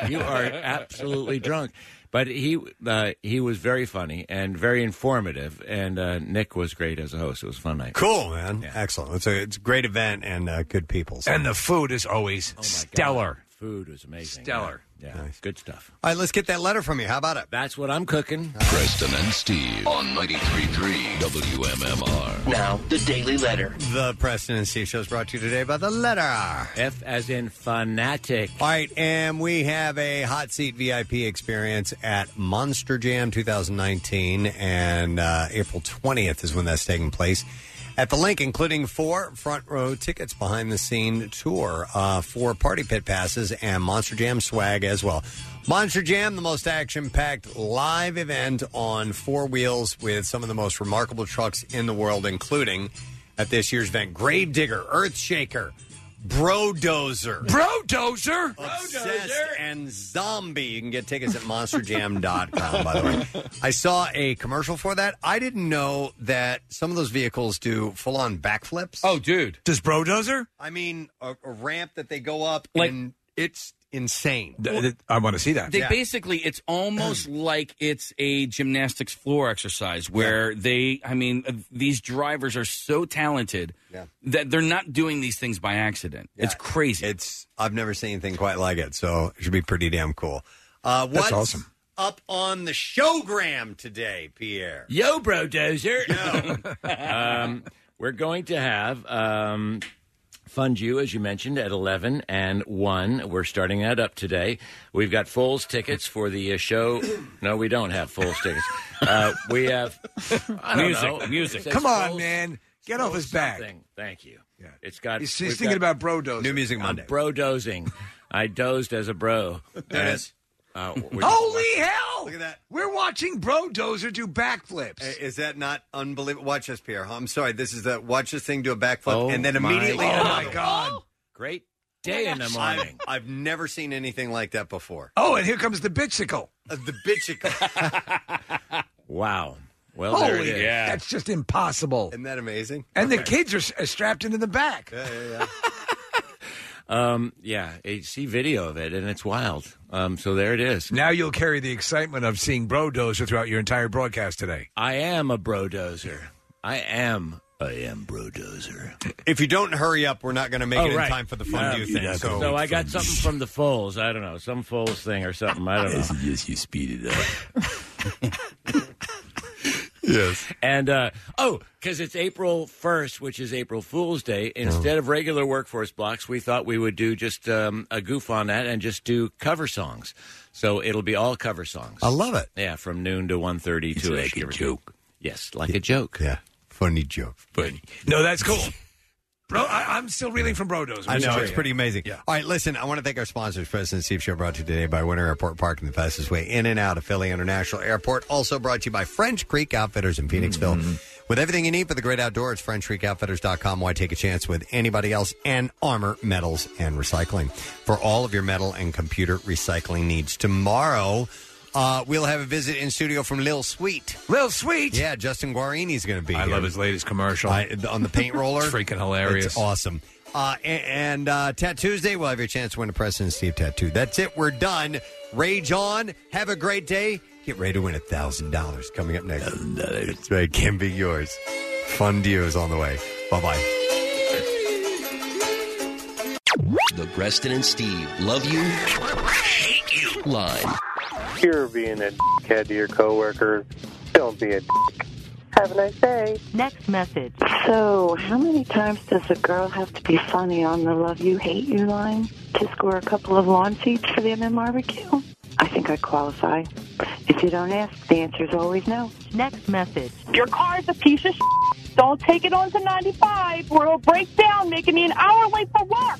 Speaker 12: you?" you are absolutely drunk. But he uh, he was very funny and very informative, and uh, Nick was great as a host. It was a fun night.
Speaker 2: Cool, man. Excellent. It's a, it's a great event and uh, good people. so-
Speaker 12: Oh
Speaker 4: And the food is always stellar.
Speaker 12: Food was amazing.
Speaker 4: Stellar.
Speaker 12: Yeah, yeah. good stuff.
Speaker 2: All right, let's get that letter from you. How about it?
Speaker 12: That's what I'm cooking.
Speaker 6: Preston and Steve on 93.3 WMMR.
Speaker 2: Now,
Speaker 12: the Daily Letter.
Speaker 2: The Preston and Steve show is brought to you today by the letter
Speaker 12: F as in fanatic.
Speaker 2: All right, and we have a hot seat VIP experience at Monster Jam 2019, and uh, April 20th is when that's taking place. At the link, including four front row tickets behind the scene tour, uh, four party pit passes, and Monster Jam swag as well. Monster Jam, the most action packed live event on four wheels with some of the most remarkable trucks in the world, including at this year's event Gravedigger, Earthshaker, Brodozer.
Speaker 4: Brodozer?
Speaker 2: Obsessed and Zombie. You can get tickets at monsterjam.com, by the way. I saw a commercial for that. I didn't know that some of those vehicles do full on backflips.
Speaker 5: Oh, dude.
Speaker 4: Does Brodozer?
Speaker 2: I mean, a, a ramp that they go up,
Speaker 5: Like-
Speaker 2: and it's insane.
Speaker 4: I want to see that.
Speaker 5: They basically, it's almost like it's a gymnastics floor exercise where they, I mean, uh, these drivers are so talented
Speaker 2: Yeah.
Speaker 5: that they're not doing these things by accident. It's crazy.
Speaker 2: It's I've never seen anything quite like it, so it should be pretty damn cool. Uh,
Speaker 4: That's
Speaker 2: what's
Speaker 4: awesome.
Speaker 2: Up on the showgram today, Pierre.
Speaker 12: Yo, bro, dozer. um, we're going to have um, Fund You, as you mentioned, at 11 and 1. We're starting that up today. We've got Foles tickets for the uh, show. No, we don't have Foles tickets. Uh, we have. I don't
Speaker 4: Music,
Speaker 12: know.
Speaker 4: music.
Speaker 12: It says
Speaker 4: Come on,
Speaker 12: Foles-
Speaker 4: man. Get off his
Speaker 12: Foles
Speaker 4: back.
Speaker 12: something. Thank you. Yeah. It's got.
Speaker 4: He's,
Speaker 12: we've
Speaker 4: he's thinking
Speaker 12: got-
Speaker 4: about Brodozer. New
Speaker 2: Music
Speaker 12: I'm bro dozing. I dozed as a bro.
Speaker 4: There it is.
Speaker 12: Uh, we-
Speaker 4: Holy hell!
Speaker 2: Look at that.
Speaker 4: We're watching Bro Dozer do backflips.
Speaker 2: Uh, Is that not unbelievable? Watch this, Pierre. I'm sorry. This is that. Watch this thing do a backflip and then
Speaker 12: my
Speaker 2: immediately.
Speaker 12: God.
Speaker 2: another one.
Speaker 4: Oh
Speaker 12: Oh.
Speaker 4: God.
Speaker 12: Great day in the morning.
Speaker 2: I've, I've never seen anything like that before.
Speaker 4: Oh, and here comes the bitchicle.
Speaker 2: the bitchicle.
Speaker 12: Wow. Well,
Speaker 4: Holy,
Speaker 12: Oh, there it is.
Speaker 4: that's just impossible.
Speaker 2: Isn't that amazing?
Speaker 4: And the kids are s- are strapped into the back.
Speaker 12: Um, yeah, I see video of it, and it's wild. Um, so there it is.
Speaker 4: Now you'll carry the excitement of seeing Bro Dozer throughout your entire broadcast today.
Speaker 12: I am a bro dozer. I am. I am bro dozer.
Speaker 2: If you don't hurry up, we're not going to make
Speaker 12: Oh,
Speaker 2: it in
Speaker 12: right.
Speaker 2: time for the fun
Speaker 12: No,
Speaker 2: do thing.
Speaker 12: yeah,
Speaker 2: So,
Speaker 12: I got something from the Foles. I don't know, some Foles thing or something. I don't know. yes, you speed it up.
Speaker 25: yes.
Speaker 12: And uh, oh, because it's April first, which is April Fool's Day. Instead of regular workforce blocks, we thought we would do just um, a goof on that and just do cover songs. So it'll be all cover songs.
Speaker 2: I love it.
Speaker 12: Yeah, from noon to one thirty to like a joke. Yes, like a joke.
Speaker 2: Yeah, funny joke.
Speaker 12: Funny.
Speaker 4: No, that's cool. Bro, I, I'm still reeling from Bro Dozer.
Speaker 2: I know it's
Speaker 4: Yeah.
Speaker 2: pretty amazing. All right, listen. I want to thank our sponsors, President Steve Show, brought to you today by Winter Airport Parking, the fastest way in and out of Philly International Airport. Also brought to you by French Creek Outfitters in Phoenixville.
Speaker 4: Mm-hmm.
Speaker 2: With everything you need for the great outdoors, FrenchCreekOutfitters.com. Why take a chance with anybody else? And Armor Metals and Recycling for all of your metal and computer recycling needs. Tomorrow. Uh, we'll have a visit in studio from Lil Sweet.
Speaker 4: Lil Sweet,
Speaker 2: yeah. Justin Guarini's going to be.
Speaker 4: I
Speaker 2: here.
Speaker 4: love his latest commercial
Speaker 2: I- on the paint roller.
Speaker 4: It's freaking hilarious.
Speaker 2: It's awesome. Uh, a- and uh, Tuesday, we'll have your chance to win a President Steve tattoo. That's it. We're done. Rage on. Have a great day. Get ready to win $1,000 coming up next. That's right. uh, Can be yours. Fun deals on the way. Bye bye.
Speaker 7: The Preston and Steve love you, hate you line.
Speaker 18: You're being a dickhead to your coworkers. Don't be a dick.
Speaker 26: Have a nice day. Next message. So, how many times does a girl have to be funny on the love you, hate you line to score a couple of lawn seats for the MM barbecue? I think I qualify. If you don't ask, the answer's always no. Next message.
Speaker 19: Your car's a piece of shit. Don't take it on to 95 or it'll break down, making me an hour late for work.